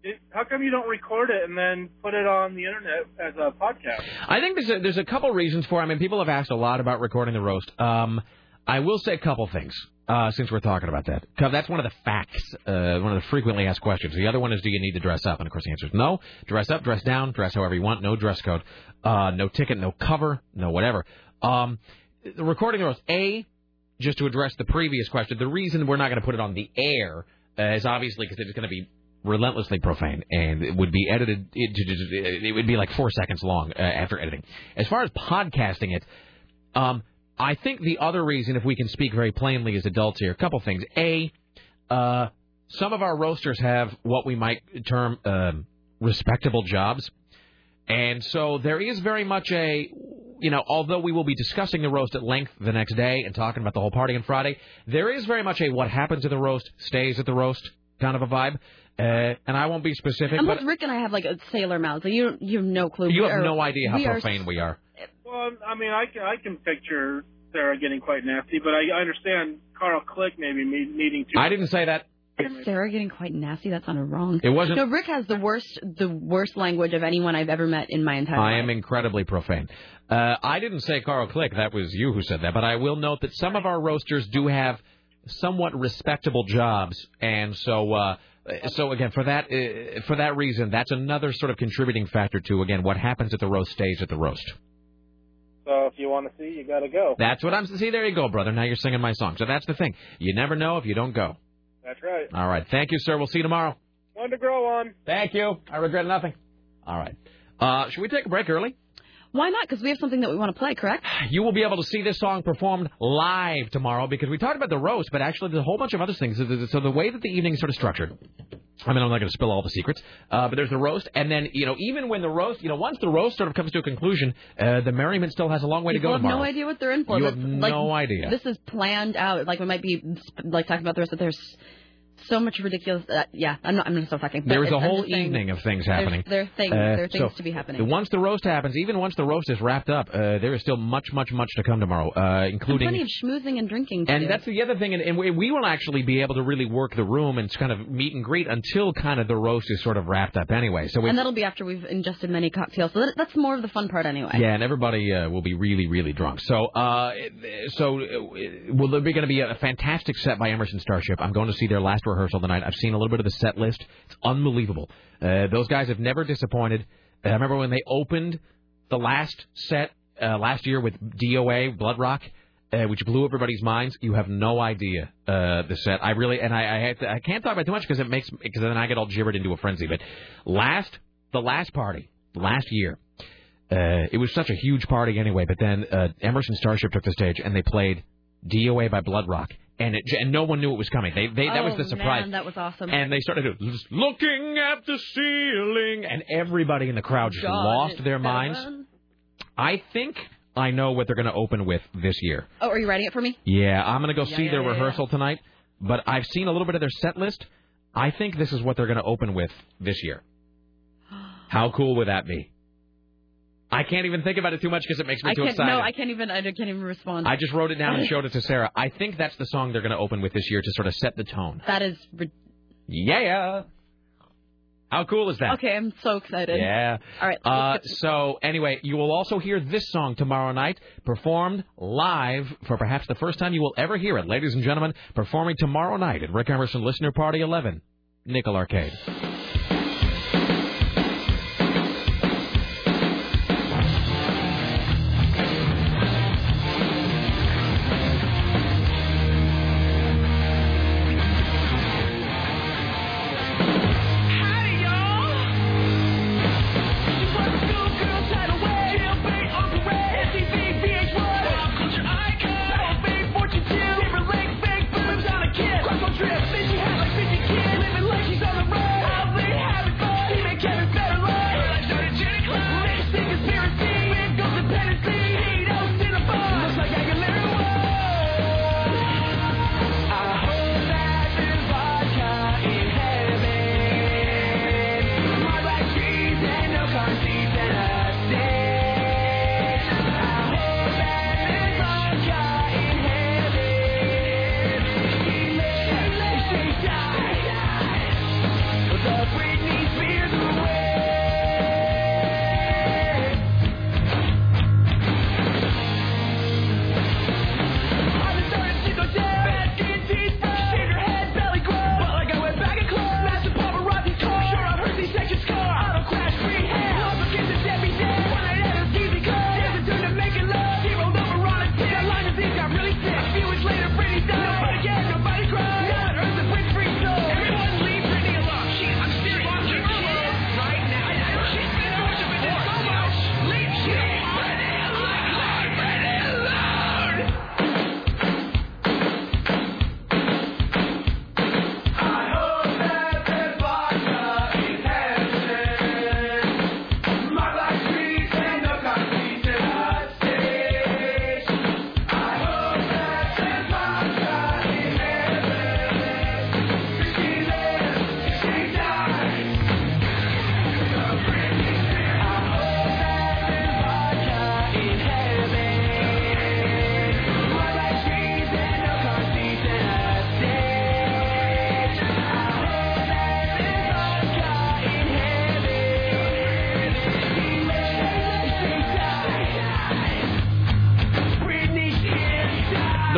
[SPEAKER 6] It- How come you don't record it and then put it on the internet as a podcast?
[SPEAKER 2] I think there's a, there's a couple reasons for. it. I mean, people have asked a lot about recording the roast. Um, I will say a couple things uh, since we're talking about that. 'Cause That's one of the facts, uh, one of the frequently asked questions. The other one is, do you need to dress up? And of course, the answer is no. Dress up, dress down, dress however you want. No dress code, uh, no ticket, no cover, no whatever. Um, the recording the roast. A, just to address the previous question, the reason we're not going to put it on the air uh, is obviously because it's going to be relentlessly profane and it would be edited. It, it would be like four seconds long uh, after editing. As far as podcasting it, um, I think the other reason, if we can speak very plainly as adults here, a couple things. A, uh, some of our roasters have what we might term um, respectable jobs. And so there is very much a you know, although we will be discussing the roast at length the next day and talking about the whole party on Friday, there is very much a what happens at the roast stays at the roast kind of a vibe. Uh, and I won't be specific,
[SPEAKER 4] And
[SPEAKER 2] but
[SPEAKER 4] both Rick and I have like a sailor mouth. Like you, you have no clue.
[SPEAKER 2] you
[SPEAKER 4] We
[SPEAKER 2] have
[SPEAKER 4] are-
[SPEAKER 2] no idea how
[SPEAKER 4] we are
[SPEAKER 2] profane we are.
[SPEAKER 6] um,
[SPEAKER 1] Well, I mean, I can, I can picture Sarah getting quite nasty, but I understand Carl Click maybe me- needing to.
[SPEAKER 2] I didn't say that.
[SPEAKER 4] Sarah getting quite nasty. That sounded wrong.
[SPEAKER 2] It wasn't-
[SPEAKER 4] No, Rick has the worst, the worst language of anyone I've ever met in my entire life.
[SPEAKER 2] I am incredibly profane. Uh, I didn't say Carl Click. That was you who said that. But I will note that some of our roasters do have somewhat respectable jobs, and so uh, so again for that uh, for that reason, that's another sort of contributing factor to again what happens at the roast stays at the roast.
[SPEAKER 1] So if you want to see, you got to go.
[SPEAKER 2] That's what I'm. See, there you go, brother. Now you're singing my song. So that's the thing. You never know if you don't go.
[SPEAKER 1] That's right.
[SPEAKER 2] All right. Thank you, sir. We'll see you tomorrow.
[SPEAKER 1] One to grow on.
[SPEAKER 2] Thank you. I regret nothing. All right. Uh, should we take a break early?
[SPEAKER 4] Why not? Because we have something that we want to play, correct?
[SPEAKER 2] You will be able to see this song performed live tomorrow because we talked about the roast, but actually there's a whole bunch of other things. So the- So the way that the evening is sort of structured, I mean, I'm not going to spill all the secrets, uh, but there's the roast, and then you know, even when the roast, you know, once the roast sort of comes to a conclusion, uh, the merriment still has a long way to
[SPEAKER 4] People
[SPEAKER 2] go
[SPEAKER 4] have
[SPEAKER 2] tomorrow.
[SPEAKER 4] no idea what they're in for.
[SPEAKER 2] You
[SPEAKER 4] This-
[SPEAKER 2] have
[SPEAKER 4] like,
[SPEAKER 2] no idea.
[SPEAKER 4] This is planned out. Like we might be like talking about the rest, but there's so much ridiculous. Uh, yeah, I'm not. I'm going to stop talking. But
[SPEAKER 2] There is a
[SPEAKER 4] it's- I'm
[SPEAKER 2] whole
[SPEAKER 4] just saying-
[SPEAKER 2] evening of things happening. Uh,
[SPEAKER 4] There are things- there are things to be happening.
[SPEAKER 2] Once the roast happens, even once the roast is wrapped up, uh, there is still much, much, much to come tomorrow, uh,
[SPEAKER 4] And
[SPEAKER 2] including
[SPEAKER 4] plenty of schmoozing and drinking. To do.
[SPEAKER 2] And that's the other thing, and, and we, we will actually be able to really work the room and kind of meet and greet until kind of the roast is sort of wrapped up anyway. So we,
[SPEAKER 4] and that'll be after we've ingested many cocktails. So that, that's more of the fun part, anyway.
[SPEAKER 2] yeah, and everybody uh, will be really, really drunk. So, uh, so uh, will there be going to be a fantastic set by Emerson Starship? I'm going to see their last rehearsal tonight. I've seen a little bit of the set list. It's unbelievable. Uh, those guys have never disappointed. I remember when they opened the last set uh, last year with DOA Blood Rock, uh, which blew everybody's minds. You have no idea uh, the set. I really and I I, had to, I can't talk about it too much because it makes because then I get all gibbered into a frenzy. But last the last party last year, uh, it was such a huge party anyway. But then uh, Emerson Starship took the stage and they played DOA by Blood Rock, and it and no one knew it was coming. They, they that was
[SPEAKER 4] Oh,
[SPEAKER 2] the surprise.
[SPEAKER 4] Man, that was awesome.
[SPEAKER 2] And they started to, looking at the ceiling, and everybody in the crowd just
[SPEAKER 4] God,
[SPEAKER 2] lost
[SPEAKER 4] it's
[SPEAKER 2] their
[SPEAKER 4] better
[SPEAKER 2] minds.
[SPEAKER 4] than-
[SPEAKER 2] I think I know what they're going to open with this year.
[SPEAKER 4] Oh, are you writing it for me?
[SPEAKER 2] Yeah, I'm going to go
[SPEAKER 4] Yeah,
[SPEAKER 2] see
[SPEAKER 4] yeah,
[SPEAKER 2] their
[SPEAKER 4] yeah,
[SPEAKER 2] rehearsal tonight, but I've seen a little bit of their set list. I think this is what they're going to open with this year. How cool would that be? I can't even think about it too much because it makes me
[SPEAKER 4] I
[SPEAKER 2] too
[SPEAKER 4] can't.
[SPEAKER 2] excited.
[SPEAKER 4] No, I can't even. I can't even respond.
[SPEAKER 2] I just wrote it down and showed it to Sarah. I think that's the song they're going to open with this year to sort of set the tone.
[SPEAKER 4] That is. rid-
[SPEAKER 2] Yeah. How cool is that?
[SPEAKER 4] Okay, I'm so excited.
[SPEAKER 2] Yeah.
[SPEAKER 4] All right.
[SPEAKER 2] Uh, so anyway, you will also hear this song tomorrow night, performed live for perhaps the first time you will ever hear it, ladies and gentlemen. Performing tomorrow night at Rick Emerson Listener Party 11, Nickel Arcade.
[SPEAKER 31] She's on the road.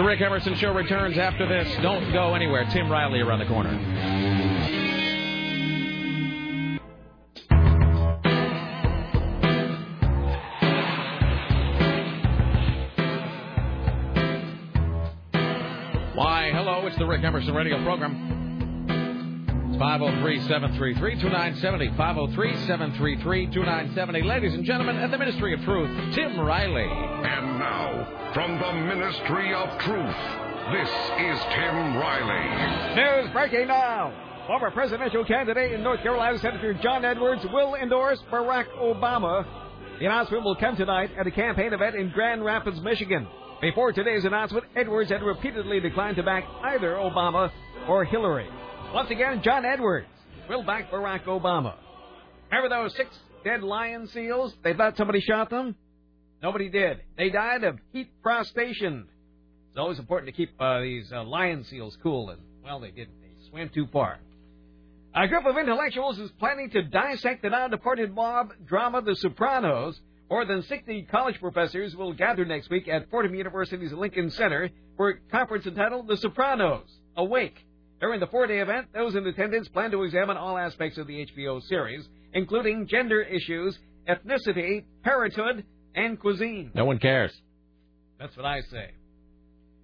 [SPEAKER 2] Rick Emerson Show returns after this. Don't go anywhere. Tim Riley around the corner. Why, hello, it's the Rick Emerson radio program. It's 503-733-2970, 503-733-2970. Ladies and gentlemen, at the Ministry of Truth, Tim Riley.
[SPEAKER 28] And now, from the Ministry of Truth, this is Tim Riley.
[SPEAKER 3] News breaking now. Former presidential candidate and North Carolina Senator John Edwards will endorse Barack Obama. The announcement will come tonight at a campaign event in Grand Rapids, Michigan. Before today's announcement, Edwards had repeatedly declined to back either Obama or Hillary. Once again, John Edwards will back Barack Obama. Remember those six dead lion seals? They thought somebody shot them? Nobody did. They died of heat prostration. It's always important to keep uh, these uh, lion seals cool, and, well, they didn't. They swam too far. A group of intellectuals is planning to dissect the now departed mob drama The Sopranos more than 60 college professors will gather next week at Fordham University's Lincoln Center for a conference entitled The Sopranos Awake. During the four day event, those in attendance plan to examine all aspects of the HBO series, including gender issues, ethnicity, parenthood, and cuisine.
[SPEAKER 2] No one cares.
[SPEAKER 3] That's what I say.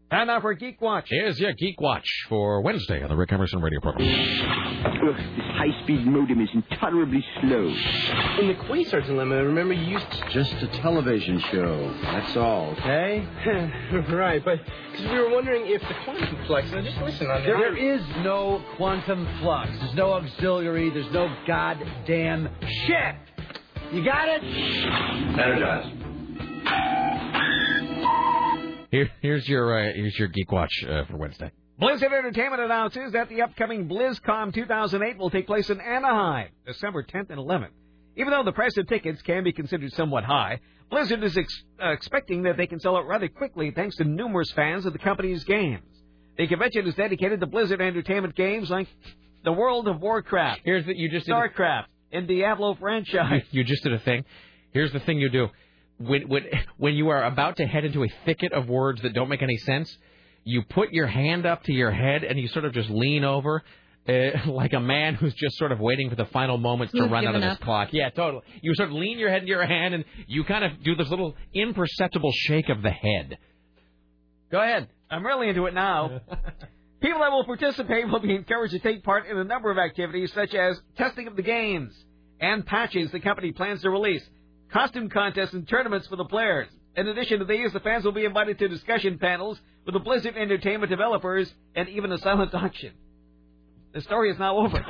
[SPEAKER 3] And now for Geek Watch.
[SPEAKER 2] Here's your Geek Watch for Wednesday on the Rick Emerson radio program.
[SPEAKER 1] Ugh, this high-speed modem is intolerably slow.
[SPEAKER 32] In the Quasar Dilemma, remember you used to...
[SPEAKER 1] Just a television show. That's all, okay?
[SPEAKER 32] right, but because we were wondering if the quantum flux... Now, just listen on
[SPEAKER 1] There is no quantum flux. There's no auxiliary. There's no goddamn shit. You got it?
[SPEAKER 2] Energize. Here, here's your uh, here's your Geek Watch uh, for Wednesday.
[SPEAKER 3] Blizzard Entertainment announces that the upcoming BlizzCon 2008 will take place in Anaheim, December 10th and 11th. Even though the price of tickets can be considered somewhat high, Blizzard is ex- uh, expecting that they can sell out rather quickly thanks to numerous fans of the company's games. The convention is dedicated to Blizzard Entertainment games like the World of Warcraft,
[SPEAKER 2] here's the, you just
[SPEAKER 3] StarCraft, a... and Diablo franchise.
[SPEAKER 2] You, you just did a thing. Here's the thing you do when when when you are about to head into a thicket of words that don't make any sense, you put your hand up to your head and you sort of just lean over. Uh, like a man who's just sort of waiting for the final moments to
[SPEAKER 4] You've
[SPEAKER 2] run out of
[SPEAKER 4] given
[SPEAKER 2] this
[SPEAKER 4] up.
[SPEAKER 2] clock. Yeah, totally. You sort of lean your head into your hand and you kind of do this little imperceptible shake of the head. Go ahead.
[SPEAKER 3] I'm really into it now. People that will participate will be encouraged to take part in a number of activities such as testing of the games and patches the company plans to release costume contests, and tournaments for the players. In addition to these, the fans will be invited to discussion panels with the Blizzard Entertainment developers and even a silent auction. The story is now over.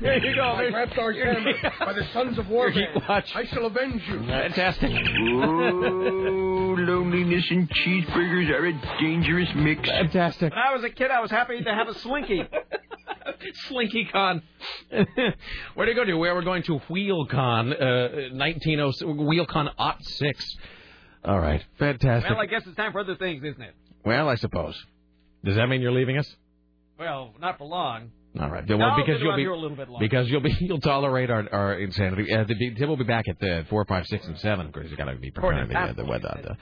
[SPEAKER 2] There you go.
[SPEAKER 33] I grabbed our camera by the sons of Warband. I shall avenge you.
[SPEAKER 2] Fantastic.
[SPEAKER 1] Oh, loneliness and cheeseburgers are a dangerous mix.
[SPEAKER 2] Fantastic.
[SPEAKER 3] When I was a kid, I was happy to have a slinky.
[SPEAKER 2] Slinky Con. Where do you go to? Where we're going to WheelCon uh, 1906, WheelCon Ot 6. All right. Fantastic.
[SPEAKER 3] well, I guess it's time for other things, isn't it?
[SPEAKER 2] Well, I suppose. Does that mean you're leaving us?
[SPEAKER 3] Well, not for long.
[SPEAKER 2] All right. Well,
[SPEAKER 3] No,
[SPEAKER 2] because
[SPEAKER 3] I'll
[SPEAKER 2] you'll
[SPEAKER 3] be around
[SPEAKER 2] be
[SPEAKER 3] here a little bit longer.
[SPEAKER 2] because you'll be you'll tolerate our, our insanity. Uh, the, the- Tim will be back at the four, five, six, and seven. Of course, you got to be preparing the, uh, the weather. Uh,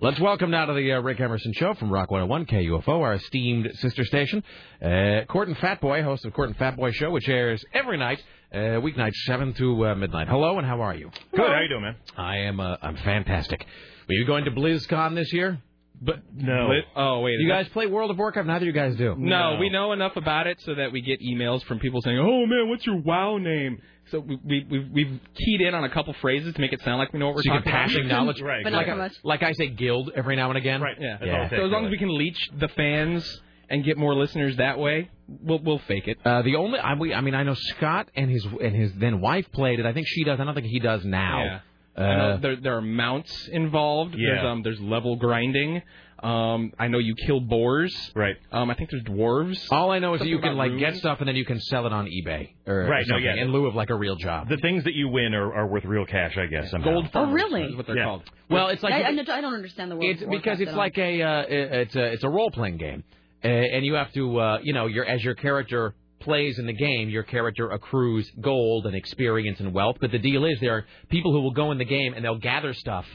[SPEAKER 2] Let's welcome now to the uh, Rick Emerson Show from Rock 101 KUFO, our esteemed sister station. Uh, Court and Fatboy, host of Court and Fatboy Show, which airs every night, uh, weeknights seven through uh, midnight. Hello, and how are you?
[SPEAKER 20] Good. How you doing, man?
[SPEAKER 2] I am. Uh, I'm fantastic. Were you going to BlizzCon this year? But
[SPEAKER 20] No. Oh wait.
[SPEAKER 2] You
[SPEAKER 20] is that-
[SPEAKER 2] guys play World of Warcraft? Neither of you guys do.
[SPEAKER 20] No, we know enough about it so that we get emails from people saying, "Oh man, what's your WoW name?" So we, we we've, we've keyed in on a couple phrases to make it sound like we know what we're
[SPEAKER 2] so you
[SPEAKER 20] talking
[SPEAKER 2] can passing
[SPEAKER 20] about.
[SPEAKER 2] knowledge, Like, I- like I say, guild every now and again. Right.
[SPEAKER 20] Yeah. So as long as we can leech the fans and get more listeners that way, we'll we'll fake it.
[SPEAKER 2] Uh, the only I, we, I mean I know Scott and his and his then wife played it. I think she does. I don't think he does now.
[SPEAKER 20] Yeah. I know
[SPEAKER 2] Uh,
[SPEAKER 20] there there are mounts involved.
[SPEAKER 2] Yeah.
[SPEAKER 20] There's um there's level grinding. Um, I know you kill boars. Right. Um, I think there's dwarves.
[SPEAKER 2] all I know is that you
[SPEAKER 20] Something
[SPEAKER 2] can
[SPEAKER 20] about
[SPEAKER 2] like get
[SPEAKER 20] runes.
[SPEAKER 2] stuff and then you can sell it on eBay or, or
[SPEAKER 34] Right, no,
[SPEAKER 2] something
[SPEAKER 34] yeah.
[SPEAKER 2] in lieu of like a real job.
[SPEAKER 34] The things that you win are, are worth real cash, I guess. Somehow.
[SPEAKER 20] Gold
[SPEAKER 4] Oh, really? is
[SPEAKER 20] what they're called.
[SPEAKER 2] Well, it's like
[SPEAKER 4] I, I don't I don't understand the word.
[SPEAKER 2] it's because it's like a uh, it's a it's a role playing game, uh, and you have to uh, you know your as your character plays in the game, your character accrues gold and experience and wealth. But the deal is there are people who will go in the game and they'll gather stuff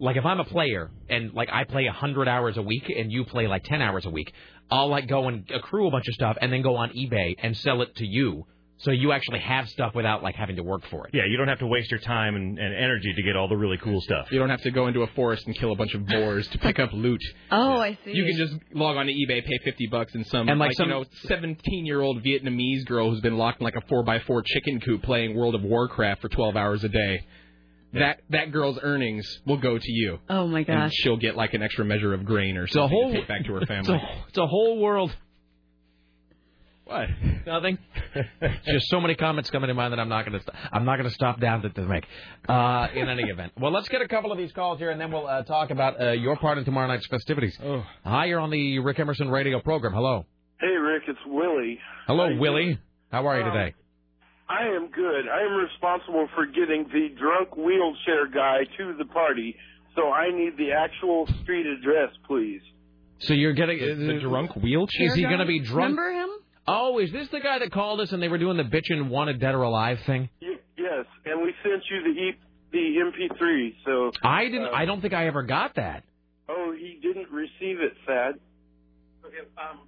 [SPEAKER 2] like if I'm a player and like I play 100 hours a week and you play like 10 hours a week, I'll like go and accrue a bunch of stuff and then go on eBay and sell it to you. So you actually have stuff without like having to work for it.
[SPEAKER 9] Yeah, you don't have to waste your time and, and energy to get all the really cool stuff.
[SPEAKER 20] You don't have to go into a forest and kill a bunch of boars to pick up loot.
[SPEAKER 4] Oh, I see.
[SPEAKER 20] You can just log on to eBay, pay fifty bucks, and some
[SPEAKER 2] And, like,
[SPEAKER 20] like,
[SPEAKER 2] some-
[SPEAKER 20] you know seventeen year old Vietnamese girl who's been locked in like a four by four chicken coop playing World of Warcraft for twelve hours a day. That that girl's earnings will go to you.
[SPEAKER 4] Oh my
[SPEAKER 20] And
[SPEAKER 4] gosh.
[SPEAKER 20] she'll get like an extra measure of grain or something
[SPEAKER 2] whole-
[SPEAKER 20] to take back to her
[SPEAKER 2] It's
[SPEAKER 20] family.
[SPEAKER 2] a, it's a whole world.
[SPEAKER 20] What?
[SPEAKER 2] Nothing. Just so many comments coming to mind that I'm not going to st- I'm not going to stop down to, to make. Uh, in any event, well, let's get a couple of these calls here, and then we'll uh, talk about uh, your part in tomorrow night's festivities.
[SPEAKER 20] Oh.
[SPEAKER 2] Hi, you're on the Rick Emerson radio program. Hello,
[SPEAKER 1] Hey, Rick, it's Willie.
[SPEAKER 2] hello, Willie. How are you today?
[SPEAKER 1] I am good. I am responsible for getting the drunk wheelchair guy to the party, so I need the actual street address, please.
[SPEAKER 2] So you're getting the,
[SPEAKER 20] drunk wheelchair.
[SPEAKER 2] Is he
[SPEAKER 20] guy?
[SPEAKER 2] going to be drunk?
[SPEAKER 4] Remember him?
[SPEAKER 2] Oh, is this the guy that called us and they were doing the bitchin' wanted dead or alive thing?
[SPEAKER 1] Y- yes, and we sent you the e- the MP3. So
[SPEAKER 2] I didn't.
[SPEAKER 4] Oh.
[SPEAKER 1] uh,
[SPEAKER 2] I don't think I ever got that.
[SPEAKER 1] Oh, he didn't receive it, sad.
[SPEAKER 35] Um,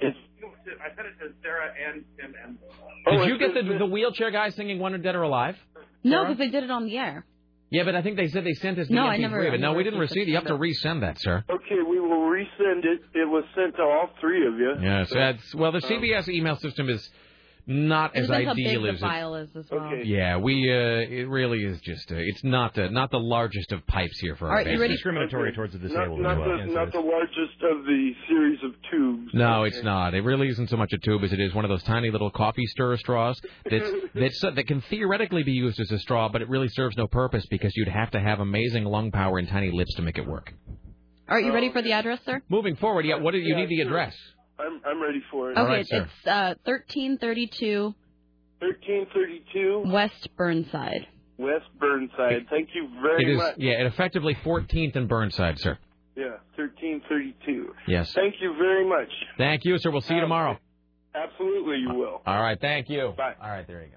[SPEAKER 2] It's-
[SPEAKER 35] I sent it to Sarah and Tim and.
[SPEAKER 4] Oh,
[SPEAKER 2] Did you get the the wheelchair guy singing wanted dead or alive?
[SPEAKER 4] No, because they did it on the air.
[SPEAKER 2] Yeah, but I think they said they sent us the
[SPEAKER 4] No, I
[SPEAKER 2] MP3,
[SPEAKER 4] never-
[SPEAKER 2] but
[SPEAKER 4] I
[SPEAKER 2] no,
[SPEAKER 4] never
[SPEAKER 2] we didn't
[SPEAKER 4] received
[SPEAKER 2] receive it. You have to resend that, sir.
[SPEAKER 1] Okay, we will resend it. It was sent to all three of you.
[SPEAKER 2] Yes, that's well. The
[SPEAKER 1] Um,
[SPEAKER 2] CBS email system is not as
[SPEAKER 4] Depends how big
[SPEAKER 2] ideal
[SPEAKER 4] the
[SPEAKER 2] as it.
[SPEAKER 4] file is as well.
[SPEAKER 2] Yeah, we uh, it really is just uh, it's not uh, not the largest of pipes here for
[SPEAKER 4] All right,
[SPEAKER 2] our
[SPEAKER 4] you ready?
[SPEAKER 2] base.
[SPEAKER 9] Discriminatory towards the
[SPEAKER 1] Not,
[SPEAKER 9] disabled
[SPEAKER 1] not,
[SPEAKER 9] as well.
[SPEAKER 1] the, not the largest of the series of tubes.
[SPEAKER 2] No, it's not. It really isn't so much a tube as it is one of those tiny little coffee stirrer straws that's, that's uh, that can theoretically be used as a straw, but it really serves no purpose because you'd have to have amazing lung power and tiny lips to make it work.
[SPEAKER 4] All right, you ready for the address, sir?
[SPEAKER 2] Moving forward, yeah, what do you
[SPEAKER 1] Yeah,
[SPEAKER 2] need the
[SPEAKER 1] sure.
[SPEAKER 2] address?
[SPEAKER 1] I'm I'm ready for it.
[SPEAKER 4] Okay, it's uh, 1332
[SPEAKER 1] 1332
[SPEAKER 4] West Burnside.
[SPEAKER 1] West Burnside. Thank you very
[SPEAKER 2] It is
[SPEAKER 1] much.
[SPEAKER 2] yeah, it effectively 14th and Burnside, sir.
[SPEAKER 1] Yeah, 1332.
[SPEAKER 2] Yes.
[SPEAKER 1] Thank you very much.
[SPEAKER 2] Thank you, sir. We'll see you tomorrow.
[SPEAKER 1] Absolutely, you will.
[SPEAKER 2] All right, thank you.
[SPEAKER 1] Bye.
[SPEAKER 2] All right, there you go.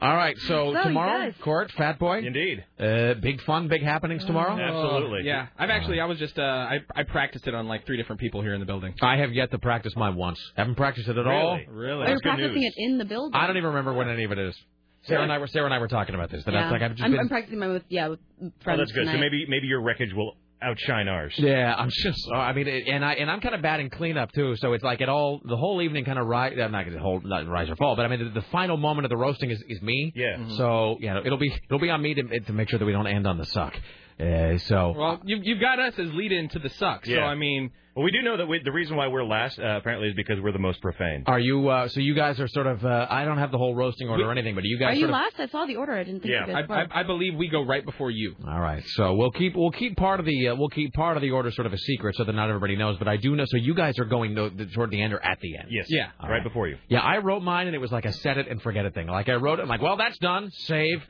[SPEAKER 2] All right, so,
[SPEAKER 20] So,
[SPEAKER 2] tomorrow,
[SPEAKER 20] yes.
[SPEAKER 2] court, Fat Boy. Indeed. Uh, big fun, big happenings tomorrow.
[SPEAKER 20] Mm. Oh, Yeah, I've actually I was just uh, I I practiced it on like three different people here in the building.
[SPEAKER 2] I have yet to practice mine once. Haven't practiced it at all.
[SPEAKER 20] Really?
[SPEAKER 4] We're practicing it in the building.
[SPEAKER 2] I don't even remember what any of it is. Sarah and I were Sarah and I were talking about this. That I was like, I've just
[SPEAKER 4] am
[SPEAKER 2] been
[SPEAKER 4] I'm practicing mine with yeah with
[SPEAKER 2] Oh,
[SPEAKER 4] friends
[SPEAKER 2] that's good. So
[SPEAKER 4] tonight.
[SPEAKER 2] maybe-
[SPEAKER 9] Maybe maybe your wreckage will outshine ours.
[SPEAKER 2] Yeah, I'm just. uh, I mean, it, and I and I'm kind of bad in cleanup too. So it's like it all the whole evening kind of rise. I'm not going to hold not rise or fall, but I mean the, the final moment of the roasting is, is me. Yeah. So you know it'll be it'll be on me to to make sure that we don't end on the suck. Uh, so
[SPEAKER 20] Well, you you've got us as lead in to the suck. So
[SPEAKER 9] Yeah.
[SPEAKER 20] I mean,
[SPEAKER 9] Well, we do know that we, the reason why we're last uh, apparently is because we're the most profane.
[SPEAKER 2] are you? Uh, so you guys are sort of. Uh, I don't have the whole roasting order or anything, but are you guys
[SPEAKER 4] Are you
[SPEAKER 2] sort of.
[SPEAKER 4] last? I saw the order. I didn't think you guys were.
[SPEAKER 20] I believe we go right before you.
[SPEAKER 2] All right, so we'll keep we'll keep part of the uh, we'll keep part of the order sort of a secret so that not everybody knows. But I do know. So you guys are going though, the, toward the end or at the end.
[SPEAKER 9] Yes.
[SPEAKER 2] Yeah.
[SPEAKER 9] Right, before you.
[SPEAKER 2] Yeah, I wrote mine and it was like a set it and forget it thing. Like I wrote it, I'm like, well, that's done, save.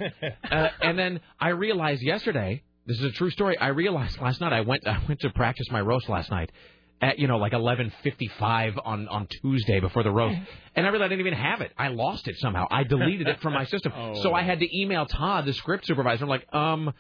[SPEAKER 2] uh, and then I realized yesterday, this is a true story. I realized last night I went I went to practice my roast last night at you know like 11:55 on on Tuesday before the roast, and I realized I didn't even have it. I lost it somehow. I deleted it from my system,
[SPEAKER 20] Oh,
[SPEAKER 2] so I had to email Todd, the script supervisor. I'm like, um,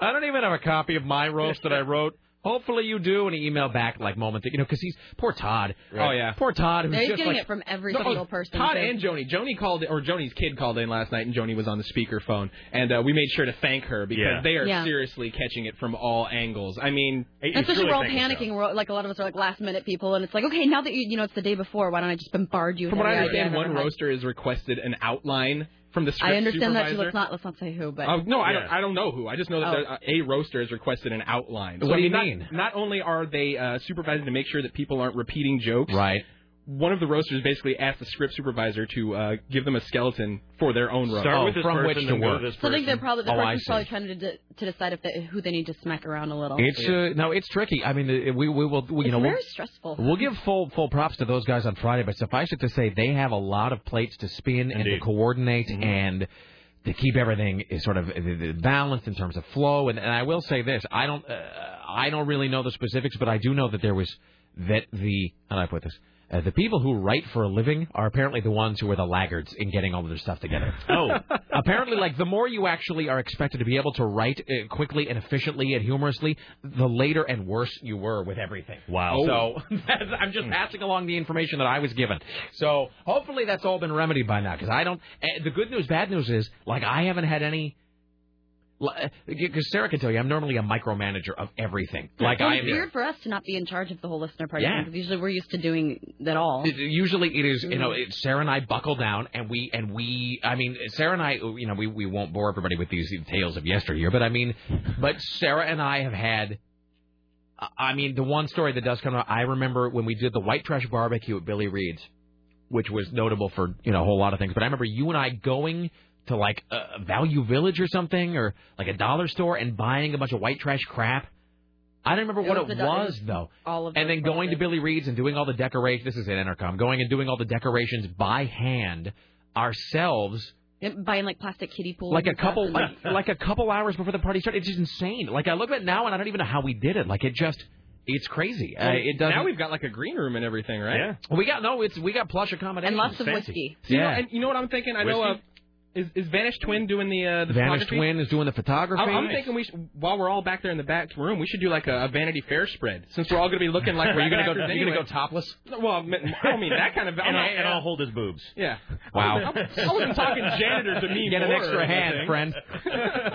[SPEAKER 2] I don't even have a copy of my roast that I wrote. Hopefully you do, and he emailed back like moment, you know, because he's poor Todd.
[SPEAKER 20] Oh, yeah.
[SPEAKER 2] poor Todd. who's
[SPEAKER 4] They're
[SPEAKER 2] just
[SPEAKER 4] getting
[SPEAKER 2] like-
[SPEAKER 4] it from every
[SPEAKER 20] No,
[SPEAKER 4] single
[SPEAKER 20] oh,
[SPEAKER 4] person.
[SPEAKER 20] Todd
[SPEAKER 4] so-
[SPEAKER 20] and Joni. Joni called or Joni's kid called in last night, and Joni was on the speakerphone, and uh, we made sure to thank her because
[SPEAKER 4] Yeah.
[SPEAKER 20] they are
[SPEAKER 4] Yeah.
[SPEAKER 20] seriously catching it from all angles. I mean,
[SPEAKER 4] Especially we're all panicking. We're all, like a lot of us are like last minute people, and it's like, okay, now that you you know it's the day before, why don't I just bombard you? with
[SPEAKER 20] From what I
[SPEAKER 4] every idea
[SPEAKER 20] understand,
[SPEAKER 4] I've
[SPEAKER 20] one
[SPEAKER 4] ever had?
[SPEAKER 20] roaster has requested an outline from the script
[SPEAKER 4] I understand that too.
[SPEAKER 20] supervisor.
[SPEAKER 4] Let's not let's not say who, but
[SPEAKER 2] Oh,
[SPEAKER 20] Uh, no, I don't. I don't know who. I just know that
[SPEAKER 4] Oh.
[SPEAKER 20] there- uh, a roaster has requested an outline.
[SPEAKER 2] What do you
[SPEAKER 20] I not-
[SPEAKER 2] mean?
[SPEAKER 20] Not, only are they uh, supervising to make sure that people aren't repeating jokes,
[SPEAKER 2] right?
[SPEAKER 20] One of the roasters basically asked the script supervisor to uh, give them a skeleton for their own roast.
[SPEAKER 2] Start Oh, with this from person, which to then go to work. this
[SPEAKER 4] So I think they're probably the
[SPEAKER 2] Oh, I
[SPEAKER 4] person's
[SPEAKER 2] see.
[SPEAKER 4] probably trying to de- to decide if they, who they need to smack around a little.
[SPEAKER 2] It's uh, no, it's tricky. I mean, uh, we we will we, you
[SPEAKER 4] It's
[SPEAKER 2] know
[SPEAKER 4] very
[SPEAKER 2] we'll,
[SPEAKER 4] stressful.
[SPEAKER 2] We'll give full full props to those guys on Friday, but suffice it to say they have a lot of plates to spin and to coordinate
[SPEAKER 4] Mm-hmm.
[SPEAKER 2] and to keep everything is sort of uh, uh, balanced in terms of flow. And, and I will say this: uh, I don't uh, I don't really know the specifics, but I do know that there was that the how do I put this? Uh, the people who write for a living are apparently the ones who are the laggards in getting all of their stuff together.
[SPEAKER 18] Oh.
[SPEAKER 2] apparently, like the more you actually are expected to be able to write uh, quickly and efficiently and humorously, the later and worse you were with everything.
[SPEAKER 18] Wow.
[SPEAKER 2] So Oh. that's, I'm just passing along the information that I was given. So hopefully that's all been remedied by now. Because I don't. eh, The good news, bad news is like I haven't had any. Because Sarah can tell you, I'm normally a micromanager of everything. Like
[SPEAKER 4] Well,
[SPEAKER 2] I
[SPEAKER 4] it's
[SPEAKER 2] am.
[SPEAKER 4] weird for us to not be in charge of the whole listener party
[SPEAKER 2] Yeah.
[SPEAKER 4] because usually we're used to doing that all.
[SPEAKER 2] It- usually it is you know
[SPEAKER 4] Mhm.
[SPEAKER 18] Mm-hmm.
[SPEAKER 2] it, Sarah and I buckle down and we and we I mean Sarah and I you know we we won't bore everybody with these tales of yesteryear but I mean but Sarah and I have had I- I mean the one story that does come out I remember when we did the white trash barbecue at Billy Reed's which was notable for you know a whole lot of things but I remember you and I going to like a a Value Village or something or like a dollar store and buying a bunch of white trash crap I don't remember
[SPEAKER 18] It
[SPEAKER 2] what
[SPEAKER 18] was
[SPEAKER 2] it
[SPEAKER 18] the-
[SPEAKER 2] was though
[SPEAKER 4] all
[SPEAKER 2] and then going to Billy Reed's and doing all the decorations. This is at Intercom. Going and doing all the decorations by hand ourselves,
[SPEAKER 4] And Buying like plastic kiddie pools.
[SPEAKER 2] like a
[SPEAKER 4] and stuff
[SPEAKER 2] couple,
[SPEAKER 4] and-
[SPEAKER 2] like, like a couple hours before the party started. It's just insane. Like I look at it now and I don't even know how we did it. Like it just, it's crazy. Uh, it doesn't.
[SPEAKER 20] Now we've got like a green room and everything, right?
[SPEAKER 2] we got no. It's we got plush accommodations
[SPEAKER 20] And lots of whiskey.
[SPEAKER 2] Fancy. Yeah.
[SPEAKER 20] You know, and you know what I'm thinking? I know. Uh,
[SPEAKER 2] Whiskey?
[SPEAKER 20] is is Vanished Twin doing the uh, the
[SPEAKER 2] Vanished
[SPEAKER 20] photography?
[SPEAKER 2] Twin is doing the photography.
[SPEAKER 20] I'm, I'm thinking we should, while we're all back there in the back room, we should do like a, a Vanity Fair spread since we're all going to be looking like
[SPEAKER 2] Are you
[SPEAKER 20] going to
[SPEAKER 2] gonna go- you gonna go topless?
[SPEAKER 20] Well, I mean- I don't mean that kind of. I'm
[SPEAKER 23] And,
[SPEAKER 20] not-
[SPEAKER 23] I, and I'll hold his boobs.
[SPEAKER 20] Yeah.
[SPEAKER 23] Wow.
[SPEAKER 20] I wasn't- I wasn't talking janitor to me.
[SPEAKER 23] Get an
[SPEAKER 20] more
[SPEAKER 23] extra
[SPEAKER 20] or
[SPEAKER 23] hand,
[SPEAKER 20] anything.
[SPEAKER 23] friend.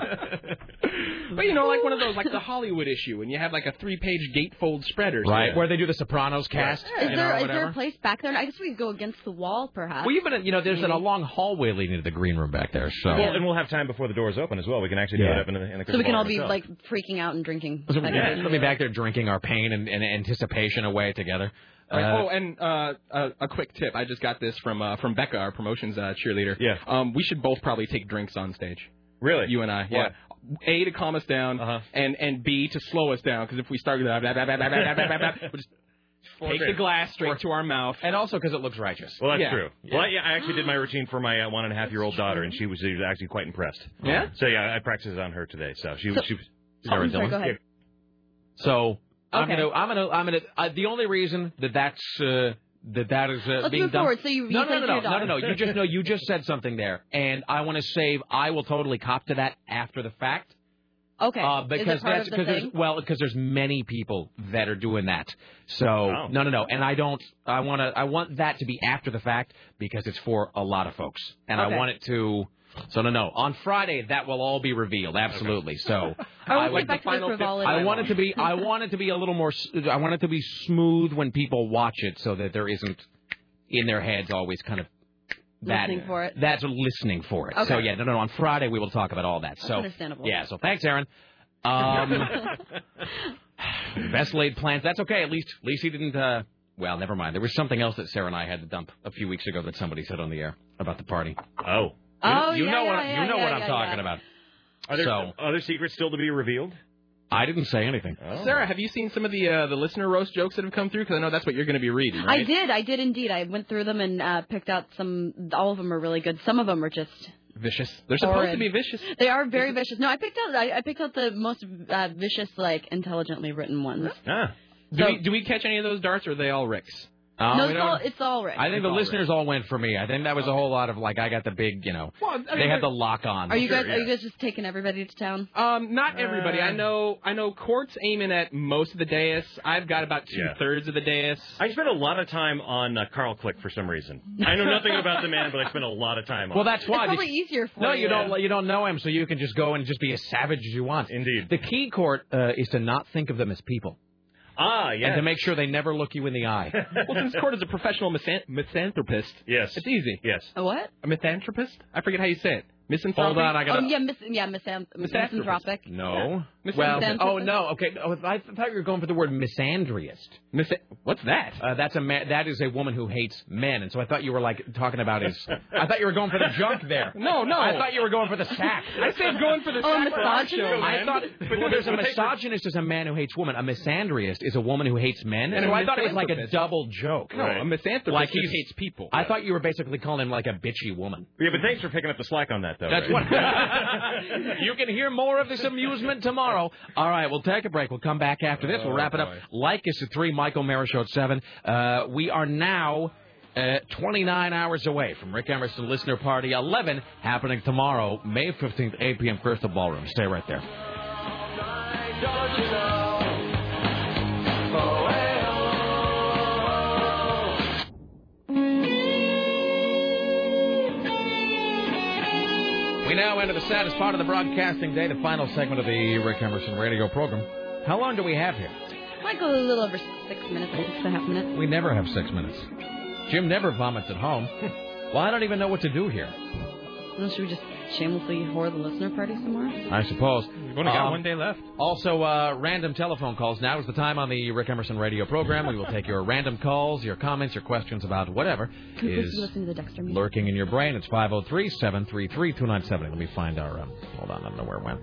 [SPEAKER 20] but you know, like one of those, like the Hollywood issue, and you have like a three-page gatefold spread or something.
[SPEAKER 2] Right, where they do the Sopranos cast.
[SPEAKER 4] Is
[SPEAKER 20] you know,
[SPEAKER 4] there is
[SPEAKER 20] whatever.
[SPEAKER 4] there a place back there? I guess we could go against the wall, perhaps.
[SPEAKER 2] Well, you've been, you know, there's a long hallway leading to the green room back there. So
[SPEAKER 23] Well, and we'll have time before the doors open as well. We can actually do
[SPEAKER 2] Yeah.
[SPEAKER 23] it up in the, in the
[SPEAKER 4] so we can
[SPEAKER 23] bar
[SPEAKER 4] all be
[SPEAKER 23] itself.
[SPEAKER 4] like freaking out and drinking.
[SPEAKER 2] So,
[SPEAKER 4] Like,
[SPEAKER 2] yeah, we'll be back there drinking our pain and, and anticipation away together.
[SPEAKER 20] Right.
[SPEAKER 2] Uh,
[SPEAKER 20] oh, and uh, a, a quick tip. I just got this from uh, from Becca, our promotions uh, cheerleader.
[SPEAKER 23] Yeah.
[SPEAKER 20] Um, we should both probably take drinks on stage.
[SPEAKER 23] Really? Uh-huh.
[SPEAKER 20] You and I. Yeah. A to calm us down, and and B to slow us down. Because if we start, blah, blah, blah, blah, blah, blah, blah, blah, blah, we'll just
[SPEAKER 23] Fourth
[SPEAKER 20] take the
[SPEAKER 23] grader.
[SPEAKER 20] glass straight to our mouth.
[SPEAKER 2] And also because it looks righteous.
[SPEAKER 23] Well, that's
[SPEAKER 20] Yeah.
[SPEAKER 23] true. Well, I, yeah, I actually did my routine for my uh, one and a half year old daughter, and she was, she was actually quite impressed.
[SPEAKER 20] Yeah?
[SPEAKER 23] So yeah, I practiced on her today. So she
[SPEAKER 2] So-
[SPEAKER 23] was. She, was-
[SPEAKER 2] Oh, I'm sorry, go ahead. So I'm
[SPEAKER 23] Okay.
[SPEAKER 2] gonna, I'm gonna, I'm gonna. Uh, the only reason that that's uh, that that is uh,
[SPEAKER 4] Let's
[SPEAKER 2] being
[SPEAKER 4] move
[SPEAKER 2] done.
[SPEAKER 4] forward. So you- you
[SPEAKER 2] no, no,
[SPEAKER 4] said
[SPEAKER 2] no,
[SPEAKER 4] to
[SPEAKER 2] no,
[SPEAKER 4] your
[SPEAKER 2] no, no, no.
[SPEAKER 4] daughter.
[SPEAKER 2] You just know you just said something there, and I want to save. I will totally cop to that after the fact.
[SPEAKER 4] Okay.
[SPEAKER 2] Uh,
[SPEAKER 4] Is it
[SPEAKER 2] because
[SPEAKER 4] part
[SPEAKER 2] that's
[SPEAKER 4] of the
[SPEAKER 2] because there's
[SPEAKER 4] thing?
[SPEAKER 2] well because there's many people that are doing that. So no, no, no. And I don't. I want to. I want that to be after the fact because it's for a lot of folks, and
[SPEAKER 20] Okay.
[SPEAKER 2] I want it to. So no, no. On Friday, that will all be revealed. Absolutely. So
[SPEAKER 20] I want to
[SPEAKER 2] would-
[SPEAKER 20] get back to the Final frivolity.
[SPEAKER 2] I want it to be. I want it to be a little more. s- I want it to be smooth when people watch it, so that there isn't in their heads always kind of. That,
[SPEAKER 4] Listening for it.
[SPEAKER 2] That's listening for it. So
[SPEAKER 4] Okay.
[SPEAKER 2] yeah, no, no, no. On Friday we will talk about all that. so
[SPEAKER 4] understandable.
[SPEAKER 2] Yeah. So thanks, Aaron. Um, best laid plans. That's okay. At least, at least he didn't. Uh, well, never mind. There was something else that Sarah and I had to dump a few weeks ago that somebody said on the air about the party.
[SPEAKER 23] Oh.
[SPEAKER 4] Oh,
[SPEAKER 2] you
[SPEAKER 4] yeah,
[SPEAKER 2] know
[SPEAKER 4] yeah,
[SPEAKER 2] what
[SPEAKER 4] yeah,
[SPEAKER 2] you know
[SPEAKER 4] yeah,
[SPEAKER 2] what I'm
[SPEAKER 4] yeah,
[SPEAKER 2] talking
[SPEAKER 4] yeah.
[SPEAKER 2] about.
[SPEAKER 23] Are there
[SPEAKER 2] so
[SPEAKER 23] other secrets still to be revealed? Oh.
[SPEAKER 2] I didn't say anything.
[SPEAKER 20] Sarah, have you seen some of the uh, the listener roast jokes that have come through? Because I know that's what you're going to be reading. Right?
[SPEAKER 4] I did. I did indeed. I went through them and uh, picked out some. All of them are really good. Some of them are just
[SPEAKER 20] Vicious. They're supposed
[SPEAKER 4] horrid.
[SPEAKER 20] to be vicious.
[SPEAKER 4] They are very vicious. No, I picked out. I, I picked out the most uh, vicious, like intelligently written ones.
[SPEAKER 23] Ah.
[SPEAKER 20] Do, we, do we catch any of those darts, or are they all Ricks?
[SPEAKER 2] Uh,
[SPEAKER 4] no,
[SPEAKER 2] we
[SPEAKER 4] it's
[SPEAKER 2] don't-
[SPEAKER 4] all, it's all right.
[SPEAKER 2] I think the listeners all went for me. I think that was a whole lot of like I got the big, you know,
[SPEAKER 20] Well, I mean,
[SPEAKER 2] they
[SPEAKER 20] they're-
[SPEAKER 2] had the lock on.
[SPEAKER 4] Are you guys? Are you guys just taking everybody to town? Uh,
[SPEAKER 20] Um, not everybody. I know. I know. Court's aiming at most of the dais. I've got about two
[SPEAKER 23] Yeah.
[SPEAKER 20] thirds of the dais.
[SPEAKER 23] I spent a lot of time on uh, Carl Click for some reason. I know nothing about the man, but I spent a lot of time on.
[SPEAKER 2] Well, that's why.
[SPEAKER 4] It's probably
[SPEAKER 2] because-
[SPEAKER 4] easier for
[SPEAKER 2] no,
[SPEAKER 4] you.
[SPEAKER 2] you don't. You don't know him, so you can just go and just be as savage as you want.
[SPEAKER 23] Indeed.
[SPEAKER 2] The key court uh, is to not think of them as people.
[SPEAKER 23] Ah,
[SPEAKER 2] And
[SPEAKER 23] yeah.
[SPEAKER 2] to make sure they never look you in the eye.
[SPEAKER 20] well, since Court is a professional misan- misanthropist,
[SPEAKER 23] yes,
[SPEAKER 20] it's easy.
[SPEAKER 23] Yes.
[SPEAKER 4] A what?
[SPEAKER 20] A misanthropist? I forget how you say it. Misanthropy.
[SPEAKER 2] Hold on, I gotta-
[SPEAKER 4] Oh yeah, mis- yeah, misan-
[SPEAKER 20] Misanthropist.
[SPEAKER 4] misanthropic.
[SPEAKER 2] No.
[SPEAKER 20] Yeah.
[SPEAKER 2] Well,
[SPEAKER 20] Misanthropist.
[SPEAKER 2] oh no. Okay. Oh, I thought you were going for the word misandriest.
[SPEAKER 20] Mis- What's that?
[SPEAKER 2] Uh, that's a ma- that is a woman who hates men, and so I thought you were like talking about his. I thought you were going for the junk there.
[SPEAKER 20] No, no.
[SPEAKER 2] I thought you were going for the sack.
[SPEAKER 20] I said going for the
[SPEAKER 4] Oh,
[SPEAKER 20] sack rock show,
[SPEAKER 4] misogynist?
[SPEAKER 20] man.
[SPEAKER 2] I thought well, there's a
[SPEAKER 20] But they-
[SPEAKER 2] misogynist is a man who hates women. A misandrist is a woman who hates men.
[SPEAKER 20] And
[SPEAKER 2] so
[SPEAKER 20] a
[SPEAKER 2] I thought it was like a
[SPEAKER 20] misanthropist.
[SPEAKER 2] double joke.
[SPEAKER 20] No, a misanthropist
[SPEAKER 2] Like
[SPEAKER 20] just
[SPEAKER 2] he's-
[SPEAKER 20] hates people.
[SPEAKER 2] I thought you were basically calling him like a bitchy woman.
[SPEAKER 23] Yeah, but thanks for picking up the slack on that, though.
[SPEAKER 2] That's
[SPEAKER 23] Ray.
[SPEAKER 2] what. you can hear more of this amusement tomorrow. tomorrow. Oh, All right, we'll take a break. We'll come back after this. We'll wrap it up. Like us at 3, Michael Mara Show at 7. Uh, we are now uh, 29 hours away from Rick Emerson Listener Party 11 happening tomorrow, May 15th, 8 p.m., Crystal Ballroom. Stay right there. We now enter the saddest part of the broadcasting day, the final segment of the Rick Emerson radio program. How long do we have here?
[SPEAKER 4] Like a little over six minutes, six and a half minutes.
[SPEAKER 2] We never have six minutes. Jim never vomits at home. Well, I don't even know what to do here.
[SPEAKER 4] Well, should we just shamelessly whore the listener party some more?
[SPEAKER 2] I suppose. Um,
[SPEAKER 20] You've only got one day left.
[SPEAKER 2] Also, uh, random telephone calls. Now is the time on the Rick Emerson radio program. We will take your random calls, your comments, your questions about whatever
[SPEAKER 4] Please
[SPEAKER 2] is
[SPEAKER 4] listen to the Dexter meeting.
[SPEAKER 2] lurking in your brain. It's 503 733 2970. Let me find our. Um, hold on, I don't know where it went.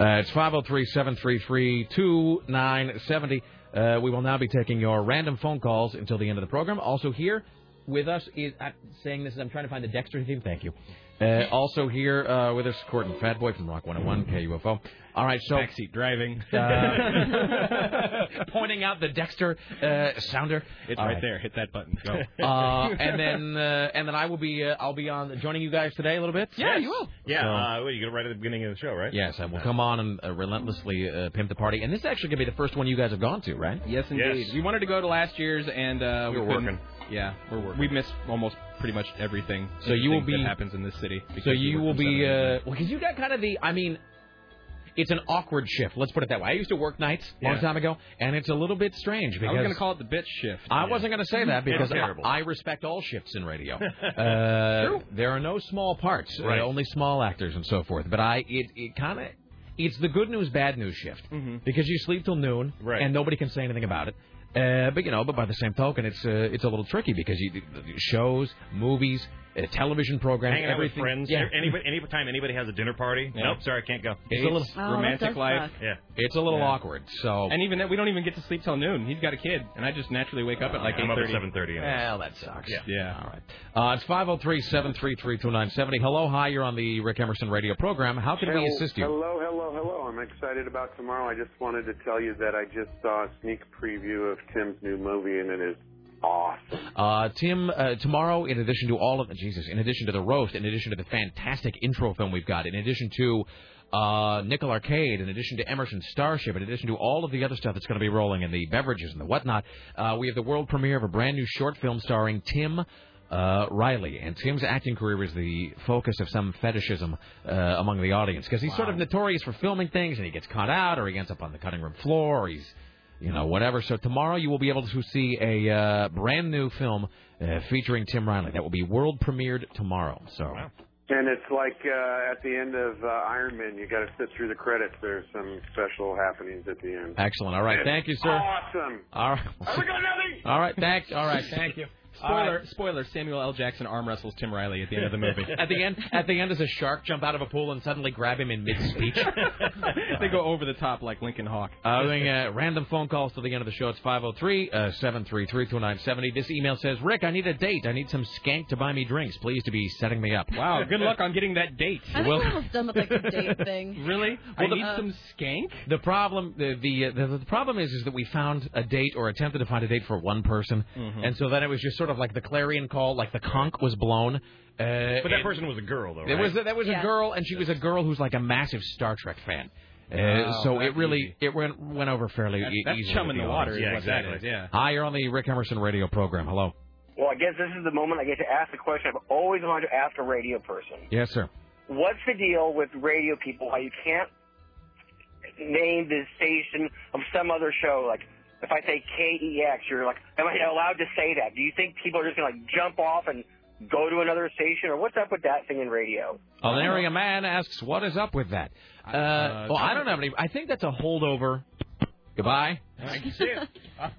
[SPEAKER 2] Uh, it's 503 733 2970. Uh, We will now be taking your random phone calls until the end of the program. Also, here with us is. I'm saying this, I'm trying to find the Dexter theme. Thank you. Uh, also, here uh, with us, Courtney Fatboy from Rock 101 KUFO. All right, so.
[SPEAKER 20] Backseat driving.
[SPEAKER 2] Uh, pointing out the Dexter uh, sounder.
[SPEAKER 20] It's
[SPEAKER 2] All
[SPEAKER 20] right, there. Hit that button. Go.
[SPEAKER 2] Uh, and then uh, and then I will be uh, I'll be on joining you guys today a little bit.
[SPEAKER 20] Yeah, you will.
[SPEAKER 23] Yeah,
[SPEAKER 2] So-
[SPEAKER 23] uh, well, you go right at the beginning of the show, right?
[SPEAKER 2] Yes, I will come on and uh, relentlessly uh, pimp the party. And this is actually going to be the first one you guys have gone to, right?
[SPEAKER 20] Yes, indeed. We wanted to go to last year's, and uh,
[SPEAKER 2] We're
[SPEAKER 20] we couldn't-
[SPEAKER 2] working.
[SPEAKER 20] Yeah, we're working. We missed almost pretty much everything.
[SPEAKER 2] So you will
[SPEAKER 20] thing
[SPEAKER 2] be-
[SPEAKER 20] that happens in this city.
[SPEAKER 2] So
[SPEAKER 20] because we
[SPEAKER 2] you
[SPEAKER 20] work
[SPEAKER 2] will
[SPEAKER 20] from 7
[SPEAKER 2] be
[SPEAKER 20] to 9.
[SPEAKER 2] uh, well because you got kind of the I mean, it's an awkward shift. Let's put it that way. I used to work nights a long
[SPEAKER 20] Yeah.
[SPEAKER 2] time ago, and it's a little bit strange uh, because
[SPEAKER 20] I was going to call it the bitch shift.
[SPEAKER 2] I wasn't going to say that
[SPEAKER 20] It's
[SPEAKER 2] because I,
[SPEAKER 20] terrible.
[SPEAKER 2] I respect all shifts in radio. Uh, There are no small parts, uh,
[SPEAKER 20] Right.
[SPEAKER 2] only small actors and so forth. But I, it, it kind of, it's the good news, bad news shift
[SPEAKER 23] Mm-hmm.
[SPEAKER 2] because you sleep till noon and nobody can say anything about it. Uh, but you know, but by the same token, it's uh, it's a little tricky because you shows, movies, uh, television programs,
[SPEAKER 23] Hanging out with
[SPEAKER 2] everything.
[SPEAKER 23] friends.
[SPEAKER 2] Yeah.
[SPEAKER 23] Anybody, anytime anybody has a dinner party.
[SPEAKER 2] Yeah.
[SPEAKER 23] Nope, sorry, I can't go.
[SPEAKER 2] It's a little
[SPEAKER 20] romantic life.
[SPEAKER 23] Yeah.
[SPEAKER 2] It's a little awkward. So
[SPEAKER 20] And even that, we don't even get to sleep till noon. He's got a kid, and I just naturally wake up at like
[SPEAKER 23] I'm up at
[SPEAKER 20] 8:30.
[SPEAKER 23] 7:30 anyways.
[SPEAKER 2] Well, that sucks.
[SPEAKER 20] Yeah. yeah.
[SPEAKER 2] All right. Uh, it's 503-733-2970. Hello, hi, you're on the Rick Emerson radio program. How can we
[SPEAKER 10] Hel-
[SPEAKER 2] assist you?
[SPEAKER 10] Hello, hello, hello. I'm excited about tomorrow. I just wanted to tell you that I just saw a sneak preview of Tim's new movie, and it is awesome.
[SPEAKER 2] Uh, Tim, uh, tomorrow, in addition to all of Jesus, in addition to the roast, in addition to the fantastic intro film we've got, in addition to uh, Nickel Arcade, in addition to Emerson Starship, in addition to all of the other stuff that's going to be rolling and the beverages and the whatnot, uh, we have the world premiere of a brand new short film starring Tim. Uh, Riley and Tim's acting career is the focus of some fetishism uh, among the audience because he's sort of notorious for filming things and he gets caught out or he ends up on the cutting room floor or he's you know, whatever. So tomorrow you will be able to see a uh, brand new film uh, featuring Tim Riley that will be world premiered tomorrow. So uh,
[SPEAKER 10] And it's like uh, at the end of uh, Iron Man, you got to sit through the credits. There's some special happenings at the end.
[SPEAKER 2] excellent. All right,
[SPEAKER 10] It's
[SPEAKER 2] thank you, sir.
[SPEAKER 10] Awesome.
[SPEAKER 2] All right.
[SPEAKER 10] Have we got nothing?
[SPEAKER 2] All right, thanks. All right, thank you. All right.
[SPEAKER 20] Spoiler, spoiler. Samuel L. Jackson arm wrestles Tim Riley at the end of the movie.
[SPEAKER 2] at the end, at the end, does a shark jump out of a pool and suddenly grab him in mid-speech?
[SPEAKER 20] they go over the top like Lincoln Hawk.
[SPEAKER 2] Uh, we're doing uh, random phone calls till the end of the show. It's 503 uh, 733 2970. oh. This email says, Rick, I need a date. I need some skank to buy me drinks. Please to be setting me up.
[SPEAKER 20] Wow, good luck on getting that date.
[SPEAKER 4] I think we're almost done with like the date thing.
[SPEAKER 20] Really? I
[SPEAKER 2] Well, the-
[SPEAKER 20] need some skank.
[SPEAKER 2] The problem, the the, uh, the the problem is, is that we found a date or attempted to find a date for one person,
[SPEAKER 20] Mhm.
[SPEAKER 2] and so then it was just sort of like the clarion call, like the conch was blown. Uh, but
[SPEAKER 23] But that person was a girl, though.
[SPEAKER 2] there
[SPEAKER 23] right?
[SPEAKER 2] was a, that was a girl, and she was a girl who's like a massive Star Trek fan. Uh,
[SPEAKER 23] Wow,
[SPEAKER 2] so
[SPEAKER 23] that's
[SPEAKER 2] it really it went went over fairly
[SPEAKER 20] Oh, That's-
[SPEAKER 2] e-
[SPEAKER 20] that's
[SPEAKER 2] easily.
[SPEAKER 20] chum
[SPEAKER 2] with
[SPEAKER 20] in the water
[SPEAKER 2] audience.
[SPEAKER 20] is Yeah, what that exactly. is, yeah.
[SPEAKER 2] Hi, you're on the Rick Emerson radio program. Hello.
[SPEAKER 11] Well, I guess this is the moment I get to ask the question I've always wanted to ask a radio person.
[SPEAKER 2] Yes, sir.
[SPEAKER 11] What's the deal with radio people? Why you can't name the station of some other show? Like, if I say KEX, you're like, am I allowed to say that? Do you think people are just gonna like jump off and go to another station, or what's up with that thing in radio?
[SPEAKER 20] Oh.
[SPEAKER 2] An area man asks,
[SPEAKER 20] uh,
[SPEAKER 2] "What is up with that?" Uh, well, I don't have any. I think that's a holdover. Goodbye.
[SPEAKER 20] I can see it.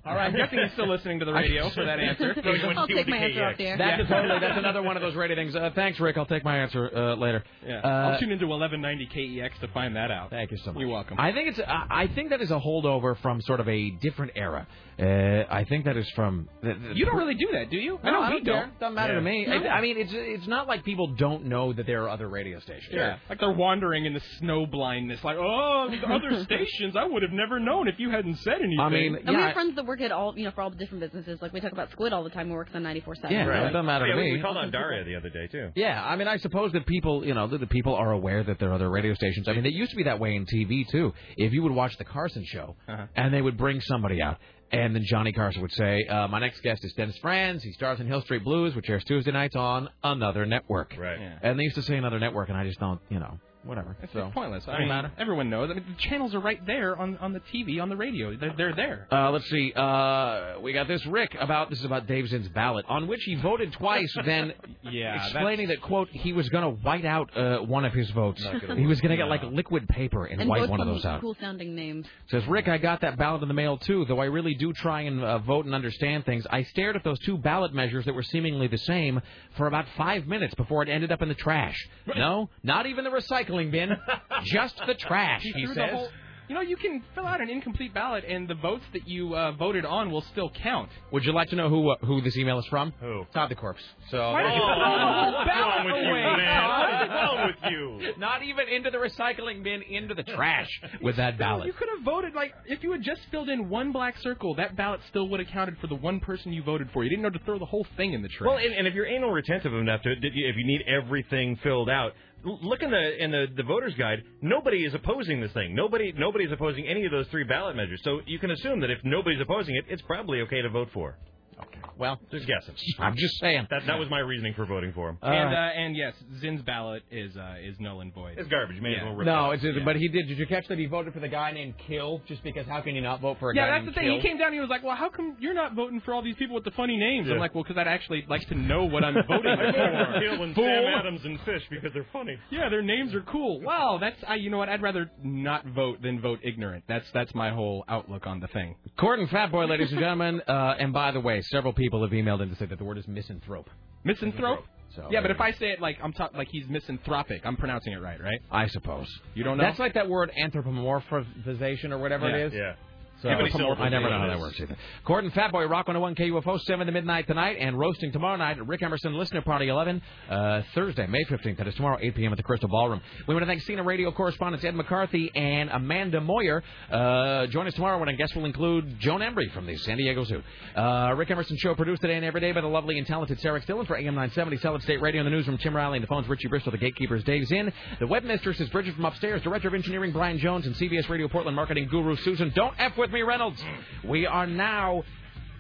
[SPEAKER 20] All right. I'm guessing he's still listening to the radio for that answer.
[SPEAKER 4] I'll take my answer off the air.
[SPEAKER 2] That's, totally, that's another one of those radio things. Uh, thanks, Rick. I'll take my answer uh, later.
[SPEAKER 20] Yeah.
[SPEAKER 2] Uh,
[SPEAKER 20] I'll tune into 1190 KEX E to find that out.
[SPEAKER 2] Thank you so much.
[SPEAKER 20] You're welcome.
[SPEAKER 2] I think it's. I I think that is a holdover from sort of a different era. Uh, I think that is from. The, the-
[SPEAKER 20] You don't really do that, do you?
[SPEAKER 2] No, I
[SPEAKER 20] we
[SPEAKER 2] don't care. Doesn't matter to
[SPEAKER 20] Yeah.
[SPEAKER 2] me.
[SPEAKER 20] No.
[SPEAKER 2] I, I mean, it's it's not like people don't know that there are other radio stations.
[SPEAKER 20] Yeah, like they're wandering in the snow blindness, like, oh, the other stations I would have never known if you hadn't said anything.
[SPEAKER 2] I mean,
[SPEAKER 4] And we have friends that work at all, you know, for all the different businesses. Like we talk about Squid all the time. Who works on 94.7.
[SPEAKER 2] Yeah, it doesn't matter
[SPEAKER 23] yeah,
[SPEAKER 2] to
[SPEAKER 23] we-
[SPEAKER 2] me.
[SPEAKER 23] We called on Daria the other day too.
[SPEAKER 2] Yeah, I mean, I suppose that people, you know, that the people are aware that there are other radio stations. I mean, it used to be that way in TV too. If you would watch the Carson show, and they would bring somebody out, and then Johnny Carson would say, uh, "My next guest is Dennis Franz. He stars in Hill Street Blues, which airs Tuesday nights on another network."
[SPEAKER 23] Right.
[SPEAKER 2] And they used to say another network, and I just don't, you know, whatever.
[SPEAKER 20] It's
[SPEAKER 2] so
[SPEAKER 20] pointless. I
[SPEAKER 2] doesn't
[SPEAKER 20] mean,
[SPEAKER 2] matter.
[SPEAKER 20] everyone knows. I mean, the channels are right there on on the TV, on the radio. They're, they're there.
[SPEAKER 2] Uh, let's see. Uh, we got this Rick about this is about Davison's ballot on which he voted twice. Then
[SPEAKER 20] Yeah, that's-
[SPEAKER 2] explaining that quote he was going to white out uh, one of his votes.
[SPEAKER 4] Not gonna
[SPEAKER 2] He was
[SPEAKER 4] work.
[SPEAKER 2] going to get like
[SPEAKER 4] No.
[SPEAKER 2] liquid paper and,
[SPEAKER 4] And
[SPEAKER 2] white
[SPEAKER 4] both
[SPEAKER 2] one of
[SPEAKER 4] some
[SPEAKER 2] those out.
[SPEAKER 4] Cool sounding names.
[SPEAKER 2] Says Rick, I got that ballot in the mail too. Though I really do try and uh, vote and understand things. I stared at those two ballot measures that were seemingly the same for about five minutes before it ended up in the trash. No, not even the recycling bin, just the trash.
[SPEAKER 20] He
[SPEAKER 2] He
[SPEAKER 20] threw the
[SPEAKER 2] says.
[SPEAKER 20] whole- you know, you can fill out an incomplete ballot, and the votes that you uh, voted on will still count.
[SPEAKER 2] Would you like to know who uh, who this email is from? Who? Todd the Corpse. So
[SPEAKER 20] Why did you throw the whole What's ballot wrong with you, away, man? Todd? What's wrong
[SPEAKER 2] with you? Not even into the recycling bin, into the trash with that
[SPEAKER 20] You
[SPEAKER 2] ballot.
[SPEAKER 20] could have voted like if you had just filled in one black circle, that ballot still would have counted for the one person you voted for. You didn't know to throw the whole thing in the trash.
[SPEAKER 23] Well, and, and if you're anal retentive enough to, did you- if you need everything filled out, l- look in the in the, the voters guide. Nobody is opposing this thing. Nobody nobody is opposing any of those three ballot measures. So you can assume that if nobody's opposing it, it's probably okay to vote for. Okay.
[SPEAKER 2] Well,
[SPEAKER 23] just guessing.
[SPEAKER 2] I'm just saying.
[SPEAKER 23] That that was my reasoning for voting for him.
[SPEAKER 20] and uh, and yes, Zinn's ballot is uh, is null and void.
[SPEAKER 23] It's garbage. You may as well rip
[SPEAKER 2] No, it's, but he did. Did you catch that he voted for the guy named Kill? Just because how can you not vote for a
[SPEAKER 20] yeah,
[SPEAKER 2] guy
[SPEAKER 20] that's the
[SPEAKER 2] named
[SPEAKER 20] thing.
[SPEAKER 2] Kill?
[SPEAKER 20] He came down and he was like, "Well, how come you're not voting for all these people with the funny names?"
[SPEAKER 23] Yeah.
[SPEAKER 20] I'm like, "Well, because I'd actually like to know what I'm voting
[SPEAKER 23] I voted for
[SPEAKER 20] for."
[SPEAKER 23] Hill and
[SPEAKER 20] Fool.
[SPEAKER 23] Sam Adams and Fish because they're funny.
[SPEAKER 20] Yeah, their names are cool. Wow, that's I. You know what? I'd rather not vote than vote ignorant. That's that's my whole outlook on the thing.
[SPEAKER 2] Court and Fat Boy, ladies and gentlemen. Uh, and by the way, several people have emailed in to say that the word is misanthrope.
[SPEAKER 20] Misanthrope.
[SPEAKER 2] So,
[SPEAKER 20] yeah, but
[SPEAKER 2] there
[SPEAKER 20] if I say it like I'm talk like he's misanthropic, I'm pronouncing it right, right?
[SPEAKER 2] I suppose.
[SPEAKER 20] You don't know.
[SPEAKER 2] That's like that word anthropomorphization or whatever
[SPEAKER 20] Yeah,
[SPEAKER 2] it is.
[SPEAKER 20] yeah.
[SPEAKER 2] So,
[SPEAKER 20] Give it a syllable,
[SPEAKER 2] I never know
[SPEAKER 20] it
[SPEAKER 2] how that
[SPEAKER 20] is.
[SPEAKER 2] works either. Gordon Fatboy, Rock 101 KUFO, 7 to midnight tonight, and roasting tomorrow night at Rick Emerson Listener Party 11, uh, Thursday, May 15th. That is tomorrow, 8 p.m. at the Crystal Ballroom. We want to thank Cena Radio correspondents Ed McCarthy and Amanda Moyer. Uh, join us tomorrow when our guest will include Joan Embry from the San Diego Zoo. Uh, Rick Emerson Show produced today and every day by the lovely and talented Sarah Stillen for AM 970 Solid State Radio in the newsroom. Tim Riley and the phones, Richie Bristol, the gatekeepers, Dave Zinn. The web mistress is Bridget from upstairs, director of engineering Brian Jones, and CBS Radio Portland marketing guru Susan. Don't F with me, Reynolds. We are now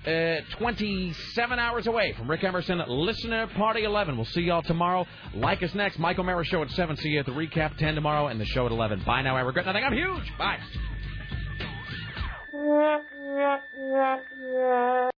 [SPEAKER 2] uh, 27 hours away from Rick Emerson, listener party 11. We'll see y'all tomorrow. Like us next. Michael Mara show at 7. See you at the recap 10 tomorrow and the show at 11. Bye now. I regret nothing. I'm huge. Bye.
[SPEAKER 14] Bye.